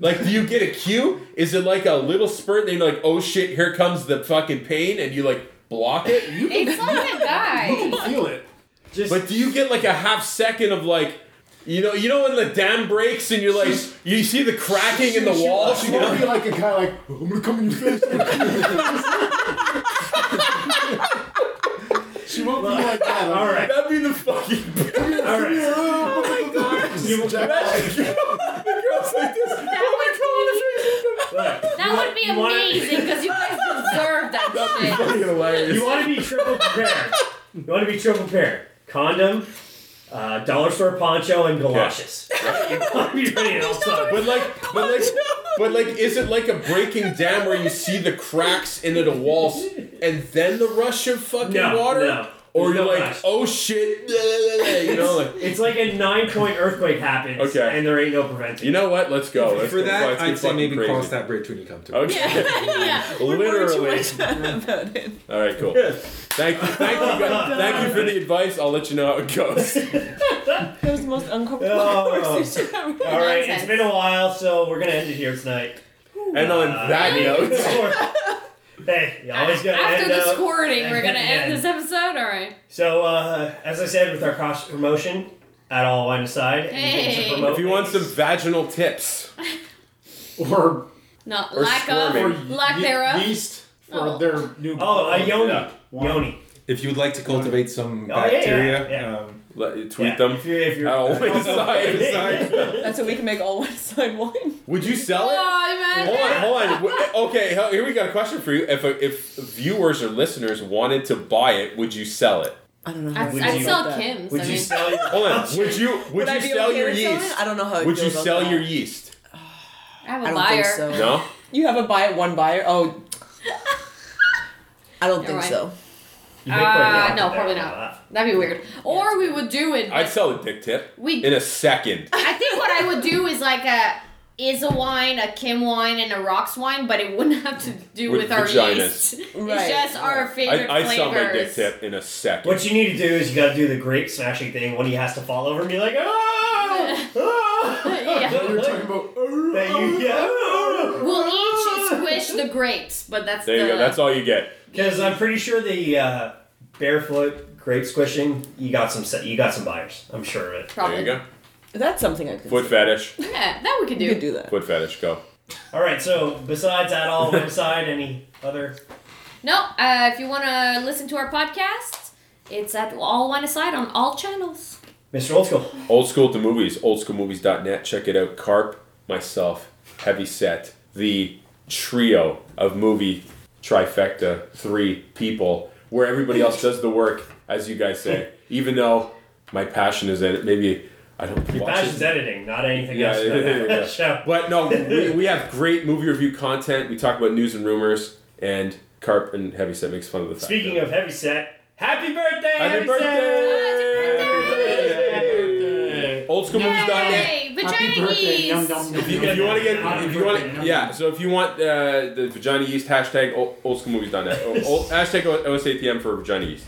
[SPEAKER 9] Like, do you get a cue? Is it like a little spurt? And you're like, oh shit, here comes the fucking pain, and you like block it.
[SPEAKER 8] It's like a guy.
[SPEAKER 6] feel it.
[SPEAKER 5] to. Just,
[SPEAKER 9] But do you get like a half second of like, you know, you know when the dam breaks and you're like, you see the cracking in the
[SPEAKER 6] She- she-
[SPEAKER 9] walls.
[SPEAKER 6] She
[SPEAKER 9] You know?
[SPEAKER 6] won't be like a guy like I'm gonna come in your face. she won't be like that.
[SPEAKER 5] all right,
[SPEAKER 9] That'd be the fucking.
[SPEAKER 5] all right.
[SPEAKER 6] Oh my god.
[SPEAKER 9] the girls like this.
[SPEAKER 5] Look,
[SPEAKER 8] That would be
[SPEAKER 5] you wanna-
[SPEAKER 8] amazing because you guys deserve that shit.
[SPEAKER 9] Fucking hilarious.
[SPEAKER 5] you want to be triple prepared. You want to be triple prepared. Condom, uh, dollar store poncho, and galoshes. You want to be ready at all times.
[SPEAKER 9] But like, but
[SPEAKER 7] Oh,
[SPEAKER 9] like, but like, is it like a breaking dam where you see the cracks into the walls and then the rush of fucking
[SPEAKER 5] No,
[SPEAKER 9] water?
[SPEAKER 5] no.
[SPEAKER 9] Or
[SPEAKER 5] There's
[SPEAKER 9] you're
[SPEAKER 5] no
[SPEAKER 9] like,
[SPEAKER 5] rush.
[SPEAKER 9] oh shit, blah, blah, blah," you know, like,
[SPEAKER 5] It's like a nine point earthquake happens,
[SPEAKER 9] Okay.
[SPEAKER 5] and there ain't no preventing.
[SPEAKER 9] you know what? Let's go. Let's
[SPEAKER 7] for
[SPEAKER 9] go.
[SPEAKER 7] that,
[SPEAKER 9] Let's get
[SPEAKER 7] I'd say
[SPEAKER 9] fucking
[SPEAKER 7] maybe
[SPEAKER 9] crazy.
[SPEAKER 7] cross that bridge when you come to it.
[SPEAKER 9] Okay. Literally.
[SPEAKER 10] about it.
[SPEAKER 9] All right. Cool. Thank you. Thank you. guys. Thank you for the advice. I'll let you know how it goes.
[SPEAKER 10] That was the most uncomfortable
[SPEAKER 5] Oh.
[SPEAKER 10] conversation ever.
[SPEAKER 5] All right,
[SPEAKER 8] Nonsense.
[SPEAKER 5] it's been a while, so we're gonna end it here tonight. Uh,
[SPEAKER 9] And on that note,
[SPEAKER 5] hey, you always gotta
[SPEAKER 8] After
[SPEAKER 5] end
[SPEAKER 8] the
[SPEAKER 5] up.
[SPEAKER 8] squirting, we're gonna
[SPEAKER 5] Yeah.
[SPEAKER 8] end this episode. All right.
[SPEAKER 5] So, uh, as I said, with our cross promotion at all wine aside, and you can
[SPEAKER 8] Hey.
[SPEAKER 5] promote
[SPEAKER 9] if you want some
[SPEAKER 5] things,
[SPEAKER 9] vaginal tips,
[SPEAKER 6] Or
[SPEAKER 8] No,
[SPEAKER 9] Or
[SPEAKER 8] lack
[SPEAKER 9] squirming.
[SPEAKER 8] of, lack thereof.
[SPEAKER 6] yeast for
[SPEAKER 8] Oh.
[SPEAKER 6] their new.
[SPEAKER 5] oh, a yoni,
[SPEAKER 9] Yeah.
[SPEAKER 5] yoni.
[SPEAKER 7] If you would like to cultivate some
[SPEAKER 5] Oh, yeah, yeah,
[SPEAKER 7] bacteria,
[SPEAKER 5] yeah.
[SPEAKER 7] Um,
[SPEAKER 9] let, tweet
[SPEAKER 5] Yeah,
[SPEAKER 9] them.
[SPEAKER 5] If you're, if you're
[SPEAKER 9] I'll always
[SPEAKER 5] Oh,
[SPEAKER 9] side.
[SPEAKER 5] hey.
[SPEAKER 10] That's how we can make all one side wine.
[SPEAKER 9] Would you sell it?
[SPEAKER 11] Oh,
[SPEAKER 9] Hold
[SPEAKER 11] man.
[SPEAKER 9] on, hold on. W- Okay, h- here we got a question for you. If if viewers or listeners wanted to buy it, would you sell it?
[SPEAKER 10] I don't know. how I
[SPEAKER 11] I'd,
[SPEAKER 10] feel
[SPEAKER 11] I'd
[SPEAKER 10] about
[SPEAKER 11] sell
[SPEAKER 10] that.
[SPEAKER 11] Kim's.
[SPEAKER 5] Would
[SPEAKER 11] I
[SPEAKER 5] you
[SPEAKER 11] mean,
[SPEAKER 5] sell your
[SPEAKER 9] Hold on. Would you would,
[SPEAKER 10] Would I
[SPEAKER 9] you
[SPEAKER 10] be
[SPEAKER 9] sell
[SPEAKER 10] okay
[SPEAKER 9] your
[SPEAKER 10] with selling
[SPEAKER 9] yeast?
[SPEAKER 10] it? I don't know how. I
[SPEAKER 9] Would
[SPEAKER 10] feel
[SPEAKER 9] you
[SPEAKER 10] about
[SPEAKER 9] sell
[SPEAKER 10] that.
[SPEAKER 9] your yeast?
[SPEAKER 11] I'm
[SPEAKER 10] I
[SPEAKER 11] a
[SPEAKER 10] don't think
[SPEAKER 11] liar.
[SPEAKER 10] so.
[SPEAKER 9] No.
[SPEAKER 10] You have a buy one buyer. Oh, I don't
[SPEAKER 11] You're
[SPEAKER 10] think
[SPEAKER 11] right.
[SPEAKER 10] so.
[SPEAKER 5] You make quite a
[SPEAKER 11] Uh,
[SPEAKER 5] profit
[SPEAKER 11] no,
[SPEAKER 5] there
[SPEAKER 11] probably
[SPEAKER 5] from
[SPEAKER 11] not. That'd be weird. Or we would do it.
[SPEAKER 9] I'd sell a dick tip
[SPEAKER 11] We-
[SPEAKER 9] in a second.
[SPEAKER 11] I think what I would do is like a is a wine, a Kim wine, and a Rocks wine, but it wouldn't have to do
[SPEAKER 9] With
[SPEAKER 11] with, our
[SPEAKER 9] vaginas.
[SPEAKER 11] yeast.
[SPEAKER 10] Right.
[SPEAKER 11] It's just our
[SPEAKER 9] I,
[SPEAKER 11] favorite
[SPEAKER 9] I'd sell
[SPEAKER 11] flavors.
[SPEAKER 9] my dick tip in a second.
[SPEAKER 5] What you need to do is you got to do the grape smashing thing when he has to fall over and be like, ah, ah.
[SPEAKER 11] Yeah.
[SPEAKER 6] You're talking about.
[SPEAKER 5] That you get.
[SPEAKER 11] We'll each squish the grapes, but that's
[SPEAKER 9] There you
[SPEAKER 11] the
[SPEAKER 9] go. That's all you get.
[SPEAKER 5] Because I'm pretty sure the uh, barefoot grape squishing, you got some se- you got some buyers. I'm sure of it.
[SPEAKER 11] probably.
[SPEAKER 9] There you go.
[SPEAKER 10] That's something I could.
[SPEAKER 9] Foot fetish.
[SPEAKER 11] Yeah, that we could do.
[SPEAKER 10] You could do that.
[SPEAKER 9] Foot fetish. Go.
[SPEAKER 5] All right. So besides that, all website, any other?
[SPEAKER 11] No, uh, if you want to listen to our podcast, it's at All Wine Aside on all channels.
[SPEAKER 5] Mr. Old School.
[SPEAKER 9] Old School at the Movies, oldschoolmovies.net. Check it out. Carp, myself, Heavy Set, the trio of movie trifecta, three people, where everybody else does the work, as you guys say. Even though my passion is in it, maybe I don't
[SPEAKER 5] Your
[SPEAKER 9] watch it.
[SPEAKER 5] passion's editing, not anything
[SPEAKER 9] Yeah,
[SPEAKER 5] else.
[SPEAKER 9] yeah, yeah, yeah.
[SPEAKER 5] Show.
[SPEAKER 9] But no, we, we have great movie review content. We talk about news and rumors, and Carp and Heavy Set makes fun of the fact
[SPEAKER 5] Speaking
[SPEAKER 9] that-
[SPEAKER 5] of heavy set, happy birthday!
[SPEAKER 9] Happy
[SPEAKER 5] Heavy
[SPEAKER 9] birthday!
[SPEAKER 5] Set!
[SPEAKER 9] oldschoolmovies.net.
[SPEAKER 11] Yay! Vagina yeast!
[SPEAKER 9] If you, if you want to get, if you want, yeah. So if you want uh, the vagina yeast hashtag old, old school movies done that hashtag O- OSATM for vagina yeast.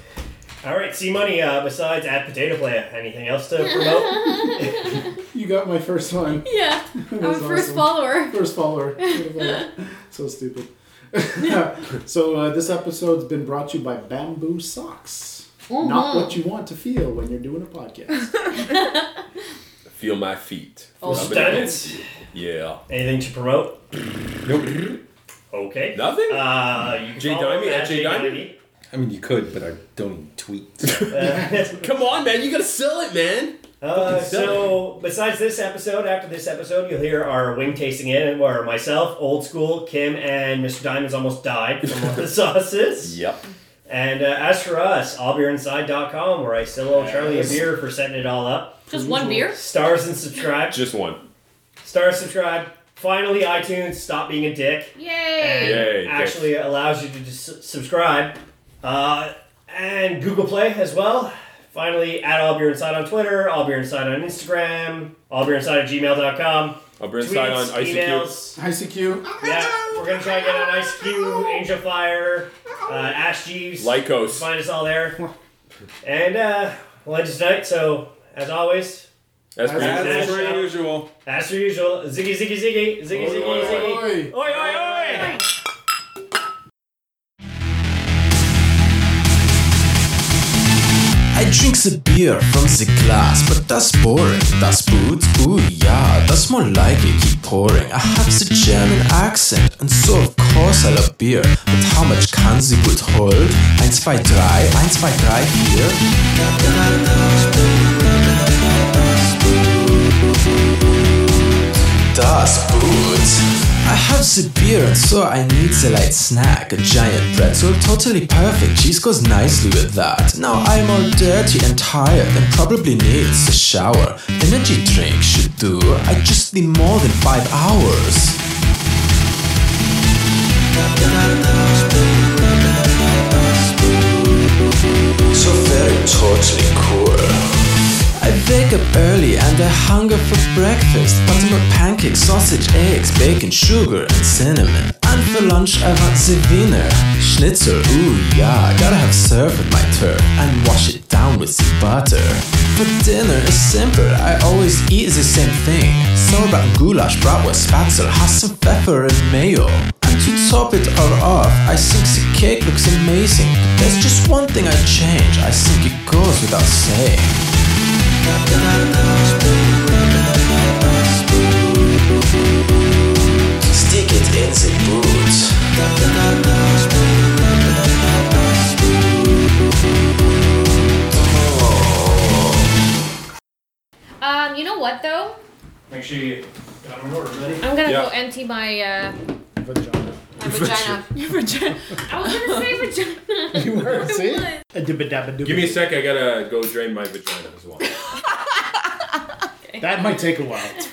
[SPEAKER 5] All right, see money. Uh, besides at potato player, anything else to promote?
[SPEAKER 6] You got my first one.
[SPEAKER 11] Yeah, I'm a
[SPEAKER 6] That's
[SPEAKER 11] first
[SPEAKER 6] awesome.
[SPEAKER 11] follower.
[SPEAKER 6] First follower. so stupid. so uh, this episode's been brought to you by Bamboo Socks. Not what you want to feel when you're doing a podcast.
[SPEAKER 9] Feel my feet.
[SPEAKER 5] Stunts.
[SPEAKER 9] Yeah.
[SPEAKER 5] Anything to promote?
[SPEAKER 7] Nope.
[SPEAKER 5] Okay.
[SPEAKER 9] Nothing.
[SPEAKER 5] Uh, you can
[SPEAKER 9] Jay
[SPEAKER 5] follow
[SPEAKER 9] Dimey
[SPEAKER 5] me
[SPEAKER 9] at Jay
[SPEAKER 5] Dimey.
[SPEAKER 7] I mean, you could, but I don't tweet.
[SPEAKER 9] Come on, man. You gotta sell it, man.
[SPEAKER 5] Uh, so, besides this episode, after this episode, you'll hear our wing tasting in, where myself, old school, Kim, and Mr. Diamonds almost died from one of the sauces.
[SPEAKER 9] Yep.
[SPEAKER 5] And uh, as for us, allbeerinside.com, where I still owe Charlie a beer for setting it all up.
[SPEAKER 11] Just one beer?
[SPEAKER 5] Stars and subscribe.
[SPEAKER 9] Just one.
[SPEAKER 5] Stars, subscribe. Finally, iTunes, stop being a dick.
[SPEAKER 11] Yay!
[SPEAKER 9] Yay,
[SPEAKER 5] and actually allows you to just s- subscribe. Uh, and Google Play as well. Finally, at All Beer Inside on Twitter, All Beer Inside on Instagram, All Beer Inside at gmail.com.
[SPEAKER 9] I'll bring side on
[SPEAKER 5] Tweets,
[SPEAKER 9] ICQ.
[SPEAKER 5] emails.
[SPEAKER 6] ICQ.
[SPEAKER 5] Yeah, we're going to try and get on Ice Cube, Angel Fire, uh, Ash Jeeves.
[SPEAKER 9] Lycos.
[SPEAKER 5] Find us all there. And uh, well, it's tonight, so as always,
[SPEAKER 9] That's pretty,
[SPEAKER 6] As
[SPEAKER 9] that's pretty
[SPEAKER 5] usual.
[SPEAKER 9] usual.
[SPEAKER 5] as per usual, ziggy, ziggy, ziggy, ziggy,
[SPEAKER 9] Oi,
[SPEAKER 5] ziggy,
[SPEAKER 6] Oi.
[SPEAKER 5] ziggy. Oi, oi, oi!
[SPEAKER 3] I drinks a beer from the glass, but that's boring. That's booze, ooh yeah, that's more like it. Keep pouring. I have the German accent, and so of course I love beer. But how much can the good hold? 1, 2, 3, 1, 2, 3, 4. Das Boot. I have the beer and so I need the light snack. A giant pretzel, totally perfect. Cheese goes nicely with that. Now I'm all dirty and tired and probably needs a shower. Energy drink should do. I just need more than five hours. So very totally cool. I wake up early and I hunger for breakfast. Buttermilk pancakes, sausage, eggs, bacon, sugar, and cinnamon. And for lunch, I want the Wiener Schnitzel. Ooh, yeah, gotta have served with my turf and wash it down with the butter. For dinner is simple, I always eat the same thing. Sauerbraten, goulash, bratwurst, spatzel, has some pepper and mayo. And to top it all off, I think the cake looks amazing. But there's just one thing I change, I think it goes without saying. Stick it in the boot.
[SPEAKER 11] Um, you know what though?
[SPEAKER 5] Make sure you got them in order, buddy.
[SPEAKER 8] I'm gonna
[SPEAKER 9] Yeah.
[SPEAKER 8] go empty my uh,
[SPEAKER 6] Vagina.
[SPEAKER 8] my vagina. I was gonna say vagina.
[SPEAKER 6] You were, see? A dibba dabba dibba.
[SPEAKER 9] Give me a sec. I gotta go drain my vagina as well.
[SPEAKER 6] That might take a while.